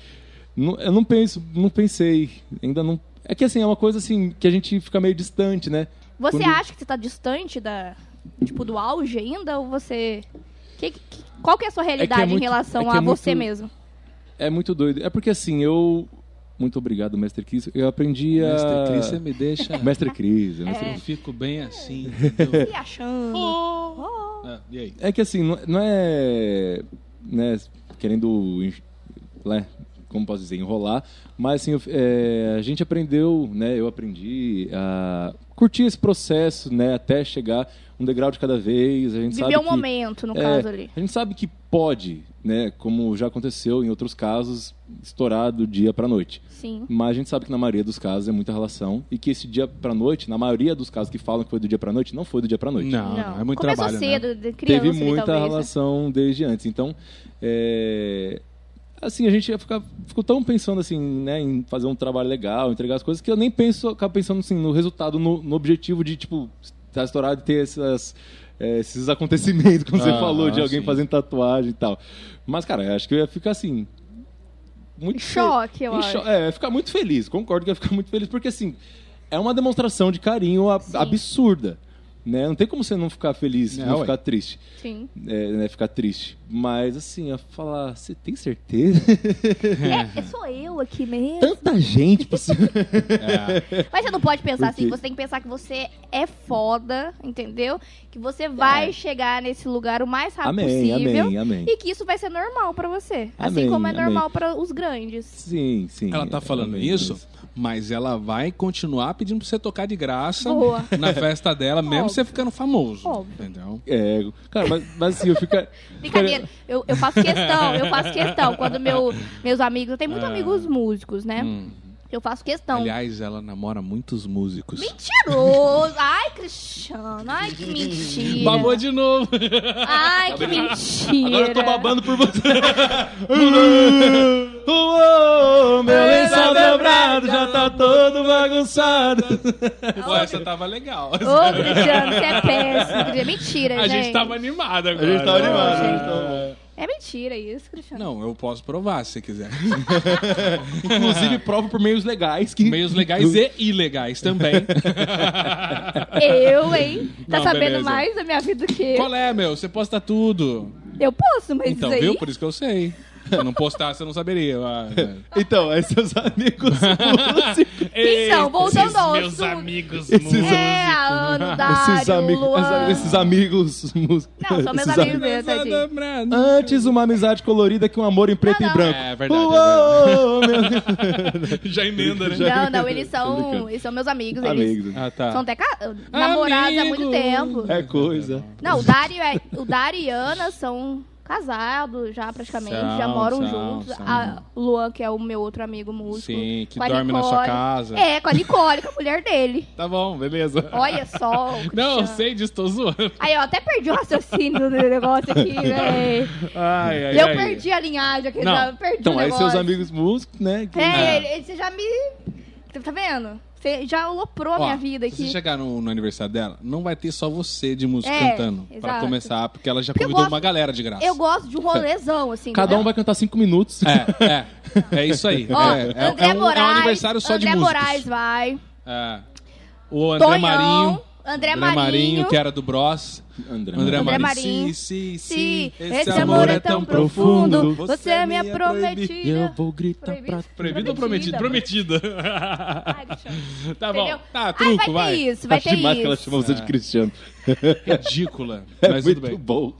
Speaker 3: Não- eu não penso, não pensei, ainda não. É que assim, é uma coisa assim que a gente fica meio distante, né?
Speaker 2: Você
Speaker 3: Quando-
Speaker 2: acha que você tá distante da, tipo, do auge ainda? Ou você. que- que- qual que é a sua realidade
Speaker 3: muito-
Speaker 2: em
Speaker 3: é
Speaker 2: relação
Speaker 3: que
Speaker 2: a
Speaker 3: é
Speaker 2: você
Speaker 3: muito-
Speaker 2: mesmo?
Speaker 3: É muito doido. É porque assim, eu muito obrigado, Mestre Chris. Eu aprendi a
Speaker 1: Mr. Chris, você me deixa.
Speaker 3: Mestre Chris,
Speaker 2: É,
Speaker 3: eu não sei.
Speaker 1: Eu fico bem assim. entendeu?
Speaker 2: Se achando.
Speaker 1: Ah, e aí?
Speaker 3: É que assim, não, não é. Né, querendo. en- Né, como posso dizer, enrolar. Mas assim, eu- é, a gente aprendeu, né? Eu aprendi a curtir esse processo, né? Até chegar um degrau de cada vez. A gente sabe
Speaker 2: Viver o
Speaker 3: que,
Speaker 2: momento, no
Speaker 3: É,
Speaker 2: caso ali.
Speaker 3: A gente sabe que pode, né? Como já aconteceu em outros casos, estourar do dia pra noite.
Speaker 2: Sim.
Speaker 3: Mas a gente sabe que na maioria dos casos é muita relação e que esse dia pra noite, na maioria dos casos que falam que foi do dia pra noite, não foi do dia pra noite.
Speaker 1: Não, não, é muito
Speaker 2: Começou
Speaker 1: trabalho. né?
Speaker 2: cedo, de criança,
Speaker 3: Teve muita
Speaker 2: ali, talvez. né?
Speaker 3: relação desde antes. Então, é, assim, a gente ia ficar- ficou tão pensando assim, né, em fazer um trabalho legal, entregar as coisas, que eu nem penso, acabo pensando assim, no resultado, no, no objetivo de, tipo, estar estourado e ter essas, é, esses acontecimentos, como você
Speaker 1: Ah,
Speaker 3: falou, de alguém
Speaker 1: sim.
Speaker 3: fazendo tatuagem e tal. Mas, cara, eu acho que eu ia ficar assim. Muito
Speaker 2: Em Choque, eu
Speaker 3: em
Speaker 2: acho.
Speaker 3: cho- É, eu ia ficar muito feliz, concordo que eu ia ficar muito feliz, porque assim, é uma demonstração de carinho a-
Speaker 2: Sim.
Speaker 3: absurda. Né? Não tem como você não ficar feliz,
Speaker 1: É,
Speaker 3: não
Speaker 1: ué.
Speaker 3: ficar triste.
Speaker 2: Sim.
Speaker 3: É, né, ficar triste. Mas assim, a falar, você tem certeza?
Speaker 2: É, é só eu aqui mesmo.
Speaker 3: Tanta
Speaker 2: Tá
Speaker 3: gente pra você.
Speaker 1: É,
Speaker 2: Mas você não pode pensar assim,
Speaker 3: Porque-
Speaker 2: você tem que pensar que você é foda, entendeu? Que você vai chegar nesse lugar o mais rápido
Speaker 3: É. amém,
Speaker 2: possível.
Speaker 3: amém, amém.
Speaker 2: E que isso vai ser normal pra você.
Speaker 3: Amém,
Speaker 2: assim como é
Speaker 3: amém.
Speaker 2: normal pra os grandes.
Speaker 3: Sim, sim.
Speaker 1: Ela tá
Speaker 3: é,
Speaker 1: falando
Speaker 3: amém,
Speaker 1: isso,
Speaker 3: mas-
Speaker 1: mas ela vai continuar pedindo pra você tocar de graça
Speaker 2: Boa.
Speaker 1: na festa dela, mesmo
Speaker 2: Óbvio.
Speaker 1: você ficando famoso.
Speaker 2: Óbvio.
Speaker 1: Entendeu?
Speaker 3: É, cara, mas, mas assim, eu fica.
Speaker 2: Brincadeira. Eu, eu faço questão, eu faço questão. Quando meu, meus amigos. Eu tenho muitos amigos músicos, né?
Speaker 1: Ah. Hum. é
Speaker 2: Eu faço questão.
Speaker 1: Aliás, ela namora muitos músicos.
Speaker 2: Mentiroso! Ai, Cristiano! Ai, que mentira!
Speaker 1: Babou de novo.
Speaker 2: Ai, que mentira!
Speaker 3: Agora eu tô babando por você. Uou, meu lençol dobrado já tá todo bagunçado.
Speaker 1: Pô, essa tava legal.
Speaker 2: Ô, Cristiano, você é péssimo. Cristiano. Mentira,
Speaker 1: a
Speaker 2: gente.
Speaker 1: gente tava animado agora.
Speaker 3: gente tava animado,
Speaker 1: Não,
Speaker 3: a gente tava-
Speaker 2: É mentira isso, Cristiano.
Speaker 1: Não, eu posso provar se você quiser.
Speaker 3: Inclusive, prova por meios legais que.
Speaker 1: Meios legais e ilegais também.
Speaker 2: Eu, hein? Tá
Speaker 1: Não,
Speaker 2: sabendo
Speaker 1: beleza.
Speaker 2: mais da minha vida do que eu.
Speaker 1: Qual é, meu? Você posta tudo.
Speaker 2: Eu posso, mas
Speaker 1: Então,
Speaker 2: isso aí...
Speaker 1: viu? Por isso que eu sei. Se eu não postasse, eu não saberia. Ah, é.
Speaker 3: Então, é seus amigos músicos.
Speaker 2: Então, voltando
Speaker 1: esses
Speaker 2: ao
Speaker 1: meus
Speaker 2: assunto.
Speaker 1: amigos
Speaker 3: Esses-
Speaker 1: músicos.
Speaker 2: É, a Ana, o Dário,
Speaker 3: Esses, ami
Speaker 2: o Luan.
Speaker 3: esses amigos músicos.
Speaker 2: Não, são meus
Speaker 3: esses
Speaker 2: amigos
Speaker 3: ami-
Speaker 2: mesmo, tadinho.
Speaker 3: Antes uma amizade colorida que um amor em preto
Speaker 2: Não,
Speaker 3: e
Speaker 2: não.
Speaker 3: branco.
Speaker 1: É verdade, é
Speaker 3: Uou, meu-
Speaker 1: Já emenda, né?
Speaker 2: Não, não, eles
Speaker 3: Tô
Speaker 2: são,
Speaker 3: brincando.
Speaker 2: eles são meus amigos. Eles
Speaker 3: Amigos.
Speaker 1: Ah,
Speaker 2: são
Speaker 1: tá.
Speaker 2: até ca- namorados há muito tempo.
Speaker 3: É coisa.
Speaker 2: Não, o Dário, é- o Dário e Ana são casados já praticamente,
Speaker 1: São,
Speaker 2: já moram
Speaker 1: são,
Speaker 2: juntos.
Speaker 1: são.
Speaker 2: A- o Luan, que é o meu outro amigo músico.
Speaker 1: Sim, que
Speaker 2: com a
Speaker 1: dorme na sua
Speaker 2: Nicole.
Speaker 1: casa.
Speaker 2: É, com a Nicole, com a mulher dele.
Speaker 1: Tá bom, beleza.
Speaker 2: Olha só. o
Speaker 1: Não, eu
Speaker 2: Cristiano.
Speaker 1: sei disso, tô zoando.
Speaker 2: Aí eu até perdi o raciocínio do negócio aqui, velho.
Speaker 1: Ai, ai,
Speaker 2: Eu
Speaker 1: ai.
Speaker 2: perdi a linhagem aqui,
Speaker 1: Não.
Speaker 2: já perdi
Speaker 3: Então,
Speaker 2: o
Speaker 3: aí
Speaker 2: negócio.
Speaker 3: seus amigos músicos, né? que-
Speaker 2: É,
Speaker 1: É.
Speaker 2: ele- ele- você já me. Você tá vendo? Você já aloprou a
Speaker 1: Ó,
Speaker 2: minha vida
Speaker 1: Se
Speaker 2: aqui.
Speaker 1: você chegar no, no aniversário dela, não vai ter só você de músico
Speaker 2: É,
Speaker 1: cantando. Pra
Speaker 2: exato.
Speaker 1: começar, porque ela já
Speaker 2: Porque eu
Speaker 1: convidou
Speaker 2: gosto-
Speaker 1: uma galera de graça.
Speaker 2: Eu gosto de um rolezão, assim.
Speaker 3: Cada um vai cantar cinco minutos.
Speaker 1: É, é. É isso aí.
Speaker 2: Ó,
Speaker 1: é, é-
Speaker 2: André
Speaker 1: é um, é um
Speaker 2: Moraes.
Speaker 1: aniversário só
Speaker 2: André
Speaker 1: de músicos.
Speaker 2: Moraes vai.
Speaker 1: É. O André
Speaker 2: Tonhão.
Speaker 1: Marinho.
Speaker 2: André,
Speaker 1: André Marinho, que é era do Bros.
Speaker 3: André,
Speaker 1: André,
Speaker 2: Marinho.
Speaker 1: Marinho.
Speaker 2: Marinho.
Speaker 1: Sim, sim,
Speaker 2: Se
Speaker 1: sim.
Speaker 2: esse amor é tão profundo, você é minha
Speaker 3: E eu
Speaker 2: prometida.
Speaker 3: vou gritar
Speaker 2: Proibido.
Speaker 3: pra...
Speaker 1: Proibido ou prometido? Prometida.
Speaker 2: Ai, deixa eu-
Speaker 1: tá bom.
Speaker 2: Entendeu?
Speaker 1: Tá,
Speaker 2: Ai, vai
Speaker 1: truco,
Speaker 2: ter
Speaker 1: vai.
Speaker 2: isso, vai
Speaker 3: Acho
Speaker 2: ter
Speaker 3: demais que ela
Speaker 2: isso.
Speaker 3: chama você de Cristiano.
Speaker 1: Ridícula.
Speaker 3: É
Speaker 1: É. Mas
Speaker 3: muito
Speaker 1: tudo bem.
Speaker 3: bom.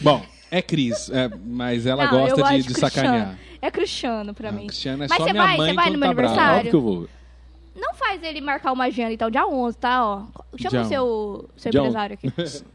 Speaker 1: Bom, é Cris, é, mas ela
Speaker 2: Não, eu
Speaker 1: gosta
Speaker 2: gosto
Speaker 1: de, de sacanear.
Speaker 2: Cristiano. É Cristiano pra
Speaker 1: Não,
Speaker 2: mim.
Speaker 1: Cristiano é
Speaker 2: Mas
Speaker 1: só
Speaker 2: você
Speaker 1: minha
Speaker 2: vai?
Speaker 1: mãe
Speaker 2: Você vai
Speaker 1: quando
Speaker 2: no
Speaker 1: tá
Speaker 2: meu
Speaker 1: brava.
Speaker 2: aniversário?
Speaker 3: Ah, Óbvio que eu vou.
Speaker 2: Não faz ele marcar uma agenda, então, dia 11, tá? Ó, chama
Speaker 1: Dia
Speaker 2: o seu, seu
Speaker 3: Dia
Speaker 2: empresário aqui.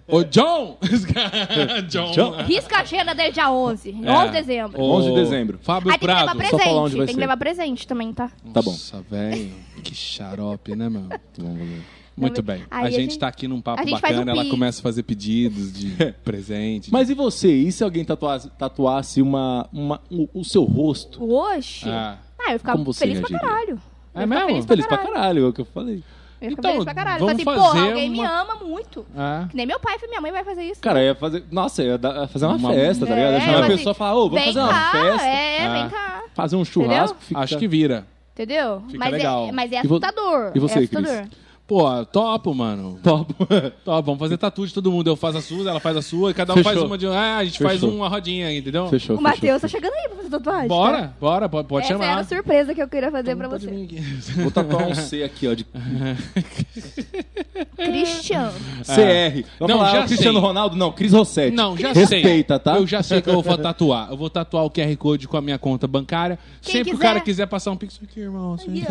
Speaker 1: Ô, John! John.
Speaker 3: John.
Speaker 2: Risca a agenda dele dia 11,
Speaker 1: É.
Speaker 2: 11 É. de dezembro.
Speaker 1: Ô,
Speaker 3: 11 de dezembro.
Speaker 1: Fábio
Speaker 2: Aí tem que levar
Speaker 1: Prado.
Speaker 3: só falar
Speaker 2: presente,
Speaker 3: onde vai
Speaker 2: tem que
Speaker 3: ser.
Speaker 2: levar presente também, tá?
Speaker 3: Tá bom.
Speaker 1: Nossa, velho. Que xarope, né, meu?
Speaker 3: Vamos ver.
Speaker 1: Muito
Speaker 2: mas-
Speaker 1: bem.
Speaker 2: aí
Speaker 1: a
Speaker 2: a
Speaker 1: gente
Speaker 2: gente-
Speaker 1: tá aqui num papo
Speaker 2: a gente faz
Speaker 1: bacana,
Speaker 2: um
Speaker 1: ela
Speaker 2: pix.
Speaker 1: começa a fazer pedidos de presente.
Speaker 3: É. Mas e você? E se alguém tatuasse, tatuasse uma, uma- o, o seu rosto?
Speaker 2: Oxe. Ah,
Speaker 1: Ah.
Speaker 2: eu ia ficar
Speaker 3: Como você
Speaker 2: feliz pra
Speaker 3: reagiria?
Speaker 2: caralho. Eu
Speaker 1: É
Speaker 2: ia ficar
Speaker 1: mesmo?
Speaker 2: Feliz pra
Speaker 3: Feliz pra
Speaker 2: caralho.
Speaker 3: caralho, é o que eu falei.
Speaker 2: Eu ia ficar
Speaker 1: Então,
Speaker 2: feliz pra caralho.
Speaker 1: vamos
Speaker 2: Falei assim, porra,
Speaker 1: fazer
Speaker 2: alguém me
Speaker 1: uma-
Speaker 2: ama muito.
Speaker 1: Ah.
Speaker 2: Que nem meu pai e minha mãe vai fazer isso.
Speaker 3: Cara, ia fazer. Nossa, ia, dar- ia fazer uma,
Speaker 1: Uma-
Speaker 3: festa, tá
Speaker 2: É,
Speaker 3: ligado? Ia chamar a
Speaker 2: mas
Speaker 3: pessoa e falar, ô, vamos
Speaker 2: vem
Speaker 3: fazer
Speaker 2: cá,
Speaker 3: uma festa.
Speaker 2: é,
Speaker 1: Ah.
Speaker 2: vem cá.
Speaker 3: Fazer um churrasco. fica-
Speaker 1: Acho que vira.
Speaker 2: Entendeu?
Speaker 1: Fica
Speaker 2: mas,
Speaker 1: legal.
Speaker 2: É, mas é
Speaker 3: E vo-
Speaker 2: assustador.
Speaker 3: e você,
Speaker 2: é
Speaker 3: Cris?
Speaker 2: assustador.
Speaker 1: Pô, topo, mano.
Speaker 3: Top.
Speaker 1: Top, vamos fazer tatu de todo mundo. Eu faço a sua, ela faz a sua, e cada um
Speaker 3: Fechou.
Speaker 1: faz uma de. Ah, a gente faz
Speaker 3: Fechou.
Speaker 1: uma rodinha, entendeu?
Speaker 3: Fechou.
Speaker 2: O Matheus tá chegando aí pra fazer tatuagem. tá?
Speaker 1: Bora, bora, pode, pode
Speaker 2: Essa
Speaker 1: chamar.
Speaker 2: era a surpresa que eu queria fazer pra
Speaker 1: Pode
Speaker 2: você.
Speaker 1: vir aqui.
Speaker 3: Vou tatuar um C aqui, ó. De
Speaker 2: Cristiano.
Speaker 3: CR. É. Vamos
Speaker 1: Não,
Speaker 3: falar,
Speaker 1: já
Speaker 3: "Ah, Cristiano
Speaker 1: sei.
Speaker 3: Ronaldo? Não, Cris Rossetti.
Speaker 1: Não, já sei.
Speaker 3: Respeita, tá?
Speaker 1: Eu já sei que eu vou tatuar. Eu vou tatuar o QR Code com a minha conta bancária.
Speaker 2: Quem
Speaker 1: Sempre que o
Speaker 2: quiser.
Speaker 1: cara quiser passar um pix aqui, irmão. assim.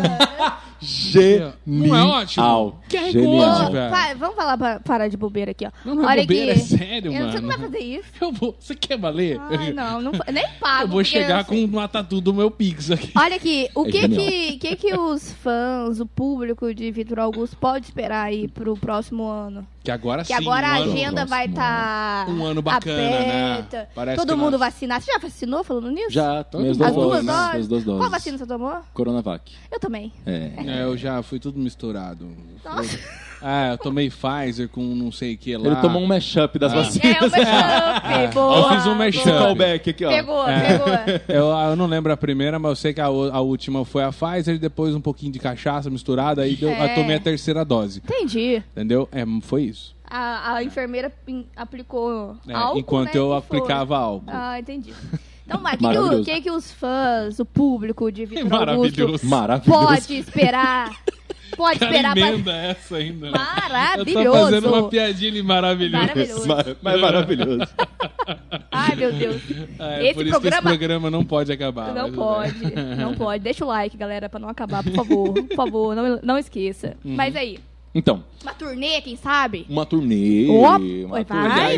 Speaker 3: Genial.
Speaker 1: Não é ótimo? QR Code,
Speaker 3: Genial.
Speaker 1: velho.
Speaker 2: Vai, vamos falar pra, parar de bobeira aqui, ó.
Speaker 1: Não, não é
Speaker 2: Olha
Speaker 1: bobeira,
Speaker 2: aqui.
Speaker 1: é sério,
Speaker 2: Eu- Você
Speaker 1: mano.
Speaker 2: não vai fazer isso?
Speaker 1: Eu vou. Você quer valer?
Speaker 2: Ai, Ah, não, não fa- nem pago.
Speaker 1: eu vou
Speaker 2: porque
Speaker 1: chegar
Speaker 2: eu
Speaker 1: com uma tatu do meu pix aqui.
Speaker 2: Olha aqui, o
Speaker 3: É
Speaker 2: que
Speaker 3: genial.
Speaker 2: que, que que os fãs, o público de Vitor Augusto pode esperar aí pro próximo ano?
Speaker 1: Que agora
Speaker 2: Que
Speaker 1: sim.
Speaker 2: agora
Speaker 1: um
Speaker 2: a
Speaker 1: ano-
Speaker 2: agenda vai
Speaker 3: próximo né?
Speaker 2: estar tá
Speaker 1: Um ano bacana, né?
Speaker 2: aberta,
Speaker 1: Parece que
Speaker 2: todo mundo
Speaker 1: nós-
Speaker 2: vacinar. Você já vacinou falando nisso?
Speaker 3: Já, tomei as
Speaker 1: As
Speaker 3: duas
Speaker 1: duas
Speaker 3: doses. né?
Speaker 2: doses?
Speaker 3: As duas doses.
Speaker 2: Qual vacina você tomou?
Speaker 3: Coronavac.
Speaker 2: Eu também.
Speaker 3: É.
Speaker 1: É, eu já fui tudo misturado.
Speaker 2: Nossa.
Speaker 1: Ah, eu tomei Pfizer com não sei o que lá.
Speaker 3: Ele tomou um mashup das
Speaker 2: É,
Speaker 3: vacinas.
Speaker 2: o mashup, boa.
Speaker 1: Eu fiz um É. mashup.
Speaker 2: boa.
Speaker 3: callback aqui, ó.
Speaker 2: Pegou, pegou.
Speaker 1: Eu, ah, eu não lembro a primeira, mas eu sei que a, o- a última foi a Pfizer, depois um pouquinho de cachaça misturada, aí deu-
Speaker 2: É.
Speaker 1: eu tomei a terceira dose.
Speaker 2: Entendi.
Speaker 1: Entendeu? É, foi isso.
Speaker 2: A, a enfermeira em- aplicou
Speaker 1: É,
Speaker 2: álcool,
Speaker 1: enquanto
Speaker 2: né,
Speaker 1: eu
Speaker 2: que foi.
Speaker 1: aplicava álcool.
Speaker 2: Ah, entendi. Então, Mike, o
Speaker 3: Maravilhoso.
Speaker 2: que, que os fãs, o público de Vitor Augusto
Speaker 1: Maravilhoso.
Speaker 3: Maravilhoso.
Speaker 2: pode esperar? Pode
Speaker 1: Cara,
Speaker 2: esperar. pra-
Speaker 1: emenda essa ainda. né? Eu tô fazendo uma
Speaker 2: Maravilhoso.
Speaker 1: piadinha maravilhosa.
Speaker 2: Maravilhoso.
Speaker 3: Mar- Mas maravilhoso.
Speaker 2: Ai, meu Deus.
Speaker 1: É,
Speaker 2: Esse
Speaker 1: por isso que
Speaker 2: programa-
Speaker 1: esse programa é não pode acabar. mas
Speaker 2: Não
Speaker 1: tudo bem.
Speaker 2: pode, não pode. Deixa o like, galera, pra não acabar, por favor. Por favor, não, não esqueça.
Speaker 1: Uhum.
Speaker 2: Mas aí,
Speaker 3: Então,
Speaker 2: uma turnê, quem sabe?
Speaker 3: uma turnê.
Speaker 2: Opa,
Speaker 3: uma
Speaker 2: vai,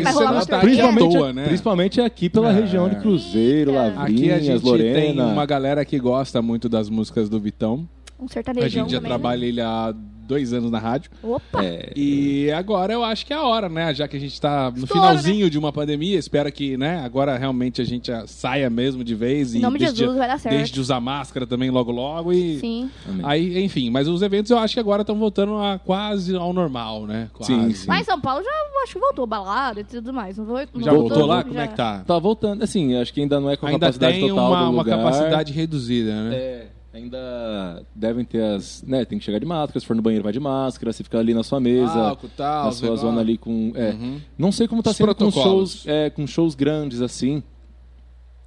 Speaker 1: vai
Speaker 3: Isso
Speaker 1: rolar
Speaker 3: é
Speaker 1: uma
Speaker 3: nota-
Speaker 1: turnê?
Speaker 3: Principalmente,
Speaker 1: Toa, né?
Speaker 3: principalmente aqui pela
Speaker 1: É.
Speaker 3: região de Cruzeiro,
Speaker 2: Eita.
Speaker 1: Aqui a
Speaker 3: Lavrinhas,
Speaker 1: gente
Speaker 3: Lorena.
Speaker 1: tem uma galera que gosta muito das músicas do Vitão.
Speaker 2: Um
Speaker 1: A
Speaker 2: sertanejão
Speaker 1: gente já
Speaker 2: também, né?
Speaker 1: trabalha ele há dois anos na rádio.
Speaker 2: Opa!
Speaker 3: É,
Speaker 1: E agora eu acho que é a hora, né? Já que a gente tá no
Speaker 2: Estoura, né?
Speaker 1: finalzinho de uma pandemia, espero que, né, agora realmente a gente ah, saia mesmo de vez.
Speaker 2: Em
Speaker 1: e
Speaker 2: nome de
Speaker 1: deixe
Speaker 2: Jesus, vai dar certo.
Speaker 1: Deixe de usar máscara também logo logo e...
Speaker 2: Sim.
Speaker 3: amém.
Speaker 1: Aí, enfim, mas os eventos eu acho que agora estão voltando a quase ao normal, né? Quase.
Speaker 3: Sim, sim.
Speaker 2: Mas São Paulo já eu acho que voltou, balada e tudo mais. Não foi, não
Speaker 1: Já voltou,
Speaker 3: voltou,
Speaker 1: lá?
Speaker 2: já.
Speaker 1: Como é que tá?
Speaker 3: Tá voltando. Assim, acho que ainda não é com a
Speaker 1: Ainda
Speaker 3: capacidade
Speaker 1: tem
Speaker 3: total
Speaker 1: uma,
Speaker 3: do
Speaker 1: uma
Speaker 3: lugar.
Speaker 1: capacidade reduzida, né?
Speaker 3: É, ainda devem ter as... Né, tem que chegar de máscara. Se for no banheiro, vai de máscara. Se ficar ali na sua mesa...
Speaker 1: Álcool, tal,
Speaker 3: É, na
Speaker 1: os
Speaker 3: sua
Speaker 1: negócios.
Speaker 3: zona ali com. é.
Speaker 1: Uhum.
Speaker 3: Não sei como tá
Speaker 1: Os
Speaker 3: sendo com
Speaker 1: protocolos.
Speaker 3: shows, é, com shows grandes, assim.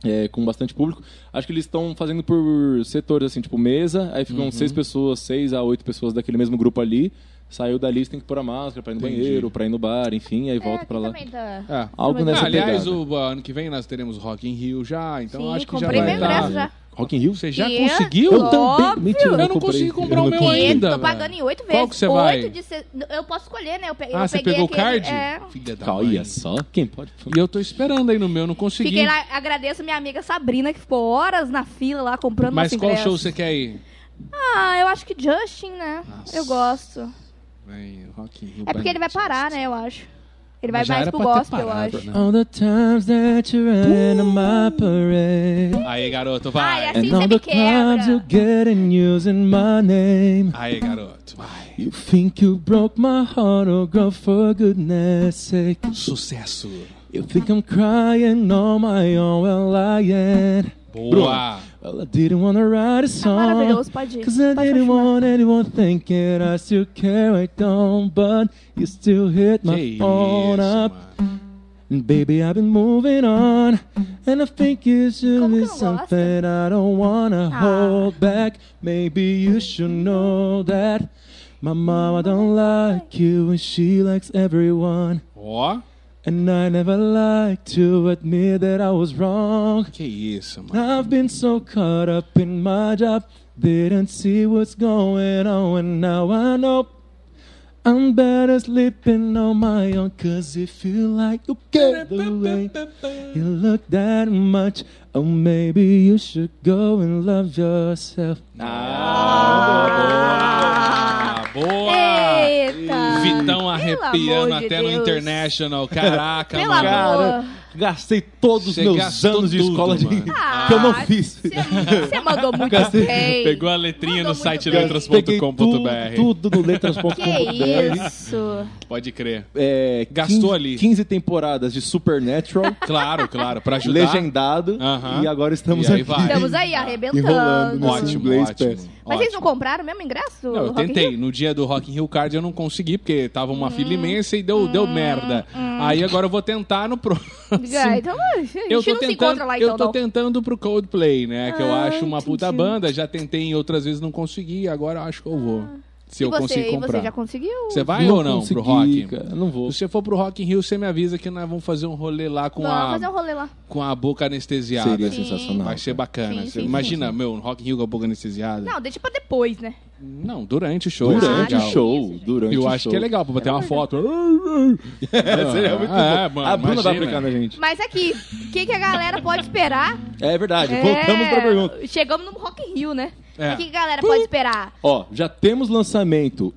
Speaker 3: é, com bastante público. Acho que eles estão fazendo por setores, assim, tipo mesa, aí ficam
Speaker 1: Uhum.
Speaker 3: seis pessoas, seis a oito pessoas daquele mesmo grupo ali. Saiu dali, você tem que pôr a máscara pra ir no
Speaker 1: Entendi.
Speaker 3: banheiro, pra ir no bar, enfim, aí
Speaker 2: É,
Speaker 3: volta
Speaker 2: aqui
Speaker 3: pra lá.
Speaker 2: também tá.
Speaker 1: É.
Speaker 3: Algo
Speaker 2: Ah,
Speaker 3: nessa
Speaker 1: aliás,
Speaker 3: pegada.
Speaker 1: o ano que vem nós teremos Rock in Rio já, então
Speaker 2: Sim,
Speaker 1: acho que já
Speaker 2: comprei
Speaker 1: vai tá
Speaker 2: meu ingresso
Speaker 1: estar.
Speaker 2: já. é?
Speaker 3: Rock in Rio?
Speaker 1: Você já
Speaker 2: Yeah.
Speaker 1: conseguiu?
Speaker 2: Eu também.
Speaker 3: Mentira,
Speaker 1: Eu não
Speaker 3: comprei.
Speaker 1: consegui comprar
Speaker 3: Eu
Speaker 1: o
Speaker 3: não
Speaker 1: meu
Speaker 3: comprei.
Speaker 2: E
Speaker 1: ainda.
Speaker 2: tô
Speaker 1: velho.
Speaker 2: pagando em oito vezes.
Speaker 1: Qual que você vai?
Speaker 2: Oito de se- Eu posso escolher, né? Eu, pe...
Speaker 1: Ah,
Speaker 2: eu
Speaker 1: você
Speaker 2: peguei
Speaker 1: pegou o
Speaker 2: aquele-
Speaker 1: card?
Speaker 2: É.
Speaker 1: Filha da mãe.
Speaker 3: Olha só, quem pode.
Speaker 1: E eu tô esperando aí no meu, não consegui.
Speaker 2: Fiquei lá, agradeço minha amiga Sabrina, que ficou horas na fila lá comprando
Speaker 1: Mas
Speaker 2: nosso
Speaker 1: qual
Speaker 2: ingresso.
Speaker 1: show você quer ir?
Speaker 2: Ah, eu acho que Justin, né?
Speaker 1: Nossa.
Speaker 2: Eu gosto.
Speaker 1: Vem, Rock in Rio.
Speaker 2: É porque ele vai parar, né? Eu acho. Ele vai
Speaker 1: Mas já
Speaker 2: mais
Speaker 1: era
Speaker 2: pro
Speaker 1: pra ter
Speaker 2: gospel, eu
Speaker 1: parado,
Speaker 2: acho.
Speaker 1: né?
Speaker 3: All the times that you ran on my parade.
Speaker 1: Aí, garoto,
Speaker 2: Ai,
Speaker 1: vai. É
Speaker 2: assim-
Speaker 3: And all the times
Speaker 2: Tá
Speaker 3: you getting using my name.
Speaker 1: Aí, garoto, vai.
Speaker 3: You think you broke my heart, oh girl, for goodness sake.
Speaker 1: Sucesso.
Speaker 3: You think I'm crying on my own, well I ain't.
Speaker 1: Boa.
Speaker 4: Well, I didn't wanna write a song.
Speaker 2: maravilhoso, pode ir.
Speaker 4: Cause I
Speaker 2: Pode
Speaker 4: didn't
Speaker 2: continuar.
Speaker 4: want anyone thinking I still care, I don't, but you still hit my
Speaker 1: Que isso,
Speaker 4: phone up.
Speaker 1: mano.
Speaker 4: And baby, I've been moving on, and I think you should
Speaker 2: Como que
Speaker 4: be
Speaker 2: não gosta?
Speaker 4: something I don't wanna
Speaker 2: Ah.
Speaker 4: hold back. Maybe you should know that my mama don't like you, and she likes everyone.
Speaker 1: Ó,
Speaker 4: And I never like to admit that I was wrong.
Speaker 1: que isso, mano.
Speaker 4: I've been so caught up in my job, didn't see what's going on, and now I know I'm better sleeping on my own. Cause if you like to get away, you look that much, oh, maybe you should go and love yourself.
Speaker 1: Ah, boa!
Speaker 2: Eita!
Speaker 1: Vitão
Speaker 2: amor
Speaker 1: arrepiando
Speaker 2: de
Speaker 1: até
Speaker 2: Deus.
Speaker 1: no International. Caraca,
Speaker 2: Pelo
Speaker 1: mano.
Speaker 2: amor.
Speaker 4: Cara, gastei todos os
Speaker 1: Você
Speaker 4: meus
Speaker 1: gastou
Speaker 4: anos de
Speaker 1: tudo,
Speaker 4: escola de...
Speaker 1: mano.
Speaker 2: Ah,
Speaker 4: que eu não fiz.
Speaker 2: Você mandou muito bem.
Speaker 1: Pegou a letrinha
Speaker 2: Mandou
Speaker 1: no
Speaker 2: muito
Speaker 1: site
Speaker 2: bem.
Speaker 4: Peguei tudo,
Speaker 1: letras.com.br.
Speaker 4: tudo no letras.com.br.
Speaker 2: Que isso?
Speaker 1: Pode crer.
Speaker 4: É,
Speaker 1: Gastou
Speaker 4: 15,
Speaker 1: ali.
Speaker 4: 15 temporadas de Supernatural,
Speaker 1: Claro, claro, pra ajudar.
Speaker 4: legendado,
Speaker 1: Aham.
Speaker 4: e agora estamos
Speaker 1: E aí
Speaker 4: aqui.
Speaker 1: vai.
Speaker 2: Estamos aí
Speaker 4: Enrolando
Speaker 2: arrebentando.
Speaker 4: nesse
Speaker 1: Ótimo,
Speaker 4: inglês,
Speaker 1: ótimo.
Speaker 4: péssimo.
Speaker 2: Mas vocês não
Speaker 1: Ótimo.
Speaker 2: compraram mesmo ingresso?
Speaker 1: Não, eu
Speaker 2: Rock in
Speaker 1: tentei.
Speaker 2: Rio? Hum,
Speaker 1: No dia do Rock in Rio Card eu não consegui, porque tava uma fila imensa e deu, deu merda. Aí agora eu vou tentar no próximo.
Speaker 2: Ah, então, hum. a gente
Speaker 1: Eu tô,
Speaker 2: não se encontra
Speaker 1: tentando,
Speaker 2: lá, então,
Speaker 1: eu tô
Speaker 2: não.
Speaker 1: tentando pro Coldplay, né? Que eu
Speaker 2: Ah,
Speaker 1: acho uma puta
Speaker 2: entendi.
Speaker 1: banda. Já tentei em outras vezes, não consegui. Agora eu acho que eu vou. Se
Speaker 2: Ah. E
Speaker 1: eu
Speaker 2: você,
Speaker 1: conseguir
Speaker 2: e
Speaker 1: comprar.
Speaker 2: você já conseguiu?
Speaker 1: Você vai ou não
Speaker 4: consegui,
Speaker 1: pro Rock?
Speaker 4: cara, não vou.
Speaker 1: Se você for pro Rock in Rio, você me avisa que nós vamos fazer um rolê lá com,
Speaker 2: Vamos
Speaker 1: a,
Speaker 2: fazer um rolê lá.
Speaker 1: com a boca anestesiada.
Speaker 4: Seria
Speaker 2: Sim.
Speaker 4: sensacional.
Speaker 1: Vai ser bacana.
Speaker 2: Sim, sim,
Speaker 1: Imagina, meu, um Rock in Rio com a boca anestesiada.
Speaker 2: Não, deixa pra depois, né?
Speaker 1: Não, durante o show.
Speaker 4: Durante
Speaker 1: isso é
Speaker 4: o
Speaker 1: legal.
Speaker 4: show,
Speaker 2: Isso, gente.
Speaker 4: durante
Speaker 1: Eu
Speaker 4: o
Speaker 1: acho
Speaker 4: show.
Speaker 1: que é legal pra bater uma foto.
Speaker 4: Seria muito
Speaker 1: É,
Speaker 4: bom.
Speaker 1: mano,
Speaker 4: a Bruna
Speaker 1: imagina.
Speaker 4: vai aplicar na gente.
Speaker 2: Mas aqui, o que, que a galera pode esperar?
Speaker 4: É verdade,
Speaker 2: É,
Speaker 4: voltamos pra pergunta.
Speaker 2: Chegamos no Rock in Rio, né?
Speaker 1: É.
Speaker 2: O que, que a galera pode esperar?
Speaker 4: Ó, já temos lançamento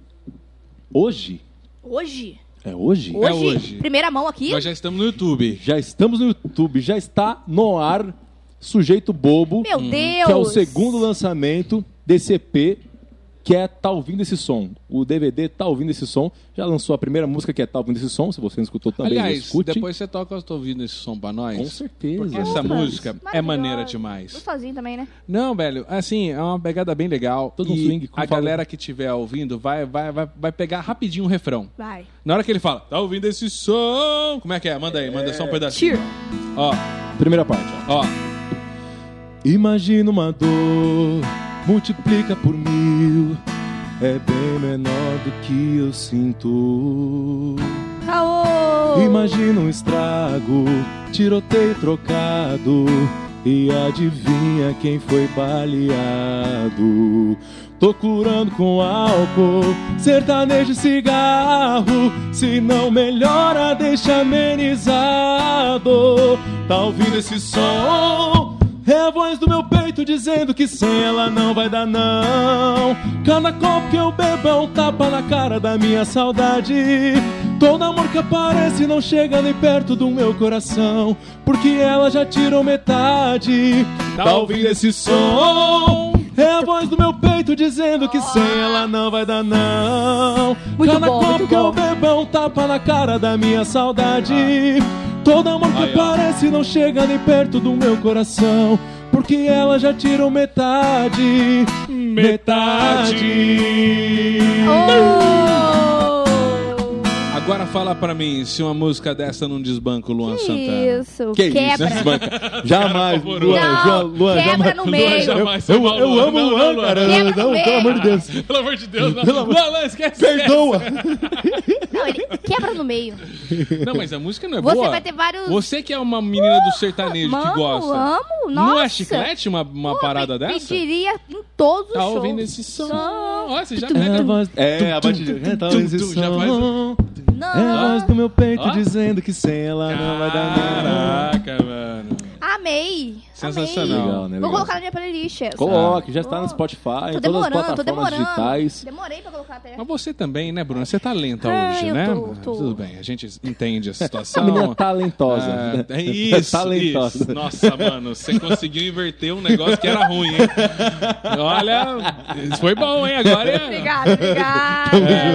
Speaker 4: hoje?
Speaker 2: Hoje?
Speaker 4: É hoje?
Speaker 1: Hoje.
Speaker 2: Primeira mão aqui.
Speaker 1: Nós já estamos no YouTube.
Speaker 4: Já estamos no YouTube, já está no ar Sujeito Bobo,
Speaker 2: Meu
Speaker 1: Hum.
Speaker 2: Deus!
Speaker 4: que é o segundo lançamento desse EP, que é Tá Ouvindo Esse Som. O DVD Tá Ouvindo Esse Som já lançou a primeira música que é Tá Ouvindo Esse Som, se você não escutou também,
Speaker 1: Aliás,
Speaker 4: escute.
Speaker 1: depois você toca, eu tô ouvindo esse som pra nós.
Speaker 4: Com certeza.
Speaker 1: Porque essa
Speaker 2: Opa,
Speaker 1: música é
Speaker 2: maravilhosa.
Speaker 1: maneira demais.
Speaker 2: Gostosinho também, né?
Speaker 1: Não, velho, assim, é uma pegada bem legal.
Speaker 4: Todo um
Speaker 1: e
Speaker 4: swing, como
Speaker 1: a
Speaker 4: fala.
Speaker 1: galera que estiver ouvindo vai, vai, vai, vai pegar rapidinho o refrão.
Speaker 2: Vai.
Speaker 1: Na hora que ele fala, tá ouvindo esse som? Como é que é? Manda aí, manda só um pedacinho.
Speaker 2: Cheer.
Speaker 1: Ó,
Speaker 4: Primeira parte, ó.
Speaker 1: ó.
Speaker 4: Imagina uma dor, multiplica por mil, é bem menor do que eu sinto.
Speaker 2: Caô!
Speaker 4: Imagina um estrago, tiroteio trocado. E adivinha quem foi baleado? Tô curando com álcool, sertanejo e cigarro. Se não melhora, deixa amenizado. Tá ouvindo esse som? É a voz do meu peito dizendo que sem ela não vai dar não Cada copo que eu bebo é um tapa na cara da minha saudade Todo amor que aparece não chega nem perto do meu coração Porque ela já tirou metade Tá ouvindo esse som? É a voz do meu peito dizendo que sem ela não vai dar não
Speaker 2: Muito
Speaker 4: Cada
Speaker 2: bom,
Speaker 4: copo
Speaker 2: muito
Speaker 4: que eu
Speaker 2: bom.
Speaker 4: bebo é um tapa na cara da minha saudade Todo amor que
Speaker 1: Aí, ó.
Speaker 4: aparece não chega nem perto do meu coração, porque ela já tirou metade. Metade.
Speaker 2: Oh!
Speaker 1: Agora fala pra mim se uma música dessa não desbanca o Luan Santana.
Speaker 2: Isso,
Speaker 4: Que
Speaker 2: quebra.
Speaker 4: isso, banca. Jamais,
Speaker 1: Cara,
Speaker 4: Luan,
Speaker 1: por favor.
Speaker 2: Não,
Speaker 4: Luan, Luan,
Speaker 2: quebra
Speaker 4: jamais.
Speaker 2: no meio.
Speaker 1: jamais,
Speaker 4: eu, eu,
Speaker 1: Luan,
Speaker 4: eu
Speaker 1: Luan,
Speaker 4: amo o
Speaker 1: não,
Speaker 4: Luan,
Speaker 1: não,
Speaker 4: cara.
Speaker 2: Quebra no
Speaker 4: não,
Speaker 2: meio.
Speaker 4: pelo amor de Deus.
Speaker 1: Pelo amor de Deus, não,
Speaker 4: Pelo amor-
Speaker 1: não, não, esquece.
Speaker 4: Perdoa.
Speaker 2: Não, ele quebra no meio.
Speaker 1: essa. Não, mas a música não é
Speaker 2: Você
Speaker 1: boa.
Speaker 2: vai ter vários.
Speaker 1: Você que é uma menina do sertanejo
Speaker 2: Mano,
Speaker 1: que gosta.
Speaker 2: amo,
Speaker 1: Não é
Speaker 2: nossa.
Speaker 1: chiclete uma, uma
Speaker 2: Pô,
Speaker 1: parada
Speaker 2: pe-
Speaker 1: dessa?
Speaker 2: Pediria em todos os
Speaker 1: Tá
Speaker 2: shows.
Speaker 1: ouvindo esse som?
Speaker 2: Som.
Speaker 1: Ó, você já um-
Speaker 4: É a
Speaker 1: pega.
Speaker 4: voz- É, a batida. Tá ouvindo esse
Speaker 1: tum, tum, já faz
Speaker 4: som.
Speaker 2: Não.
Speaker 4: É a voz do meu
Speaker 1: Ó.
Speaker 4: peito dizendo que sem ela não vai dar nada.
Speaker 1: Caraca, mano.
Speaker 2: Amei.
Speaker 1: Sensacional.
Speaker 2: Amei. Vou
Speaker 4: Legal, né, legal.
Speaker 2: colocar na minha playlist. essa.
Speaker 4: Coloque, já está no
Speaker 2: Ah. Tô
Speaker 4: Spotify,
Speaker 2: Tô
Speaker 4: em todas as
Speaker 2: demorando, tô
Speaker 4: plataformas
Speaker 2: demorando.
Speaker 4: digitais.
Speaker 2: Demorei pra colocar até.
Speaker 1: Mas você também, né, Bruna? Você tá lenta
Speaker 2: É,
Speaker 1: hoje,
Speaker 2: eu
Speaker 1: né?
Speaker 2: tô,
Speaker 1: Ah,
Speaker 2: tô.
Speaker 1: Tudo bem, a gente entende a
Speaker 4: A menina é tá
Speaker 1: situação.
Speaker 4: talentosa. né?
Speaker 1: Ah, é isso,
Speaker 4: talentosa.
Speaker 1: isso. Nossa, mano, você conseguiu inverter um negócio que era ruim, hein? Olha, isso foi bom, hein? Agora é...
Speaker 2: Obrigada, obrigada.
Speaker 1: É,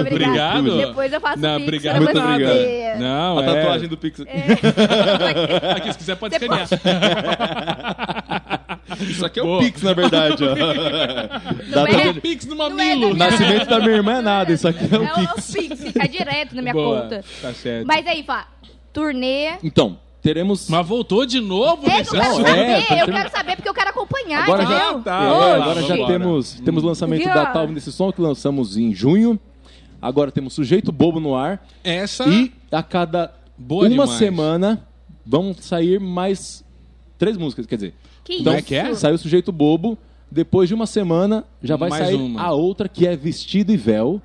Speaker 2: obrigada.
Speaker 1: obrigado.
Speaker 2: Depois eu faço
Speaker 1: Não,
Speaker 2: o pix
Speaker 1: obrigado,
Speaker 2: pra
Speaker 4: muito
Speaker 2: você.
Speaker 4: obrigado.
Speaker 1: Não,
Speaker 4: A
Speaker 1: é...
Speaker 4: tatuagem do Pix.
Speaker 2: É.
Speaker 1: Aqui, se quiser pode
Speaker 2: Depois-
Speaker 1: escanear.
Speaker 3: Isso aqui é o
Speaker 1: Boa.
Speaker 3: Pix, na verdade. ó. Dá
Speaker 2: é?
Speaker 3: pra-
Speaker 1: Pix no
Speaker 2: Não é da
Speaker 1: mamilo.
Speaker 2: minha-
Speaker 3: Nascimento da minha irmã é nada, isso aqui é o
Speaker 2: É o
Speaker 3: Pix.
Speaker 2: Pix, fica direto na minha
Speaker 1: Boa,
Speaker 2: conta.
Speaker 1: Tá certo. Mas,
Speaker 2: Mas aí, Fá, turnê.
Speaker 3: Então, teremos...
Speaker 1: voltou de novo né?
Speaker 2: É, eu
Speaker 1: nesse
Speaker 2: quero
Speaker 1: assunto?
Speaker 2: saber,
Speaker 3: é, tá
Speaker 2: eu
Speaker 3: tendo-
Speaker 2: quero saber porque eu quero acompanhar,
Speaker 3: Agora
Speaker 2: entendeu?
Speaker 3: já,
Speaker 1: Ah, tá.
Speaker 3: é,
Speaker 1: Vamos lá,
Speaker 3: agora já
Speaker 1: vambora.
Speaker 3: temos, temos lançamento
Speaker 2: Viu?
Speaker 3: da
Speaker 4: Tá
Speaker 3: Talvin desse som que lançamos em junho. Agora temos Sujeito Bobo no ar.
Speaker 1: Essa.
Speaker 3: E a cada
Speaker 1: Boa
Speaker 3: uma
Speaker 1: demais.
Speaker 3: semana vão sair mais três músicas, Então, quer dizer.
Speaker 2: Que
Speaker 1: Como
Speaker 2: isso?
Speaker 1: é que é?
Speaker 3: Saiu Sujeito Bobo, depois de uma semana já vai
Speaker 1: Mais
Speaker 3: sair
Speaker 1: uma.
Speaker 3: a outra que é Vestido e Véu,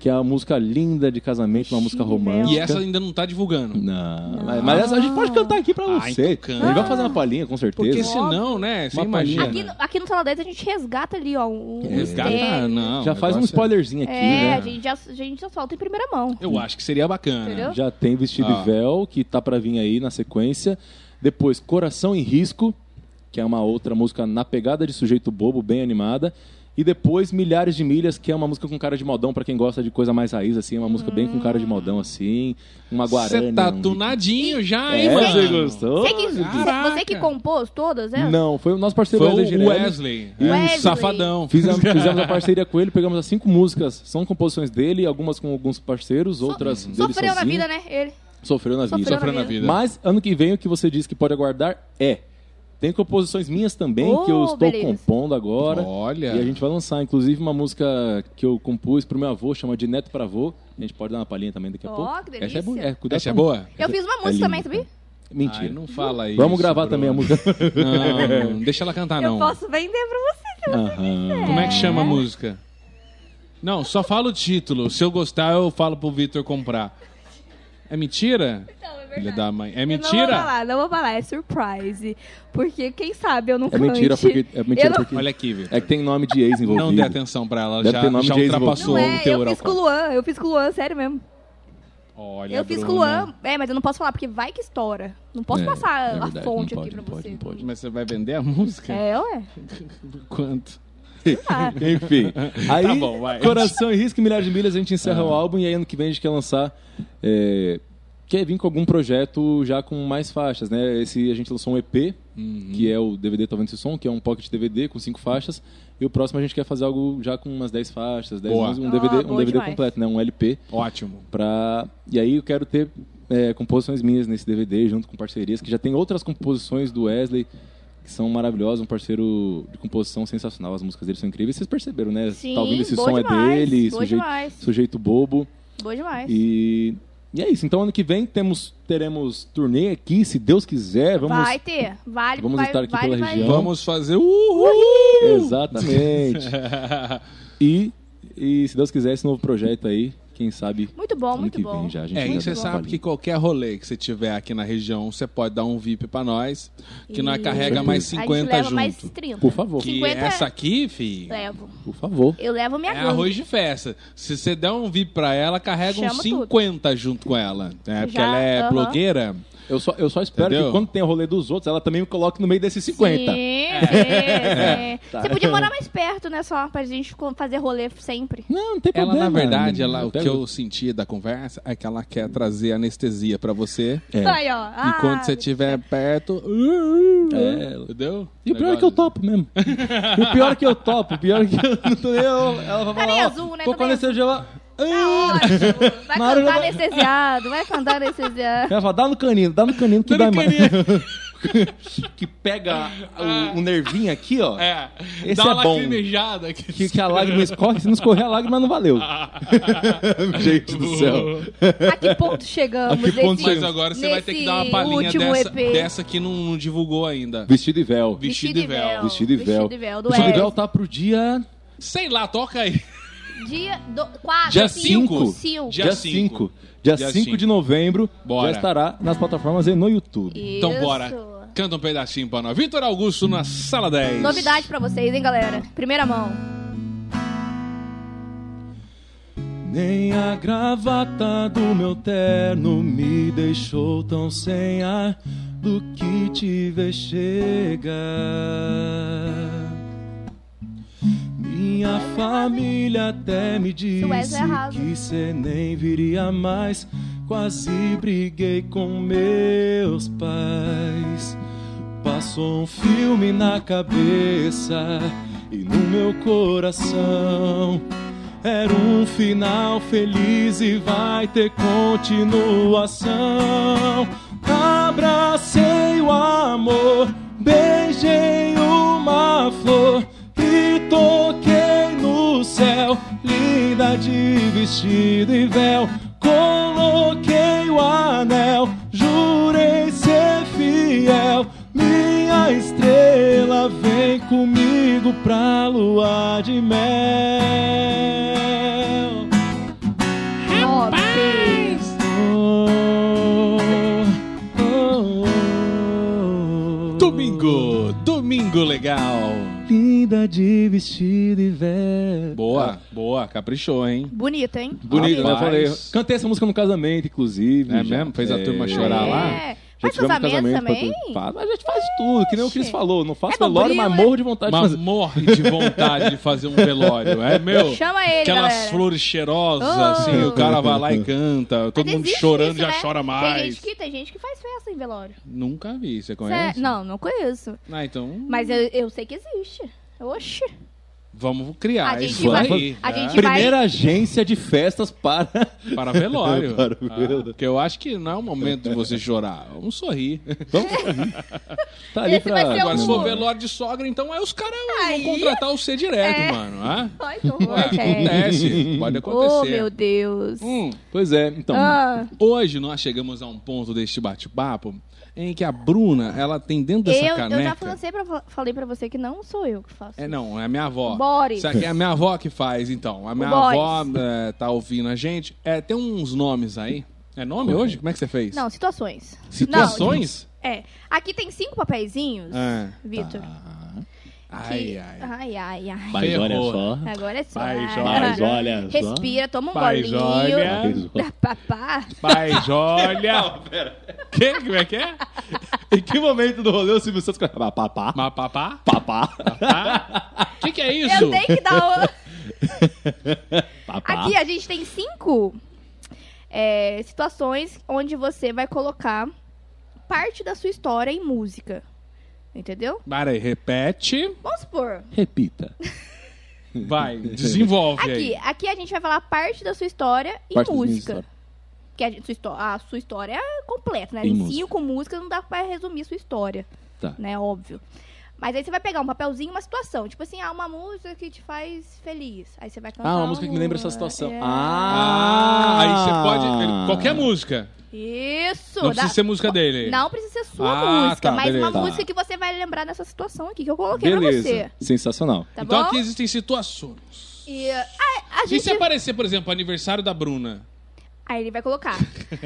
Speaker 3: que é uma música linda de casamento, uma música
Speaker 2: Vestido e Véu.
Speaker 3: romântica.
Speaker 1: E essa ainda não tá divulgando.
Speaker 3: Não, mas- mas essa a gente pode cantar aqui pra
Speaker 1: Ah,
Speaker 3: você.
Speaker 1: então canta.
Speaker 3: Ele vai fazer uma palhinha, com certeza.
Speaker 1: Porque senão, né? Você
Speaker 3: Uma
Speaker 1: imagina.
Speaker 3: palhinha.
Speaker 2: Aqui, no- aqui no Sala 10 a gente resgata ali, ó. O, o
Speaker 1: Resgata,
Speaker 2: mistério.
Speaker 1: não.
Speaker 3: já
Speaker 1: o
Speaker 3: faz
Speaker 1: negócio
Speaker 3: um
Speaker 1: é-
Speaker 3: spoilerzinho aqui,
Speaker 2: É,
Speaker 3: É né? É.
Speaker 2: a gente, já, a gente já solta em primeira mão.
Speaker 1: Eu acho que seria bacana.
Speaker 2: Entendeu?
Speaker 3: Já tem Vestido
Speaker 1: Ah.
Speaker 3: e Véu, que tá pra vir aí na sequência. Depois, Coração em Risco, que é uma outra música na pegada de sujeito bobo, bem animada. E depois, Milhares de Milhas, que é uma música com cara de modão, pra quem gosta de coisa mais raiz, assim. É uma música bem com cara de
Speaker 2: Hum.
Speaker 3: modão, assim. Uma guarana.
Speaker 1: Você
Speaker 3: um
Speaker 1: tá
Speaker 3: ritmo-
Speaker 1: tunadinho já, hein,
Speaker 3: É,
Speaker 1: mano?
Speaker 3: você gostou?
Speaker 2: Você que,
Speaker 1: Caraca.
Speaker 2: você que compôs todas, né?
Speaker 3: Não, foi o nosso parceiro
Speaker 1: Foi o
Speaker 3: Wesley É, um Girelli.
Speaker 1: Wesley.
Speaker 3: Isso.
Speaker 2: Wesley.
Speaker 1: Safadão.
Speaker 3: Fizemos, fizemos a parceria com ele, pegamos as cinco músicas. São composições dele, algumas com alguns parceiros, outras dele
Speaker 2: Sofreu na
Speaker 3: sozinho.
Speaker 2: vida, né? Ele.
Speaker 3: Sofreu na vida.
Speaker 2: Sofreu
Speaker 1: Sofreu na vida.
Speaker 3: Mas ano que vem o que você disse que pode aguardar é. Tem composições minhas também que eu
Speaker 2: Oh,
Speaker 3: estou
Speaker 2: beleza.
Speaker 3: compondo agora.
Speaker 1: Olha.
Speaker 3: E a gente vai lançar, inclusive, uma música que eu compus pro meu avô, chama de Neto pra Avô. A gente pode dar uma palhinha também daqui a
Speaker 2: Ó,
Speaker 3: pouco.
Speaker 2: Oh, que delícia.
Speaker 3: Essa é, boa. é, cuidado
Speaker 1: Essa é
Speaker 3: pra não-
Speaker 1: boa?
Speaker 2: Eu fiz uma
Speaker 3: É
Speaker 2: música também,
Speaker 3: linda.
Speaker 2: sabia?
Speaker 3: Mentira.
Speaker 1: Ai, não fala isso.
Speaker 3: Vamos gravar
Speaker 1: Bruno.
Speaker 3: também a música.
Speaker 1: Não, não, deixa ela
Speaker 3: Ah,
Speaker 1: cantar, não.
Speaker 2: Eu posso vender pra você.
Speaker 3: Aham.
Speaker 1: Como é que chama a música? Não, só fala o título. Se eu gostar, eu falo pro Vitor comprar. É mentira?
Speaker 2: Então, é
Speaker 1: Filha da mãe. É
Speaker 2: Eu não vou
Speaker 1: mentira?
Speaker 2: falar, não vou falar, é surprise. Porque quem sabe eu não
Speaker 3: É mentira
Speaker 2: cante.
Speaker 3: porque. É mentira
Speaker 2: Eu não-
Speaker 3: porque.
Speaker 1: Olha aqui, Vitor.
Speaker 3: É que tem nome de ex envolvido.
Speaker 1: Não dê atenção pra ela,
Speaker 3: Deve ter
Speaker 1: já,
Speaker 3: nome
Speaker 1: já
Speaker 3: de ex
Speaker 1: ultrapassou
Speaker 2: Não é,
Speaker 1: o teu
Speaker 2: eu fiz com o
Speaker 1: Europa.
Speaker 2: Luan, eu fiz com o Luan, sério mesmo.
Speaker 1: Olha,
Speaker 2: eu fiz com o
Speaker 1: Bruna.
Speaker 2: Luan, é, mas eu não posso falar, porque vai que estoura. Não posso
Speaker 3: É,
Speaker 2: passar
Speaker 3: é
Speaker 2: a
Speaker 3: verdade,
Speaker 2: fonte
Speaker 3: não
Speaker 2: aqui
Speaker 3: pode,
Speaker 2: pra
Speaker 3: não pode,
Speaker 2: você.
Speaker 3: não pode.
Speaker 1: Mas você vai vender a música?
Speaker 2: É, ué.
Speaker 1: Por quanto?
Speaker 3: Enfim. Aí,
Speaker 1: Tá bom, vai. Ah.
Speaker 3: Coração e Risco e Milhares de Milhas, a gente encerra o álbum e aí ano que vem a gente quer lançar. é, quer vir com algum projeto já com mais faixas, né? Esse a gente lançou um EP,
Speaker 1: Hum.
Speaker 3: que é o DVD Tá Vendo Esse Som, que é um pocket DVD com cinco faixas. E o próximo a gente quer fazer algo já com umas 10 faixas, 10
Speaker 1: Boa.
Speaker 3: músicas, um
Speaker 2: Ah,
Speaker 3: DVD, um
Speaker 2: boa
Speaker 3: DVD
Speaker 2: demais.
Speaker 3: completo, né? Um LP.
Speaker 1: Ótimo.
Speaker 3: Pra... E aí eu quero ter é, composições minhas nesse DVD, junto com parcerias, que já tem outras composições do Wesley, que são maravilhosas, um parceiro de composição sensacional. As músicas dele são incríveis. Vocês perceberam, né?
Speaker 2: Sim,
Speaker 3: tá ouvindo esse
Speaker 2: boa
Speaker 3: som é
Speaker 2: demais,
Speaker 3: dele,
Speaker 2: boa
Speaker 3: sujeito,
Speaker 2: demais. É
Speaker 3: sujeito bobo.
Speaker 2: Boa demais.
Speaker 3: E... e é isso. Então ano que vem temos, teremos turnê aqui, se Deus quiser. Vamos...
Speaker 2: Vai ter, vale,
Speaker 3: vamos
Speaker 2: vai,
Speaker 3: estar aqui
Speaker 2: vale,
Speaker 3: pela
Speaker 2: vai.
Speaker 3: região.
Speaker 1: Vamos fazer... Uhul!
Speaker 3: Exatamente. e, e se Deus quiser, esse novo projeto aí, quem sabe.
Speaker 2: Muito bom,
Speaker 3: ano
Speaker 2: muito
Speaker 3: que
Speaker 2: bom.
Speaker 3: Vem já, a gente
Speaker 1: É,
Speaker 3: já tá
Speaker 1: e
Speaker 3: dá
Speaker 1: você
Speaker 3: uma
Speaker 1: sabe
Speaker 3: palhinha.
Speaker 1: que qualquer rolê que você tiver aqui na região, você pode dar um VIP pra nós, que nós
Speaker 2: E-
Speaker 1: carrega mais
Speaker 2: A gente
Speaker 1: 50
Speaker 2: leva
Speaker 1: junto.
Speaker 2: mais É, 30.
Speaker 3: Por favor,
Speaker 1: Que é
Speaker 2: 50
Speaker 1: essa aqui, fi,
Speaker 2: Levo.
Speaker 3: por favor.
Speaker 2: Eu levo minha
Speaker 1: é
Speaker 2: gangue.
Speaker 1: arroz de festa. Se você der um VIP pra ela, carrega uns
Speaker 2: Chama
Speaker 1: 50 junto com ela. Né? Porque
Speaker 2: Já,
Speaker 1: ela é
Speaker 2: aham.
Speaker 1: blogueira.
Speaker 3: Eu só, eu só espero
Speaker 1: Entendeu?
Speaker 3: que quando tem o rolê dos outros, ela também me coloque no meio desses 50.
Speaker 2: Sim, sim, sim.
Speaker 3: Tá.
Speaker 2: Você podia morar mais perto, né? Só pra gente co- fazer rolê sempre.
Speaker 3: Não, não tem
Speaker 1: Ela,
Speaker 3: problema.
Speaker 1: na verdade, ela, o que
Speaker 3: pego-
Speaker 1: eu senti da conversa é que ela quer trazer anestesia pra você.
Speaker 3: É.
Speaker 2: Aí, ó. Ah,
Speaker 1: E quando você estiver perto. uh,
Speaker 3: É.
Speaker 1: Entendeu?
Speaker 3: E o pior é que eu topo mesmo. E o pior é que eu topo. O pior é que eu não tô nem. eu- Ela
Speaker 2: Tá
Speaker 3: vai falar.
Speaker 2: meio
Speaker 3: ó,
Speaker 2: azul, né?
Speaker 3: Tô
Speaker 2: Tá
Speaker 3: com
Speaker 2: meio
Speaker 3: anestesia lá.
Speaker 2: tá ótimo. Vai
Speaker 3: Na hora
Speaker 2: cantar
Speaker 3: eu-
Speaker 2: anestesiado, vai cantar anestesiado.
Speaker 3: Ela fala, dá no canino, dá no canino que
Speaker 1: Dá
Speaker 3: dá
Speaker 1: no
Speaker 3: mais. é que pega o, o nervinho aqui, ó.
Speaker 1: É.
Speaker 3: Esse
Speaker 1: dá uma
Speaker 3: é bom.
Speaker 1: lacrimejada que-
Speaker 3: Que, que a lágrima escorre, se não escorrer a lágrima, não valeu. Gente do céu.
Speaker 2: A que ponto chegamos?
Speaker 3: A que ponto
Speaker 2: nesse-
Speaker 1: Mas agora você vai ter que dar uma palhinha
Speaker 2: nesse
Speaker 1: dessa,
Speaker 2: último EP.
Speaker 1: dessa que não, não divulgou ainda.
Speaker 3: Vestido e véu.
Speaker 1: Vestido e véu.
Speaker 3: Vestido e véu.
Speaker 2: Vestido e véu do
Speaker 3: Vestido e véu
Speaker 2: Wesley.
Speaker 3: tá pro dia.
Speaker 1: Sei lá, toca aí.
Speaker 2: Dia 4,
Speaker 3: Dia cinco.
Speaker 1: Dia
Speaker 3: Dia
Speaker 1: cinco.
Speaker 3: 5. Dia
Speaker 1: Dia
Speaker 3: 5 de novembro
Speaker 1: Bora.
Speaker 3: já estará nas plataformas e no YouTube.
Speaker 1: Então bora. Canta um pedacinho pra nós. Vitor Augusto na sala 10.
Speaker 2: Novidade pra vocês, hein, galera? Primeira mão.
Speaker 3: Nem a gravata do meu terno me deixou tão sem ar do que te ver chegar. Minha família até me disse
Speaker 2: Wesley arrasa.
Speaker 3: que cê nem viria mais. Quase briguei com meus pais. Pai, Passou um filme na cabeça e no meu coração. Era um final feliz e vai ter continuação. Abracei o amor, beijei uma flor e toquei no céu, linda de vestido e véu. Coloquei o anel, jurei ser fiel. Minha estrela vem comigo pra lua de mel.
Speaker 2: Top.
Speaker 3: Oh, oh, oh.
Speaker 1: Domingo, domingo legal.
Speaker 3: Linda de vestido e véu. Ah.
Speaker 1: Boa, boa, caprichou, hein?
Speaker 2: Bonito, hein?
Speaker 3: Bonito, né? Eu
Speaker 1: Rapaz.
Speaker 3: falei. eu Cantei essa música no casamento, inclusive.
Speaker 1: É
Speaker 3: já.
Speaker 1: mesmo? Fez a turma
Speaker 3: É.
Speaker 1: chorar lá?
Speaker 2: É.
Speaker 3: Já
Speaker 2: Faz
Speaker 3: tivemos
Speaker 2: casamento,
Speaker 3: casamento pra
Speaker 2: também?
Speaker 3: tudo. Faz, mas a gente faz tudo, que nem o Cris
Speaker 2: Oxe.
Speaker 3: falão. Não faço
Speaker 2: É
Speaker 3: velório,
Speaker 2: bombril,
Speaker 3: mas
Speaker 2: né?
Speaker 3: morro de vontade de
Speaker 1: Mas
Speaker 3: fazer.
Speaker 1: morre de vontade de fazer um velório. É meu.
Speaker 2: Chama ele,
Speaker 1: Aquelas
Speaker 2: galera.
Speaker 1: flores cheirosas,
Speaker 2: Oh.
Speaker 1: assim, o cara vai lá e canta, todo
Speaker 2: Mas
Speaker 1: mundo
Speaker 2: existe
Speaker 1: chorando
Speaker 2: isso,
Speaker 1: já
Speaker 2: né?
Speaker 1: chora
Speaker 2: Tem
Speaker 1: mais.
Speaker 2: gente, que, tem gente que faz festa em velório.
Speaker 1: Nunca vi, você
Speaker 2: Cê-
Speaker 1: conhece?
Speaker 2: Não, não conheço.
Speaker 1: Ah, então
Speaker 2: Mas eu, eu sei que existe. Oxi.
Speaker 1: vamos criar
Speaker 2: A gente
Speaker 1: isso
Speaker 3: vai-
Speaker 1: aí.
Speaker 2: a
Speaker 1: né?
Speaker 2: gente vai-
Speaker 3: Primeira agência de festas para.
Speaker 1: Para velório.
Speaker 3: Para
Speaker 1: Ah,
Speaker 3: velório.
Speaker 1: porque eu acho que não é o momento de você chorar. Vamos sorrir.
Speaker 3: Vamos. tá ali
Speaker 2: Esse vai
Speaker 3: pra.
Speaker 2: ser
Speaker 1: Agora, se for
Speaker 2: É um Amor.
Speaker 1: velório de sogra, então aí os caras
Speaker 2: Aí-
Speaker 1: vão contratar você direto,
Speaker 2: É.
Speaker 1: mano. Ah?
Speaker 2: Ai, que
Speaker 1: Ué,
Speaker 2: horror, gente.
Speaker 1: acontece. Pode
Speaker 2: Oh,
Speaker 1: acontecer.
Speaker 2: meu Deus.
Speaker 1: Hum.
Speaker 3: Pois é, então.
Speaker 2: Ah,
Speaker 1: Hoje nós chegamos a um ponto deste bate-papo em que a Bruna, ela tem dentro dessa
Speaker 2: eu,
Speaker 1: caneca.
Speaker 2: eu já falei assim, pra, falei pra você que não sou eu que faço.
Speaker 1: É, não, é a minha avó.
Speaker 2: Boris.
Speaker 1: Isso aqui é a minha avó que faz, então. A minha
Speaker 2: Boris.
Speaker 1: avó é, tá ouvindo a gente. É, tem uns nomes aí. É nome hoje? Como é que você fez?
Speaker 2: Não, situações.
Speaker 1: Situações?
Speaker 2: Não, é. Aqui tem cinco papeizinhos,
Speaker 1: Ah,
Speaker 2: Vitor.
Speaker 3: Ah,
Speaker 1: Ai,
Speaker 2: que-
Speaker 1: ai.
Speaker 2: ai, ai, ai.
Speaker 4: Mas
Speaker 1: Ferrou.
Speaker 4: olha só.
Speaker 2: Agora é só.
Speaker 1: Mas
Speaker 2: Ah,
Speaker 4: Mas olha só.
Speaker 2: Respira, toma um
Speaker 1: Mas
Speaker 2: bolinho.
Speaker 1: olha.
Speaker 4: Mas olha.
Speaker 2: Papá.
Speaker 1: Mas olha... Que? Como é que é?
Speaker 3: Em que momento do rolê o Silvio Santos. Ah, Papá.
Speaker 1: Mas papá?
Speaker 3: Papá.
Speaker 1: Papá? Que que é isso?
Speaker 2: Eu tenho que dar. o-
Speaker 4: Papá.
Speaker 2: Aqui a gente tem cinco é, situações onde você vai colocar parte da sua história em música. Entendeu?
Speaker 1: Para aí, repete.
Speaker 2: Vamos supor.
Speaker 3: Repita.
Speaker 1: Vai, desenvolve
Speaker 2: Aqui,
Speaker 1: aí.
Speaker 2: aqui a gente vai falar parte da sua história em
Speaker 3: Parte das minhas
Speaker 2: música.
Speaker 3: histórias.
Speaker 2: Que a, gente- sua histó- a sua história é completa, né?
Speaker 3: Em
Speaker 2: Em
Speaker 3: música.
Speaker 2: cinco músicas não dá pra resumir sua história.
Speaker 3: Tá.
Speaker 2: Né? Óbvio. Mas aí você vai pegar um papelzinho, uma situação. Tipo assim, ah, uma música que te faz feliz. Aí você vai cantar.
Speaker 3: Ah, uma música que me lembra essa situação.
Speaker 2: É.
Speaker 1: Ah, aí você pode...
Speaker 3: Ah.
Speaker 1: Qualquer música.
Speaker 2: Isso!
Speaker 1: Não precisa
Speaker 2: dá-
Speaker 1: ser música dele.
Speaker 2: Não precisa ser sua
Speaker 1: Ah,
Speaker 2: música,
Speaker 1: tá,
Speaker 2: mas uma
Speaker 1: beleza.
Speaker 2: música que você vai lembrar dessa situação aqui que eu coloquei
Speaker 3: Beleza.
Speaker 2: pra
Speaker 3: Sensacional.
Speaker 2: você. Tá
Speaker 1: então
Speaker 2: bom?
Speaker 1: aqui existem situações.
Speaker 2: E ah, a,
Speaker 1: E se
Speaker 2: gente.
Speaker 1: aparecer, por exemplo, aniversário da Bruna?
Speaker 2: Aí ele vai colocar.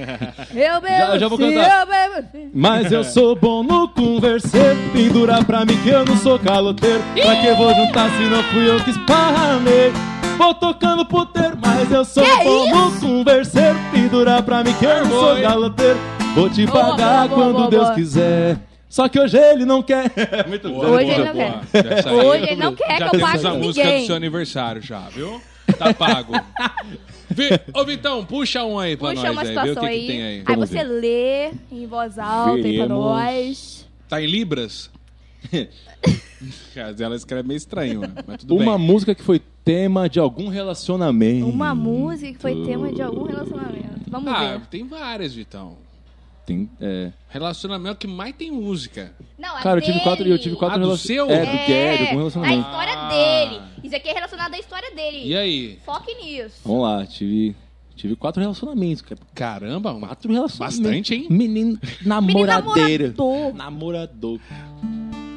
Speaker 2: Meu Deus!
Speaker 3: Já- já vou
Speaker 2: se
Speaker 3: cantar.
Speaker 2: eu bebo-
Speaker 3: Mas eu sou bom no converser. Pendura pra mim que eu não sou caloteiro. Pra que vou juntar se não fui eu que esparramei? Vou tocando puteiro, mas eu sou
Speaker 2: é
Speaker 3: bom no converser. Pendura pra mim que eu não
Speaker 1: Boa,
Speaker 3: sou
Speaker 1: hein?
Speaker 3: caloteiro. Vou te
Speaker 2: Boa, boa,
Speaker 3: pagar
Speaker 2: boa,
Speaker 3: quando
Speaker 2: boa,
Speaker 3: Deus
Speaker 2: boa.
Speaker 3: quiser. Só que hoje ele não quer. Muito
Speaker 1: Boa,
Speaker 2: Hoje
Speaker 1: boa,
Speaker 2: ele não
Speaker 1: boa.
Speaker 2: quer.
Speaker 1: Essa aí
Speaker 2: Hoje
Speaker 1: eu
Speaker 2: ele não quer
Speaker 1: já
Speaker 2: que eu
Speaker 1: temos
Speaker 2: pague
Speaker 1: a
Speaker 2: com
Speaker 1: música do
Speaker 2: ninguém.
Speaker 1: seu aniversário já, viu? Tá pago. Vi... Ô, Vitão, puxa um aí pra nós
Speaker 2: Puxa uma
Speaker 1: aí, viu? O que,
Speaker 2: situação
Speaker 1: que
Speaker 2: aí.
Speaker 1: tem aí?
Speaker 2: Aí
Speaker 3: Vamos
Speaker 2: você lê em voz alta aí pra
Speaker 3: Veremos.
Speaker 2: nós.
Speaker 1: Tá em Libras? Cara, Ela escreve meio estranho, né? mas tudo
Speaker 3: Uma
Speaker 1: bem.
Speaker 3: música que foi tema de algum relacionamento.
Speaker 2: Uma música que foi tema de algum relacionamento. Vamos
Speaker 1: Ah,
Speaker 2: ver.
Speaker 1: tem várias, Vitão.
Speaker 3: Tem, é.
Speaker 1: Relacionamento que mais tem música.
Speaker 2: Não, a
Speaker 3: Cara, eu tive
Speaker 2: dele.
Speaker 3: quatro, eu tive quatro
Speaker 1: Ah, do
Speaker 3: relacion-
Speaker 1: seu?
Speaker 3: É,
Speaker 2: É,
Speaker 3: do Gary, algum
Speaker 2: a
Speaker 3: relacionamento.
Speaker 2: história
Speaker 1: Ah.
Speaker 2: dele. Isso aqui é relacionado à história dele.
Speaker 1: E aí?
Speaker 2: Foque nisso.
Speaker 3: Vamos lá, tive, tive quatro relacionamentos, cara.
Speaker 1: Caramba, uma...
Speaker 3: Quatro relacionamentos.
Speaker 1: Bastante, hein?
Speaker 3: Menino namoradeiro.
Speaker 2: namorador.
Speaker 3: Namorador.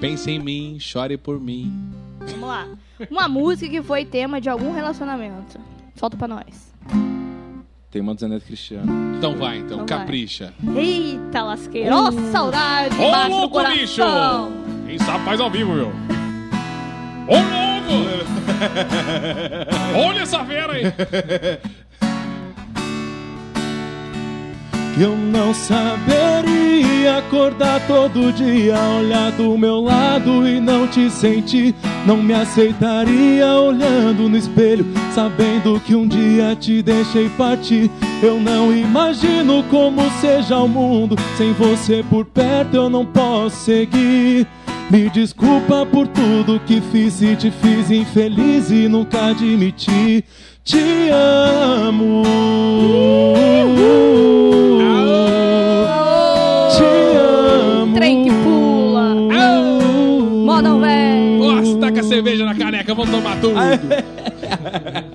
Speaker 1: pense em mim, chore por mim.
Speaker 2: Vamos lá. Uma música que foi tema de algum relacionamento. Solta pra nós.
Speaker 3: Tem uma do Zé Neto Cristiano.
Speaker 1: Então vai, então,
Speaker 2: Então vai.
Speaker 1: capricha.
Speaker 2: Eita, lasqueira. Ó,
Speaker 3: Uh.
Speaker 2: saudade
Speaker 1: Ô,
Speaker 2: embaixo do
Speaker 1: louco,
Speaker 2: coração.
Speaker 1: Quem sabe faz ao vivo, meu. Ô, louco! Olha essa fera aí!
Speaker 4: Eu não saberia acordar todo dia, olhar do meu lado e não te sentir. Não me aceitaria olhando no espelho, sabendo que um dia te deixei partir. Eu não imagino como seja o mundo, sem você por perto eu não posso seguir. Me desculpa por tudo que fiz e te fiz infeliz e nunca admiti. Te amo. Te amo.
Speaker 2: Trem que pula.
Speaker 3: Uh.
Speaker 2: Moda véi.
Speaker 1: Nossa, taca a cerveja na caneca, vamos tomar tudo.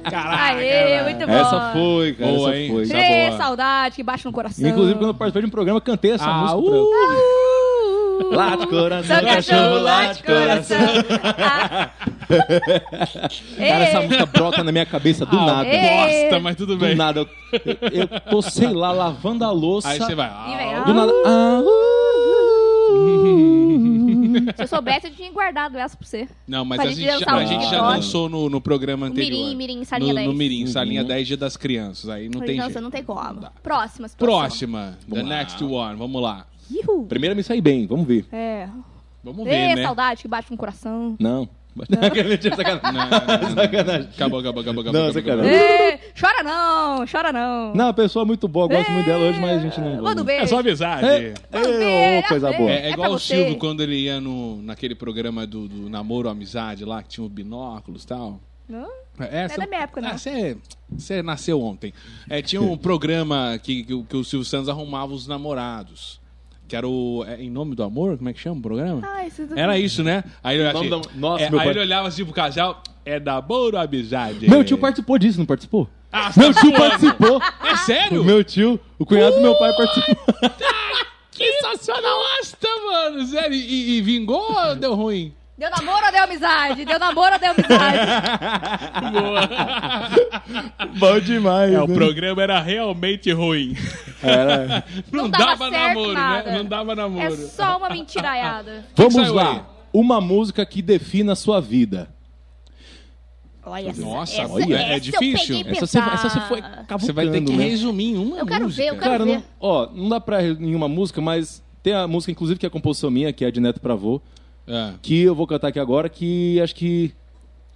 Speaker 1: Caraca.
Speaker 2: Aê,
Speaker 1: velho.
Speaker 2: muito bom.
Speaker 4: Ah, Essa foi, cara.
Speaker 1: Boa,
Speaker 4: essa
Speaker 1: hein?
Speaker 4: foi.
Speaker 1: Essa
Speaker 2: Ê,
Speaker 1: boa.
Speaker 2: saudade que bate no coração.
Speaker 4: Inclusive, quando eu participei de um programa, eu cantei essa
Speaker 1: Ah,
Speaker 4: música. pra ela.
Speaker 2: Uh,
Speaker 4: Late coração,
Speaker 2: seu cachorro late coração. É.
Speaker 4: Cara, essa música brota na minha cabeça do
Speaker 1: Ah,
Speaker 4: nada.
Speaker 2: Ei.
Speaker 1: Bosta, mas tudo
Speaker 4: Do
Speaker 1: bem.
Speaker 4: nada. Eu, eu tô, sei lá, lavando a louça.
Speaker 1: Aí você vai. ah,
Speaker 2: E vem,
Speaker 1: ó.
Speaker 2: ó.
Speaker 4: Do nada. Ah, uh,
Speaker 2: Se eu soubesse, eu tinha guardado essa pra você.
Speaker 1: Não, mas a
Speaker 2: Parei de
Speaker 1: gente, já-
Speaker 2: dançar
Speaker 1: a
Speaker 2: o
Speaker 1: gente já
Speaker 2: TikTok.
Speaker 1: lançou no, no programa
Speaker 2: O
Speaker 1: anterior.
Speaker 2: Mirim, Mirim, salinha
Speaker 1: no,
Speaker 2: 10.
Speaker 1: No Mirim, salinha
Speaker 4: Uhum.
Speaker 1: 10 dia das crianças. Aí não tem
Speaker 2: Falei,
Speaker 1: jeito.
Speaker 2: Nossa, não tem como.
Speaker 4: Tá.
Speaker 2: Próxima situação.
Speaker 1: Próxima. the
Speaker 4: Vamos lá.
Speaker 1: next one. Vamos lá.
Speaker 2: Ihu.
Speaker 4: Primeiro eu me saí bem, vamos ver.
Speaker 2: É.
Speaker 1: Vamos ver,
Speaker 2: Ê,
Speaker 1: né?
Speaker 2: saudade que bate no coração.
Speaker 4: Não. Aquele
Speaker 1: é
Speaker 4: tipo sacanagem.
Speaker 1: Não, não, não, não. Acabou, acabou, acabou, acabou.
Speaker 4: Não,
Speaker 1: acabou,
Speaker 4: sacanagem.
Speaker 1: acabou.
Speaker 2: Ê, chora não, chora não.
Speaker 4: Não, a pessoa é muito boa, eu gosto muito dela hoje, mas a gente não.
Speaker 2: Manda um beijo.
Speaker 1: É só amizade.
Speaker 4: É,
Speaker 1: É,
Speaker 4: é, ô, coisa boa.
Speaker 2: É
Speaker 1: é igual
Speaker 2: pra
Speaker 1: o
Speaker 2: você.
Speaker 1: Silvio quando ele ia no, naquele programa do, do Namoro ou Amizade lá, que tinha os binóculos e tal.
Speaker 2: Não?
Speaker 1: É,
Speaker 2: da minha época, não.
Speaker 1: Você nasceu ontem. É, tinha um programa que, que, o- que o Silvio Santos arrumava os namorados. Que era o. é, em nome do amor? Como é que chama o programa?
Speaker 4: Tá,
Speaker 2: Ai, isso tudo-
Speaker 1: Era isso, né? Aí ele,
Speaker 4: Em
Speaker 1: assim,
Speaker 4: nome da- Nossa,
Speaker 1: é,
Speaker 4: meu
Speaker 1: aí
Speaker 4: pai-
Speaker 1: ele olhava assim pro casal. É da Boura Amizade.
Speaker 4: Meu tio participou disso, não participou?
Speaker 1: Ah,
Speaker 4: Meu tio participou!
Speaker 1: É sério?
Speaker 4: O meu tio, o cunhado do meu pai participou.
Speaker 1: Que sensacionalista, mano. Sério. E, e vingou ou deu ruim?
Speaker 2: Deu namoro ou deu amizade? Deu namoro ou deu amizade?
Speaker 4: Bom demais.
Speaker 1: É, o
Speaker 4: né?
Speaker 1: programa era realmente ruim.
Speaker 4: Era.
Speaker 1: Não,
Speaker 2: Não dava
Speaker 1: dava,
Speaker 2: certo
Speaker 1: namoro,
Speaker 2: nada.
Speaker 1: né? Não dava
Speaker 2: é
Speaker 1: namoro.
Speaker 2: só uma mentiraiada.
Speaker 1: que
Speaker 4: Vamos
Speaker 1: saiu aí?
Speaker 4: lá. Uma música que defina a sua vida.
Speaker 2: Olha essa.
Speaker 1: Nossa,
Speaker 2: essa,
Speaker 1: olha, é
Speaker 2: essa eu
Speaker 1: difícil.
Speaker 2: peguei
Speaker 4: Essa você,
Speaker 2: pesado.
Speaker 4: essa você foi cavucando,
Speaker 1: Você vai ter que
Speaker 4: né?
Speaker 1: resumir em uma
Speaker 2: Eu quero
Speaker 1: música.
Speaker 2: ver, eu quero
Speaker 4: Cara,
Speaker 2: ver.
Speaker 4: não, ó, não dá pra nenhuma música, mas tem a música, inclusive, que é a composição minha, que é de Neto Pravô,
Speaker 1: É.
Speaker 4: que eu vou cantar aqui agora, que acho que...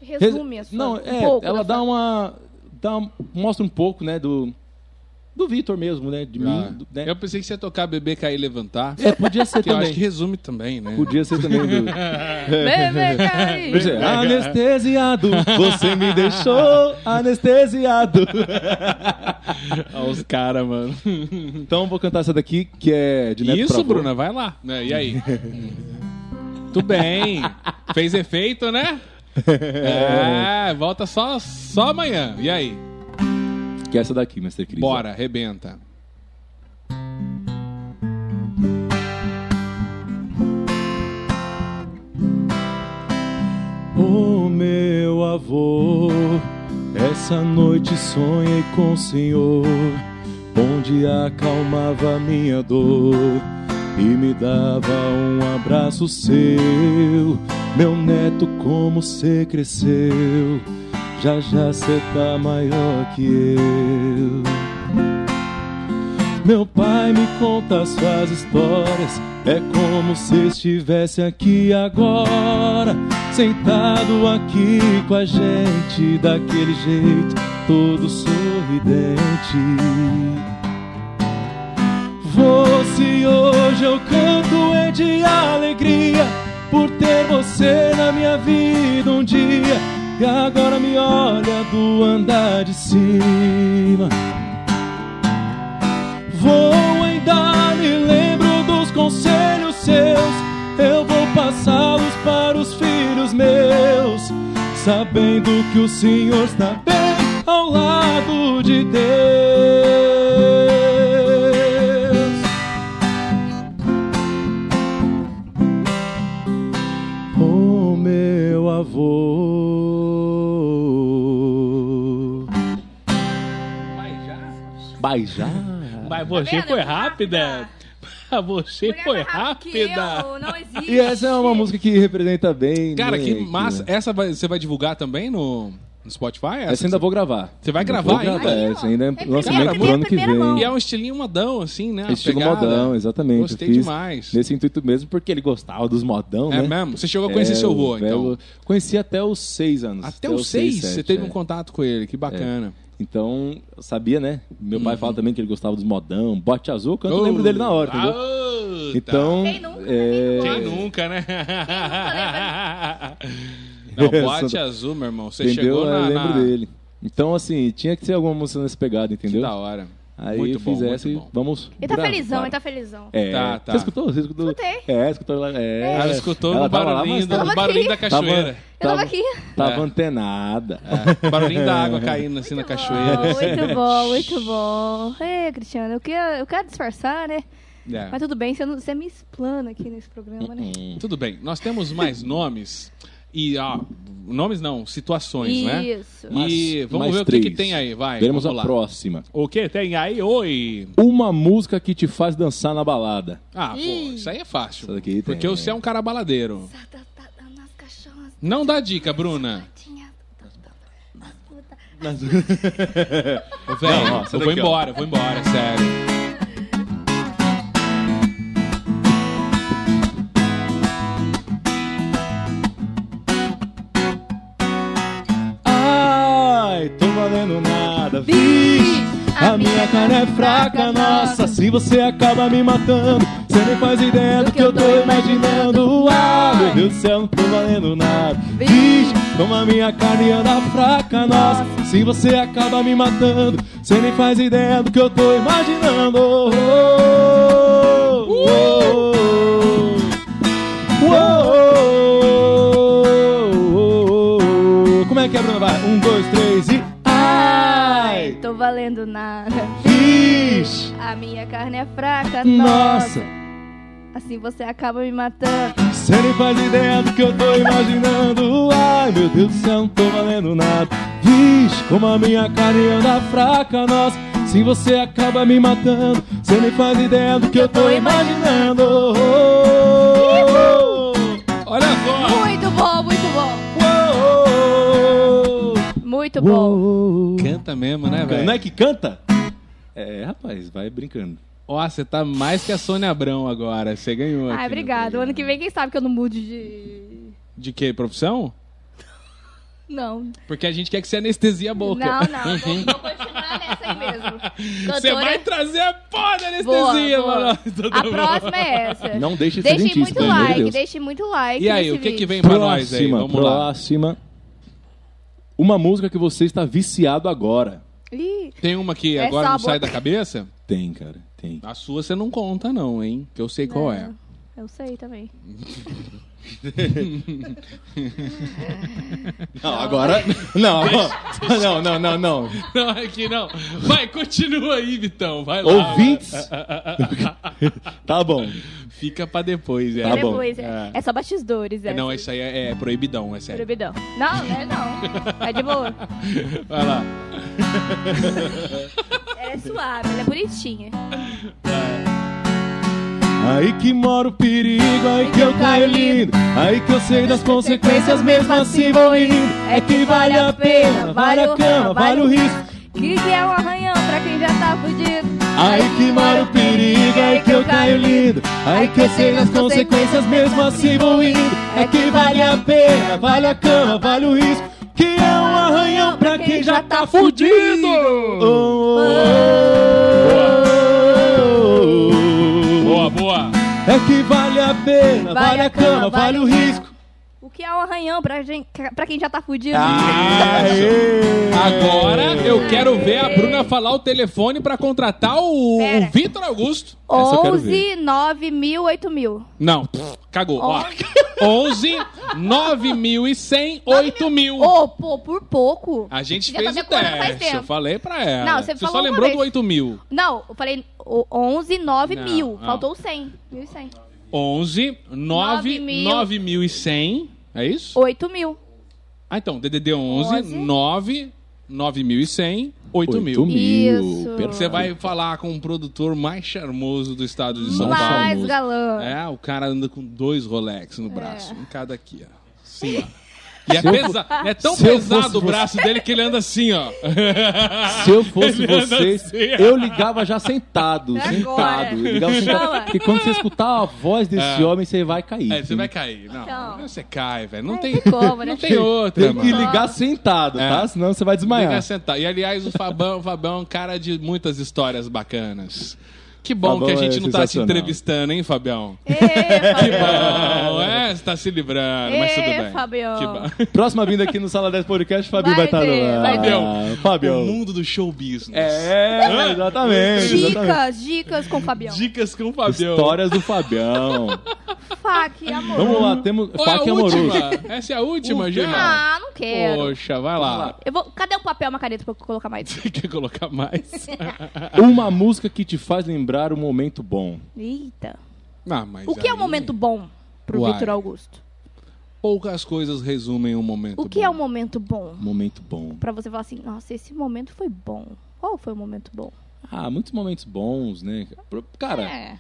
Speaker 2: Resume a sua.
Speaker 4: Não,
Speaker 2: um
Speaker 4: é,
Speaker 2: pouco
Speaker 4: ela
Speaker 2: da
Speaker 4: dá
Speaker 2: sua-
Speaker 4: uma, dá um- Mostra um pouco, né, do... Do Vitor mesmo, né? De
Speaker 1: Ah.
Speaker 4: mim, do- né?
Speaker 1: Eu pensei que você ia tocar Bebê Cair e Levantar.
Speaker 4: É, podia ser
Speaker 1: Que eu acho
Speaker 4: também.
Speaker 1: que resume também, né?
Speaker 4: Podia ser também do...
Speaker 2: Vem, vem, vem.
Speaker 4: Pois é, anestesiado, você me deixou anestesiado.
Speaker 1: Olha os caras, mano.
Speaker 4: Então vou cantar essa daqui, que é de Neto
Speaker 1: Isso,
Speaker 4: Pravô.
Speaker 1: Bruna, vai lá. É, e aí? Tudo bem. Fez efeito, né? É, volta só, só amanhã. E aí?
Speaker 4: Que é essa daqui, Mr. Cris.
Speaker 1: Bora, arrebenta.
Speaker 4: Ô meu avô, essa noite sonhei com o Senhor, onde acalmava minha dor e me dava um abraço seu. Meu neto, como você cresceu, já já cê tá maior que eu. Meu pai me conta suas histórias. É como se estivesse aqui agora, sentado aqui com a gente, daquele jeito todo sorridente. Você hoje eu canto é de alegria por ter você na minha vida um dia e agora me olha do andar de cima. Vou ainda me lembro dos conselhos seus. Eu vou passá-los para os filhos meus, sabendo que o Senhor está bem ao lado de Deus. Oh, meu avô. Baijar?
Speaker 1: Mas
Speaker 2: Tá vendo? Eu fui rápida.
Speaker 1: Você
Speaker 2: Mulher mais rápida que eu, não existe.
Speaker 4: E essa é uma música é que representa bem.
Speaker 1: Cara,
Speaker 4: né,
Speaker 1: que massa. Essa vai- você vai divulgar também no. No Spotify?
Speaker 4: Essa eu ainda vou gravar.
Speaker 1: Você vai
Speaker 4: Ainda
Speaker 1: gravar
Speaker 4: vou
Speaker 1: ainda?
Speaker 4: gravar,
Speaker 2: Aí, ó.
Speaker 4: Essa ainda
Speaker 2: É
Speaker 4: é lançamento
Speaker 2: primeira-
Speaker 4: pro ano que
Speaker 2: primeira mão.
Speaker 4: vem.
Speaker 1: E é um estilinho modão, assim, né?
Speaker 4: É
Speaker 1: A
Speaker 4: estilo
Speaker 1: pegada.
Speaker 4: modão, exatamente.
Speaker 1: Gostei
Speaker 4: Eu fiz
Speaker 1: demais.
Speaker 4: Nesse intuito mesmo, porque ele gostava dos modão,
Speaker 1: É
Speaker 4: né?
Speaker 1: mesmo? Você chegou a conhecer
Speaker 4: É,
Speaker 1: seu avô,
Speaker 4: o
Speaker 1: então.
Speaker 4: velho- Conheci até os seis anos.
Speaker 1: Até os
Speaker 4: seis,
Speaker 1: seis, você
Speaker 4: sete,
Speaker 1: teve
Speaker 4: é.
Speaker 1: um contato com ele, que bacana.
Speaker 4: Então, eu sabia, né? Meu
Speaker 1: Uhum.
Speaker 4: pai fala também que ele gostava dos modão, bote azul, que eu não
Speaker 1: Oh.
Speaker 4: lembro dele na hora, entendeu?
Speaker 1: Ah, tá.
Speaker 4: Então,
Speaker 2: Quem nunca, né?
Speaker 4: é,
Speaker 1: Quem nunca, né?
Speaker 4: nunca, né?
Speaker 1: Não, bote azul, meu irmão. Você
Speaker 4: entendeu? É,
Speaker 1: chegou
Speaker 4: Eu
Speaker 1: na.
Speaker 4: lembro
Speaker 1: na-
Speaker 4: dele. Então, assim, tinha que ser alguma música nessa pegada,
Speaker 1: Que
Speaker 4: entendeu?
Speaker 1: da hora.
Speaker 4: Aí
Speaker 1: muito
Speaker 4: eu fiz
Speaker 1: bom,
Speaker 4: essa
Speaker 1: muito
Speaker 4: e
Speaker 1: bom.
Speaker 4: vamos.
Speaker 2: Ele tá
Speaker 4: gravar.
Speaker 2: felizão, ele tá felizão.
Speaker 4: É.
Speaker 1: Tá, tá.
Speaker 4: Você escutou? Você escutou?
Speaker 2: Escutei.
Speaker 4: É, escutou lá. É.
Speaker 1: Ela escutou
Speaker 4: Ela
Speaker 1: o
Speaker 4: tava lá,
Speaker 1: barulhinho,
Speaker 4: mas
Speaker 1: do,
Speaker 4: tava-
Speaker 2: aqui.
Speaker 1: barulhinho da cachoeira.
Speaker 2: Eu tava
Speaker 4: Tava-
Speaker 2: aqui.
Speaker 4: Tava
Speaker 1: É.
Speaker 4: antenada.
Speaker 1: É, barulhinho da água caindo assim na
Speaker 2: Muito
Speaker 1: cachoeira.
Speaker 2: bom, muito bom, muito bom. Ê, Cristiano, eu quero, eu quero disfarçar, né?
Speaker 1: É.
Speaker 2: Mas tudo bem, você, não- você me explana aqui nesse programa, né?
Speaker 1: Tudo bem, nós temos mais nomes e ó, nomes não, situações, né?
Speaker 2: Isso.
Speaker 1: E
Speaker 4: Mais-
Speaker 1: vamos
Speaker 4: mais
Speaker 1: ver o que, que
Speaker 4: três.
Speaker 1: tem aí, vai.
Speaker 4: Veremos
Speaker 1: vamos
Speaker 4: a
Speaker 1: lá.
Speaker 4: próxima.
Speaker 1: O que tem aí? Oi!
Speaker 4: Uma música que te faz dançar na balada.
Speaker 1: Ah, pô,
Speaker 2: Ih.
Speaker 1: isso aí é fácil.
Speaker 4: Essa daqui
Speaker 1: porque
Speaker 4: tem. né?
Speaker 1: você é um cara baladeiro.
Speaker 2: Tá, tá, tá, tá, nas caixonas,
Speaker 1: Não dá dica, Bruna.
Speaker 2: tinha- tá, tá, tá, nas puta.
Speaker 1: Velho,
Speaker 4: essa
Speaker 1: eu vou
Speaker 4: daqui, ó.
Speaker 1: embora, eu vou embora, sério.
Speaker 4: Ai, tô valendo nada, vixe. A minha carne é fraca, nossa. Se você acaba me matando, você nem faz ideia do que eu tô imaginando. Ah, meu Deus do céu, não tô valendo nada, vixe. Toma minha carne e anda fraca, nossa. Se você acaba me matando, você nem faz ideia do que eu tô imaginando. Oh, oh, oh. Uou! Como é que é, Bruno? Vai. Um, dois, três e. Ai!
Speaker 2: Tô valendo nada.
Speaker 4: Vixe!
Speaker 2: A minha carne é fraca,
Speaker 4: Nossa!
Speaker 2: nossa. Assim você acaba me matando.
Speaker 4: Você nem faz ideia do que eu tô imaginando. Ai, meu Deus do céu, não tô valendo nada. Vixe, como a minha carne anda fraca, nossa. Se você acaba me matando, você nem faz ideia do que eu tô imaginando.
Speaker 1: Olha só!
Speaker 2: Muito bom, muito bom.
Speaker 4: Uou!
Speaker 2: Muito bom.
Speaker 4: Uou!
Speaker 1: Canta mesmo, né,
Speaker 4: Não é
Speaker 1: velho?
Speaker 4: que canta? É, rapaz, vai brincando.
Speaker 1: Ó, você tá mais que a Sônia Abrão agora. Você ganhou. aqui né?
Speaker 2: Ai,
Speaker 1: no
Speaker 2: obrigado.
Speaker 1: programa.
Speaker 2: Ano que vem, quem sabe que eu não mude de.
Speaker 1: De que? Profissão?
Speaker 2: Não.
Speaker 1: Porque a gente quer que você anestesia a boca.
Speaker 2: Não, não. Vou, vou continuar nessa aí mesmo. Cantora...
Speaker 1: Você vai trazer a porra da
Speaker 2: Boa,
Speaker 1: anestesia,
Speaker 2: boa.
Speaker 1: mano.
Speaker 2: A próxima é essa.
Speaker 4: Não deixe de ser
Speaker 2: Deixem
Speaker 4: dentista,
Speaker 2: muito
Speaker 4: pelo amor de
Speaker 2: like,
Speaker 4: Deus.
Speaker 2: deixem muito like.
Speaker 1: E aí,
Speaker 2: nesse
Speaker 1: o que que
Speaker 2: é vídeo.
Speaker 1: vem pra nós aí?
Speaker 4: Próxima,
Speaker 1: Vamos lá.
Speaker 4: próxima. Uma música que você está viciado agora.
Speaker 2: Ih,
Speaker 1: Tem uma que
Speaker 2: É
Speaker 1: agora
Speaker 2: só
Speaker 1: não
Speaker 2: a
Speaker 1: sai
Speaker 2: boca.
Speaker 1: da cabeça?
Speaker 4: Tem, cara, tem.
Speaker 1: A sua você não conta, não, hein? Que eu sei qual é.
Speaker 2: eu sei também.
Speaker 4: Não, agora. Não, agora- não, não, não, não.
Speaker 1: Não, é que não. Vai, continua aí, Vitão. Vai lá.
Speaker 4: Ouvintes. Tá bom.
Speaker 1: Fica pra depois, é.
Speaker 4: Tá bom.
Speaker 2: Depois, é, é só bastidores,
Speaker 1: É,
Speaker 2: é.
Speaker 1: não, isso aí é, é proibidão, é sério.
Speaker 2: Proibidão. Não, não é não. É de boa.
Speaker 1: Vai lá.
Speaker 2: Ela é suave, ela é bonitinha.
Speaker 4: Aí que mora o perigo, aí que eu caio lindo. Aí que eu sei das consequências, mesmo assim vou indo. É que vale a pena, vale a cama, vale o risco.
Speaker 2: Que que é um arranhão pra quem já tá fudido?
Speaker 4: Aí que mora o perigo, aí que eu caio lindo. Aí que eu sei das consequências, mesmo assim vou indo. É que vale a pena, vale a cama, vale o risco. Que é um arranhão pra quem já tá fudido. Oh, oh, oh, oh, oh.
Speaker 1: Boa, boa.
Speaker 4: É que vale a pena, vale a cama, vale o risco.
Speaker 2: O que é um arranhão pra, gente, pra quem já tá fudido?
Speaker 4: Ah, Aê!
Speaker 1: Ah, Agora eu quero ver a Bruna falar o telefone pra contratar o,
Speaker 2: Pera.
Speaker 1: o Vitor Augusto.
Speaker 4: essa eu quero
Speaker 2: 11, 9 mil, 8 mil.
Speaker 1: Não, pff, cagou. Ó. 11, 9100, 8000.
Speaker 2: Ô, pô, por pouco.
Speaker 4: Ah.
Speaker 1: A gente
Speaker 2: Já
Speaker 1: fez
Speaker 2: tô
Speaker 1: o
Speaker 2: decorando faz
Speaker 1: teste. Eu
Speaker 2: tempo.
Speaker 1: falei pra ela.
Speaker 2: Não, você
Speaker 1: só
Speaker 2: falou uma
Speaker 1: lembrou
Speaker 2: vez.
Speaker 1: do 8000.
Speaker 2: Não, eu falei o- 11, 9
Speaker 1: Não,
Speaker 2: mil.
Speaker 1: não.
Speaker 2: Faltou o 100. 1.100.
Speaker 1: 11, 9,
Speaker 2: 9.000.
Speaker 1: 9100. É isso?
Speaker 2: 8 mil.
Speaker 1: Ah, então, DDD 11,
Speaker 2: 11.
Speaker 1: 9, 9100,
Speaker 4: 8
Speaker 1: 8000.
Speaker 2: Isso.
Speaker 4: perfeito.
Speaker 1: Você vai falar com o produtor mais charmoso do estado de São Paulo.
Speaker 2: Mais É.
Speaker 4: famosos.
Speaker 2: galã.
Speaker 1: É, o cara anda com dois Rolex no braço. Um cada aqui, ó. Sim, ó. E é, pesa... é tão
Speaker 3: se eu
Speaker 1: pesado
Speaker 3: fosse
Speaker 1: o braço dele que ele anda assim, ó.
Speaker 3: Se eu fosse
Speaker 1: Ele anda
Speaker 3: vocês,
Speaker 1: assim.
Speaker 3: eu ligava já
Speaker 1: É
Speaker 3: sentado,
Speaker 2: Agora.
Speaker 3: sentado. Eu ligava sentado.
Speaker 2: Chama.
Speaker 3: Porque quando você escutar a voz desse
Speaker 1: É.
Speaker 3: homem, você vai cair.
Speaker 1: É, você vai cair. Não,
Speaker 2: Então.
Speaker 1: você cai, velho. Não
Speaker 2: É,
Speaker 1: tem,
Speaker 2: tem como, né?
Speaker 1: não tem outra,
Speaker 3: Tem que
Speaker 1: mano.
Speaker 3: ligar sentado,
Speaker 1: É.
Speaker 3: tá? Senão você vai desmaiar.
Speaker 1: Ligar sentado. E aliás, o Fabão, o Fabão é um cara de muitas histórias bacanas. Que bom
Speaker 3: Fabão
Speaker 1: que a gente
Speaker 3: é
Speaker 1: não tá te
Speaker 3: sensacional.
Speaker 1: entrevistando, hein, Fabião?
Speaker 2: Ê,
Speaker 1: Que
Speaker 2: Fabião.
Speaker 1: bom, é, você tá se livrando, mas
Speaker 2: Ê,
Speaker 1: tudo bem.
Speaker 2: Fabião.
Speaker 1: Que bom.
Speaker 3: Próxima vinda aqui no Sala 10 Podcast, Fabio vai tá
Speaker 2: Vai
Speaker 3: estar
Speaker 2: ter,
Speaker 3: no
Speaker 2: vai
Speaker 1: ter.
Speaker 3: Ah, Fabio.
Speaker 1: O é mundo do show business. Ah,
Speaker 3: É, exatamente. exatamente.
Speaker 2: Dicas, dicas com o Fabião.
Speaker 1: Dicas com o Fabião.
Speaker 3: Histórias do Fabião.
Speaker 2: Fac, amor.
Speaker 3: Vamos lá, temos.
Speaker 1: Ou é a
Speaker 3: Faque amoroso.
Speaker 1: última? Essa é a última, já?
Speaker 2: Ah, não quero.
Speaker 1: Poxa, vai lá.
Speaker 2: Eu vou... Cadê o papel e uma caneta pra eu colocar mais?
Speaker 1: Você quer colocar mais?
Speaker 3: Uma música que te faz lembrar um momento bom.
Speaker 2: Eita.
Speaker 1: Ah, mas
Speaker 2: O que é um
Speaker 1: aí,
Speaker 2: momento bom pro
Speaker 1: Uai.
Speaker 2: Vitor Augusto?
Speaker 1: Poucas coisas resumem um momento
Speaker 2: O que
Speaker 1: bom.
Speaker 2: é um momento bom?
Speaker 3: Momento bom.
Speaker 2: Pra você falar assim, nossa, esse momento foi bom. Qual foi o momento bom?
Speaker 3: Ah, muitos momentos bons, né? Pro- Cara,
Speaker 2: É.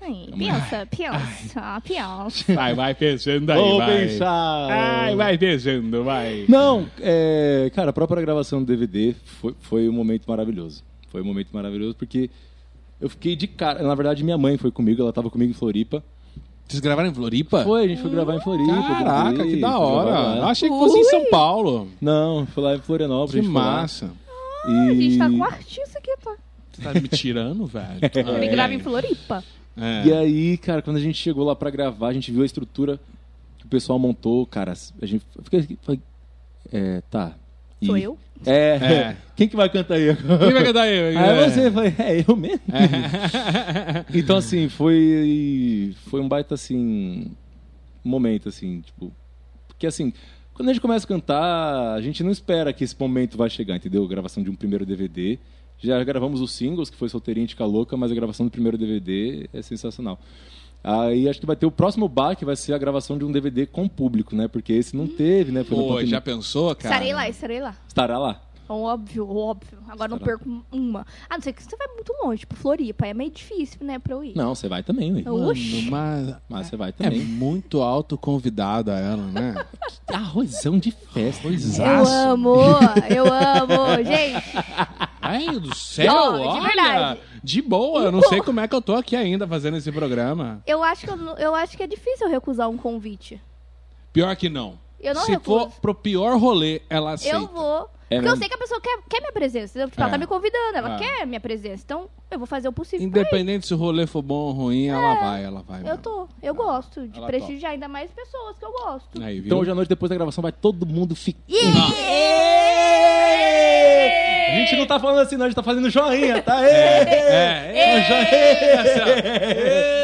Speaker 2: Ai, pensa, pensa, pensa.
Speaker 1: Vai, vai pensando aí,
Speaker 3: vou
Speaker 1: vai.
Speaker 3: pensar.
Speaker 1: Ai, vai pensando, vai.
Speaker 3: Não, é, cara, a própria gravação do DVD foi, foi um momento maravilhoso. Foi um momento maravilhoso porque eu fiquei de cara. Na verdade, minha mãe foi comigo, ela tava comigo em Floripa.
Speaker 1: Vocês gravaram em Floripa?
Speaker 3: Foi, a gente foi gravar em Floripa.
Speaker 1: Caraca,
Speaker 3: DVD,
Speaker 1: que da
Speaker 3: foi gravar
Speaker 1: hora.
Speaker 3: lá.
Speaker 1: Eu achei que fosse em São Paulo.
Speaker 3: Não, foi lá em Florianópolis.
Speaker 1: Que
Speaker 3: a gente foi lá.
Speaker 1: massa.
Speaker 3: E...
Speaker 2: A gente tá com um artista aqui, tá?
Speaker 1: Você tá me tirando, velho?
Speaker 2: Ele
Speaker 1: Ah,
Speaker 2: grava em Floripa.
Speaker 1: é.
Speaker 3: E aí, cara, quando a gente chegou lá pra gravar, a gente viu a estrutura que o pessoal montou, cara. A gente eu fiquei. assim, Falei, é, tá. E-
Speaker 2: Sou eu.
Speaker 3: É,
Speaker 1: É.
Speaker 3: Quem que vai cantar aí agora?
Speaker 1: Quem vai cantar aí?
Speaker 3: Aí você foi, é eu mesmo.
Speaker 1: É.
Speaker 3: Então, assim, foi. Foi um baita, assim. Momento, assim, tipo. Porque, assim, quando a gente começa a cantar, a gente não espera que esse momento vai chegar, entendeu? Gravação de um primeiro DVD. Já gravamos os singles, que foi Solteirinha e Tica Louca, mas a gravação do primeiro DVD é sensacional. Aí acho que vai ter o próximo bar, que vai ser a gravação de um DVD com público, né? Porque esse não teve, né? Foi na
Speaker 1: Pô,
Speaker 3: pandemia.
Speaker 1: já pensou, cara?
Speaker 2: Estarei lá, estarei lá.
Speaker 3: Estará lá.
Speaker 2: Óbvio, óbvio. Agora não perco uma. A não ser que você vai muito longe, pro Floripa. É meio difícil, né, pra eu ir.
Speaker 3: Não, você vai também, ué.
Speaker 2: Eu- Oxi.
Speaker 1: mas
Speaker 3: Mas você vai
Speaker 1: é
Speaker 3: também.
Speaker 1: muito autoconvidada ela, né?
Speaker 3: Arrozão de festa.
Speaker 2: Eu amo, eu amo. Gente,
Speaker 1: Ai, do céu,
Speaker 2: Ó, é de
Speaker 1: olha!
Speaker 2: verdade.
Speaker 1: De boa, eu não sei como é que eu tô aqui ainda fazendo esse programa.
Speaker 2: eu acho que, eu, não- eu acho que é difícil eu recusar um convite.
Speaker 1: Pior que não.
Speaker 2: Eu não
Speaker 1: Se
Speaker 2: recuso.
Speaker 1: for pro pior rolê, ela aceita.
Speaker 2: Eu vou. porque
Speaker 3: É
Speaker 2: eu
Speaker 3: mesmo?
Speaker 2: sei que a pessoa quer, quer minha presença. entendeu? Tipo,
Speaker 1: É.
Speaker 2: Ela tá me convidando, ela
Speaker 1: É.
Speaker 2: quer minha presença. Então, eu vou fazer o possível. pra
Speaker 1: Independente se o rolê for bom ou ruim, ela vai, ela vai.
Speaker 2: ir. É, Eu
Speaker 1: mano.
Speaker 2: tô, eu gosto de
Speaker 1: Ela Né?
Speaker 2: prestigiar ainda mais pessoas que eu gosto.
Speaker 1: Aí, viu?
Speaker 3: Então hoje à noite, depois da gravação, vai todo mundo ficar. A gente não tá falando assim, não, a gente tá fazendo joinha, tá? É,
Speaker 1: É, é,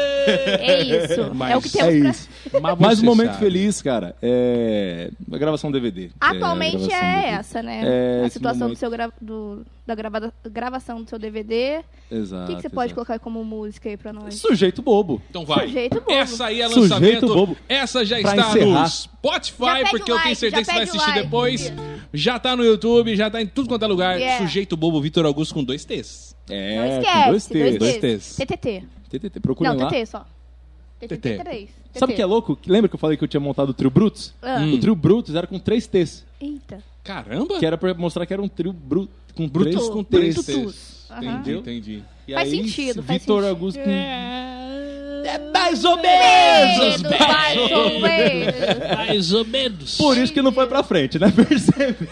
Speaker 2: É isso. é o que
Speaker 1: Mas-
Speaker 2: temos pra.
Speaker 3: isso. Mais um momento feliz, cara. É. A gravação do DVD.
Speaker 2: Atualmente
Speaker 3: a
Speaker 2: é,
Speaker 3: gravação do DVD.
Speaker 2: essa, né?
Speaker 3: É,
Speaker 2: a
Speaker 3: esse
Speaker 2: situação do
Speaker 3: momento.
Speaker 2: seu gra- do- da gravada- gravação do seu DVD.
Speaker 3: Exato.
Speaker 2: o que, que você pode
Speaker 3: Ah, exato.
Speaker 2: colocar como música aí pra nós? Um
Speaker 3: Sujeito bobo.
Speaker 1: Então vai.
Speaker 2: Sujeito bobo.
Speaker 1: Essa aí é
Speaker 3: Sujeito
Speaker 1: lançamento.
Speaker 3: bobo.
Speaker 1: Essa já
Speaker 3: Pra
Speaker 1: está no
Speaker 3: encerrar.
Speaker 2: Já
Speaker 1: Spotify,
Speaker 2: pede
Speaker 1: porque
Speaker 2: o
Speaker 1: eu tenho
Speaker 2: like,
Speaker 1: certeza que
Speaker 2: já
Speaker 1: você vai
Speaker 2: pede o
Speaker 1: assistir
Speaker 2: like.
Speaker 1: depois. Já tá no YouTube, já tá em tudo quanto é lugar.
Speaker 2: Yeah.
Speaker 1: Sujeito bobo Vitor Augusto com dois T's.
Speaker 3: É,
Speaker 2: Não
Speaker 3: com
Speaker 2: esquece.
Speaker 3: dois T's.
Speaker 1: dois
Speaker 2: Dois
Speaker 1: T's.
Speaker 2: T's. TTT.
Speaker 3: TTT, procurem
Speaker 2: Não,
Speaker 3: lá.
Speaker 2: TT só. TTT 3.
Speaker 3: Sabe o que é louco? Hum. Lembra que eu falei que eu tinha montado o trio Brutus?
Speaker 2: Ah.
Speaker 3: O trio Brutus era com três T's.
Speaker 2: Eita.
Speaker 1: Caramba!
Speaker 3: Que era pra mostrar que era um trio Brutus com
Speaker 1: Brutus
Speaker 3: três
Speaker 1: com
Speaker 3: T's.
Speaker 1: três
Speaker 2: Brutus.
Speaker 1: T's.
Speaker 2: Aham.
Speaker 1: Entendi,
Speaker 3: Entendeu?
Speaker 1: entendi.
Speaker 3: E
Speaker 2: Faz
Speaker 3: aí,
Speaker 2: sentido, faz
Speaker 3: Vitor
Speaker 2: sentido.
Speaker 3: Augusto com
Speaker 1: É mais ou menos!
Speaker 2: Medo, mais ou menos.
Speaker 1: Mais ou menos!
Speaker 3: Por isso que não foi pra frente, né? Percebe?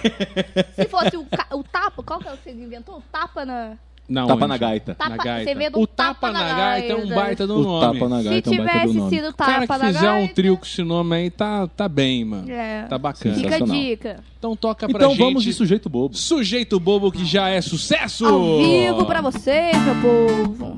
Speaker 2: Se fosse o, ca- o tapa, qual que é o que você inventou? O tapa na.
Speaker 1: Não,
Speaker 3: Tapa
Speaker 1: onde?
Speaker 3: na gaita.
Speaker 2: Tapa,
Speaker 1: Na gaita.
Speaker 2: Você vê do
Speaker 1: O
Speaker 2: tapa, na gaita.
Speaker 1: é um baita do
Speaker 3: O
Speaker 1: nome.
Speaker 3: tapa na
Speaker 2: Se
Speaker 3: gaita é um baita do
Speaker 2: tivesse
Speaker 3: nome.
Speaker 2: sido
Speaker 1: O cara
Speaker 2: tapa
Speaker 1: que
Speaker 2: na
Speaker 1: fizer um
Speaker 2: gaita.
Speaker 1: trio com esse nome aí tá, tá bem, mano.
Speaker 2: É.
Speaker 1: Tá bacana.
Speaker 2: Fica a
Speaker 3: Sensacional.
Speaker 2: dica.
Speaker 1: Então toca pra
Speaker 3: Então
Speaker 1: gente.
Speaker 3: vamos de sujeito bobo.
Speaker 1: Sujeito Bobo que já é sucesso!
Speaker 2: Ao vivo pra você, meu povo.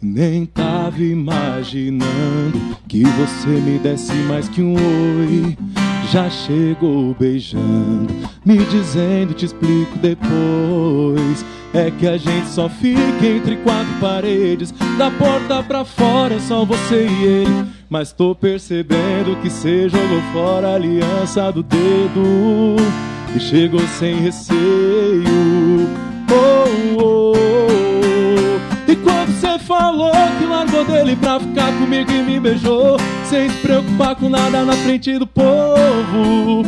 Speaker 3: Nem tava imaginando que você me desse mais que um oi. Já chegou beijando, me dizendo, te explico depois. É que a gente só fica entre quatro paredes, da porta pra fora é só você e ele. Mas tô percebendo que você jogou fora a aliança do dedo e chegou sem receio. Oh, ele pra ficar comigo e me beijou. Sem se preocupar com nada na frente do povo.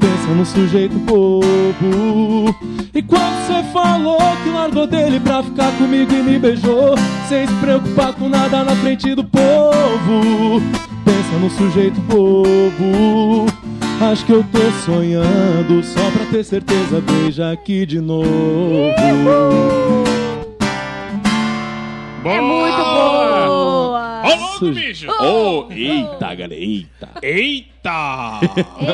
Speaker 3: Pensa no sujeito bobo. E quando você falou que largou dele pra ficar comigo e me beijou. Sem se preocupar com nada na frente do povo. Pensa no sujeito bobo. Acho que eu tô sonhando só pra ter certeza. Beija aqui de novo.
Speaker 2: É muito
Speaker 1: Ah!
Speaker 2: boa!
Speaker 5: Ô, louco, bicho!
Speaker 3: Oh, eita, galera, eita.
Speaker 5: Eita!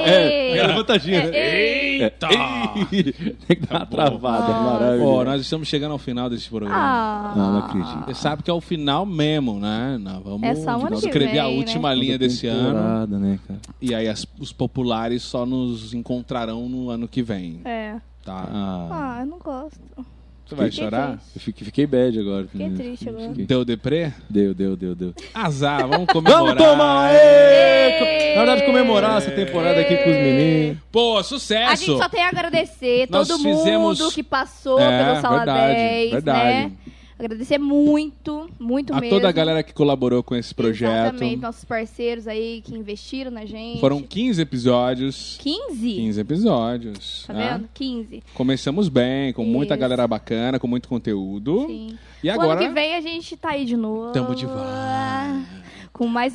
Speaker 2: Ei.
Speaker 3: É, levantadinha, né?
Speaker 5: Eita!
Speaker 3: Tem que dar uma travada, maravilha.
Speaker 1: Ó, nós estamos chegando ao final desse programa.
Speaker 2: Ah,
Speaker 3: Não, não acredito.
Speaker 1: Você sabe que é o final mesmo, né? Nós vamos
Speaker 2: É só um ano que
Speaker 1: escrever
Speaker 2: vem,
Speaker 1: a
Speaker 2: né?
Speaker 1: última linha desse ano.
Speaker 3: Temporada, Né, cara?
Speaker 1: E aí as- os populares só nos encontrarão no ano que vem,
Speaker 2: É.
Speaker 1: tá?
Speaker 3: Ah,
Speaker 2: Ah, eu não gosto. é
Speaker 1: Você vai
Speaker 2: fiquei
Speaker 1: chorar?
Speaker 2: triste.
Speaker 3: eu fiquei, fiquei bad agora. né?
Speaker 2: Fiquei triste agora.
Speaker 1: Deu deprê?
Speaker 3: Deu, deu, deu, deu.
Speaker 1: Azar, vamos comemorar.
Speaker 3: Vamos tomar!
Speaker 1: É,
Speaker 3: aê! Na verdade, comemorar essa temporada aqui com os meninos.
Speaker 1: Pô,
Speaker 2: A
Speaker 1: sucesso!
Speaker 2: gente só tem a agradecer
Speaker 1: Nós
Speaker 2: todo
Speaker 1: fizemos-
Speaker 2: mundo que passou
Speaker 1: É,
Speaker 2: pelo Sala
Speaker 1: verdade,
Speaker 2: 10,
Speaker 1: verdade.
Speaker 2: né? Agradecer muito, muito
Speaker 1: a
Speaker 2: mesmo.
Speaker 1: toda a galera que colaborou com esse projeto.
Speaker 2: Exatamente, nossos parceiros aí que investiram na gente.
Speaker 1: Foram 15 episódios.
Speaker 2: 15?
Speaker 1: 15 episódios.
Speaker 2: Tá
Speaker 1: né?
Speaker 2: vendo? 15.
Speaker 1: Começamos bem, com muita
Speaker 2: Isso.
Speaker 1: galera bacana, com muito conteúdo.
Speaker 2: Sim.
Speaker 1: E
Speaker 2: O ano que
Speaker 1: agora,
Speaker 2: vem a gente tá aí de novo.
Speaker 1: Tamo de volta.
Speaker 2: Com mais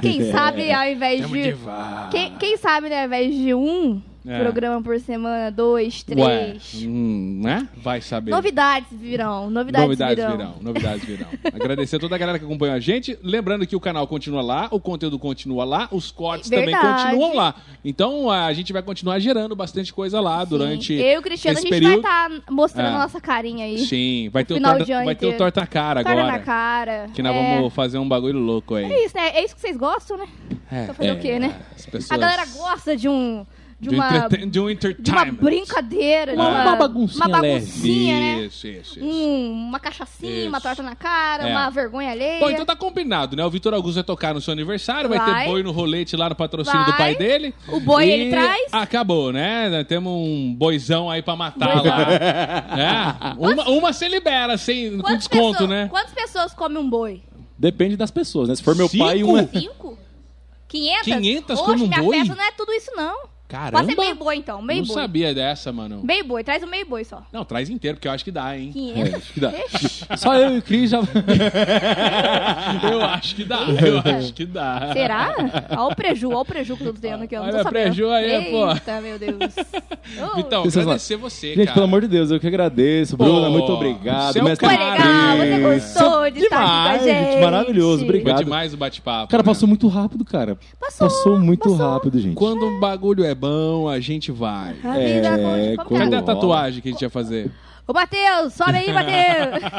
Speaker 2: Quem sabe ao invés
Speaker 1: tamo
Speaker 2: de.
Speaker 1: de vá.
Speaker 2: Quem, quem sabe, né, ao invés de um
Speaker 1: É.
Speaker 2: programa por semana, dois,
Speaker 1: Ué,
Speaker 2: três.
Speaker 1: hum, né? Vai saber.
Speaker 2: Novidades virão, novidades,
Speaker 1: Novidades
Speaker 2: virão.
Speaker 1: virão, novidades virão. Agradecer a toda a galera que acompanhou a gente. Lembrando que o canal continua lá, o conteúdo continua lá, os cortes também
Speaker 2: Verdade.
Speaker 1: continuam lá. Então a gente vai continuar gerando bastante coisa lá durante.
Speaker 2: Sim. Eu e o Cristiano, a
Speaker 1: esse
Speaker 2: gente
Speaker 1: período-
Speaker 2: vai estar mostrando
Speaker 1: É.
Speaker 2: a nossa carinha aí.
Speaker 1: Sim, vai ter, o
Speaker 2: Final
Speaker 1: torta,
Speaker 2: de ano
Speaker 1: vai ter o
Speaker 2: inteiro.
Speaker 1: torta cara
Speaker 2: Cara
Speaker 1: agora.
Speaker 2: na cara.
Speaker 1: Que nós
Speaker 2: é.
Speaker 1: vamos fazer um bagulho louco aí.
Speaker 2: É isso, né? É isso que vocês gostam, né?
Speaker 1: É.
Speaker 2: Então fazer o quê, né?
Speaker 1: As pessoas...
Speaker 2: A galera gosta de um. De,
Speaker 1: de um,
Speaker 2: uma.
Speaker 1: entreten- de um
Speaker 2: De uma
Speaker 1: entertainment.
Speaker 2: brincadeira, de
Speaker 3: Uma-
Speaker 2: uma,
Speaker 3: uma baguncinha
Speaker 2: uma
Speaker 3: leve.
Speaker 2: baguncinha, né?
Speaker 1: Isso, isso, isso.
Speaker 2: Um- uma cachaçinha, uma
Speaker 1: Isso.
Speaker 2: torta na cara,
Speaker 1: É.
Speaker 2: uma vergonha alheia.
Speaker 1: Bom, então tá combinado, né? O Vitor Augusto vai tocar no seu aniversário, vai,
Speaker 2: Vai.
Speaker 1: ter boi no rolete lá no patrocínio
Speaker 2: Vai.
Speaker 1: do pai dele.
Speaker 2: O boi
Speaker 1: E
Speaker 2: ele traz.
Speaker 1: Acabou, né? Nós Temos um boizão aí pra matar
Speaker 2: Boizão.
Speaker 1: lá. É. Uma, uma você libera, sem, com
Speaker 2: Quantas
Speaker 1: desconto,
Speaker 2: pessoas-
Speaker 1: né?
Speaker 2: Quantas pessoas comem um boi?
Speaker 3: Depende das pessoas, né? Se for meu pai,
Speaker 1: Cinco?
Speaker 3: uma.
Speaker 2: Cinco? Quinhentas?
Speaker 1: 500
Speaker 2: Hoje,
Speaker 1: come um
Speaker 2: minha
Speaker 1: boi?
Speaker 2: festa não é tudo isso, não. Pode ser
Speaker 1: Caramba!
Speaker 2: meio boi, então. Meio
Speaker 1: não
Speaker 2: boi.
Speaker 1: sabia dessa, mano.
Speaker 2: Meio boi. Traz o meio boi só.
Speaker 1: Não, traz inteiro, porque eu acho que dá, hein?
Speaker 2: 500.
Speaker 3: É, Acho que
Speaker 1: É,
Speaker 3: dá. Só eu e o Cris já.
Speaker 1: Eu acho que dá, eu acho que dá.
Speaker 2: Será? Olha o preju, olha o preju que eu tô tendo aqui. Eu não
Speaker 1: Olha
Speaker 2: tô
Speaker 1: o
Speaker 2: sabendo.
Speaker 1: preju aí, pô.
Speaker 2: Eita, meu Deus. Ô,
Speaker 1: Vitão,
Speaker 3: Vocês lá.
Speaker 1: agradecer você,
Speaker 3: Gente,
Speaker 1: cara.
Speaker 3: pelo amor de Deus, eu que agradeço.
Speaker 1: Pô,
Speaker 3: Bruna, muito obrigado.
Speaker 1: seu
Speaker 3: Mestre
Speaker 2: Foi
Speaker 1: cara.
Speaker 2: legal, você
Speaker 3: Cris.
Speaker 2: gostou de estar aqui
Speaker 3: Demais,
Speaker 2: com a gente.
Speaker 3: gente, maravilhoso, obrigado.
Speaker 1: Foi demais o bate-papo.
Speaker 3: Cara,
Speaker 1: né?
Speaker 3: passou muito rápido, cara.
Speaker 2: Passou,
Speaker 3: muito
Speaker 2: passou.
Speaker 3: rápido, gente.
Speaker 1: Quando o bagulho é bom, a gente vai.
Speaker 2: A vida
Speaker 3: É,
Speaker 2: conte- como que
Speaker 3: como-
Speaker 1: Cadê
Speaker 2: é?
Speaker 1: a tatuagem que a gente ia fazer?
Speaker 2: Ô, Matheus, sobe aí, Matheus.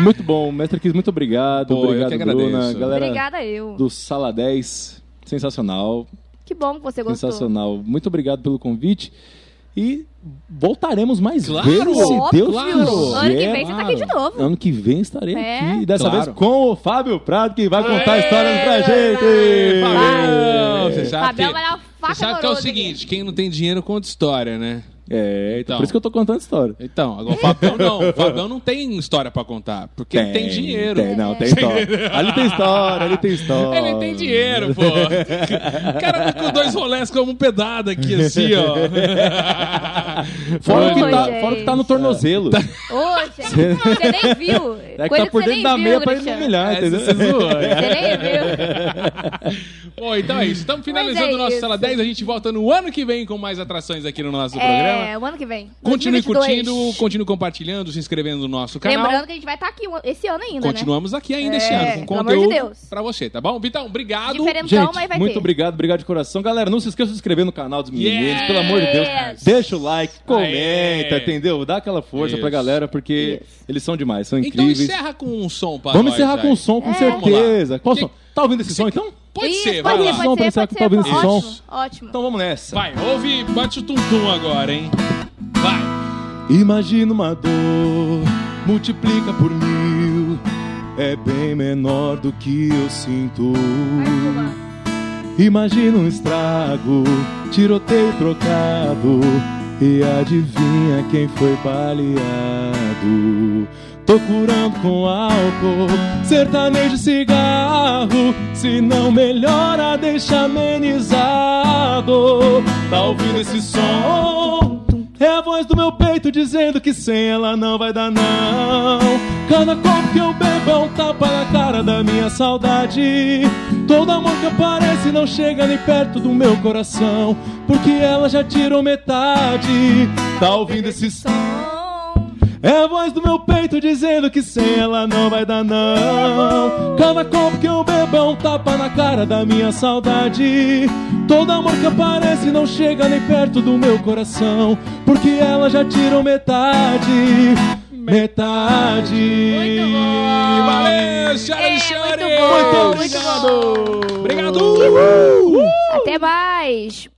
Speaker 3: Muito bom. Mestre Cris, muito obrigado.
Speaker 1: Pô, eu
Speaker 3: obrigado,
Speaker 1: que agradeço.
Speaker 3: Bruna. Galera
Speaker 2: Obrigada eu.
Speaker 3: do Sala 10, sensacional.
Speaker 2: Que bom que você gostou.
Speaker 3: Sensacional. Muito obrigado pelo convite. E voltaremos mais
Speaker 1: Claro,
Speaker 3: vezes, se
Speaker 2: Óbvio.
Speaker 3: Deus
Speaker 1: claro.
Speaker 2: Ano que vem
Speaker 3: quiser.
Speaker 2: você tá aqui de novo.
Speaker 3: Ano que vem estarei
Speaker 2: É.
Speaker 3: aqui. E dessa
Speaker 1: Claro.
Speaker 3: vez com o Fábio Prado, que vai contar
Speaker 1: Aê,
Speaker 3: histórias pra
Speaker 1: Ei,
Speaker 3: gente.
Speaker 1: Fabião, Você sabe
Speaker 2: Fabião
Speaker 1: que,
Speaker 2: vai dar uma faca
Speaker 1: você sabe que é o
Speaker 2: dolorosa
Speaker 1: seguinte, quem não tem dinheiro conta história, né?
Speaker 3: É, então,
Speaker 1: Então.
Speaker 3: por isso que eu tô contando história.
Speaker 1: Então, agora o Fabião não. O Fabião não tem história pra contar, porque ele tem dinheiro.
Speaker 3: Tem, não, tem história. Ali tem história, ali tem história.
Speaker 1: Ele tem dinheiro, pô. O cara tá com dois rolés como um pedado aqui, assim, ó.
Speaker 3: Fora o que,
Speaker 2: Oi,
Speaker 3: tá,
Speaker 2: gente.
Speaker 3: fora o que tá no tornozelo.
Speaker 2: Hoje, você nem viu.
Speaker 3: É que
Speaker 2: Coisa
Speaker 3: tá por
Speaker 2: que você
Speaker 3: dentro
Speaker 2: nem
Speaker 3: da
Speaker 2: viu,
Speaker 3: meia pra ele não
Speaker 2: Cristiano. É,
Speaker 3: humilhar,
Speaker 1: Essa
Speaker 3: Ah, entendeu?
Speaker 1: você zoou, né?
Speaker 2: Você nem viu.
Speaker 1: Bom, então é isso. Estamos finalizando
Speaker 2: Mas é
Speaker 1: o nosso
Speaker 2: isso.
Speaker 1: Sala 10. A gente volta no ano que vem com mais atrações aqui no nosso programa.
Speaker 2: É, o ano que vem.
Speaker 1: Continue
Speaker 2: 2022.
Speaker 1: curtindo, continue compartilhando, se inscrevendo no nosso canal.
Speaker 2: Lembrando que a gente vai estar aqui um- esse ano ainda, né?
Speaker 1: Continuamos aqui ainda
Speaker 2: É,
Speaker 1: este ano com
Speaker 2: pelo amor de
Speaker 1: conteúdo
Speaker 2: Deus.
Speaker 1: pra você, tá bom? Vitão, obrigado.
Speaker 2: Diferentão, mas então vai
Speaker 3: Gente, muito
Speaker 2: ter.
Speaker 3: obrigado, obrigado de coração. Galera, não se esqueça de se inscrever no canal dos meninos,
Speaker 1: Yes!
Speaker 3: pelo amor de Deus. Deixa o like, comenta,
Speaker 1: Aê!
Speaker 3: entendeu? Dá aquela força
Speaker 1: Isso.
Speaker 3: pra galera, porque eles são demais, são
Speaker 1: Então
Speaker 3: incríveis.
Speaker 1: encerra com um som pra
Speaker 3: Vamos
Speaker 1: nós
Speaker 3: encerrar
Speaker 1: aí.
Speaker 3: com o som, com
Speaker 2: É.
Speaker 3: certeza. Qual
Speaker 1: Que-
Speaker 3: som? Tá ouvindo esse som, então?
Speaker 1: Pode
Speaker 2: Isso,
Speaker 1: ser, vai
Speaker 2: pode
Speaker 1: lá.
Speaker 2: ser, pode
Speaker 3: Vamos
Speaker 2: ser,
Speaker 3: pensar
Speaker 2: pode
Speaker 3: que
Speaker 2: ser.
Speaker 3: talvez esse
Speaker 2: Ótimo,
Speaker 3: som-
Speaker 2: ótimo.
Speaker 3: Então vamos nessa.
Speaker 1: Vai, ouve, bate o tum-tum agora, hein? Vai.
Speaker 3: Imagina uma dor, multiplica por mil, é bem menor do que eu sinto.
Speaker 2: Vai, Cuba.
Speaker 3: Imagina um estrago, tiroteio trocado. E adivinha quem foi baleado?
Speaker 4: Tô curando com álcool, sertanejo e cigarro. Se não melhora, deixa amenizado. Tá ouvindo esse som? É a voz do meu peito dizendo que sem ela não vai dar não Cada copo que eu bebo é um tapa na cara da minha saudade Todo amor que aparece não chega nem perto do meu coração Porque ela já tirou metade Tá ouvindo esse som?
Speaker 2: um-
Speaker 4: É a voz do meu peito dizendo que sem ela não vai dar não Cada copo que eu bebo é um tapa na cara da minha saudade Todo amor que aparece não chega nem perto do meu coração Porque ela já tirou metade Metade
Speaker 2: então.
Speaker 4: Muito bom.
Speaker 1: Valeu, senhoras
Speaker 2: É,
Speaker 1: e senhores!
Speaker 2: muito bom, muito bom.
Speaker 1: Obrigado! Obrigado!
Speaker 2: Até mais!